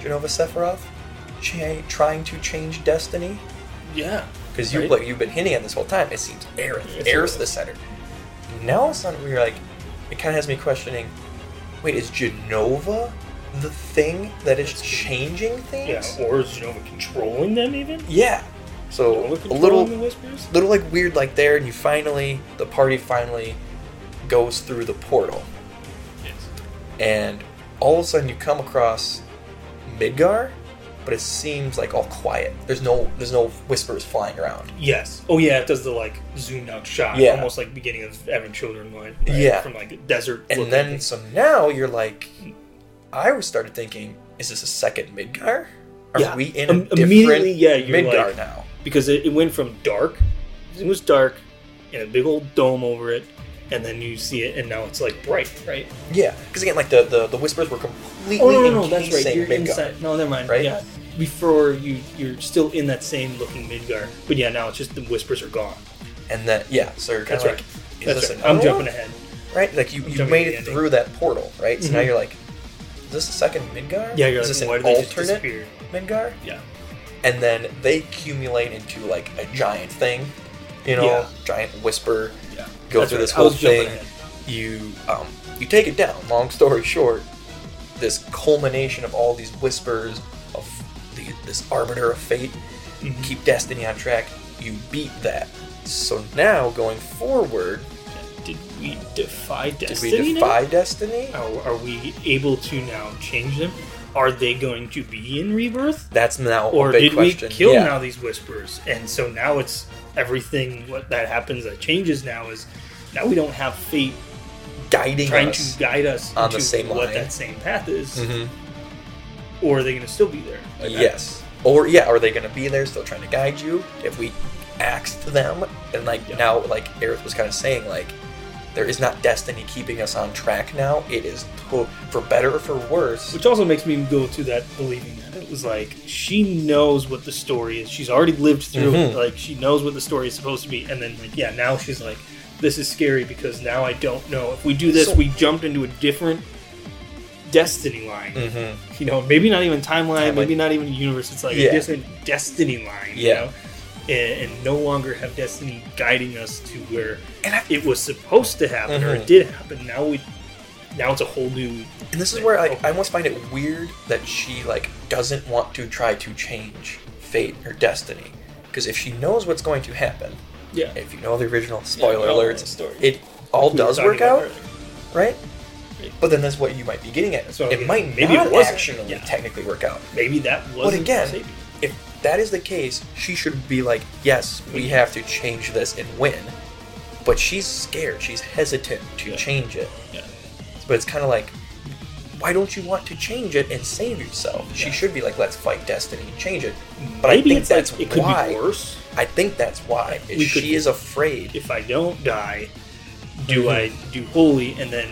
Speaker 2: Genova Sephiroth, cha- trying to change destiny?
Speaker 1: yeah.
Speaker 2: Because you
Speaker 1: Right.
Speaker 2: like, you've been hinting at this whole time. It seems Aerith.
Speaker 1: It's
Speaker 2: Aerith's
Speaker 1: Aerith.
Speaker 2: the center. Now all of a sudden we're like, it kind of has me questioning. Wait, is Genova the thing that is changing
Speaker 1: Yeah.
Speaker 2: things?
Speaker 1: Or is Genova controlling them even?
Speaker 2: Yeah. So
Speaker 1: Genova
Speaker 2: a
Speaker 1: controlling
Speaker 2: little
Speaker 1: the whispers.
Speaker 2: little like weird like there and you finally the party finally goes through the portal
Speaker 1: Yes.
Speaker 2: and all of a sudden you come across midgar but it seems like all quiet there's no there's no whispers flying around
Speaker 1: Yes. Oh yeah, it does the like zoomed out shot,
Speaker 2: Yeah.
Speaker 1: almost like beginning of Evan Children one.
Speaker 2: Yeah.
Speaker 1: From like desert.
Speaker 2: and
Speaker 1: looking
Speaker 2: then
Speaker 1: thing.
Speaker 2: so now you're like i was started thinking is this a second midgar are
Speaker 1: Yeah.
Speaker 2: we in a
Speaker 1: Im-
Speaker 2: different
Speaker 1: immediately, yeah, you're
Speaker 2: midgar
Speaker 1: like-
Speaker 2: now
Speaker 1: because it, it went from dark, it was dark, and a big old dome over it, and then you see it, and now it's like bright, right?
Speaker 2: yeah because again like the, the the whispers were completely
Speaker 1: Oh no, no, no, that's right.
Speaker 2: encasing
Speaker 1: You're
Speaker 2: midgar
Speaker 1: inside. No, never mind.
Speaker 2: right?
Speaker 1: Yeah, before you, you're still in that same looking Midgar, but yeah, now it's just the whispers are gone.
Speaker 2: and then yeah so you're kind
Speaker 1: That's
Speaker 2: of
Speaker 1: right.
Speaker 2: like is
Speaker 1: That's
Speaker 2: this
Speaker 1: right.
Speaker 2: another
Speaker 1: I'm
Speaker 2: one?
Speaker 1: jumping ahead.
Speaker 2: right? Like you,
Speaker 1: I'm
Speaker 2: you
Speaker 1: jumping to
Speaker 2: made
Speaker 1: the
Speaker 2: it
Speaker 1: ending.
Speaker 2: through that portal, right? So now
Speaker 1: Mhm.
Speaker 2: you're like, is this the second Midgar?
Speaker 1: Yeah, you're
Speaker 2: is
Speaker 1: like,
Speaker 2: this
Speaker 1: why
Speaker 2: an
Speaker 1: did they just
Speaker 2: alternate
Speaker 1: disappear?
Speaker 2: Midgar?
Speaker 1: Yeah,
Speaker 2: And then they accumulate into like a giant thing, you know,
Speaker 1: Yeah.
Speaker 2: giant whisper.
Speaker 1: yeah.
Speaker 2: Go
Speaker 1: That's
Speaker 2: through
Speaker 1: right.
Speaker 2: this
Speaker 1: I
Speaker 2: whole
Speaker 1: was jumping
Speaker 2: thing.
Speaker 1: ahead.
Speaker 2: You um, you take it down. Long story short, this culmination of all these whispers of the, this arbiter of fate,
Speaker 1: Mhm.
Speaker 2: keep destiny on track. You beat that. So now going forward,
Speaker 1: Did we defy
Speaker 2: did
Speaker 1: destiny?
Speaker 2: we defy
Speaker 1: now? Oh.
Speaker 2: destiny?
Speaker 1: Are, are we able to now change them? Are they going to be in rebirth?
Speaker 2: That's now
Speaker 1: Or
Speaker 2: a big
Speaker 1: did
Speaker 2: question.
Speaker 1: we kill
Speaker 2: yeah.
Speaker 1: now these whispers? And so now it's everything what that happens that changes now is now we don't have fate
Speaker 2: guiding
Speaker 1: trying
Speaker 2: us.
Speaker 1: to guide us
Speaker 2: on the
Speaker 1: into
Speaker 2: same
Speaker 1: what
Speaker 2: line.
Speaker 1: that same path is,
Speaker 2: Mhm.
Speaker 1: or are they going to still be there? Like,
Speaker 2: Yes. Or yeah, are they going to be there still trying to guide you if we axed them? And like
Speaker 1: Yeah.
Speaker 2: now, like Aerith was kind of saying, like there is not destiny keeping us on track now. It is to- for better or for
Speaker 1: I-
Speaker 2: worse.
Speaker 1: Which also makes me go to that believing that it was like she knows what the story is. She's already lived through
Speaker 2: Mhm.
Speaker 1: it. Like she knows what the story is supposed to be. And then like yeah, now she's like, this is scary because now I don't know if we do this,
Speaker 2: So-
Speaker 1: we jumped into a different destiny line.
Speaker 2: Mm-hmm.
Speaker 1: you know, maybe not even timeline,
Speaker 2: Timeline.
Speaker 1: maybe not even universe. It's like
Speaker 2: Yeah.
Speaker 1: a different destiny line, you
Speaker 2: Yeah.
Speaker 1: know, and, and no longer have destiny guiding us to where
Speaker 2: And I-
Speaker 1: it was supposed to happen or
Speaker 2: Mhm.
Speaker 1: it did happen. Now we, now it's a whole new.
Speaker 2: And this is where I, I almost find it weird that she like doesn't want to try to change fate or destiny, because if she knows what's going to happen,
Speaker 1: Yeah.
Speaker 2: If you know the original, spoiler
Speaker 1: we all know
Speaker 2: alerts,
Speaker 1: the story.
Speaker 2: it all
Speaker 1: We were
Speaker 2: does
Speaker 1: talking
Speaker 2: work
Speaker 1: about
Speaker 2: out,
Speaker 1: earlier.
Speaker 2: right? But then that's what you might be getting at.
Speaker 1: That's what I was
Speaker 2: it
Speaker 1: getting-
Speaker 2: might
Speaker 1: maybe it
Speaker 2: not
Speaker 1: wasn't.
Speaker 2: actually
Speaker 1: Yeah.
Speaker 2: technically work out.
Speaker 1: Maybe that was.
Speaker 2: But again, if that is the case, she should be like, yes,
Speaker 1: Mm-hmm.
Speaker 2: we have to change this and win. But she's scared. She's hesitant to
Speaker 1: Yeah.
Speaker 2: change it.
Speaker 1: Yeah.
Speaker 2: But it's kind of like, why don't you want to change it and save yourself? She
Speaker 1: Yeah.
Speaker 2: should be like, let's fight destiny and change it. But
Speaker 1: Maybe
Speaker 2: I think
Speaker 1: it's like,
Speaker 2: that's
Speaker 1: it could
Speaker 2: why.
Speaker 1: be worse.
Speaker 2: I think that's why. is
Speaker 1: We could-
Speaker 2: she is afraid.
Speaker 1: If I don't die, do I do holy and then?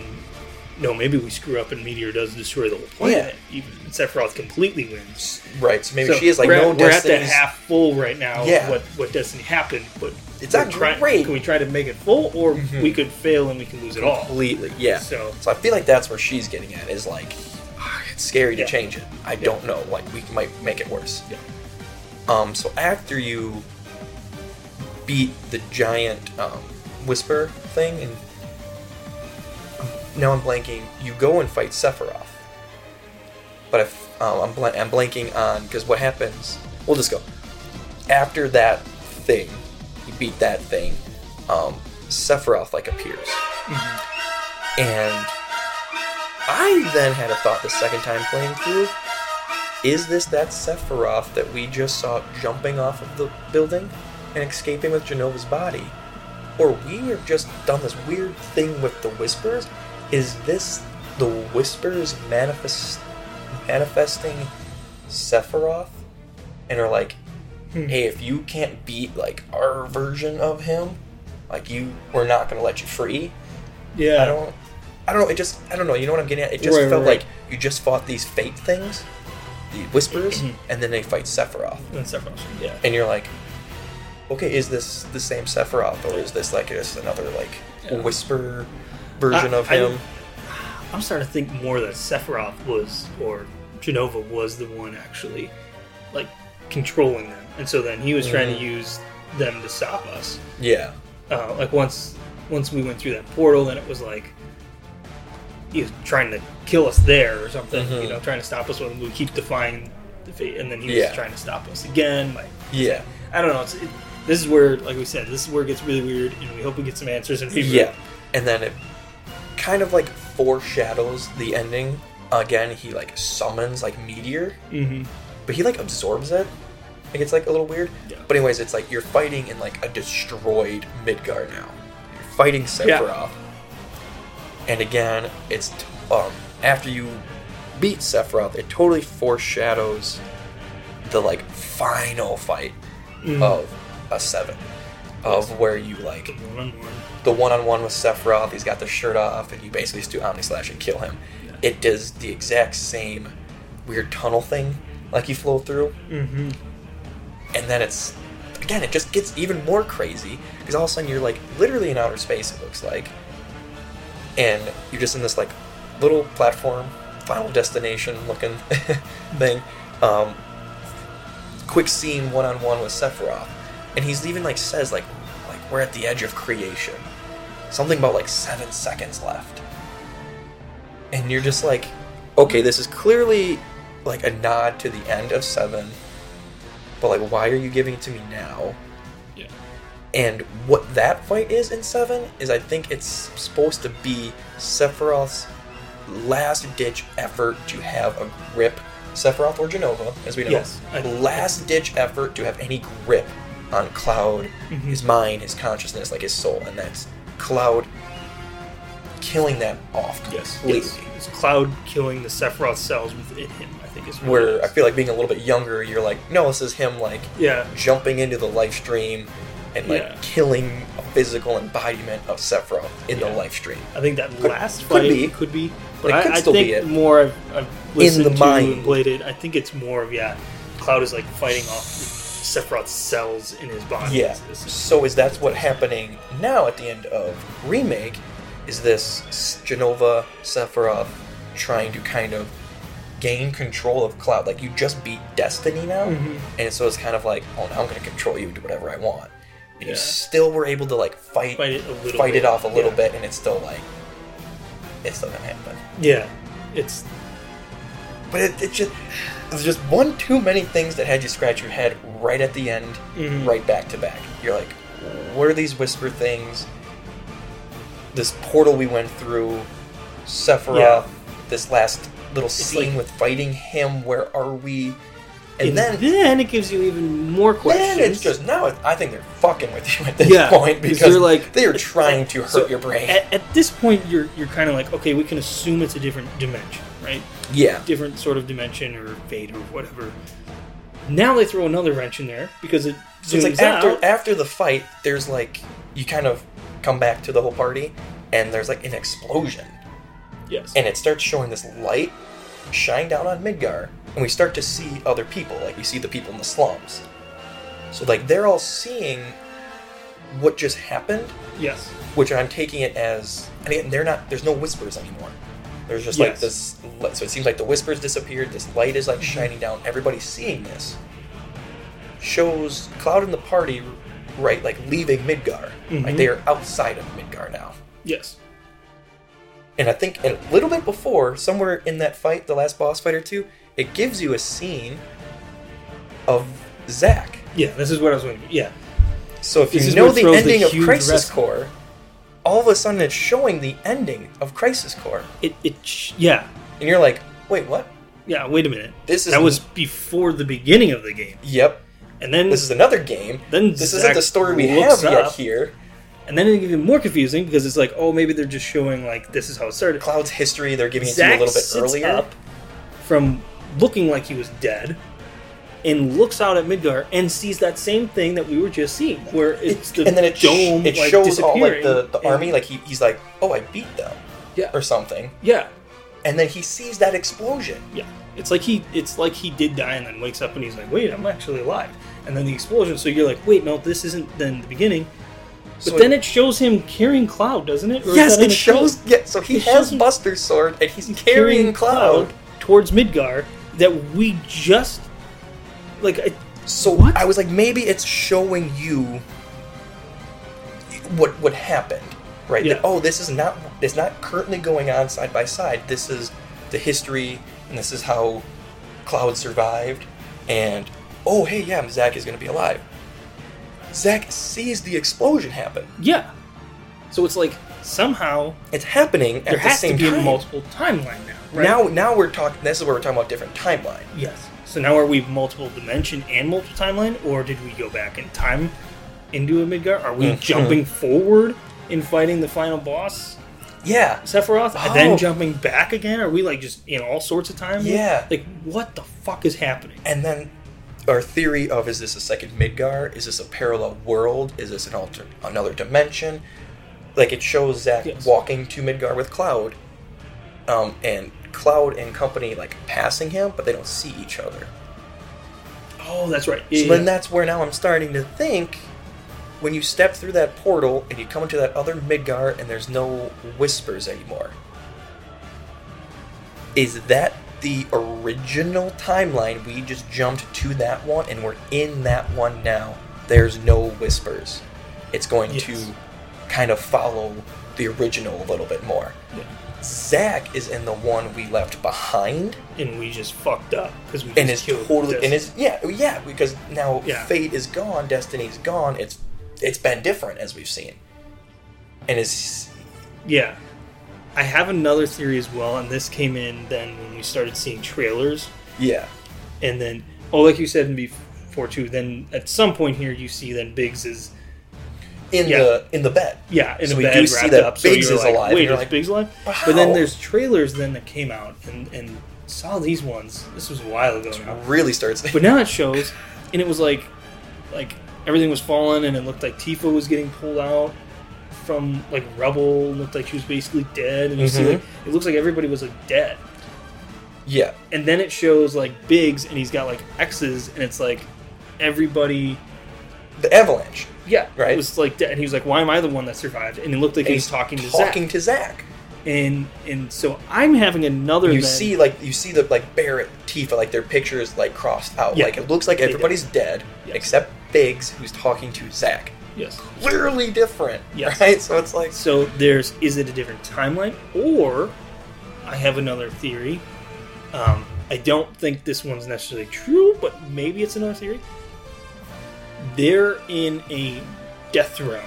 Speaker 1: No, maybe we screw up and meteor does destroy the whole planet. Even Sephiroth completely wins.
Speaker 2: Right. So maybe
Speaker 1: So
Speaker 2: she is like,
Speaker 1: we're, at-
Speaker 2: no,
Speaker 1: we're at that
Speaker 2: Destiny's-
Speaker 1: half full right now.
Speaker 2: Yeah.
Speaker 1: Yeah. What what destiny happened, but
Speaker 2: It's not
Speaker 1: we're try-
Speaker 2: great.
Speaker 1: Can we try to make it full, or
Speaker 2: Mhm.
Speaker 1: we could fail and we can lose it all?
Speaker 2: completely. Yeah.
Speaker 1: So-
Speaker 2: I feel like that's where she's getting at is like, "Ah, it's scary
Speaker 1: Yeah.
Speaker 2: to change it. I don't know. Like we might make it worse.
Speaker 1: Yeah.
Speaker 2: Um. So after you beat the giant um, whisper thing, and now I'm blanking. You go and fight Sephiroth. But if um, I'm, bl- I'm blanking on because what happens? We'll just go after that thing. You beat that thing. Um, Sephiroth like appears.
Speaker 1: Mm-hmm.
Speaker 2: And I then had a thought the second time playing through. Is this that Sephiroth that we just saw jumping off of the building and escaping with Genova's body? Or we have just done this weird thing with the Whispers? Is this the Whispers manifest manifesting Sephiroth? And are like, hey, if you can't beat like our version of him, like you we're not gonna let you free.
Speaker 1: Yeah.
Speaker 2: I don't. I don't know. It just. I don't know. You know what I'm getting at? It just
Speaker 1: Right,
Speaker 2: felt
Speaker 1: right,
Speaker 2: like you just fought these fake things, the whispers,
Speaker 1: Mm-hmm.
Speaker 2: and then they fight Sephiroth,
Speaker 1: And Sephiroth. Yeah.
Speaker 2: and you're like, okay, is this the same Sephiroth, or is this like just another like
Speaker 1: Yeah.
Speaker 2: whisper version
Speaker 1: I-
Speaker 2: of
Speaker 1: I-
Speaker 2: him?
Speaker 1: I'm starting to think more that Sephiroth was, or Genova was the one actually, like, controlling them. And so then he was trying to use them to stop us.
Speaker 2: yeah.
Speaker 1: Uh, like, once once we went through that portal, then it was like, he was trying to kill us there or something,
Speaker 2: Mhm.
Speaker 1: you know, trying to stop us when we keep defying the fate. And then he was
Speaker 2: Yeah.
Speaker 1: trying to stop us again. Like,
Speaker 2: Yeah.
Speaker 1: I don't know. It's, it, this is where, like we said, this is where it gets really weird, and we hope we get some answers. And people,
Speaker 2: Yeah. And then it kind of like foreshadows the ending. Again, he like summons like meteor.
Speaker 1: hmm
Speaker 2: but he like absorbs it. Like it's like a little weird.
Speaker 1: Yeah.
Speaker 2: But anyways, it's like you're fighting in like a destroyed Midgar now. You're fighting Sephiroth. And again, it's t- um after you beat Sephiroth, it totally foreshadows the like final fight of a seven. Of where you like
Speaker 1: One on one.
Speaker 2: the one on one with Sephiroth, he's got the shirt off, and you basically just do Omni Slash and kill him. It does the exact same weird tunnel thing like you flow through.
Speaker 1: Mm-hmm.
Speaker 2: And then it's, again, it just gets even more crazy because all of a sudden you're like literally in outer space, it looks like. And you're just in this like little platform, final destination looking *laughs* thing. Um, quick scene one on one with Sephiroth. And he's even like says, like, like we're at the edge of creation. Something about like seven seconds left. And you're just like, okay, this is clearly like a nod to the end of seven but like why are you giving it to me now
Speaker 1: Yeah.
Speaker 2: and what that fight is in seven is i think it's supposed to be sephiroth's last ditch effort to have a grip sephiroth or genova as we know
Speaker 1: Yes, I-
Speaker 2: last ditch effort to have any grip on cloud
Speaker 1: Mm-hmm.
Speaker 2: his mind his consciousness like his soul and that's cloud killing that off
Speaker 1: Yes,
Speaker 2: completely
Speaker 1: yes. It's Cloud killing the Sephiroth cells within him. I think is what it
Speaker 2: where i
Speaker 1: is.
Speaker 2: feel like being a little bit younger you're like no this is him like
Speaker 1: yeah,
Speaker 2: jumping into the live stream and like
Speaker 1: Yeah.
Speaker 2: killing a physical embodiment of Sephiroth in the
Speaker 1: Yeah.
Speaker 2: live stream.
Speaker 1: I think that
Speaker 2: Could-
Speaker 1: last
Speaker 2: could
Speaker 1: fight
Speaker 2: be.
Speaker 1: could be, but
Speaker 2: It
Speaker 1: I,
Speaker 2: could
Speaker 1: I
Speaker 2: still
Speaker 1: think
Speaker 2: be it.
Speaker 1: more I've, I've listened
Speaker 2: the
Speaker 1: to
Speaker 2: mind.
Speaker 1: and played it. I think it's more of yeah, Cloud is like fighting off Sephiroth's cells in his body.
Speaker 2: Yeah.
Speaker 1: It's- it's-
Speaker 2: So is that's what happening now at the end of remake? Is this S- Genova Sephiroth trying to kind of gain control of Cloud? Like you just beat Destiny now,
Speaker 1: Mm-hmm.
Speaker 2: and so it's kind of like, oh, now I'm going to control you, do whatever I want. And you
Speaker 1: Yeah.
Speaker 2: still were able to like fight,
Speaker 1: Fight it a little
Speaker 2: fight
Speaker 1: bit.
Speaker 2: it off a little
Speaker 1: Yeah.
Speaker 2: bit, and it's still like, it's still gonna happen.
Speaker 1: yeah, it's
Speaker 2: But it, it just there's just one too many things that had you scratch your head right at the end,
Speaker 1: Mhm.
Speaker 2: right back to back. You're like, what are these whisper things? This portal we went through, Sephiroth,
Speaker 1: Yeah.
Speaker 2: this last little scene
Speaker 1: like-
Speaker 2: with fighting him. Where are we? And
Speaker 1: And
Speaker 2: then,
Speaker 1: then, it gives you even more questions.
Speaker 2: then it's just now. It, I think they're fucking with you at this
Speaker 1: Yeah,
Speaker 2: point
Speaker 1: 'cause
Speaker 2: because
Speaker 1: they're like-
Speaker 2: they are trying to hurt
Speaker 1: So,
Speaker 2: your brain.
Speaker 1: At, at this point, you're you're kind of like, okay, we can assume it's a different dimension, right?
Speaker 2: yeah,
Speaker 1: Different sort of dimension or fate or whatever. Now they throw another wrench in there because it
Speaker 2: So
Speaker 1: zooms
Speaker 2: it's like
Speaker 1: out.
Speaker 2: after after the fight, there's like you kind of come back to the whole party, and there's like an explosion,
Speaker 1: yes.
Speaker 2: and it starts showing this light shine down on Midgar, and we start to see other people, like we see the people in the slums. So like they're all seeing what just happened,
Speaker 1: yes.
Speaker 2: which I'm taking it as, and again, they're not. There's no whispers anymore. There's just like
Speaker 1: Yes. Mm-hmm.
Speaker 2: this. li- So it seems like the whispers disappeared. This light is like shining down. Everybody's seeing this. Shows Cloud and the party, right? Like leaving Midgar. Like
Speaker 1: Mhm.
Speaker 2: they are outside of Midgar now.
Speaker 1: Yes.
Speaker 2: And I think a little bit before, somewhere in that fight, the last boss fight or two, it gives you a scene of Zack.
Speaker 1: Yeah. This is what I was wondering. Yeah.
Speaker 2: So if
Speaker 1: This
Speaker 2: you
Speaker 1: is
Speaker 2: know
Speaker 1: what
Speaker 2: the
Speaker 1: throws the
Speaker 2: ending of
Speaker 1: huge
Speaker 2: Crisis
Speaker 1: wrestle.
Speaker 2: Core, all of a sudden it's showing the ending of Crisis Core.
Speaker 1: It. It. sh- Yeah.
Speaker 2: And you're like, wait, what?
Speaker 1: Yeah. Wait a minute.
Speaker 2: This is-
Speaker 1: that was before the beginning of the game,
Speaker 2: Yep.
Speaker 1: and then
Speaker 2: This is another game.
Speaker 1: Then
Speaker 2: this
Speaker 1: Zack
Speaker 2: isn't the story we
Speaker 1: looks
Speaker 2: have yet
Speaker 1: up.
Speaker 2: here.
Speaker 1: and then it's even more confusing because it's like, oh, maybe they're just showing like this is how it started.
Speaker 2: Cloud's history, they're giving it to you
Speaker 1: Zack
Speaker 2: a little bit
Speaker 1: sits
Speaker 2: earlier.
Speaker 1: up from looking like he was dead and looks out at Midgar and sees that same thing that we were just seeing, where it's the
Speaker 2: and then it, sh-
Speaker 1: dome
Speaker 2: it
Speaker 1: like,
Speaker 2: shows all like the,
Speaker 1: disappearing
Speaker 2: the
Speaker 1: and-
Speaker 2: army, like he, he's like, oh, I beat them
Speaker 1: yeah,
Speaker 2: or something.
Speaker 1: yeah,
Speaker 2: And then he sees that explosion.
Speaker 1: yeah. It's like he it's like he did die and then wakes up and he's like, wait, I'm actually alive. And then the explosion. So you're like, wait, no, this isn't then the beginning. But
Speaker 2: So
Speaker 1: then it shows him carrying Cloud, doesn't it? Or is
Speaker 2: yes,
Speaker 1: that in
Speaker 2: it
Speaker 1: the
Speaker 2: shows.
Speaker 1: trailer?
Speaker 2: Yeah, so he
Speaker 1: It
Speaker 2: has
Speaker 1: shows him
Speaker 2: Buster's sword and he's carrying Cloud.
Speaker 1: towards Midgar that we just like. I,
Speaker 2: So
Speaker 1: What?
Speaker 2: I was like, maybe it's showing you what what happened, right?
Speaker 1: Yeah.
Speaker 2: That, oh, this is not it's not currently going on side by side. This is the history, and this is how Cloud survived. And oh, hey, yeah, Zack is going to be alive. Zack sees the explosion happen.
Speaker 1: Yeah. So it's like somehow
Speaker 2: It's happening at
Speaker 1: there
Speaker 2: the
Speaker 1: has
Speaker 2: same
Speaker 1: to be a
Speaker 2: time.
Speaker 1: multiple timeline now. Right?
Speaker 2: Now, now we're talking. This is where we're talking about different timeline.
Speaker 1: yes. So now are we multiple dimension and multiple timeline, or did we go back in time into a Midgar? Are we
Speaker 2: Mhm.
Speaker 1: jumping forward and fighting the final boss,
Speaker 2: Yeah,
Speaker 1: Sephiroth, and then
Speaker 2: Oh.
Speaker 1: jumping back again? Are we like just in all sorts of time? loops?
Speaker 2: Yeah.
Speaker 1: Like what the fuck is happening?
Speaker 2: And then our theory of is this a second Midgar? Is this a parallel world? Is this an alter another dimension? Like it shows Zack
Speaker 1: Yes.
Speaker 2: walking to Midgar with Cloud, um, and Cloud and company like passing him, but they don't see each other.
Speaker 1: Oh, that's right.
Speaker 2: So then that's where now I'm starting to think. When you step through that portal and you come into that other Midgar and there's no whispers anymore, is that the original timeline? We just jumped to that one and we're in that one now. There's no whispers. It's going
Speaker 1: Yes.
Speaker 2: to kind of follow the original a little bit more.
Speaker 1: Yeah.
Speaker 2: Zack is in the one we left behind
Speaker 1: and we just fucked up because we
Speaker 2: and
Speaker 1: just
Speaker 2: it's
Speaker 1: killed
Speaker 2: totally
Speaker 1: this.
Speaker 2: and it's yeah yeah because now
Speaker 1: Yeah.
Speaker 2: fate is gone destiny's gone it's it's been different as we've seen and it's
Speaker 1: Yeah. I have another theory as well, and this came in then when we started seeing trailers.
Speaker 2: yeah
Speaker 1: And then, oh, like you said in before too, then at some point here you see then Biggs is,
Speaker 2: in
Speaker 1: Yeah.
Speaker 2: the in the bed
Speaker 1: yeah, in
Speaker 2: So
Speaker 1: a
Speaker 2: we
Speaker 1: bed
Speaker 2: do see
Speaker 1: wrapped
Speaker 2: that
Speaker 1: up. so
Speaker 2: Biggs
Speaker 1: you're
Speaker 2: is
Speaker 1: like,
Speaker 2: alive, and
Speaker 1: Wait,
Speaker 2: you're
Speaker 1: is
Speaker 2: like,
Speaker 1: Biggs alive? But then
Speaker 2: "Wow."
Speaker 1: there's trailers then that came out and, and saw these ones. This was a while ago now.
Speaker 2: really starts
Speaker 1: But now it shows, and it was like, like everything was falling, and it looked like Tifa was getting pulled out from like rubble. It looked like she was basically dead, and you see
Speaker 2: Mhm.
Speaker 1: like it looks like everybody was like dead.
Speaker 2: yeah
Speaker 1: and then it shows like Biggs and he's got like X's and it's like everybody
Speaker 2: the avalanche
Speaker 1: yeah
Speaker 2: Right.
Speaker 1: was like dead and he was like why am I the one that survived and it looked like
Speaker 2: And
Speaker 1: he was talking to
Speaker 2: talking
Speaker 1: Zach
Speaker 2: to Zach
Speaker 1: and and so I'm having another
Speaker 2: you
Speaker 1: then-
Speaker 2: see like you see the like Barrett Tifa like their pictures like crossed out
Speaker 1: Yeah.
Speaker 2: like it looks like
Speaker 1: They do.
Speaker 2: everybody's dead
Speaker 1: Yes.
Speaker 2: except Biggs who's talking to Zach
Speaker 1: yes
Speaker 2: clearly different
Speaker 1: Yes.
Speaker 2: right so it's like
Speaker 1: so there's is it a different timeline or I have another theory um, I don't think this one's necessarily true but maybe it's another theory they're in a death realm.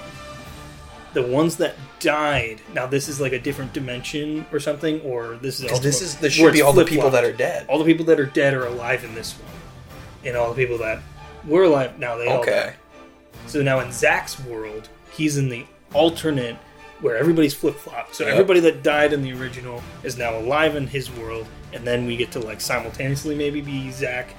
Speaker 1: The ones that died. Now this is like a different dimension or something, or this is
Speaker 2: Because this
Speaker 1: ultimate-
Speaker 2: is this
Speaker 1: where
Speaker 2: should be
Speaker 1: it's
Speaker 2: all the people
Speaker 1: flip-flopped.
Speaker 2: that are dead.
Speaker 1: all the people that are dead are alive in this one, and all the people that were alive now they all died.
Speaker 2: Okay.
Speaker 1: So now in Zach's world, he's in the alternate where everybody's flip flopped. So
Speaker 2: Yep.
Speaker 1: everybody that died in the original is now alive in his world, and then we get to like simultaneously maybe be Zach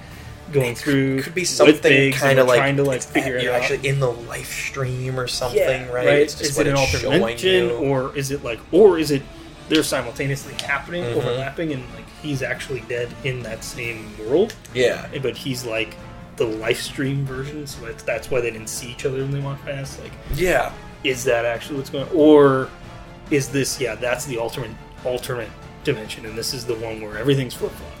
Speaker 1: going through.
Speaker 2: It could be
Speaker 1: with
Speaker 2: something
Speaker 1: Biggs and
Speaker 2: kind of
Speaker 1: we're
Speaker 2: like
Speaker 1: trying to like
Speaker 2: it's at-
Speaker 1: figure it
Speaker 2: you're
Speaker 1: out.
Speaker 2: actually in the live stream or something,
Speaker 1: yeah,
Speaker 2: right? It's just
Speaker 1: is
Speaker 2: what
Speaker 1: it an
Speaker 2: it's
Speaker 1: alternate
Speaker 2: showing
Speaker 1: dimension,
Speaker 2: you.
Speaker 1: or is it like, or is it they're simultaneously happening,
Speaker 2: Mm-hmm.
Speaker 1: overlapping, and like he's actually dead in that same world?
Speaker 2: yeah,
Speaker 1: but he's like the live stream version, so that's, that's why they didn't see each other when they walked past. Like,
Speaker 2: yeah.
Speaker 1: is that actually what's going, or is this? Yeah, that's the alternate alternate dimension, and this is the one where everything's flip flopped.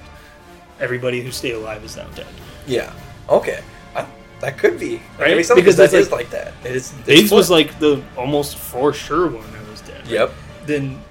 Speaker 1: Everybody who stayed alive is now dead.
Speaker 2: Yeah. Okay. I, that could be.
Speaker 1: Right?
Speaker 2: Right? Maybe something
Speaker 1: Because
Speaker 2: because that
Speaker 1: that's
Speaker 2: is
Speaker 1: like-
Speaker 2: like, that. It is. it's
Speaker 1: Dave's was
Speaker 2: fun.
Speaker 1: like the almost for sure one that was dead.
Speaker 2: Yep.
Speaker 1: Then,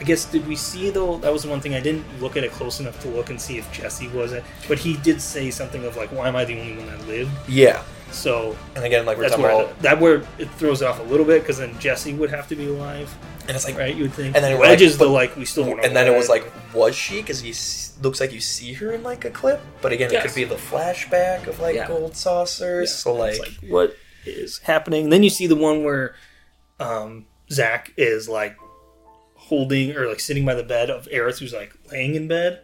Speaker 1: I guess did we see though? That was the one thing I didn't look at it close enough to look and see if Jesse was it. But he did say something of like, "Why am I the only one that lived?"
Speaker 2: Yeah.
Speaker 1: So
Speaker 2: And again, like we're
Speaker 1: that's
Speaker 2: talking
Speaker 1: where
Speaker 2: about,
Speaker 1: the- that where it throws it off a little bit because then Jesse would have to be alive,
Speaker 2: and it's like,
Speaker 1: right? You would think.
Speaker 2: And then it was
Speaker 1: Wedge
Speaker 2: like-
Speaker 1: is the like we still. want
Speaker 2: and then it was like, was she? Because he s- looks like you see her in like a clip, but again, it
Speaker 1: Yes.
Speaker 2: could be the flashback of like
Speaker 1: Yeah.
Speaker 2: gold saucers. So like,
Speaker 1: what is happening? And then you see the one where um, Zach is like holding or like sitting by the bed of Aerith, who's like laying in bed.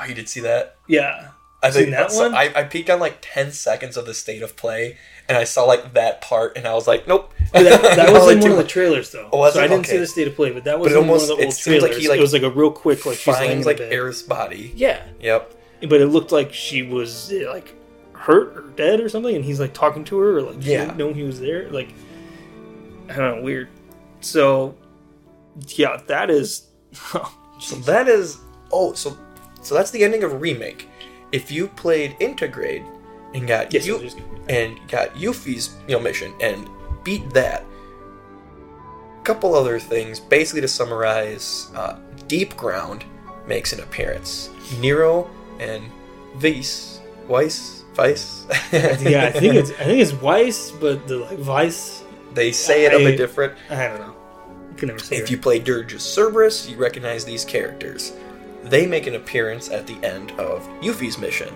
Speaker 2: oh, you did see that.
Speaker 1: Yeah,
Speaker 2: I
Speaker 1: Seen
Speaker 2: think
Speaker 1: that
Speaker 2: that one.
Speaker 1: one?
Speaker 2: I, I peeked on like ten seconds of the state of play, and I saw like that part, and I was like, nope.
Speaker 1: But
Speaker 2: *laughs*
Speaker 1: that, that was in
Speaker 2: Like,
Speaker 1: one of
Speaker 2: too-
Speaker 1: the trailers though.
Speaker 2: Oh, was
Speaker 1: so
Speaker 2: it?
Speaker 1: I didn't see
Speaker 2: Okay.
Speaker 1: the state of play, but that was
Speaker 2: it
Speaker 1: in one of
Speaker 2: almost-
Speaker 1: the
Speaker 2: it
Speaker 1: old
Speaker 2: seems
Speaker 1: trailers.
Speaker 2: like he, like,
Speaker 1: it was like a real quick like she's laying in
Speaker 2: finds like
Speaker 1: bed.
Speaker 2: Aerith's body.
Speaker 1: Yeah,
Speaker 2: Yep.
Speaker 1: but it looked like she was eh, like hurt or dead or something, and he's like talking to her, or like she
Speaker 2: Yeah.
Speaker 1: didn't know he was there. Like I don't know, weird. So yeah, that is *laughs*
Speaker 2: So that is oh, so so that's the ending of remake. If you played Integrate and got
Speaker 1: Yes,
Speaker 2: you
Speaker 1: I'll just-
Speaker 2: and got Yuffie's you know mission and beat that, couple other things. Basically, to summarize, uh, Deep Ground makes an appearance. Nero and Vice, Weiss, Vice.
Speaker 1: yeah. I think it's I think it's Weiss, but the like Vice.
Speaker 2: *laughs* they say it a
Speaker 1: I-
Speaker 2: bit different.
Speaker 1: I don't know. You can never say
Speaker 2: If
Speaker 1: it.
Speaker 2: you play Dirge as Cerberus, you recognize these characters. They make an appearance at the end of Yuffie's mission.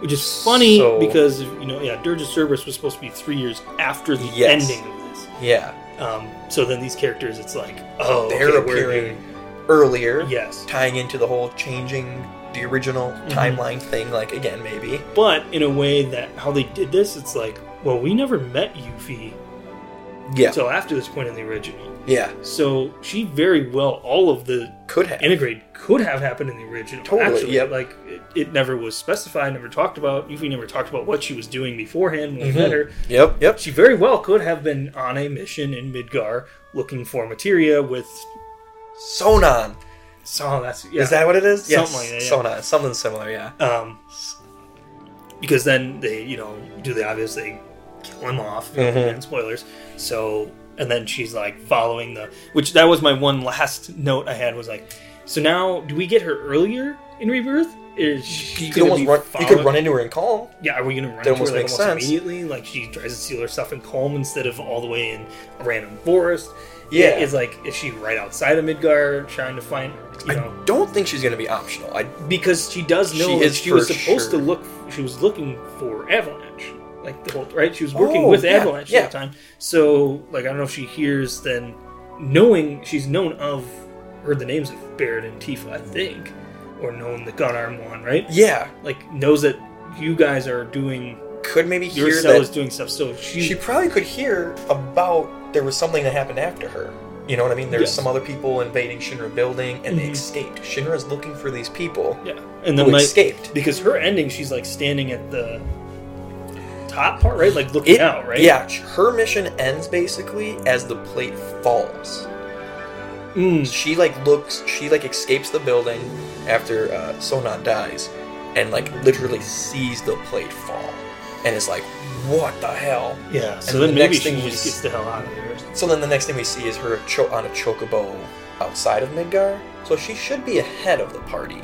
Speaker 1: which is funny
Speaker 2: So-
Speaker 1: because you know yeah, Dirge of Cerberus was supposed to be three years after the
Speaker 2: Yes.
Speaker 1: ending of this.
Speaker 2: Yeah,
Speaker 1: Um, so then these characters, it's like, oh,
Speaker 2: they're
Speaker 1: okay, we're
Speaker 2: appearing earlier,
Speaker 1: here. Yes,
Speaker 2: tying into the whole changing the original
Speaker 1: Mm-hmm.
Speaker 2: timeline thing. Like again, maybe
Speaker 1: but in a way that how they did this, it's like, well, we never met Yuffie
Speaker 2: yeah,
Speaker 1: until after this point in the original.
Speaker 2: yeah,
Speaker 1: So she very well, all of the
Speaker 2: could have.
Speaker 1: integrate could have happened in the original.
Speaker 2: Totally,
Speaker 1: actually,
Speaker 2: yep.
Speaker 1: like it, it never was specified, never talked about. Yuffie never talked about what she was doing beforehand when we met her.
Speaker 2: Mm-hmm. Yep, yep.
Speaker 1: She very well could have been on a mission in Midgar looking for materia with.
Speaker 2: Sonon
Speaker 1: So that's yeah.
Speaker 2: is that what it is?
Speaker 1: Something like that, yeah.
Speaker 2: Sonon, something similar. Yeah,
Speaker 1: Um, because then they, you know, do the obvious, they kill him off.
Speaker 2: Mm-hmm.
Speaker 1: And spoilers. So, and then she's like following the, which that was my one last note I had was like, so now do we get her earlier in Rebirth? Is she
Speaker 2: you could
Speaker 1: gonna
Speaker 2: almost
Speaker 1: be
Speaker 2: run. You could
Speaker 1: following-
Speaker 2: run into her and call. 'em.
Speaker 1: Yeah, are we gonna run
Speaker 2: That
Speaker 1: into her
Speaker 2: almost
Speaker 1: like,
Speaker 2: makes
Speaker 1: almost
Speaker 2: sense.
Speaker 1: immediately? Like she tries to steal her stuff in Calm instead of all the way in a random forest.
Speaker 2: Yeah.
Speaker 1: is like is she right outside of Midgar trying to find? You know,
Speaker 2: I don't think she's gonna be optional. I
Speaker 1: because she does know
Speaker 2: She
Speaker 1: that
Speaker 2: is
Speaker 1: she was
Speaker 2: for
Speaker 1: supposed
Speaker 2: sure.
Speaker 1: to look she was looking for avalanche like the whole right she was working
Speaker 2: Oh,
Speaker 1: with
Speaker 2: yeah,
Speaker 1: avalanche the
Speaker 2: yeah.
Speaker 1: whole time so like i don't know if she hears then knowing she's known of heard the names of Barrett and tifa i think or known the gun arm one right
Speaker 2: yeah
Speaker 1: like knows that you guys are doing
Speaker 2: could maybe
Speaker 1: your
Speaker 2: hear
Speaker 1: cell
Speaker 2: that
Speaker 1: is doing stuff so she,
Speaker 2: she probably could hear about there was something that happened after her. You know what I mean? There's
Speaker 1: Yes.
Speaker 2: some other people invading Shinra building and they
Speaker 1: Mhm.
Speaker 2: escaped. Shinra's looking for these people
Speaker 1: yeah and
Speaker 2: who
Speaker 1: then like
Speaker 2: escaped.
Speaker 1: because her ending she's like standing at the top part right like looking
Speaker 2: It-
Speaker 1: out right
Speaker 2: Yeah, her mission ends basically as the plate falls.
Speaker 1: Mm.
Speaker 2: She like looks, she like escapes the building after uh, Sonon dies, and like literally sees the plate fall, and is like, "What the hell?"
Speaker 1: yeah so
Speaker 2: And
Speaker 1: then
Speaker 2: the
Speaker 1: maybe
Speaker 2: next
Speaker 1: she
Speaker 2: thing we
Speaker 1: just
Speaker 2: see-
Speaker 1: gets the hell out of there
Speaker 2: So then the next thing we see is her cho- on a chocobo outside of Midgar. So she should be ahead of the party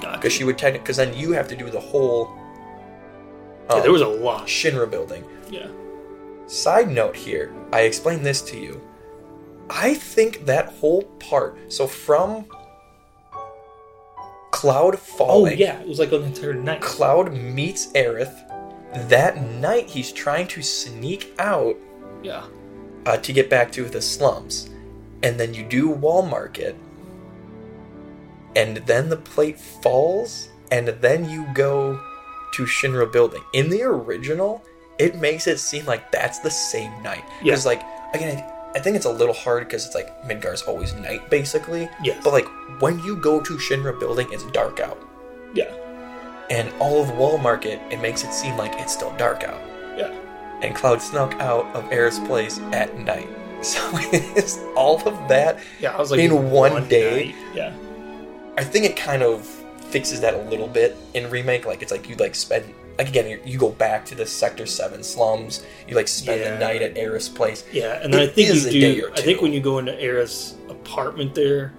Speaker 2: because she would technically. Because then you have to do the whole.
Speaker 1: Yeah,
Speaker 2: um,
Speaker 1: there was a lot.
Speaker 2: Shinra building.
Speaker 1: Yeah.
Speaker 2: Side note here, I explained this to you. I think that whole part, so from Cloud
Speaker 1: Oh,
Speaker 2: falling,
Speaker 1: yeah, it was like an entire night.
Speaker 2: Cloud meets Aerith. That night, he's trying to sneak out
Speaker 1: yeah.
Speaker 2: uh, to get back to the slums. And then you do wall market. And then the plate falls. And then you go to Shinra building. In the original, it makes it seem like that's the same night.
Speaker 1: Yeah.
Speaker 2: Because, like, again, I think it's a little hard because it's like Midgar's always night, basically.
Speaker 1: Yes.
Speaker 2: But, like, when you go to Shinra building, it's dark out.
Speaker 1: Yeah.
Speaker 2: And all of Wall Market, it makes it seem like it's still dark out
Speaker 1: Yeah.
Speaker 2: and Cloud snuck out of Aerith's place at night. *laughs* So it's all of that.
Speaker 1: Yeah, I was like
Speaker 2: In one day?
Speaker 1: night. Yeah.
Speaker 2: I think it kind of fixes that a little bit in remake. Like it's like you like spend like again you- you go back to the Sector Seven slums. You like spend
Speaker 1: Yeah.
Speaker 2: the night at Aerith's place.
Speaker 1: Yeah, and then I
Speaker 2: It
Speaker 1: think
Speaker 2: is
Speaker 1: you
Speaker 2: a day
Speaker 1: do.
Speaker 2: or
Speaker 1: I think
Speaker 2: two.
Speaker 1: when you go into Era's apartment there,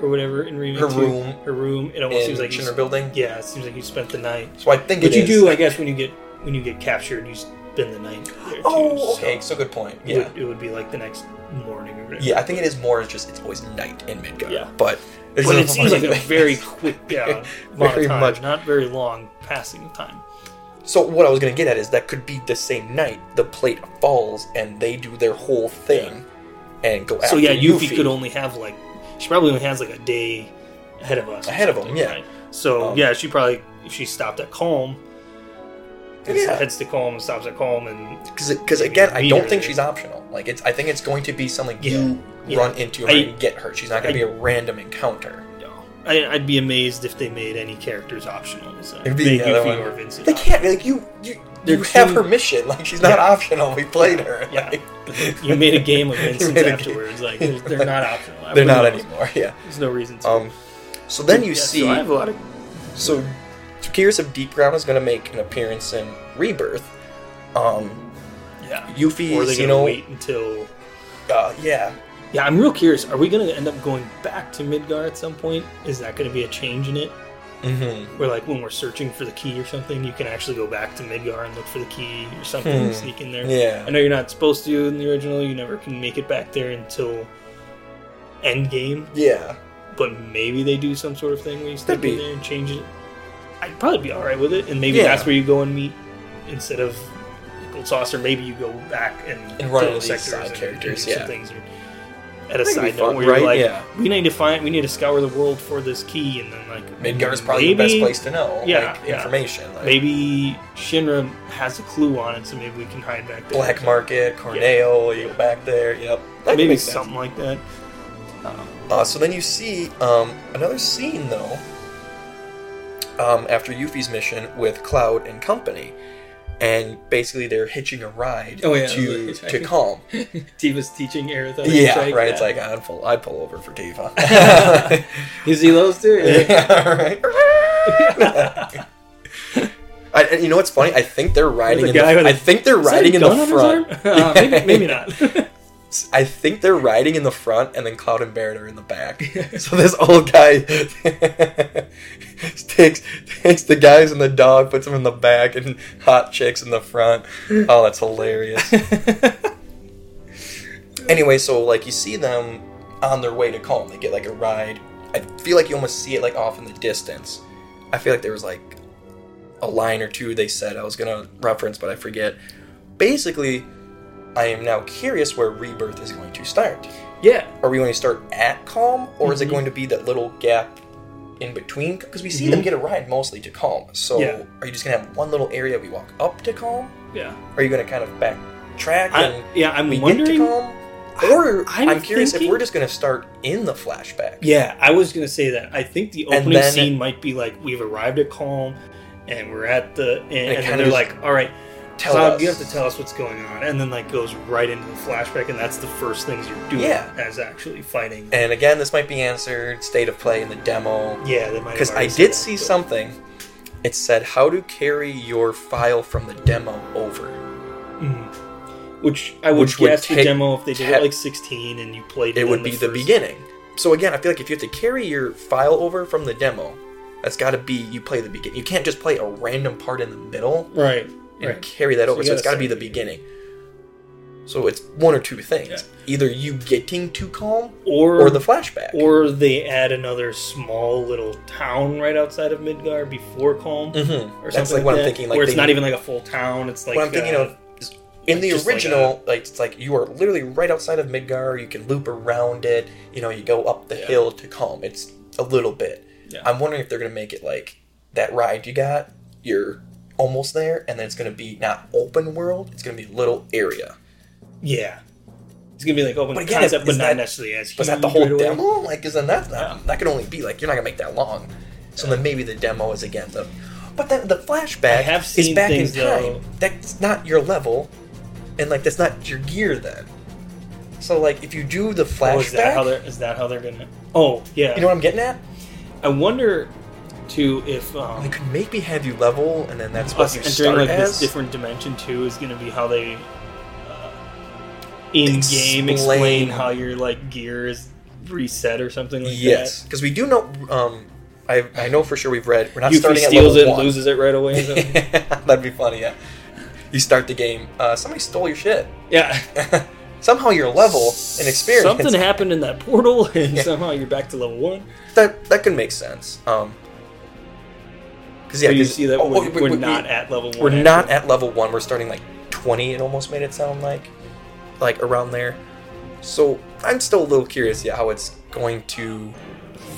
Speaker 1: or whatever in remake
Speaker 2: Her
Speaker 1: two,
Speaker 2: room
Speaker 1: her room, it almost
Speaker 2: in
Speaker 1: seems like you
Speaker 2: Shinra
Speaker 1: s-
Speaker 2: Building.
Speaker 1: Yeah, it seems like you spent the night.
Speaker 2: So I think
Speaker 1: But
Speaker 2: it
Speaker 1: you
Speaker 2: is.
Speaker 1: do, I guess, when you get when you get captured, you spend the night there. too,
Speaker 2: Oh,
Speaker 1: so
Speaker 2: okay. So good point.
Speaker 1: It,
Speaker 2: Yeah,
Speaker 1: would, it would be like the next morning or whatever.
Speaker 2: yeah. I think it is more just it's always night in Midgar.
Speaker 1: Yeah.
Speaker 2: but there's
Speaker 1: But
Speaker 2: no
Speaker 1: it seems like a
Speaker 2: point. *laughs*
Speaker 1: very quick, yeah, amount
Speaker 2: Very
Speaker 1: of time,
Speaker 2: much.
Speaker 1: not very long passing of time.
Speaker 2: So what I was gonna get at is that could be the same night the plate falls and they do their whole thing and go after
Speaker 1: So yeah, Yuffie
Speaker 2: Yuffie.
Speaker 1: could only have like she probably only has like a day ahead of us. or
Speaker 2: Ahead of
Speaker 1: something,
Speaker 2: them, yeah.
Speaker 1: So
Speaker 2: Um,
Speaker 1: yeah, she probably if she stopped at Calm, heads-
Speaker 2: Oh, Yeah.
Speaker 1: heads to Calm and stops at Calm, and
Speaker 2: because
Speaker 1: maybe
Speaker 2: again I
Speaker 1: meet
Speaker 2: don't
Speaker 1: her
Speaker 2: think
Speaker 1: there.
Speaker 2: she's optional. Like it's I think it's going to be something you
Speaker 1: Yeah.
Speaker 2: run into her
Speaker 1: I-
Speaker 2: and get her. She's not gonna
Speaker 1: I-
Speaker 2: be a random encounter.
Speaker 1: I, I'd be amazed if they made any characters optional. So
Speaker 2: It'd be
Speaker 1: make
Speaker 2: the other
Speaker 1: Yuffie
Speaker 2: one.
Speaker 1: or Vincent.
Speaker 2: They
Speaker 1: optional.
Speaker 2: can't like you you,
Speaker 1: They're
Speaker 2: you have
Speaker 1: too-
Speaker 2: her mission. Like she's not
Speaker 1: Yeah.
Speaker 2: optional. We played her.
Speaker 1: Yeah.
Speaker 2: Like,
Speaker 1: You made a
Speaker 2: *laughs*
Speaker 1: game of Vincent
Speaker 2: made a game.
Speaker 1: afterwards. Like they're, they're not optional.
Speaker 2: they're not
Speaker 1: Everyone knows.
Speaker 2: anymore. Yeah.
Speaker 1: There's no reason to.
Speaker 2: Um. So then you
Speaker 1: Yeah,
Speaker 2: see.
Speaker 1: So I have a lot of.
Speaker 2: So, Tears of Deep Ground is going to make an appearance in Rebirth. Um,
Speaker 1: Yeah.
Speaker 2: Yuffie,
Speaker 1: Or are they
Speaker 2: you
Speaker 1: gonna
Speaker 2: know,
Speaker 1: wait until?
Speaker 2: uh, yeah,
Speaker 1: Yeah, I'm real curious. Are we going to end up going back to Midgar at some point? Is that going to be a change in it?
Speaker 2: mm-hmm.
Speaker 1: Where, like, when we're searching for the key or something, you can actually go back to Midgar and look for the key or something
Speaker 2: Hmm.
Speaker 1: and sneak in there? I
Speaker 2: yeah,
Speaker 1: know you're not supposed to in the original. You never can make it back there until Endgame.
Speaker 2: yeah.
Speaker 1: But maybe they do some sort of thing where you step
Speaker 2: Could be.
Speaker 1: in there and change it. I'd probably be all right with it. And maybe
Speaker 2: Yeah.
Speaker 1: that's where you go and meet instead of Gold Sauce, or maybe you go back and,
Speaker 2: And run
Speaker 1: fill
Speaker 2: into these side
Speaker 1: and do
Speaker 2: characters,
Speaker 1: some
Speaker 2: yeah.
Speaker 1: things or- at a
Speaker 2: That'd be
Speaker 1: side note
Speaker 2: fun,
Speaker 1: where you're
Speaker 2: right?
Speaker 1: like,
Speaker 2: Yeah.
Speaker 1: we need to find, we need to scour the world for this key, and then like
Speaker 2: Midgar's probably the best
Speaker 1: maybe-
Speaker 2: place to know
Speaker 1: yeah,
Speaker 2: like,
Speaker 1: yeah.
Speaker 2: information. Like
Speaker 1: Maybe Shinra has a clue on it, so maybe we can hide back there.
Speaker 2: Black Market, Corneo, you go back there. Yep, That
Speaker 1: maybe
Speaker 2: makes sense.
Speaker 1: something like *laughs* that.
Speaker 2: Uh, so then you see um, another scene though. Um, after Yuffie's mission with Cloud and company, and basically they're hitching a ride
Speaker 1: Oh, yeah,
Speaker 2: to
Speaker 1: like-
Speaker 2: to Calm.
Speaker 1: Tifa's teaching Aerith. how to
Speaker 2: Yeah,
Speaker 1: hitchhike,
Speaker 2: right. It's
Speaker 1: yeah.
Speaker 2: like I'd pull, I'd pull over
Speaker 1: *laughs*
Speaker 2: for Tifa. yeah,
Speaker 1: you see those
Speaker 2: *laughs*
Speaker 1: two? *laughs*
Speaker 2: right. I, and you know what's funny? I think they're riding.
Speaker 1: There's
Speaker 2: In
Speaker 1: a guy
Speaker 2: the,
Speaker 1: with a-
Speaker 2: I think they're
Speaker 1: Is that a
Speaker 2: riding in the
Speaker 1: gun on his
Speaker 2: front.
Speaker 1: arm? *laughs* Uh, maybe, maybe
Speaker 2: *laughs*
Speaker 1: not. *laughs*
Speaker 2: I think they're riding in the front, and then Cloud and Barrett are in the back. so this old guy *laughs* takes takes the guys and the dog, puts them in the back, and hot chicks in the front. Oh, that's hilarious. anyway, so like you see them on their way to Calm, they get like a ride. I feel like you almost see it like off in the distance. I feel like there was like a line or two they said I was gonna reference, but I forget. Basically, I am now curious where Rebirth is going to start.
Speaker 1: yeah,
Speaker 2: Are we going to start at Calm, or is it
Speaker 1: Mhm.
Speaker 2: going to be that little gap in between? Because we see them
Speaker 1: Mhm.
Speaker 2: get a ride mostly to Calm. So
Speaker 1: Yeah.
Speaker 2: are you just gonna have one little area we walk up to Calm?
Speaker 1: yeah,
Speaker 2: Are you gonna kind of backtrack
Speaker 1: I,
Speaker 2: and
Speaker 1: yeah. I'm
Speaker 2: we get to
Speaker 1: wondering.
Speaker 2: Calm? Or I'm,
Speaker 1: I'm
Speaker 2: curious if
Speaker 1: thinking-
Speaker 2: we're just gonna start in the flashback.
Speaker 1: Yeah, I was gonna say that. I think the
Speaker 2: And
Speaker 1: opening
Speaker 2: then-
Speaker 1: scene might be like we've arrived at Calm, and we're at the and, and,
Speaker 2: kinda
Speaker 1: then they're
Speaker 2: just
Speaker 1: like, all right.
Speaker 2: Tell
Speaker 1: Cloud,
Speaker 2: us.
Speaker 1: you have to tell us what's going on, and then like goes right into the flashback, and that's the first things you're doing
Speaker 2: Yeah.
Speaker 1: as actually fighting.
Speaker 2: And again, this might be answered state of play in the demo.
Speaker 1: yeah, they might have
Speaker 2: Because I
Speaker 1: already said
Speaker 2: did
Speaker 1: that,
Speaker 2: see
Speaker 1: but-
Speaker 2: something. It said how to carry your file from the demo over.
Speaker 1: Mm. Which I would
Speaker 2: Which would
Speaker 1: guess the
Speaker 2: take-
Speaker 1: demo if they did it
Speaker 2: te-
Speaker 1: like 16 and you played it.
Speaker 2: It would
Speaker 1: in
Speaker 2: be the
Speaker 1: first-
Speaker 2: beginning. So again, I feel like if you have to carry your file over from the demo, that's got to be you play the beginning. You can't just play a random part in the middle
Speaker 1: Right.
Speaker 2: and
Speaker 1: Right.
Speaker 2: carry that
Speaker 1: So
Speaker 2: over.
Speaker 1: you
Speaker 2: So it's got
Speaker 1: gotta
Speaker 2: to be the
Speaker 1: start
Speaker 2: beginning. So it's one or two things:
Speaker 1: Yeah.
Speaker 2: either you getting too calm,
Speaker 1: Or,
Speaker 2: or the flashback.
Speaker 1: or they add another small little town right outside of Midgar before Calm,
Speaker 2: Mhm.
Speaker 1: or
Speaker 2: That's,
Speaker 1: something
Speaker 2: like, what
Speaker 1: that,
Speaker 2: I'm thinking, like,
Speaker 1: where it's
Speaker 2: they-
Speaker 1: not even like a full town. It's like
Speaker 2: what I'm thinking
Speaker 1: uh,
Speaker 2: of is in the
Speaker 1: just like uh,
Speaker 2: original, like, it's like you are literally right outside of Midgar. You can loop around it. You know, you go up the
Speaker 1: Yeah.
Speaker 2: hill to Calm. It's a little bit.
Speaker 1: Yeah.
Speaker 2: I'm wondering if they're gonna make it like that ride you got. You're almost there, and then it's gonna be not open world. It's gonna be a little area.
Speaker 1: yeah. It's gonna be like open
Speaker 2: But again,
Speaker 1: concept, but
Speaker 2: is
Speaker 1: not
Speaker 2: that-
Speaker 1: necessarily as.
Speaker 2: Was that
Speaker 1: huge
Speaker 2: the whole
Speaker 1: right away.
Speaker 2: demo? Like, is then that's not,
Speaker 1: Yeah.
Speaker 2: that could only be like you're not gonna make that long. So
Speaker 1: Yeah.
Speaker 2: then maybe the demo is again the, but then the
Speaker 1: I
Speaker 2: flashback
Speaker 1: have
Speaker 2: is
Speaker 1: seen
Speaker 2: back in
Speaker 1: things,
Speaker 2: time.
Speaker 1: though.
Speaker 2: That's not your level, and like that's not your gear then. So like if you do the
Speaker 1: Oh, is that
Speaker 2: flashback,
Speaker 1: how they're? Is that how they're gonna? Oh yeah.
Speaker 2: you know what I'm getting at?
Speaker 1: I wonder too if um,
Speaker 2: They could maybe have you level, and then that's what
Speaker 1: us
Speaker 2: you
Speaker 1: entering
Speaker 2: start
Speaker 1: like
Speaker 2: as.
Speaker 1: this different dimension too is going to be how they uh, in game
Speaker 2: Explain.
Speaker 1: explain how your like gear is reset or something like
Speaker 2: yes, because we do know. Um, I I know for sure we've read we're
Speaker 1: that.
Speaker 2: not
Speaker 1: Yuffie
Speaker 2: starting at
Speaker 1: steals
Speaker 2: level
Speaker 1: it,
Speaker 2: one.
Speaker 1: loses it right away. or
Speaker 2: *laughs*
Speaker 1: something.
Speaker 2: That'd be funny. Yeah, you start the game. Uh, somebody stole your shit.
Speaker 1: yeah,
Speaker 2: *laughs* somehow your level and experience
Speaker 1: Something happened in that portal, and
Speaker 2: Yeah.
Speaker 1: somehow you're back to level one.
Speaker 2: that that could make sense. Um, because yeah,
Speaker 1: But you
Speaker 2: 'cause-
Speaker 1: see that
Speaker 2: oh,
Speaker 1: we're,
Speaker 2: we-
Speaker 1: we're
Speaker 2: we-
Speaker 1: not at level one.
Speaker 2: we're not
Speaker 1: actually.
Speaker 2: at level one. We're starting like twenty. It almost made it sound like like around there. So I'm still a little curious, yeah, how it's going to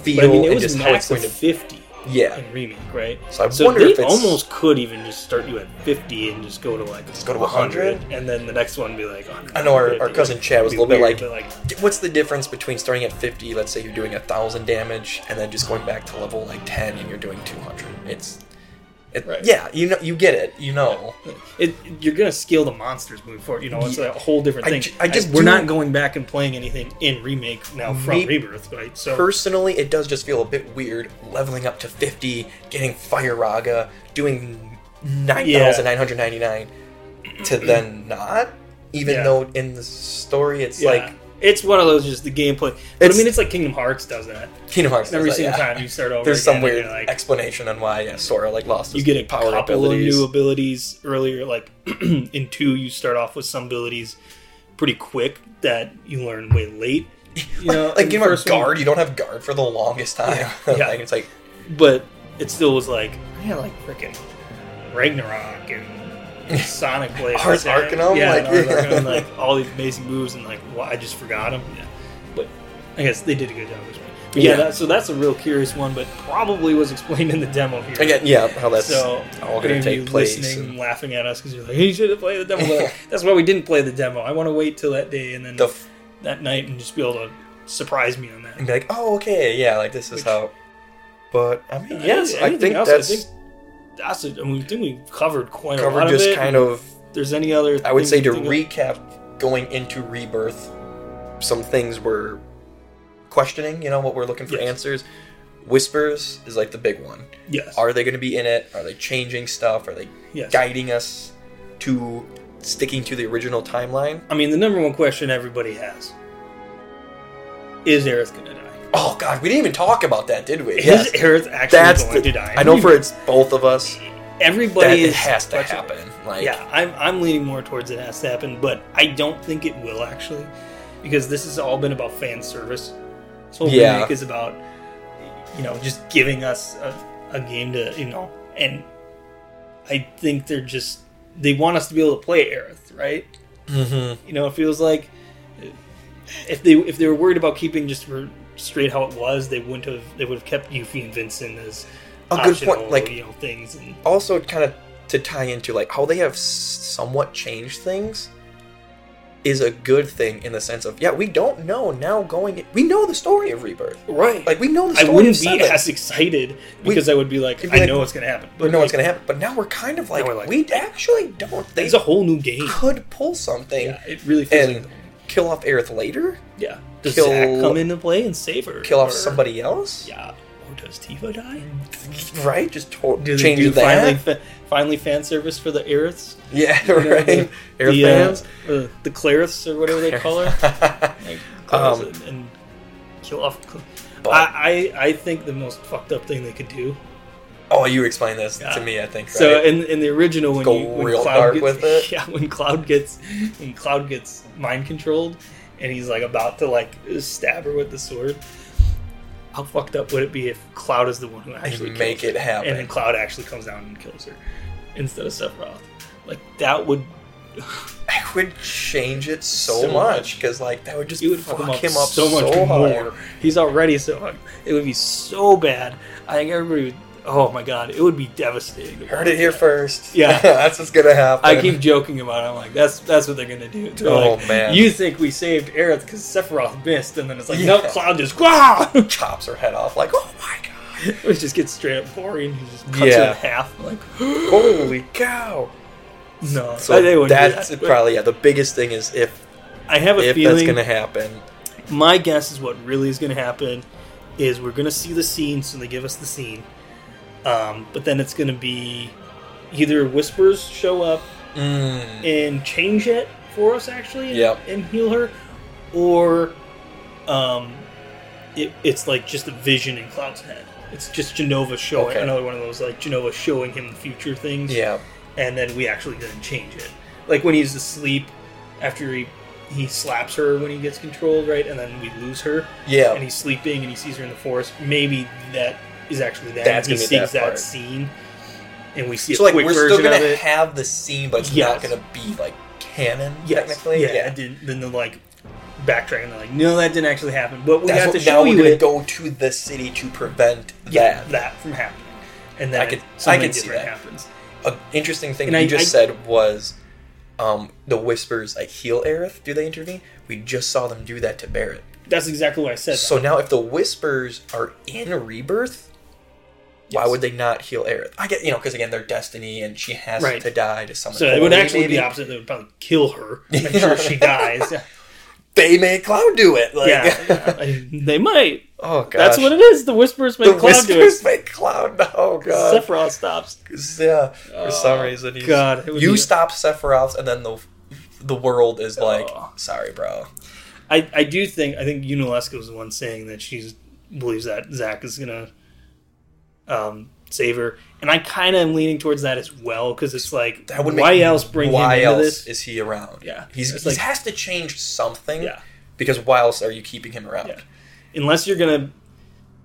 Speaker 2: feel
Speaker 1: But I mean, it
Speaker 2: and
Speaker 1: was
Speaker 2: just how it's
Speaker 1: max
Speaker 2: going
Speaker 1: of
Speaker 2: to.
Speaker 1: fifty
Speaker 2: Yeah,
Speaker 1: in remake, right?
Speaker 2: So I
Speaker 1: so
Speaker 2: wonder
Speaker 1: they
Speaker 2: if it's-
Speaker 1: almost could even just start you at fifty and just go to like
Speaker 2: Just go to 100?
Speaker 1: and then the next one be like. 100,
Speaker 2: I know our, our cousin Chad was a little bit like,
Speaker 1: like
Speaker 2: what's the difference between starting at 50 let's say you're doing a thousand damage and then just going back to level like 10 and you're doing 200 it's it,
Speaker 1: Right.
Speaker 2: yeah you know you get it you know
Speaker 1: It, you're gonna scale the monsters moving forward. You know, it's
Speaker 2: Yeah.
Speaker 1: a whole different
Speaker 2: I
Speaker 1: thing.
Speaker 2: ju- I just
Speaker 1: we're
Speaker 2: do-
Speaker 1: not going back and playing anything in remake now from
Speaker 2: Me-
Speaker 1: Rebirth, right? So
Speaker 2: personally it does just feel a bit weird leveling up to 50 getting fire raga doing 9999 to then not even
Speaker 1: Yeah.
Speaker 2: though in the story it's
Speaker 1: yeah.
Speaker 2: like
Speaker 1: it's one of those just the gameplay. But I
Speaker 2: It's-
Speaker 1: mean, it's like Kingdom Hearts does that
Speaker 2: kingdom hearts
Speaker 1: every
Speaker 2: does that,
Speaker 1: single
Speaker 2: yeah.
Speaker 1: time you start over.
Speaker 2: there's
Speaker 1: again
Speaker 2: some
Speaker 1: and you're
Speaker 2: weird
Speaker 1: like,
Speaker 2: explanation on why yeah, Sora like lost
Speaker 1: you
Speaker 2: his
Speaker 1: get a
Speaker 2: power
Speaker 1: couple
Speaker 2: abilities.
Speaker 1: of new abilities earlier. Like *clears throat* in two, you start off with some abilities pretty quick that you learn way late. You
Speaker 2: *laughs*
Speaker 1: *laughs*
Speaker 2: like,
Speaker 1: know,
Speaker 2: like
Speaker 1: in the
Speaker 2: you know,
Speaker 1: first one.
Speaker 2: guard, you don't have guard for the longest time. *laughs*
Speaker 1: Yeah. Yeah.
Speaker 2: like, it's like
Speaker 1: but it still was like yeah, like freaking Ragnarok *laughs* and Sonic Blade,
Speaker 2: Ars Arcanum,
Speaker 1: yeah,
Speaker 2: like-
Speaker 1: and Ars Arcanum, *laughs* like all these amazing moves, and like why I just forgot them. Yeah. But I guess they did a good job this one. But yeah,
Speaker 2: Yeah.
Speaker 1: That, so that's a real curious one, but probably was explained in the demo here.
Speaker 2: again, yeah, how that's
Speaker 1: so
Speaker 2: all
Speaker 1: any
Speaker 2: going to
Speaker 1: of
Speaker 2: take
Speaker 1: you
Speaker 2: place.
Speaker 1: listening,
Speaker 2: and
Speaker 1: laughing at us because you're like, "You should have played the demo." We're
Speaker 2: *laughs*
Speaker 1: like, That's why we didn't play the demo. I want to wait till that day and then
Speaker 2: the f-
Speaker 1: that night and just be able to surprise me on that.
Speaker 2: and be like, oh, okay, yeah, like this is
Speaker 1: Which-
Speaker 2: how. But I mean,
Speaker 1: Uh,
Speaker 2: Mm, yes, I
Speaker 1: anything
Speaker 2: think
Speaker 1: else?
Speaker 2: that's
Speaker 1: that's. A, I mean, I think we covered quite a lot
Speaker 2: covered.
Speaker 1: of
Speaker 2: Just
Speaker 1: it.
Speaker 2: kind of,
Speaker 1: If There's any other?
Speaker 2: I would
Speaker 1: things
Speaker 2: say
Speaker 1: you
Speaker 2: to
Speaker 1: think of-
Speaker 2: recap, going into rebirth, some things we're questioning. You know what we're looking for
Speaker 1: Yes.
Speaker 2: answers. Whispers is like the big one.
Speaker 1: Yes.
Speaker 2: Are they going to be in it? Are they changing stuff? Are they
Speaker 1: yes.
Speaker 2: guiding us to sticking to the original timeline?
Speaker 1: I mean, the number one question everybody has is Aerith gonna die?
Speaker 2: Oh God, we didn't even talk about that, did we?
Speaker 1: Is Aerith actually
Speaker 2: that's
Speaker 1: going
Speaker 2: the,
Speaker 1: to die?
Speaker 2: I know for it's both of us that
Speaker 1: everybody
Speaker 2: it
Speaker 1: is
Speaker 2: has to
Speaker 1: question-
Speaker 2: happen. Like,
Speaker 1: yeah, I'm I'm leaning more towards it has to happen, but I don't think it will actually, because this has all been about fan service. This whole
Speaker 2: Yeah.
Speaker 1: remake is about, you know, just giving us a, a game to you know, and I think they're just they want us to be able to play Aerith, right?
Speaker 2: Mm-hmm.
Speaker 1: You know, it feels like if they if they were worried about keeping just r- straight how it was, they wouldn't have they would have kept Yuffie and Vincent as
Speaker 2: A good point,
Speaker 1: optional,
Speaker 2: like-
Speaker 1: you know things and
Speaker 2: Also, kind of to tie into like how they have s- somewhat changed things is a good thing in the sense of yeah, we don't know now going. We know the story of Rebirth.
Speaker 1: right
Speaker 2: Like we know the
Speaker 1: I
Speaker 2: story.
Speaker 1: wouldn't
Speaker 2: of
Speaker 1: be
Speaker 2: Seven.
Speaker 1: as excited
Speaker 2: We-
Speaker 1: because I would be like,
Speaker 2: You'd be
Speaker 1: I
Speaker 2: like,
Speaker 1: know what's gonna happen.
Speaker 2: We know what's
Speaker 1: like, *laughs*
Speaker 2: gonna happen, but now we're kind of like,
Speaker 1: we're like,
Speaker 2: we actually don't think
Speaker 1: It's a whole new game.
Speaker 2: could pull something
Speaker 1: Yeah, it really feels
Speaker 2: and
Speaker 1: like
Speaker 2: kill off Aerith later.
Speaker 1: yeah. Does
Speaker 2: kill-
Speaker 1: Zack come into play and save her?
Speaker 2: Kill off
Speaker 1: Or-
Speaker 2: somebody else.
Speaker 1: Yeah. Or does Tifa die?
Speaker 2: Right? Just to-
Speaker 1: Do they
Speaker 2: change
Speaker 1: do
Speaker 2: that.
Speaker 1: finally fa- finally fan service for the Aeriths?
Speaker 2: *laughs*
Speaker 1: *laughs*
Speaker 2: Yeah,
Speaker 1: You know what I mean?
Speaker 2: right. Air
Speaker 1: the,
Speaker 2: fans.
Speaker 1: uh, uh, the Clariths or whatever they call her. Like, Clariths
Speaker 2: Um,
Speaker 1: and, and kill off. Cl-
Speaker 2: But-
Speaker 1: I, I I think the most fucked up thing they could do
Speaker 2: *laughs* Oh, you explained this
Speaker 1: Yeah.
Speaker 2: to me. I think right?
Speaker 1: So in in the original, when
Speaker 2: Go
Speaker 1: you when
Speaker 2: real
Speaker 1: Cloud
Speaker 2: dark
Speaker 1: gets,
Speaker 2: with it.
Speaker 1: *laughs* yeah, when Cloud gets when Cloud gets mind controlled, and he's like about to like stab her with the sword. How fucked up would it be if Cloud is the one who actually
Speaker 2: and make
Speaker 1: kills
Speaker 2: it
Speaker 1: her, and then
Speaker 2: happen.
Speaker 1: Cloud actually comes down and kills her instead of Sephiroth? Like that would
Speaker 2: *laughs* I would change it so,
Speaker 1: So
Speaker 2: much because like that would just
Speaker 1: you would
Speaker 2: fuck
Speaker 1: fuck him up, so much more.
Speaker 2: hard.
Speaker 1: He's already so hard. It would be so bad. I think everybody. Would, oh my god, it would be devastating. to
Speaker 2: Heard
Speaker 1: watch
Speaker 2: it here
Speaker 1: that.
Speaker 2: first. *laughs*
Speaker 1: Yeah.
Speaker 2: that's what's gonna happen.
Speaker 1: I
Speaker 2: *laughs*
Speaker 1: keep joking about it. I'm like, that's that's what they're gonna do. They're
Speaker 2: Oh,
Speaker 1: like,
Speaker 2: man.
Speaker 1: You think we saved Aerith because Sephiroth missed, and then it's like,
Speaker 2: Yeah.
Speaker 1: no, Cloud just wow, *laughs*
Speaker 2: chops her head off. Like, oh my god,
Speaker 1: it just gets straight up boring. He just cuts it
Speaker 2: Yeah.
Speaker 1: in half. I'm like, *gasps*
Speaker 2: holy cow.
Speaker 1: no,
Speaker 2: So
Speaker 1: they wouldn't do
Speaker 2: that's
Speaker 1: that.
Speaker 2: probably yeah. The biggest thing is if
Speaker 1: I have a
Speaker 2: if that's
Speaker 1: feeling.
Speaker 2: gonna happen.
Speaker 1: my guess is what really is gonna happen is we're gonna see the scene, so they give us the scene, um, but then it's gonna be either whispers show up
Speaker 2: Mm,
Speaker 1: and change it for us actually
Speaker 2: Yep.
Speaker 1: and heal her or um it, it's like just a vision in cloud's head it's just genova showing
Speaker 2: Okay.
Speaker 1: another one of those like genova showing him the future things
Speaker 2: yeah,
Speaker 1: and then we actually then change it like when he's asleep after he he slaps her when he gets controlled right and then we lose her
Speaker 2: yeah.
Speaker 1: and he's sleeping and he sees her in the forest maybe that is actually that
Speaker 2: That's
Speaker 1: he
Speaker 2: gonna be
Speaker 1: sees
Speaker 2: that
Speaker 1: that,
Speaker 2: part.
Speaker 1: scene and we see a
Speaker 2: so like
Speaker 1: quick
Speaker 2: we're
Speaker 1: version
Speaker 2: still gonna
Speaker 1: of it
Speaker 2: have the scene, but it's not
Speaker 1: Yes.
Speaker 2: gonna be like canon
Speaker 1: Yes.
Speaker 2: technically.
Speaker 1: Yeah, and then, then they're like backtracking. They're like, no, that didn't actually happen, but we
Speaker 2: That's
Speaker 1: have
Speaker 2: what,
Speaker 1: to
Speaker 2: now
Speaker 1: show
Speaker 2: we're
Speaker 1: you
Speaker 2: gonna
Speaker 1: it.
Speaker 2: go to the city to prevent
Speaker 1: yeah,
Speaker 2: that.
Speaker 1: that from happening, and then
Speaker 2: I could-
Speaker 1: something
Speaker 2: I could see
Speaker 1: different
Speaker 2: that.
Speaker 1: happens.
Speaker 2: An interesting thing
Speaker 1: And
Speaker 2: you
Speaker 1: I-
Speaker 2: just
Speaker 1: I-
Speaker 2: said was um, the whispers like heal Aerith. Do they intervene? We just saw them do that to Barrett.
Speaker 1: That's exactly what I said.
Speaker 2: So now, if the whispers are in Rebirth, why
Speaker 1: Yes.
Speaker 2: would they not heal Aerith? I get you know because again, their destiny, and she has
Speaker 1: Right.
Speaker 2: to die to summon.
Speaker 1: so it would
Speaker 2: Holy,
Speaker 1: actually be
Speaker 2: maybe.
Speaker 1: the opposite. They would probably kill her. I'm sure
Speaker 2: *laughs*
Speaker 1: she dies.
Speaker 2: They made Cloud do it. Like, *laughs*
Speaker 1: yeah, I- they might.
Speaker 2: oh god.
Speaker 1: That's what it is. The whispers make
Speaker 2: The
Speaker 1: Cloud do
Speaker 2: whispers
Speaker 1: it.
Speaker 2: make Cloud. *laughs* Oh god.
Speaker 1: Sephiroth stops.
Speaker 2: yeah. For some reason, he's,
Speaker 1: Oh, God, it would
Speaker 2: you
Speaker 1: be-
Speaker 2: stop Sephiroth, and then the the world is like,
Speaker 1: Oh.
Speaker 2: sorry, bro.
Speaker 1: I, I do think I think Unalesco was the one saying that she's believes that Zach is gonna um, save her, and I kind of am leaning towards that as well because it's like
Speaker 2: That would
Speaker 1: why
Speaker 2: make,
Speaker 1: else bring
Speaker 2: why
Speaker 1: him
Speaker 2: else
Speaker 1: into this?
Speaker 2: Is he around?
Speaker 1: Yeah.
Speaker 2: he's,
Speaker 1: It's
Speaker 2: he
Speaker 1: like-
Speaker 2: has to change something.
Speaker 1: Yeah.
Speaker 2: because why else are you keeping him around?
Speaker 1: Yeah. Unless you're gonna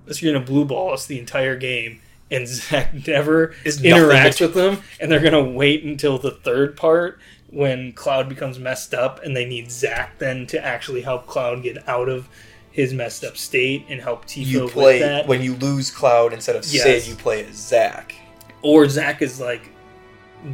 Speaker 1: unless you're gonna blue ball us the entire game, and *laughs* Zach never
Speaker 2: Is nothing
Speaker 1: interacts
Speaker 2: to-
Speaker 1: with them, and they're gonna wait until the third part when Cloud becomes messed up, and they need Zach then to actually help Cloud get out of his messed up state and help Tifa
Speaker 2: You
Speaker 1: with
Speaker 2: play
Speaker 1: that.
Speaker 2: when you lose Cloud instead of
Speaker 1: Yes.
Speaker 2: Sid, you play as Zack
Speaker 1: or Zach is like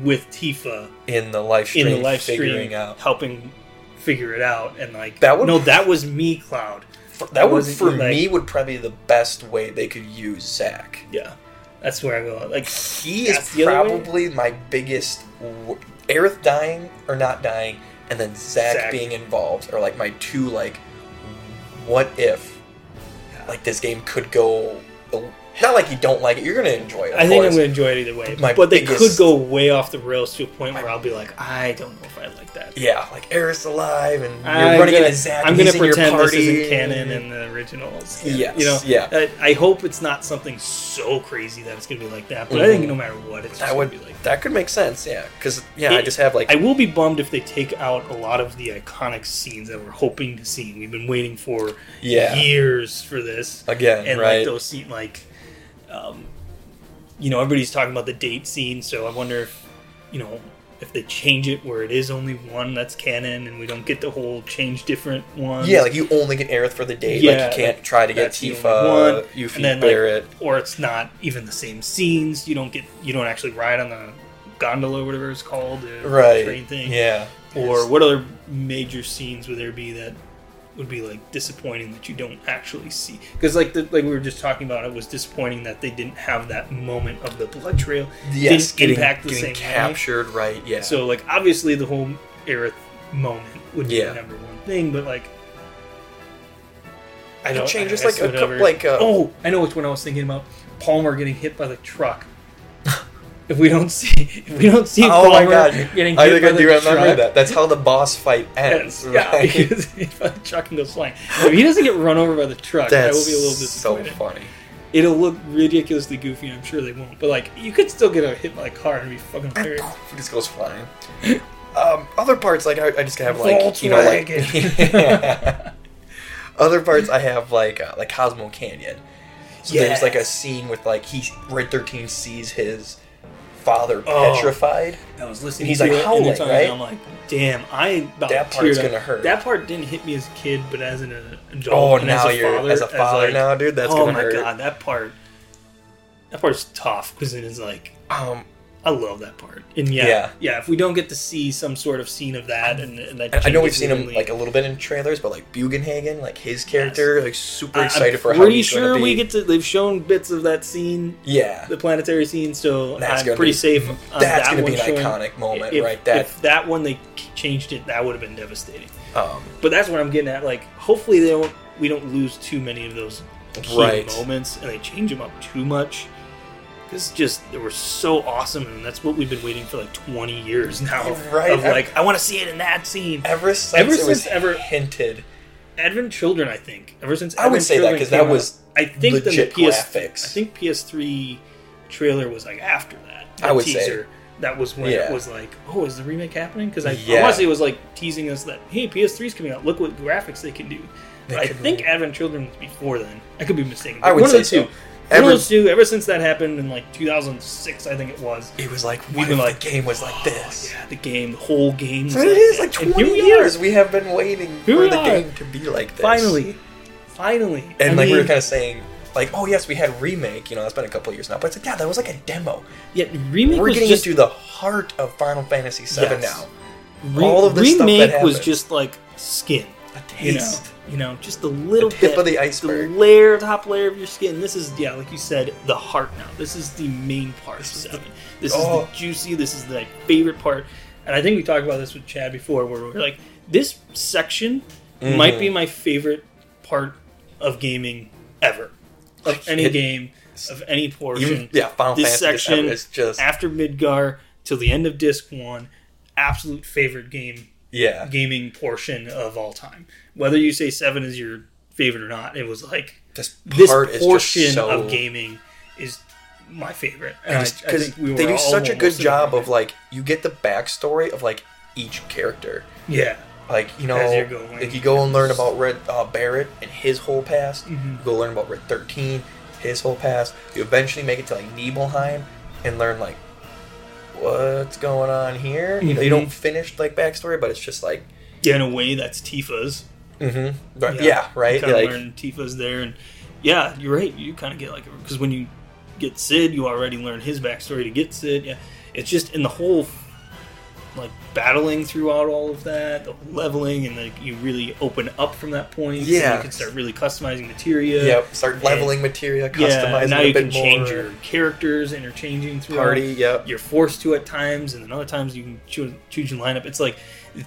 Speaker 1: with Tifa
Speaker 2: in the live
Speaker 1: in
Speaker 2: stream,
Speaker 1: the live
Speaker 2: figuring
Speaker 1: stream,
Speaker 2: out.
Speaker 1: helping figure it out, and like
Speaker 2: That would-
Speaker 1: no, that was me, Cloud.
Speaker 2: For- that would
Speaker 1: wasn't
Speaker 2: for
Speaker 1: like-
Speaker 2: me would probably be the best way they could use Zack.
Speaker 1: Yeah, that's where I go. Like
Speaker 2: He
Speaker 1: That's
Speaker 2: is
Speaker 1: the other way?
Speaker 2: probably my biggest. wor- Aerith dying or not dying, and then Zach,
Speaker 1: Zack.
Speaker 2: being involved are like my two like, what if, like this game could go. Not like you don't like it. You're gonna enjoy it. Of
Speaker 1: I think I'm
Speaker 2: course.
Speaker 1: gonna enjoy it either way,
Speaker 2: My
Speaker 1: but they
Speaker 2: biggest-
Speaker 1: could go way off the rails to a point where I'll be like, I don't know if I like that.
Speaker 2: Yeah, like Aerith's alive, and you're
Speaker 1: I'm
Speaker 2: running
Speaker 1: gonna,
Speaker 2: into Zack.
Speaker 1: I'm
Speaker 2: and he's
Speaker 1: gonna pretend
Speaker 2: in your
Speaker 1: this
Speaker 2: party.
Speaker 1: isn't canon in the originals. Yeah,
Speaker 2: Yes,
Speaker 1: you know,
Speaker 2: yeah.
Speaker 1: I, I hope it's not something so crazy that it's gonna be like that. But I
Speaker 2: Mhm.
Speaker 1: think no matter what, it's just
Speaker 2: that would
Speaker 1: gonna be like
Speaker 2: that could make sense. Yeah, because yeah, I
Speaker 1: It-
Speaker 2: just have like
Speaker 1: I will be bummed if they take out a lot of the iconic scenes that we're hoping to see. We've been waiting for
Speaker 2: Yeah.
Speaker 1: years for this.
Speaker 2: Again,
Speaker 1: and
Speaker 2: right.
Speaker 1: like those scene, like, um, you know, everybody's talking about the date scene, so I wonder if, you know, if they change it where it is only one that's canon and we don't get the whole change different one.
Speaker 2: yeah, like you only get Aerith for the date.
Speaker 1: Yeah,
Speaker 2: like you can't try to get
Speaker 1: that's the only
Speaker 2: Tifa,
Speaker 1: one.
Speaker 2: you
Speaker 1: And then, like,
Speaker 2: Barrett.
Speaker 1: or it's not even the same scenes. You don't get, you don't actually ride on the gondola, or whatever it's called, the
Speaker 2: right?
Speaker 1: train thing.
Speaker 2: Yeah,
Speaker 1: Or what other major scenes would there be that would be like disappointing that you don't actually see? Because like the, like we were just talking about, it was disappointing that they didn't have that moment of the blood trail.
Speaker 2: yes,
Speaker 1: didn't
Speaker 2: getting,
Speaker 1: impact the same
Speaker 2: getting
Speaker 1: way.
Speaker 2: captured, right? Yeah.
Speaker 1: So like obviously the whole Aerith moment would be
Speaker 2: Yeah.
Speaker 1: the number one thing, but like. I
Speaker 2: It
Speaker 1: don't
Speaker 2: changes,
Speaker 1: I guess
Speaker 2: like, a cou-
Speaker 1: whatever.
Speaker 2: like, uh,
Speaker 1: oh I know which one I was thinking about Palmer getting hit by the truck. *laughs* if we don't see if we don't see
Speaker 2: oh my
Speaker 1: Palmer
Speaker 2: god,
Speaker 1: getting hit
Speaker 2: I think
Speaker 1: by
Speaker 2: I
Speaker 1: the
Speaker 2: do remember
Speaker 1: truck,
Speaker 2: that. That's how the boss fight
Speaker 1: *laughs*
Speaker 2: ends.
Speaker 1: Yes, yeah,
Speaker 2: *laughs*
Speaker 1: *laughs*
Speaker 2: right? *laughs*
Speaker 1: because if the truck goes flying. If he doesn't get run over by the truck, I
Speaker 2: That's
Speaker 1: will be a little
Speaker 2: so
Speaker 1: *laughs* disappointed.
Speaker 2: funny.
Speaker 1: It'll look ridiculously goofy, and I'm sure they won't. But like, you could still get a hit by a car and be fucking hilarious.
Speaker 2: It just goes flying. Um, other parts, like I, I just have like you know,
Speaker 1: Volkswagen.
Speaker 2: like *laughs* other parts I have like uh, like Cosmo Canyon. So there's like a
Speaker 1: Yes.
Speaker 2: scene with like he Red Thirteen sees his father
Speaker 1: Oh.
Speaker 2: petrified.
Speaker 1: I was listening.
Speaker 2: And he's,
Speaker 1: to
Speaker 2: like,
Speaker 1: it, and
Speaker 2: howling,
Speaker 1: it's on,
Speaker 2: right?
Speaker 1: and I'm like, damn, I about
Speaker 2: That part's
Speaker 1: teared up.
Speaker 2: gonna hurt.
Speaker 1: That part didn't hit me as a kid, but as an uh, adult,
Speaker 2: Oh,
Speaker 1: and
Speaker 2: now
Speaker 1: as a
Speaker 2: you're
Speaker 1: father,
Speaker 2: as a father
Speaker 1: like,
Speaker 2: now, dude. That's
Speaker 1: oh
Speaker 2: gonna
Speaker 1: my
Speaker 2: hurt.
Speaker 1: god, that part. That part's tough because it is like
Speaker 2: Um,
Speaker 1: I love that part, and yeah,
Speaker 2: Yeah.
Speaker 1: yeah, If we don't get to see some sort of scene of that, and, and that
Speaker 2: I- I know we've
Speaker 1: changes
Speaker 2: seen him
Speaker 1: really-
Speaker 2: like a little bit in trailers, but like Bugenhagen, like his character, like super
Speaker 1: I-
Speaker 2: excited
Speaker 1: I'm
Speaker 2: for how
Speaker 1: pretty
Speaker 2: he's
Speaker 1: sure
Speaker 2: gonna be.
Speaker 1: we get to. They've shown bits of that scene,
Speaker 2: yeah.
Speaker 1: the planetary scene, so
Speaker 2: That's
Speaker 1: I'm
Speaker 2: gonna
Speaker 1: pretty
Speaker 2: be-
Speaker 1: safe. On
Speaker 2: That's
Speaker 1: that
Speaker 2: gonna
Speaker 1: one
Speaker 2: be an
Speaker 1: showing.
Speaker 2: iconic moment,
Speaker 1: if,
Speaker 2: right? That
Speaker 1: if that one they changed it, that would have been devastating.
Speaker 2: um,
Speaker 1: But that's what I'm getting at. Like, hopefully they don't. We don't lose too many of those key
Speaker 2: Right.
Speaker 1: moments, and they change them up too much. Because just they were so awesome, and that's what we've been waiting for like 20 years now.
Speaker 2: *laughs* Right.
Speaker 1: Of like, I want to see it in that scene.
Speaker 2: ever since
Speaker 1: Ever
Speaker 2: it was
Speaker 1: since ever-
Speaker 2: hinted.
Speaker 1: Advent Children, I think. Ever since
Speaker 2: I would
Speaker 1: Advent
Speaker 2: say that,
Speaker 1: Children
Speaker 2: 'cause
Speaker 1: came
Speaker 2: that
Speaker 1: out,
Speaker 2: was
Speaker 1: I think then
Speaker 2: legit
Speaker 1: the PS
Speaker 2: graphics.
Speaker 1: I think PS3 trailer was like after that.
Speaker 2: I
Speaker 1: that
Speaker 2: would say.
Speaker 1: teaser. That was when
Speaker 2: Yeah.
Speaker 1: it was like, oh, is the remake happening? Because I,
Speaker 2: Yeah.
Speaker 1: I want to say it was like teasing us that hey, PS3's coming out. Look what graphics they can do.
Speaker 2: They
Speaker 1: But I
Speaker 2: could-
Speaker 1: think Advent Children was before then. I could be mistaken.
Speaker 2: I
Speaker 1: but
Speaker 2: would
Speaker 1: one
Speaker 2: say
Speaker 1: of the
Speaker 2: so.
Speaker 1: two. One
Speaker 2: Ever-
Speaker 1: of those two. Ever since that happened in like 2006, I think it was.
Speaker 2: It was like
Speaker 1: We've been
Speaker 2: what
Speaker 1: like,
Speaker 2: if the game was like
Speaker 1: oh,
Speaker 2: this.
Speaker 1: yeah, the game, the whole game.
Speaker 2: So it is like
Speaker 1: that. And here we
Speaker 2: 20
Speaker 1: are.
Speaker 2: years we have been waiting
Speaker 1: Here
Speaker 2: for
Speaker 1: we
Speaker 2: the
Speaker 1: are.
Speaker 2: game to be like this.
Speaker 1: Finally, finally,
Speaker 2: And
Speaker 1: I
Speaker 2: like we were
Speaker 1: mean-
Speaker 2: kind of saying, like, oh yes, we had remake. You know, it's been a couple years now, but it's like, yeah, that was like a demo.
Speaker 1: Yeah, remake
Speaker 2: We're
Speaker 1: was
Speaker 2: getting
Speaker 1: just
Speaker 2: into the heart of Final Fantasy VII
Speaker 1: Yes.
Speaker 2: now.
Speaker 1: re-
Speaker 2: all of the stuff that
Speaker 1: remake was
Speaker 2: happened.
Speaker 1: just like skin.
Speaker 2: A
Speaker 1: You know,
Speaker 2: taste.
Speaker 1: you know, just a little
Speaker 2: The tip
Speaker 1: bit,
Speaker 2: of the iceberg.
Speaker 1: the layer, top layer of your skin. This is yeah, like you said, the heart. Now this is the main part. This is, the, this
Speaker 2: oh.
Speaker 1: is the juicy. This is the favorite part. And I think we talked about this with Chad before, where we're like, this section might
Speaker 2: Mm-hmm.
Speaker 1: be my favorite part of gaming ever, of any
Speaker 2: it-
Speaker 1: game, of any portion.
Speaker 2: Even- yeah, Final
Speaker 1: this
Speaker 2: Fantasy this
Speaker 1: section
Speaker 2: is just
Speaker 1: after Midgar till the end of Disc One, absolute favorite game
Speaker 2: yeah.
Speaker 1: gaming portion of all time. Whether you say seven is your favorite or not, it was like
Speaker 2: This
Speaker 1: this
Speaker 2: part is
Speaker 1: portion
Speaker 2: just so
Speaker 1: of gaming is my favorite. And I, I
Speaker 2: because
Speaker 1: think we were
Speaker 2: they do
Speaker 1: all
Speaker 2: such a good
Speaker 1: almost in
Speaker 2: job of
Speaker 1: agreement.
Speaker 2: like you get the backstory of like each character.
Speaker 1: yeah,
Speaker 2: Like you know,
Speaker 1: As you're going.
Speaker 2: like you go and learn about Red uh, Barrett and his whole past.
Speaker 1: Mm-hmm.
Speaker 2: You go learn about Red Thirteen, his whole past. You eventually make it to like Nibelheim and learn like what's going on here. You know, you
Speaker 1: Mhm.
Speaker 2: don't finish like backstory, but it's just like
Speaker 1: yeah. In a way, that's Tifa's.
Speaker 2: mm-hmm, yeah.
Speaker 1: You
Speaker 2: right.
Speaker 1: kind of
Speaker 2: Like
Speaker 1: learn Tifa's there, and yeah, you're right. You kind of get like because when you get Sid, you already learn his backstory to get Sid. Yeah, it's just in the whole like battling throughout all of that, the leveling, and like you really open up from that point. so
Speaker 2: Yeah.
Speaker 1: you can start really customizing material.
Speaker 2: yep, start leveling material, customizing
Speaker 1: Yeah, now
Speaker 2: it a
Speaker 1: you
Speaker 2: bit
Speaker 1: can change
Speaker 2: more.
Speaker 1: your characters, interchanging throughout.
Speaker 2: party. Yep.
Speaker 1: You're forced to at times, and then other times you can choose, choose your lineup. It's like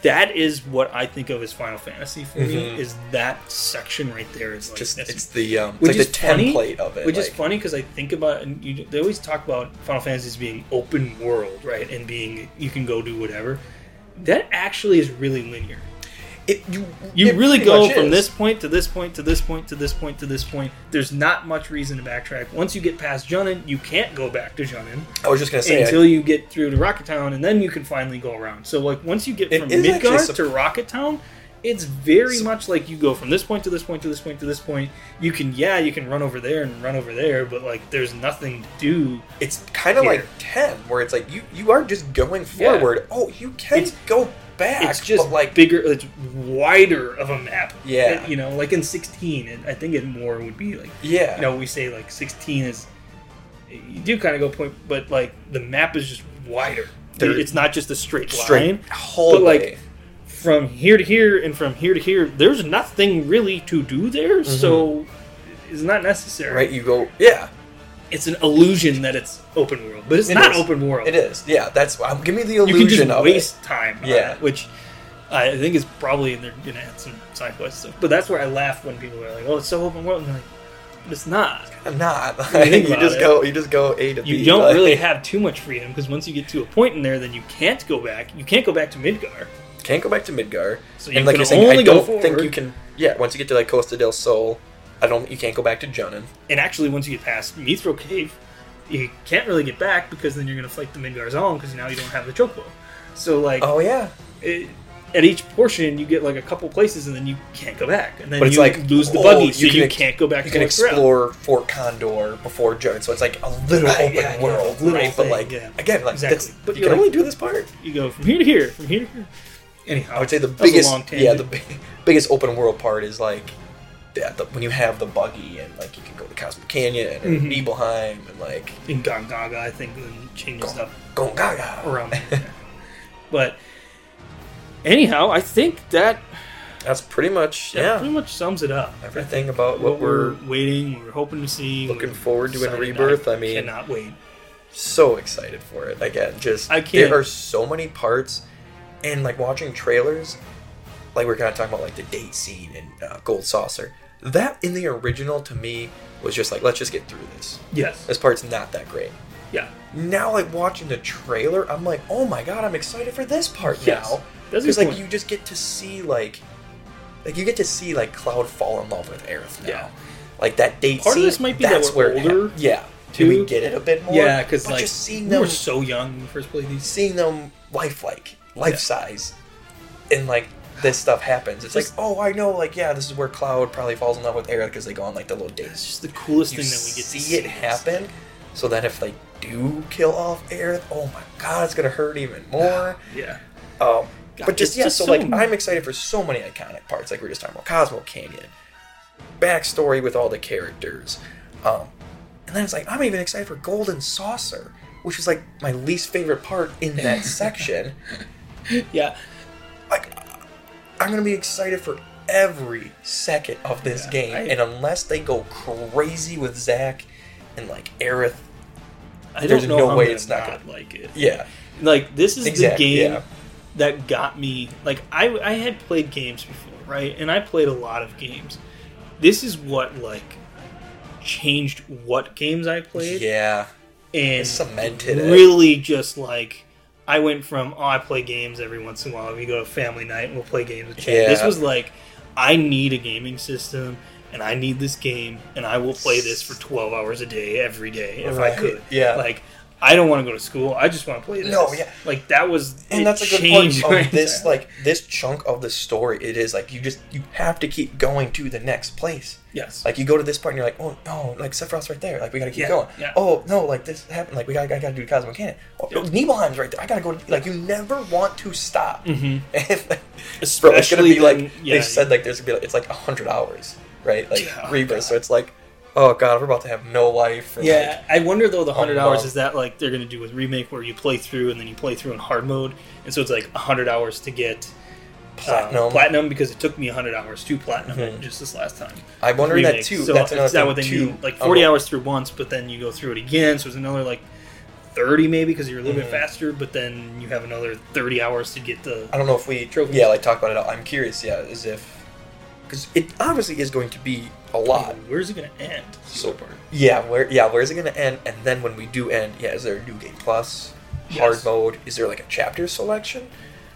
Speaker 1: that is what I think of as Final Fantasy for
Speaker 2: Mhm.
Speaker 1: me. Is that section right there? Is like,
Speaker 2: just
Speaker 1: that's-
Speaker 2: it's the um,
Speaker 1: which
Speaker 2: like the
Speaker 1: is funny,
Speaker 2: template of it.
Speaker 1: which is
Speaker 2: like-
Speaker 1: funny because I think about and you, they always talk about Final Fantasy as being open world, right? And being you can go do whatever. That actually is really linear.
Speaker 2: It, you
Speaker 1: You
Speaker 2: it
Speaker 1: really
Speaker 2: pretty
Speaker 1: go
Speaker 2: much
Speaker 1: from
Speaker 2: is.
Speaker 1: this point to this point to this point to this point to this point. There's not much reason to backtrack. Once you get past Junin, you can't go back to Junin
Speaker 2: I was just gonna say
Speaker 1: until you get through to Rocket Town, and then you can finally go around. So like once you get
Speaker 2: It
Speaker 1: from
Speaker 2: is actually
Speaker 1: Midgar
Speaker 2: sup-
Speaker 1: to Rocket Town, it's very
Speaker 2: Sup-
Speaker 1: much like you go from this point to this point to this point to this point. You can yeah, you can run over there and run over there, but like there's nothing to do.
Speaker 2: it's kind of
Speaker 1: Here.
Speaker 2: like ten, where it's like you you are just going forward. Oh, you can
Speaker 1: It's-
Speaker 2: go back.
Speaker 1: It's just
Speaker 2: but like
Speaker 1: bigger, it's wider of a map.
Speaker 2: Yeah.
Speaker 1: you know, like in 16, and I think it more would be like
Speaker 2: yeah,
Speaker 1: you know we say like 16 is you do kind of go point, but like the map is just wider.
Speaker 2: There-
Speaker 1: it's not just a straight line.
Speaker 2: straight whole
Speaker 1: but, like,
Speaker 2: way.
Speaker 1: from here to here and from here to here, there's nothing really to do there, so it's not necessary.
Speaker 2: Mm-hmm. right. You go yeah.
Speaker 1: It's an illusion that it's open world, but it's
Speaker 2: It
Speaker 1: not
Speaker 2: is.
Speaker 1: open world.
Speaker 2: It is yeah. That's um, give me the illusion
Speaker 1: You can just
Speaker 2: of
Speaker 1: waste time. on
Speaker 2: Yeah.
Speaker 1: it, which I think is probably they're gonna add some side quest stuff. But that's where I laugh when people are like, "Oh, it's so open world," and they're like, "But it's not."
Speaker 2: it. I'm not. Like,
Speaker 1: think
Speaker 2: *laughs* you
Speaker 1: about
Speaker 2: just
Speaker 1: it.
Speaker 2: go. You just go A to B.
Speaker 1: You don't
Speaker 2: like- *laughs*
Speaker 1: really have too much freedom because once you get to a point in there, then you can't go back. You can't go back to Midgar.
Speaker 2: can't go back to Midgar.
Speaker 1: So you
Speaker 2: and like
Speaker 1: can
Speaker 2: you're saying, I
Speaker 1: only go
Speaker 2: don't think
Speaker 1: forward.
Speaker 2: you can. Yeah, once you get to like Costa del Sol, I don't. You can't go back to Junin.
Speaker 1: And actually, once you get past Mithril Cave, you can't really get back because then you're going to fight the Mingar's own because now you don't have the chocobo. So like
Speaker 2: Oh yeah,
Speaker 1: it, at each portion, you get like a couple places and then you can't go back. And then
Speaker 2: but it's
Speaker 1: you
Speaker 2: like
Speaker 1: lose the
Speaker 2: oh,
Speaker 1: buggy, so you
Speaker 2: ex-
Speaker 1: can't go back.
Speaker 2: You
Speaker 1: to
Speaker 2: can
Speaker 1: look around.
Speaker 2: explore Fort Condor before Junin, so it's like a little
Speaker 1: Right,
Speaker 2: open
Speaker 1: yeah, yeah,
Speaker 2: world,
Speaker 1: little thing,
Speaker 2: right? but like
Speaker 1: yeah.
Speaker 2: again, like
Speaker 1: Exactly.
Speaker 2: that's,
Speaker 1: But
Speaker 2: you
Speaker 1: you're
Speaker 2: can
Speaker 1: like-
Speaker 2: only do this part.
Speaker 1: You go from here to here, from here to here. Anyhow,
Speaker 2: I would say the
Speaker 1: that was a
Speaker 2: biggest,
Speaker 1: long tangent.
Speaker 2: yeah, the big, biggest open world part is like yeah, the, when you have the buggy and like you can go to Cosmo Canyon and
Speaker 1: Mhm.
Speaker 2: Nibelheim and like
Speaker 1: in Gangaga, I think, then changes
Speaker 2: Go-
Speaker 1: up
Speaker 2: Gongaga.
Speaker 1: around. there. but anyhow, I think that,
Speaker 2: *laughs* That's pretty much
Speaker 1: that
Speaker 2: yeah,
Speaker 1: pretty much sums it up.
Speaker 2: everything about
Speaker 1: What
Speaker 2: what
Speaker 1: we're
Speaker 2: we're
Speaker 1: waiting, we're hoping to see,
Speaker 2: Looking
Speaker 1: we're
Speaker 2: forward to in
Speaker 1: excited.
Speaker 2: Rebirth, I mean-
Speaker 1: cannot wait.
Speaker 2: so excited for it again. Just
Speaker 1: I can't-
Speaker 2: there are so many parts, and like watching trailers, like we're kind of talking about like the date scene and uh, Gold Saucer. That in the original to me was just like let's just get through this.
Speaker 1: Yes,
Speaker 2: This part's not that great.
Speaker 1: yeah,
Speaker 2: now like watching the trailer i'm like oh my god i'm excited for this part
Speaker 1: Yes.
Speaker 2: now
Speaker 1: That's a
Speaker 2: because
Speaker 1: good
Speaker 2: like
Speaker 1: point.
Speaker 2: you just get to see like like you get to see like cloud fall in love with Aerith now
Speaker 1: Yeah.
Speaker 2: like that date
Speaker 1: Part of
Speaker 2: scene,
Speaker 1: this might be that
Speaker 2: that's
Speaker 1: we're
Speaker 2: where it
Speaker 1: older,
Speaker 2: hap- yeah
Speaker 1: too.
Speaker 2: do we get it a bit more
Speaker 1: yeah. Because
Speaker 2: But
Speaker 1: like
Speaker 2: just seeing
Speaker 1: we
Speaker 2: them
Speaker 1: were so young when we first played these.
Speaker 2: seeing them lifelike life size and like this stuff happens it's
Speaker 1: Just-
Speaker 2: like oh i know like yeah this is where cloud probably falls in love with Aerith because they go on like the little date
Speaker 1: It's just the coolest
Speaker 2: you
Speaker 1: thing that we
Speaker 2: see,
Speaker 1: get to
Speaker 2: it happen. So that if they do kill off Aerith, oh my god, it's gonna hurt even
Speaker 1: *sighs*
Speaker 2: more.
Speaker 1: Yeah,
Speaker 2: Um, but
Speaker 1: it's
Speaker 2: just yeah,
Speaker 1: just
Speaker 2: so
Speaker 1: so
Speaker 2: like
Speaker 1: many-
Speaker 2: I'm excited for so many iconic parts, like we are just talking about Cosmo Canyon, backstory with all the characters, um, and then it's like I'm even excited for Golden Saucer, which is like my least favorite part in
Speaker 1: *laughs*
Speaker 2: that section.
Speaker 1: *laughs* yeah.
Speaker 2: Like I'm gonna be excited for every second of this
Speaker 1: Yeah,
Speaker 2: game,
Speaker 1: I-
Speaker 2: and unless they go crazy with Zack and like Aerith
Speaker 1: I
Speaker 2: There's
Speaker 1: don't know
Speaker 2: no
Speaker 1: how
Speaker 2: way
Speaker 1: I'm
Speaker 2: it's
Speaker 1: gonna
Speaker 2: not
Speaker 1: not like it.
Speaker 2: Yeah,
Speaker 1: Like this is
Speaker 2: Exactly,
Speaker 1: the game
Speaker 2: yeah.
Speaker 1: that got me. Like I, I had played games before, right? And I played a lot of games. This is what like changed what games I played
Speaker 2: yeah,
Speaker 1: and
Speaker 2: cemented eh? it.
Speaker 1: really just like I went from oh I play games every once in a while. We go to family night and we'll play games with Chad.
Speaker 2: Yeah.
Speaker 1: This was like I need a gaming system. And I need this game, and I will play this for twelve hours a day, every day, if I
Speaker 2: Right,
Speaker 1: could.
Speaker 2: yeah.
Speaker 1: like I don't want to go to school. I just want to play this.
Speaker 2: No, yeah.
Speaker 1: like that was
Speaker 2: and
Speaker 1: it
Speaker 2: that's a good
Speaker 1: changed *laughs*
Speaker 2: point
Speaker 1: my
Speaker 2: of this
Speaker 1: entire-
Speaker 2: like this chunk of the story. It is like you just you have to keep going to the next place.
Speaker 1: yes,
Speaker 2: Like you go to this part and you're like, oh no, like Sephiroth's right there. Like we gotta keep
Speaker 1: Yeah,
Speaker 2: going.
Speaker 1: yeah.
Speaker 2: Oh no, like this happened. Like we gotta, I gotta do Cosmo Cannon. Oh,
Speaker 1: Yeah.
Speaker 2: Nibelheim's right there. I gotta go. To, like you never want to stop.
Speaker 1: Mhm.
Speaker 2: *laughs* And- Bro, it's gonna
Speaker 1: especially
Speaker 2: be like
Speaker 1: when-
Speaker 2: they
Speaker 1: yeah,
Speaker 2: said like there's gonna be like, it's like hundred hours, right? Like
Speaker 1: Yeah,
Speaker 2: rebirth.
Speaker 1: God.
Speaker 2: So it's like, oh god, we're about to have no life. and, like, Oh,
Speaker 1: Yeah, I wonder though the hundred
Speaker 2: wow.
Speaker 1: hours is that like they're gonna do with remake where you play through and then you play through in hard mode, and so it's like hundred hours to get uh,
Speaker 2: Platinum.
Speaker 1: platinum because it took me hundred hours to platinum just this last time.
Speaker 2: I'm wondering that
Speaker 1: Remake.
Speaker 2: too.
Speaker 1: So
Speaker 2: that's another
Speaker 1: is that
Speaker 2: thing
Speaker 1: what they
Speaker 2: too. Uh-huh.
Speaker 1: mean? Like
Speaker 2: of
Speaker 1: forty
Speaker 2: what-
Speaker 1: hours through once, but then you go through it again, so it's another like. 30 maybe because you're a little bit
Speaker 2: Mm-hmm.
Speaker 1: faster but then you have another 30 hours to get the
Speaker 2: I don't know if we
Speaker 1: Trophies.
Speaker 2: yeah like talk about it. I'm curious. Yeah, as if because it obviously is going to be a lot.
Speaker 1: where's it gonna end
Speaker 2: So yeah, where yeah where is it going to end? And then when we do end, yeah, is there a new game plus hard
Speaker 1: Yes.
Speaker 2: mode? Is there like a chapter selection?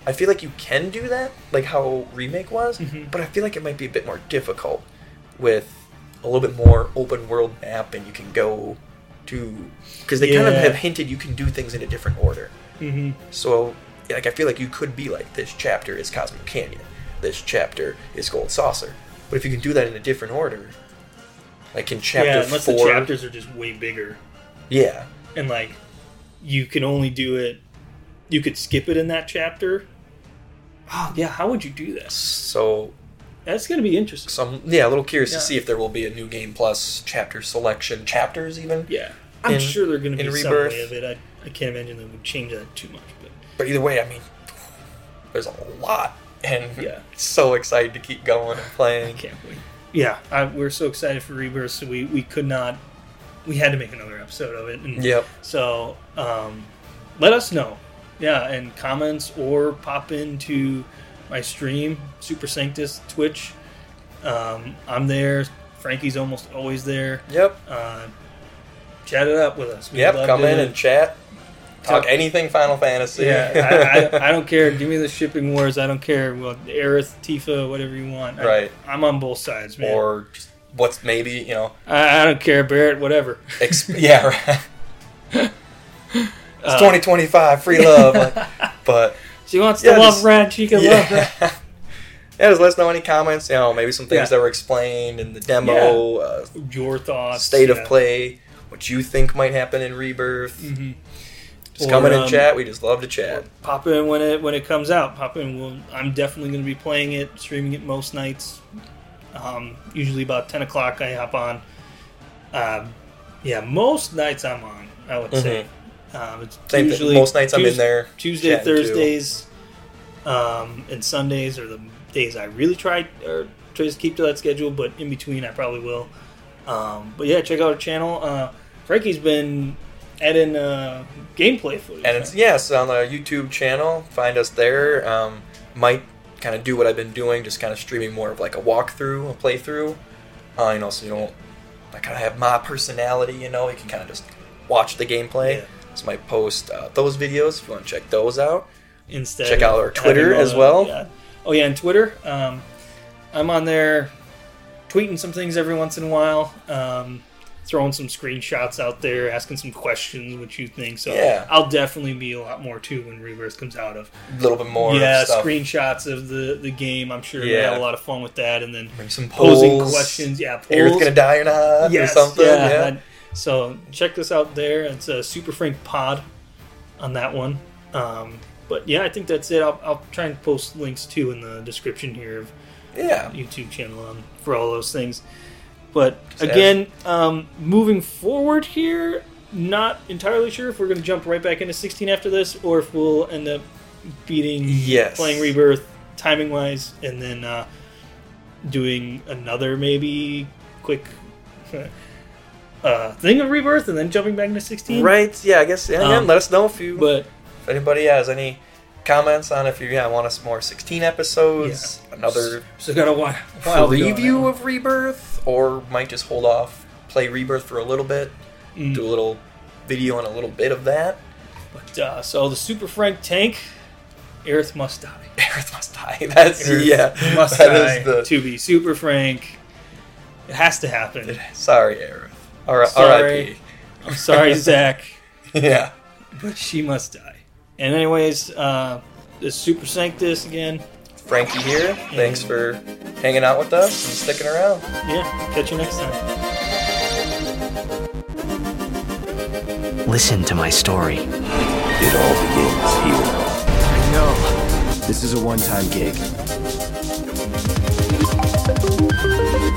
Speaker 2: I feel like you can do that, like how remake was,
Speaker 1: Mm-hmm.
Speaker 2: but I feel like it might be a bit more difficult with a little bit more open world map, and you can go to because they kind of
Speaker 1: Yeah.
Speaker 2: have hinted you can do things in a different order.
Speaker 1: mm-hmm.
Speaker 2: So, like, I feel like you could be like, this chapter is Cosmo Canyon, this chapter is Gold Saucer. But if you can do that in a different order, like in chapter
Speaker 1: yeah unless
Speaker 2: four,
Speaker 1: the chapters are just way bigger
Speaker 2: yeah,
Speaker 1: and like you can only do it you could skip it in that chapter oh yeah how would you do this
Speaker 2: so
Speaker 1: that's gonna be interesting
Speaker 2: some yeah, a little curious
Speaker 1: Yeah.
Speaker 2: to see if there will be a new game plus chapter selection chapters even.
Speaker 1: yeah i'm
Speaker 2: In-
Speaker 1: sure they're gonna
Speaker 2: in
Speaker 1: be some
Speaker 2: Rebirth.
Speaker 1: way of it I, I can't imagine they would change that too much but
Speaker 2: But either way, I mean, there's a lot, and
Speaker 1: Yeah.
Speaker 2: *laughs* so excited to keep going and
Speaker 1: i
Speaker 2: playing.
Speaker 1: can't wait yeah I, we're so excited for rebirth so we, we could not we had to make another episode of it and
Speaker 2: Yep.
Speaker 1: so um, let us know yeah and comments or pop into my stream super sanctus twitch um, i'm there frankie's almost always there
Speaker 2: Yep.
Speaker 1: uh, chat it up with us. We'd
Speaker 2: Yep.
Speaker 1: love
Speaker 2: Come
Speaker 1: to-
Speaker 2: in and chat. Talk
Speaker 1: Talk-
Speaker 2: anything Final Fantasy.
Speaker 1: *laughs*
Speaker 2: *laughs*
Speaker 1: yeah, I, I, I don't care. Give me the shipping wars. I don't care. Well, Aerith, Tifa, whatever you want. I,
Speaker 2: Right.
Speaker 1: I'm on both sides, man.
Speaker 2: or just what's maybe you know
Speaker 1: I, I don't care, Barrett. Whatever. *laughs*
Speaker 2: Ex- *laughs* yeah, right. it's 2025, free
Speaker 1: *laughs*
Speaker 2: love. like, but
Speaker 1: Uh, She wants
Speaker 2: Yeah,
Speaker 1: to love
Speaker 2: just-
Speaker 1: Red. She can love Red.
Speaker 2: yeah. *laughs* yeah, just let us know any comments. You know, maybe some things
Speaker 1: Yeah.
Speaker 2: that were explained in the demo, uh,
Speaker 1: Your thoughts.
Speaker 2: state
Speaker 1: yeah.
Speaker 2: of play, what you think might happen in Rebirth.
Speaker 1: Mhm.
Speaker 2: Just
Speaker 1: Or,
Speaker 2: come in and
Speaker 1: um,
Speaker 2: chat. We just love to chat.
Speaker 1: Pop in when it when it comes out. Pop in. Well, I'm definitely going to be playing it, streaming it most nights. Um, usually about 10 o'clock, I hop on. Um, yeah, most nights I'm on. I would say. Um, it's
Speaker 2: Mm-hmm. Same
Speaker 1: usually
Speaker 2: thing. Most nights I'm in
Speaker 1: Tues-
Speaker 2: there.
Speaker 1: Tuesday,
Speaker 2: chatting too.
Speaker 1: Thursdays, um, and Sundays are the days I really try or try to keep to that schedule. But in between, I probably will. Um, but yeah, check out our channel. Uh, Frankie's been adding uh, gameplay footage.
Speaker 2: And it's yes on the YouTube channel. Find us there. Um, might kind of do what I've been doing, just kind of streaming more of like a walkthrough, a playthrough. Uh, you know, so you don't. I kind of have my personality. You know, you can kind of just watch the gameplay.
Speaker 1: Yeah.
Speaker 2: So might post uh, those videos if you want to check those out.
Speaker 1: instead.
Speaker 2: Check out our
Speaker 1: of
Speaker 2: Twitter
Speaker 1: having
Speaker 2: as well.
Speaker 1: yeah. Oh yeah, and Twitter. Um, I'm on there, tweeting some things every once in a while, um, throwing some screenshots out there, asking some questions, what you think. So
Speaker 2: Yeah.
Speaker 1: I'll definitely be a lot more too when Rebirth comes out of.
Speaker 2: A little bit more.
Speaker 1: yeah,
Speaker 2: stuff.
Speaker 1: screenshots of the the game. I'm sure we
Speaker 2: Yeah.
Speaker 1: had a lot of fun with that, and then
Speaker 2: Bring some polls.
Speaker 1: posing questions. Yeah,
Speaker 2: Aerith's
Speaker 1: polls.
Speaker 2: gonna die or not
Speaker 1: Yes,
Speaker 2: or something. Yeah.
Speaker 1: that- so check this out there. It's a Super Frank Pod on that one. Um, but yeah, I think that's it. I'll, I'll try and post links too in the description here of
Speaker 2: yeah.
Speaker 1: YouTube channel um, for all those things. But
Speaker 2: add-
Speaker 1: again, um, moving forward here, not entirely sure if we're going to jump right back into 16 after this or if we'll end up beating
Speaker 2: Yes.
Speaker 1: playing Rebirth timing wise and then uh, doing another maybe quick *laughs* uh, thing of Rebirth and then jumping back into 16.
Speaker 2: Right. Yeah. I guess. Yeah. yeah,
Speaker 1: Mm. Um,
Speaker 2: let us know if you.
Speaker 1: But
Speaker 2: If anybody has any comments on if you yeah, want us more 16 episodes, another
Speaker 1: so got a while, while to go on that
Speaker 2: review
Speaker 1: one.
Speaker 2: of Rebirth, or might just hold off, play Rebirth for a little bit,
Speaker 1: Mm.
Speaker 2: do a little video and a little bit of that. *laughs*
Speaker 1: But, uh, so the Super Frank tank, Aerith must die.
Speaker 2: Aerith must die. That's
Speaker 1: Earth
Speaker 2: yeah.
Speaker 1: must
Speaker 2: that
Speaker 1: die
Speaker 2: is the
Speaker 1: to be super frank. It has to happen.
Speaker 2: sorry Aerith. All right,
Speaker 1: Sorry. I'm sorry, Zach,
Speaker 2: R.I.P. *laughs* Yeah.
Speaker 1: but she must die. And anyways, uh, the Super Sanctus again.
Speaker 2: Frankie here. Thanks for hanging out with us and sticking around.
Speaker 1: Yeah, catch you next time.
Speaker 5: Listen to my story.
Speaker 4: It all begins here.
Speaker 5: I know. This is a one time gig.